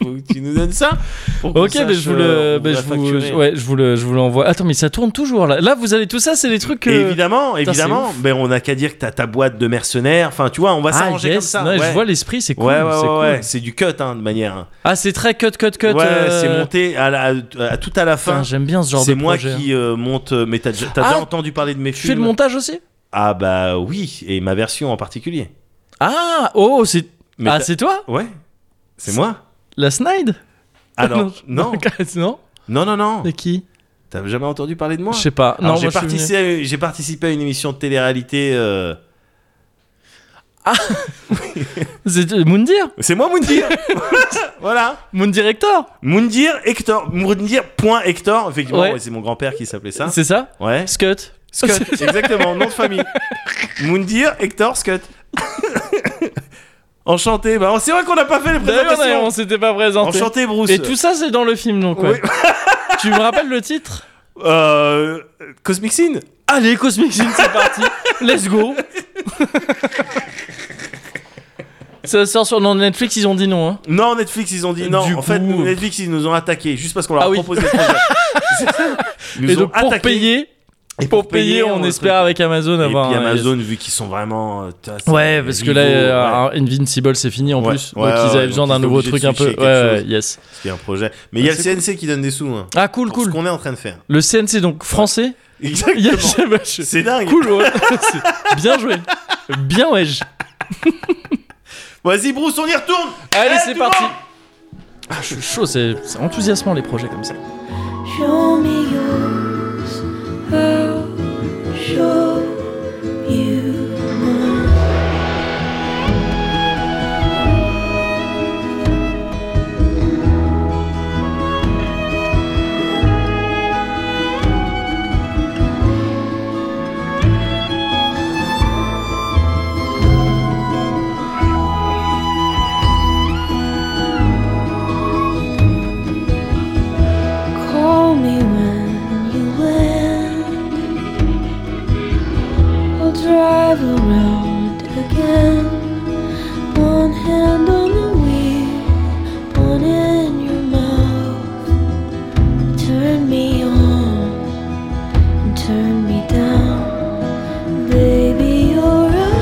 Speaker 2: Faut que tu nous donnes ça. pour qu'on
Speaker 1: ok,
Speaker 2: sache,
Speaker 1: mais je vous
Speaker 2: euh,
Speaker 1: le,
Speaker 2: on
Speaker 1: bah,
Speaker 2: va
Speaker 1: je vous,
Speaker 2: facturer.
Speaker 1: ouais, je vous le, je vous l'envoie. Attends, mais ça tourne toujours là. Là, vous avez tout ça, c'est des trucs que.
Speaker 2: Et Évidemment,
Speaker 1: Putain, c'est
Speaker 2: évidemment. Mais on n'a qu'à dire que t'as ta boîte de mercenaires. Enfin, tu vois, on va
Speaker 1: Ah,
Speaker 2: s'arranger
Speaker 1: yes.
Speaker 2: comme ça.
Speaker 1: Ouais,
Speaker 2: ouais.
Speaker 1: Je vois l'esprit, c'est cool.
Speaker 2: ouais, ouais,
Speaker 1: c'est
Speaker 2: ouais,
Speaker 1: cool.
Speaker 2: ouais. C'est du cut, hein, de manière. hein.
Speaker 1: Ah, c'est très cut, cut, cut.
Speaker 2: ouais,
Speaker 1: euh,
Speaker 2: c'est monté à, la- à- à- tout à la
Speaker 1: putain,
Speaker 2: fin.
Speaker 1: J'aime bien ce genre de
Speaker 2: C'est moi
Speaker 1: projet. hein.
Speaker 2: qui euh, monte. euh, Mais t'as déjà, t'as
Speaker 1: Ah,
Speaker 2: déjà entendu parler de mes
Speaker 1: Tu fais le
Speaker 2: films
Speaker 1: montage aussi
Speaker 2: Ah bah oui, et ma version en particulier.
Speaker 1: Ah, oh, c'est.
Speaker 2: Mais
Speaker 1: Ah,
Speaker 2: t'as-
Speaker 1: c'est toi
Speaker 2: ouais, c'est moi.
Speaker 1: La Snide
Speaker 2: Alors non,
Speaker 1: non
Speaker 2: non, non, non.
Speaker 1: C'est qui
Speaker 2: T'as jamais entendu parler de moi
Speaker 1: Je sais pas.
Speaker 2: Alors,
Speaker 1: Non,
Speaker 2: j'ai
Speaker 1: moi, je suis venu-
Speaker 2: participé, à une- j'ai participé à une émission de télé-réalité. euh,
Speaker 1: C'est euh, Moundir
Speaker 2: C'est moi Moundir Voilà
Speaker 1: Moundir Hector
Speaker 2: Moundir Hector Moundir.Hector Effectivement,
Speaker 1: Ouais.
Speaker 2: ouais, c'est mon grand-père qui s'appelait ça.
Speaker 1: C'est ça
Speaker 2: Ouais.
Speaker 1: Scut
Speaker 2: Scott, exactement, nom de famille. Moundir Hector Scott. Enchanté, bah, c'est vrai qu'on n'a pas fait les
Speaker 1: D'ailleurs, on
Speaker 2: présentations.
Speaker 1: s'était pas présenté.
Speaker 2: Enchanté Bruce.
Speaker 1: Et tout ça, c'est dans le film, donc. ouais. tu me rappelles le titre
Speaker 2: Euh, Cosmic Sin
Speaker 1: Allez, Cosmic Sin, c'est parti. Let's go. ça sort sur non, Netflix, ils ont dit non. Hein.
Speaker 2: Non, Netflix, ils ont dit non.
Speaker 1: Du
Speaker 2: en fait,
Speaker 1: coup-
Speaker 2: Netflix, ils nous ont attaqué juste parce qu'on leur
Speaker 1: Ah
Speaker 2: a
Speaker 1: oui.
Speaker 2: proposé le projet. C'est ça. Ils nous
Speaker 1: Et
Speaker 2: ont
Speaker 1: donc, pour
Speaker 2: attaqué.
Speaker 1: payer,
Speaker 2: Et
Speaker 1: pour payer, on
Speaker 2: le
Speaker 1: espère
Speaker 2: truc.
Speaker 1: avec Amazon
Speaker 2: Et
Speaker 1: avoir.
Speaker 2: puis
Speaker 1: un-
Speaker 2: Amazon, vu qu'ils sont vraiment. euh, t'as- c'est
Speaker 1: Ouais,
Speaker 2: des
Speaker 1: parce que là,
Speaker 2: rivaux, ouais,
Speaker 1: euh, Invincible, c'est fini en
Speaker 2: Ouais,
Speaker 1: plus.
Speaker 2: ouais,
Speaker 1: donc, ils
Speaker 2: ouais,
Speaker 1: avaient
Speaker 2: donc
Speaker 1: besoin
Speaker 2: ils
Speaker 1: d'un
Speaker 2: sont
Speaker 1: nouveau
Speaker 2: obligés de
Speaker 1: truc un peu.
Speaker 2: switcher
Speaker 1: Ouais,
Speaker 2: quelque
Speaker 1: ouais,
Speaker 2: chose.
Speaker 1: yes.
Speaker 2: c'est un projet. Mais il y a
Speaker 1: Ouais,
Speaker 2: le
Speaker 1: Ah, c'est
Speaker 2: CNC qui donne des sous. Hein,
Speaker 1: Ah, cool,
Speaker 2: pour Ce
Speaker 1: cool.
Speaker 2: qu'on est en train de faire.
Speaker 1: Le CNC, donc français Il y a-
Speaker 2: Exactement.
Speaker 1: bah, je-
Speaker 2: C'est dingue.
Speaker 1: Cool, ouais. C'est- Bien joué. Bien, ouais. je-
Speaker 2: Vas-y, Bruce, on y retourne.
Speaker 1: Allez,
Speaker 2: Eh,
Speaker 1: c'est
Speaker 2: tout le
Speaker 1: parti.
Speaker 2: monde
Speaker 1: Ah, je suis chaud, c'est c'est enthousiasmant les projets comme ça.
Speaker 4: Show me yours, I'll show you mine. Call me when you land. I'll drive around again. One hand on the wheel, one in your mouth. Turn me on and turn me down. Baby, you're a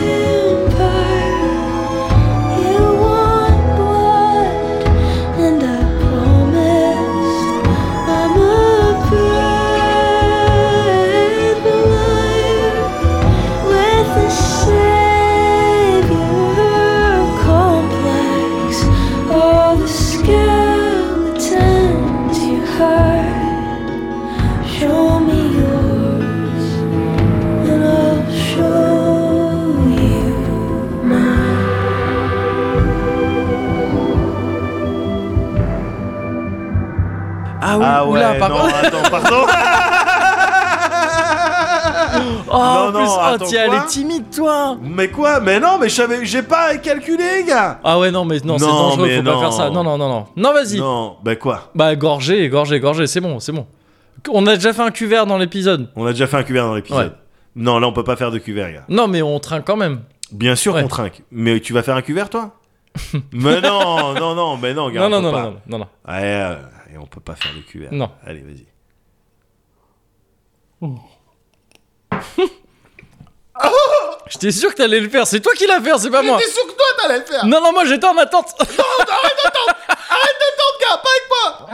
Speaker 4: vampire. You want blood. And I promised I'm a brave liar with a savior complex. All the skeletons you hide. Show me yours, and I'll show you mine.
Speaker 1: Ah oui,
Speaker 2: Ah ouais,
Speaker 1: oula, par
Speaker 2: non,
Speaker 1: contre.
Speaker 2: attends, pardon.
Speaker 1: Oh, en
Speaker 2: Non, non,
Speaker 1: plus, oh,
Speaker 2: attends,
Speaker 1: tiens, elle
Speaker 2: quoi
Speaker 1: est timide, toi.
Speaker 2: mais quoi Mais non, mais je savais- j'ai pas calculé, gars.
Speaker 1: Ah ouais, non, mais non, c'est
Speaker 2: Non,
Speaker 1: dangereux,
Speaker 2: mais
Speaker 1: faut
Speaker 2: non.
Speaker 1: pas faire ça. Non, non, non, non. Non, vas-y.
Speaker 2: Non, bah quoi
Speaker 1: Bah, gorgé, gorgé, gorgé, c'est bon, c'est bon. On a déjà fait un cuvert dans l'épisode.
Speaker 2: On a déjà fait un cuvert dans l'épisode.
Speaker 1: Ouais.
Speaker 2: Non, là, on peut pas faire de cuvert, gars.
Speaker 1: Non, mais on train quand même.
Speaker 2: Bien sûr
Speaker 1: Ouais.
Speaker 2: qu'on trinque. Mais tu vas faire un cuvert, toi Mais non, non, non, mais non, gars.
Speaker 1: Non,
Speaker 2: on
Speaker 1: non,
Speaker 2: peut
Speaker 1: non,
Speaker 2: pas.
Speaker 1: non, non, non, non.
Speaker 2: Ouais, euh, et on peut pas faire de cuvert.
Speaker 1: Non.
Speaker 2: Allez, vas-y.
Speaker 1: J'étais sûr que t'allais le faire, c'est toi qui l'as fait, c'est pas moi.
Speaker 2: sûr que toi, t'allais le faire
Speaker 1: Non, non, moi j'étais en attente.
Speaker 2: gars, pas avec moi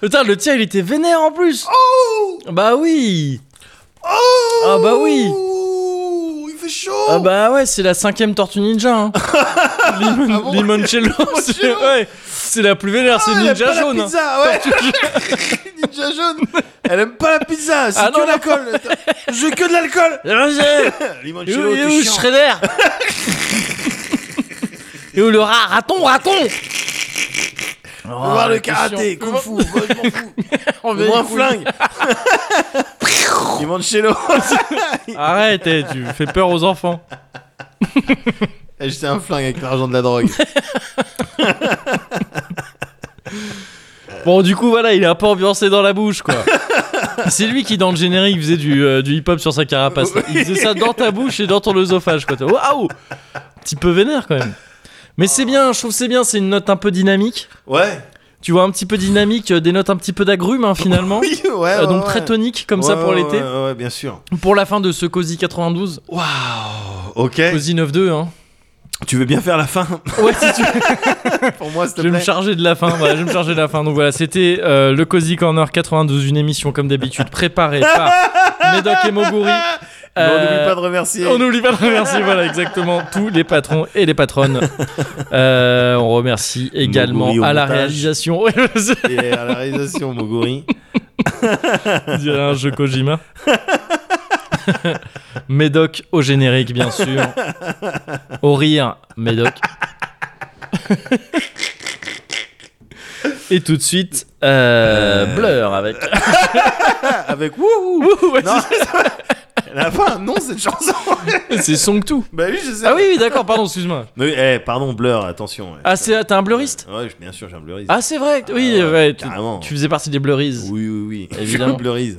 Speaker 1: Putain, le tien il était vénère en plus.
Speaker 5: Oh!
Speaker 2: Oh
Speaker 1: Bah oui. Ah bah oui.
Speaker 2: Il fait chaud
Speaker 1: Ah bah ouais, c'est la cinquième Tortue Ninja. Hein.
Speaker 2: Ah
Speaker 1: Limon- Limoncello, c'est
Speaker 2: Limoncello.
Speaker 1: ouais, c'est la plus vénère, c'est
Speaker 2: Ah, elle aime
Speaker 1: Ninja
Speaker 2: pas
Speaker 1: Jaune.
Speaker 2: La
Speaker 1: hein.
Speaker 2: pizza, ouais. ninja jaune. Elle aime pas la pizza, c'est
Speaker 1: Ah
Speaker 2: que
Speaker 1: non,
Speaker 2: de l'alcool. Je veux que de l'alcool.
Speaker 1: Et
Speaker 2: Limoncello,
Speaker 1: où, et
Speaker 2: t'es
Speaker 1: où
Speaker 2: chiant.
Speaker 1: Shredder Et où le rat Raton, raton
Speaker 2: On va
Speaker 1: Ah,
Speaker 2: voir le karaté,
Speaker 1: Oh,
Speaker 2: kung fu, moi, je m'en fous.
Speaker 1: On
Speaker 2: Moi, un flingue. Limoncello.
Speaker 1: Arrête, eh, tu fais peur aux enfants.
Speaker 2: Eh, J'étais un flingue avec l'argent de la drogue.
Speaker 1: Bon, du coup, voilà, il est un peu ambiancé dans la bouche, quoi. C'est lui qui, dans le générique, faisait du, euh, du hip-hop sur sa carapace. Il faisait ça dans ta bouche et dans ton œsophage, quoi. T'as- Waouh Petit peu vénère, quand même. Mais c'est bien, je trouve que c'est bien, c'est une note un peu dynamique.
Speaker 2: Ouais.
Speaker 1: Tu vois, un petit peu dynamique, euh, des notes un petit peu d'agrumes, hein, finalement.
Speaker 2: Oui, ouais.
Speaker 1: Euh,
Speaker 2: ouais,
Speaker 1: donc
Speaker 2: ouais.
Speaker 1: très tonique, comme ça,
Speaker 2: Ouais,
Speaker 1: pour
Speaker 2: ouais,
Speaker 1: l'été.
Speaker 2: Ouais, ouais, bien sûr.
Speaker 1: Pour la fin de ce Cozy 92,
Speaker 2: Waouh. Ok.
Speaker 1: Cozy 92, hein.
Speaker 2: Tu veux bien faire la fin
Speaker 1: Ouais, si tu veux.
Speaker 2: pour moi, s'il te
Speaker 1: Je vais me
Speaker 2: plaît
Speaker 1: charger de la fin. Voilà, je vais me charger de la fin. Donc voilà, c'était euh, le Cozy Corner 92, une émission comme d'habitude préparée par Médoc et Moguri.
Speaker 2: Mais On n'oublie
Speaker 1: Euh,
Speaker 2: pas de remercier.
Speaker 1: On n'oublie pas de remercier, voilà, exactement, tous les patrons et les patronnes. Euh, on remercie également
Speaker 2: Moguri au
Speaker 1: à la
Speaker 2: montage.
Speaker 1: réalisation. Ouais, c'est-
Speaker 2: Et à la réalisation, Moguri.
Speaker 1: on dirait un jeu Kojima. Médoc au générique, bien sûr. Au rire, Médoc. Et tout de suite, euh, Blur avec.
Speaker 2: Avec wouhou.
Speaker 1: Ouh, ouais,
Speaker 2: Non, la fin, non, cette chanson.
Speaker 1: c'est- c'est Song tout.
Speaker 2: bah oui, je sais.
Speaker 1: Ah oui, oui, d'accord, pardon, excuse-moi.
Speaker 2: Mais, eh, pardon, Blur, attention. eh. ouais.
Speaker 1: Ah, c'est- t'es un bluriste
Speaker 2: Ouais, je- bien sûr, j'ai un bluriste.
Speaker 1: Ah, c'est vrai, oui,
Speaker 2: Ah ouais,
Speaker 1: ouais, tu,
Speaker 2: carrément.
Speaker 1: tu faisais partie des blurries.
Speaker 2: Oui, oui, oui.
Speaker 1: Évidemment.
Speaker 2: Je bleurise.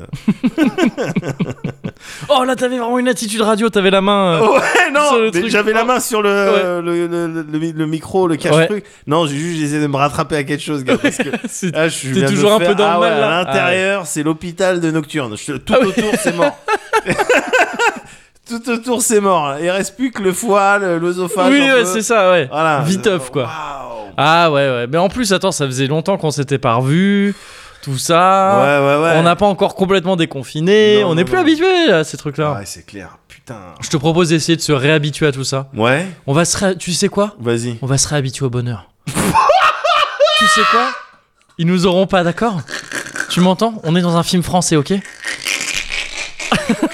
Speaker 1: Oh là, t'avais vraiment une attitude radio, t'avais la main. euh,
Speaker 2: Ouais,
Speaker 1: Sur le
Speaker 2: non, mais
Speaker 1: truc.
Speaker 2: j'avais la
Speaker 1: Oh.
Speaker 2: main sur le,
Speaker 1: Ouais.
Speaker 2: le, le, le- le- le micro, le cache-truc. Non, j'ai juste essayé de me rattraper à quelque chose, gars. Parce que
Speaker 1: c'est-
Speaker 2: là, je suis
Speaker 1: T'es
Speaker 2: viens de
Speaker 1: toujours
Speaker 2: me
Speaker 1: un peu
Speaker 2: faire-
Speaker 1: dans le
Speaker 2: ah ouais,
Speaker 1: mal, là.
Speaker 2: À l'intérieur, c'est l'hôpital de Nocturne. Je- tout
Speaker 1: Ah oui.
Speaker 2: autour, c'est mort. tout autour, c'est mort. Il reste plus que le foie, le- l'œsophage.
Speaker 1: oui,
Speaker 2: un
Speaker 1: ouais,
Speaker 2: peu.
Speaker 1: c'est ça, ouais.
Speaker 2: Voilà.
Speaker 1: Viteuf, quoi.
Speaker 2: Waouh.
Speaker 1: Ah ouais, ouais. Mais en plus, attends, ça faisait longtemps qu'on s'était pas revus. tout ça.
Speaker 2: ouais, ouais.
Speaker 1: On n'a pas encore complètement déconfiné,
Speaker 2: Non,
Speaker 1: on n'est
Speaker 2: non,
Speaker 1: plus
Speaker 2: non.
Speaker 1: habitué à ces trucs-là.
Speaker 2: Ah Ouais, c'est clair. Putain.
Speaker 1: Je te propose d'essayer de se réhabituer à tout ça.
Speaker 2: Ouais,
Speaker 1: On va se ré- Tu sais quoi
Speaker 2: vas-y.
Speaker 1: On va se réhabituer au bonheur. tu sais quoi Ils nous auront pas, d'accord Tu m'entends On est dans un film français, ok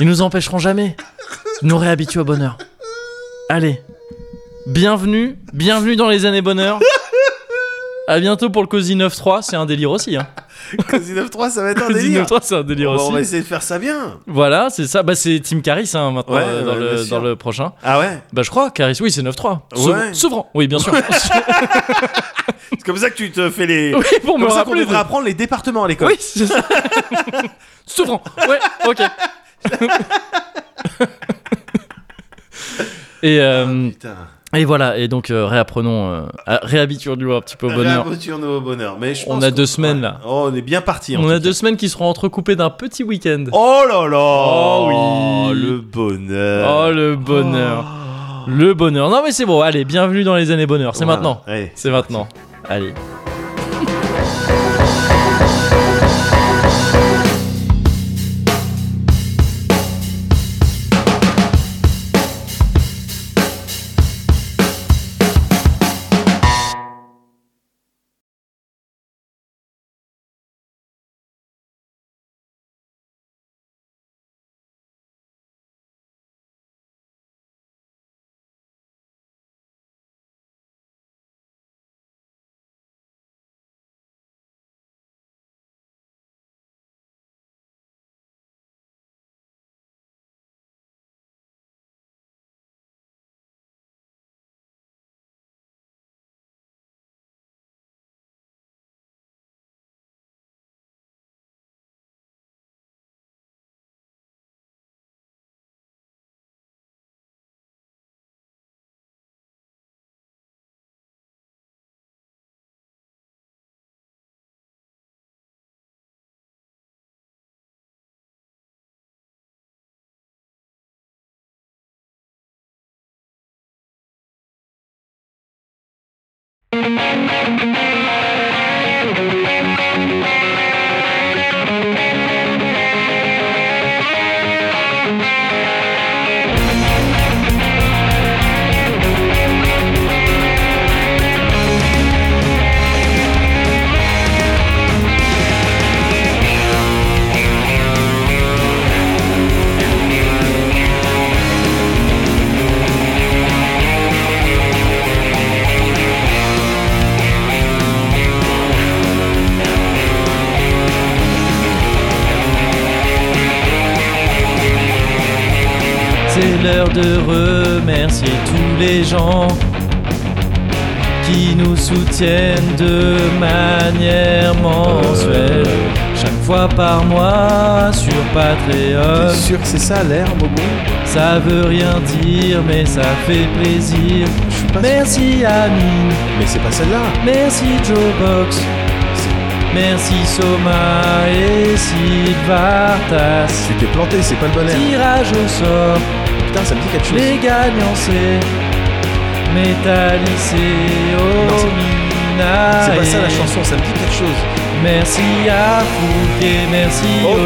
Speaker 1: Ils nous empêcheront jamais de nous réhabituer au bonheur. Allez, bienvenue, bienvenue dans les années bonheur. À bientôt pour le Cozy 9.3, c'est un délire aussi. Hein.
Speaker 2: Cozy 9-3, ça va être un
Speaker 1: Cozy
Speaker 2: délire.
Speaker 1: 9.3, c'est un délire
Speaker 2: On va-
Speaker 1: aussi.
Speaker 2: on va essayer de faire ça bien.
Speaker 1: Voilà, c'est ça. Bah, c'est Team Caris hein, maintenant
Speaker 2: Ouais,
Speaker 1: euh, dans,
Speaker 2: ouais, bien
Speaker 1: le,
Speaker 2: sûr.
Speaker 1: dans le prochain.
Speaker 2: Ah ouais
Speaker 1: Bah, je crois, Caris, oui, c'est 9-3. Sou-
Speaker 2: Ouais.
Speaker 1: Souverain, oui, bien sûr.
Speaker 2: C'est comme ça que tu te fais les.
Speaker 1: oui, pour me
Speaker 2: comme ça qu'on
Speaker 1: rappeler.
Speaker 2: devrait apprendre les départements à l'école.
Speaker 1: Oui, c'est ça. Souverain, ouais, ok. et, euh,
Speaker 2: Oh, Putain.
Speaker 1: et voilà, et donc euh, réapprenons, euh, à- réhabituons-nous un petit peu au bonheur.
Speaker 2: Réhabituons-nous au bonheur. Mais je
Speaker 1: On
Speaker 2: pense
Speaker 1: a
Speaker 2: qu'on-
Speaker 1: deux semaines, là.
Speaker 2: Oh, on est bien parti.
Speaker 1: On a deux semaines qui seront entrecoupées d'un petit week-end.
Speaker 2: Oh là là
Speaker 1: Oh oui.
Speaker 2: Le
Speaker 1: Oh,
Speaker 2: bonheur
Speaker 1: le bonheur. Le bonheur. Non, mais c'est bon, allez, bienvenue dans les années bonheur. C'est
Speaker 2: Oh. Voilà.
Speaker 1: maintenant.
Speaker 2: Ouais.
Speaker 1: C'est maintenant. Allez. C'est l'heure de remercier tous les gens qui nous soutiennent de manière mensuelle, chaque fois par mois sur Patreon.
Speaker 2: sûr que c'est ça l'air, Bobo
Speaker 1: Ça veut rien dire, mais ça fait plaisir.
Speaker 2: Je suis pas
Speaker 1: Merci Amine,
Speaker 2: Mais c'est pas celle-là.
Speaker 1: merci Joe Box, merci Soma et Sid Vartas.
Speaker 2: Tu t'es planté, c'est pas le bon
Speaker 1: Tirage au sort.
Speaker 2: Putain, ça me dit quelque
Speaker 1: Les gagnants c'est
Speaker 2: Non, c'est-
Speaker 1: Métaliceo Mina
Speaker 2: ça me dit quelque chose.
Speaker 1: Merci à Fouquet, merci
Speaker 2: Ok.
Speaker 1: au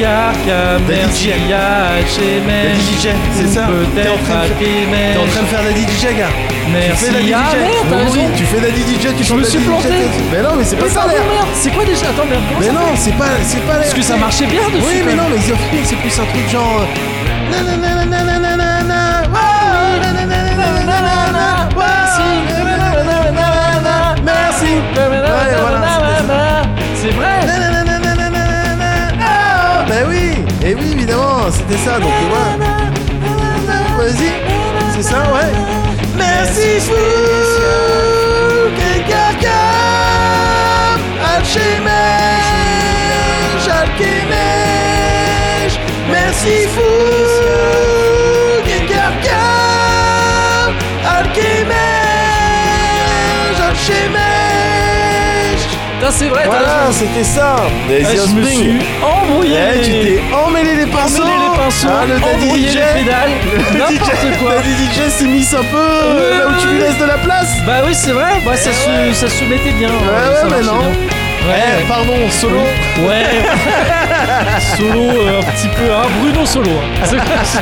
Speaker 1: Carca,
Speaker 2: Daddy
Speaker 1: merci
Speaker 2: J.
Speaker 1: à HMM
Speaker 2: Daddy J, c'est ça. T'es en
Speaker 1: Peut-être
Speaker 2: train
Speaker 1: à
Speaker 2: de- T'es en train de
Speaker 1: Kemesh
Speaker 2: faire Daddy DJ, gars
Speaker 1: Merci Ah,
Speaker 2: Tu fais Daddy
Speaker 1: à...
Speaker 2: DJ
Speaker 1: Ouais, t'as
Speaker 2: Oui,
Speaker 1: raison.
Speaker 2: Tu fais Daddy DJ,
Speaker 1: Je
Speaker 2: tu chantes
Speaker 1: me suis
Speaker 2: Daddy
Speaker 1: planté.
Speaker 2: DJ. Mais non, mais c'est pas
Speaker 1: Mais
Speaker 2: ça
Speaker 1: pardon,
Speaker 2: l'air
Speaker 1: merde, c'est quoi déjà Attends, merde, comment
Speaker 2: Mais
Speaker 1: ça
Speaker 2: non, c'est pas, c'est pas l'air
Speaker 1: Parce que ça marchait bien dessus
Speaker 2: Oui,
Speaker 1: quand
Speaker 2: mais
Speaker 1: même.
Speaker 2: non, mais The Offspring, c'est plus un truc genre. euh, nanana, nanana, nanana, wow, nanana, nanana, wow, nanana, nanana, Merci Ouais, voilà, c'était ça.
Speaker 1: C'est vrai
Speaker 2: Nanana, nanana, ah, Bah oui Et oui, évidemment, c'était ça, donc voilà. Vas-y, c'est ça, ouais. Merci, Fou, Kekarkam, Alchemège, Alchemège. Merci, Fou, Kekarkam, Alchemège, Alchemège.
Speaker 1: Putain, c'est vrai, t'as
Speaker 2: Voilà,
Speaker 1: raison.
Speaker 2: c'était ça. Les
Speaker 1: Ah, Je me suis embrouillé
Speaker 2: Eh, tu t'es emmêlé les pinceaux.
Speaker 1: Emmêlé les pinceaux,
Speaker 2: Ah, le daddy
Speaker 1: embrouillé
Speaker 2: DJ.
Speaker 1: les pédales,
Speaker 2: Le
Speaker 1: n'importe
Speaker 2: DJ,
Speaker 1: quoi.
Speaker 2: Daddy DJ s'est mis un peu euh, là où tu lui laisses de la place.
Speaker 1: Bah oui, c'est vrai, bah, ça, se, ça se mettait bien.
Speaker 2: Eh Ouais,
Speaker 1: ça
Speaker 2: ouais, mais
Speaker 1: marchait
Speaker 2: non.
Speaker 1: bien. Ouais,
Speaker 7: Eh, pardon, solo.
Speaker 1: ouais. solo, euh, un petit peu, hein, Bruno Solo. hein. C'est-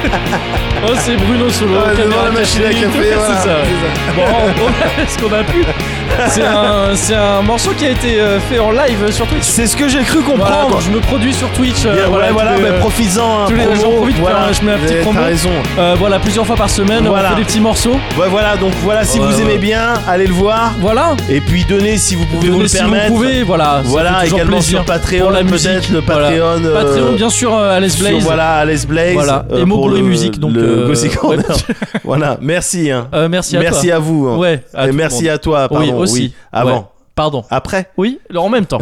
Speaker 1: Oh, c'est Bruno Solo.
Speaker 7: Ouais,
Speaker 1: caméra
Speaker 7: devant la machine à
Speaker 1: cachée,
Speaker 7: café,
Speaker 1: c'est
Speaker 7: voilà.
Speaker 1: ça. Bon, on a ce qu'on a pu. C'est un, c'est un morceau qui a été euh, fait en live sur Twitch.
Speaker 2: C'est ce que j'ai cru
Speaker 1: Voilà,
Speaker 2: comprendre.
Speaker 1: quand je me produis sur Twitch, euh,
Speaker 2: Bien,
Speaker 1: voilà,
Speaker 2: voilà, voilà,
Speaker 1: tous les,
Speaker 2: bah,
Speaker 1: euh,
Speaker 2: profites-en. hein,
Speaker 1: tous les
Speaker 2: promo,
Speaker 1: jours, profite,
Speaker 2: voilà,
Speaker 1: hein, je mets un petit
Speaker 2: vous avez-
Speaker 1: promo.
Speaker 2: T'as raison.
Speaker 1: euh, voilà, plusieurs fois par semaine,
Speaker 2: Voilà.
Speaker 1: on fait des petits morceaux.
Speaker 2: Ouais, voilà, donc voilà, si
Speaker 7: Ouais,
Speaker 2: vous
Speaker 7: ouais.
Speaker 2: aimez bien, allez le voir.
Speaker 1: Voilà.
Speaker 2: Et puis donnez si vous pouvez vous
Speaker 1: Donnez
Speaker 2: le
Speaker 1: si
Speaker 2: permettre.
Speaker 1: vous pouvez, voilà. ça
Speaker 2: Voilà,
Speaker 1: fait toujours
Speaker 2: également
Speaker 1: plaisir
Speaker 2: sur Patreon,
Speaker 1: pour la musique,
Speaker 2: peut-être le
Speaker 1: voilà.
Speaker 2: Patreon. euh,
Speaker 1: Patreon, bien sûr, euh, Alice
Speaker 2: sur,
Speaker 1: Blaze.
Speaker 2: Voilà, Alice Blaze.
Speaker 1: Voilà.
Speaker 2: euh,
Speaker 1: Et
Speaker 2: pour
Speaker 1: Moguri
Speaker 2: le-
Speaker 1: Music, donc,
Speaker 2: le
Speaker 1: euh,
Speaker 2: Gossip
Speaker 1: ouais.
Speaker 2: Corner. voilà, merci. hein.
Speaker 1: Euh, merci à
Speaker 2: merci
Speaker 1: toi.
Speaker 2: à vous. hein.
Speaker 1: Ouais, à
Speaker 2: Et
Speaker 1: tout le
Speaker 2: merci
Speaker 1: monde.
Speaker 2: à toi, pardon.
Speaker 1: oui, aussi.
Speaker 2: Avant.
Speaker 1: Ouais. Pardon.
Speaker 2: Après.
Speaker 1: Oui, en même temps.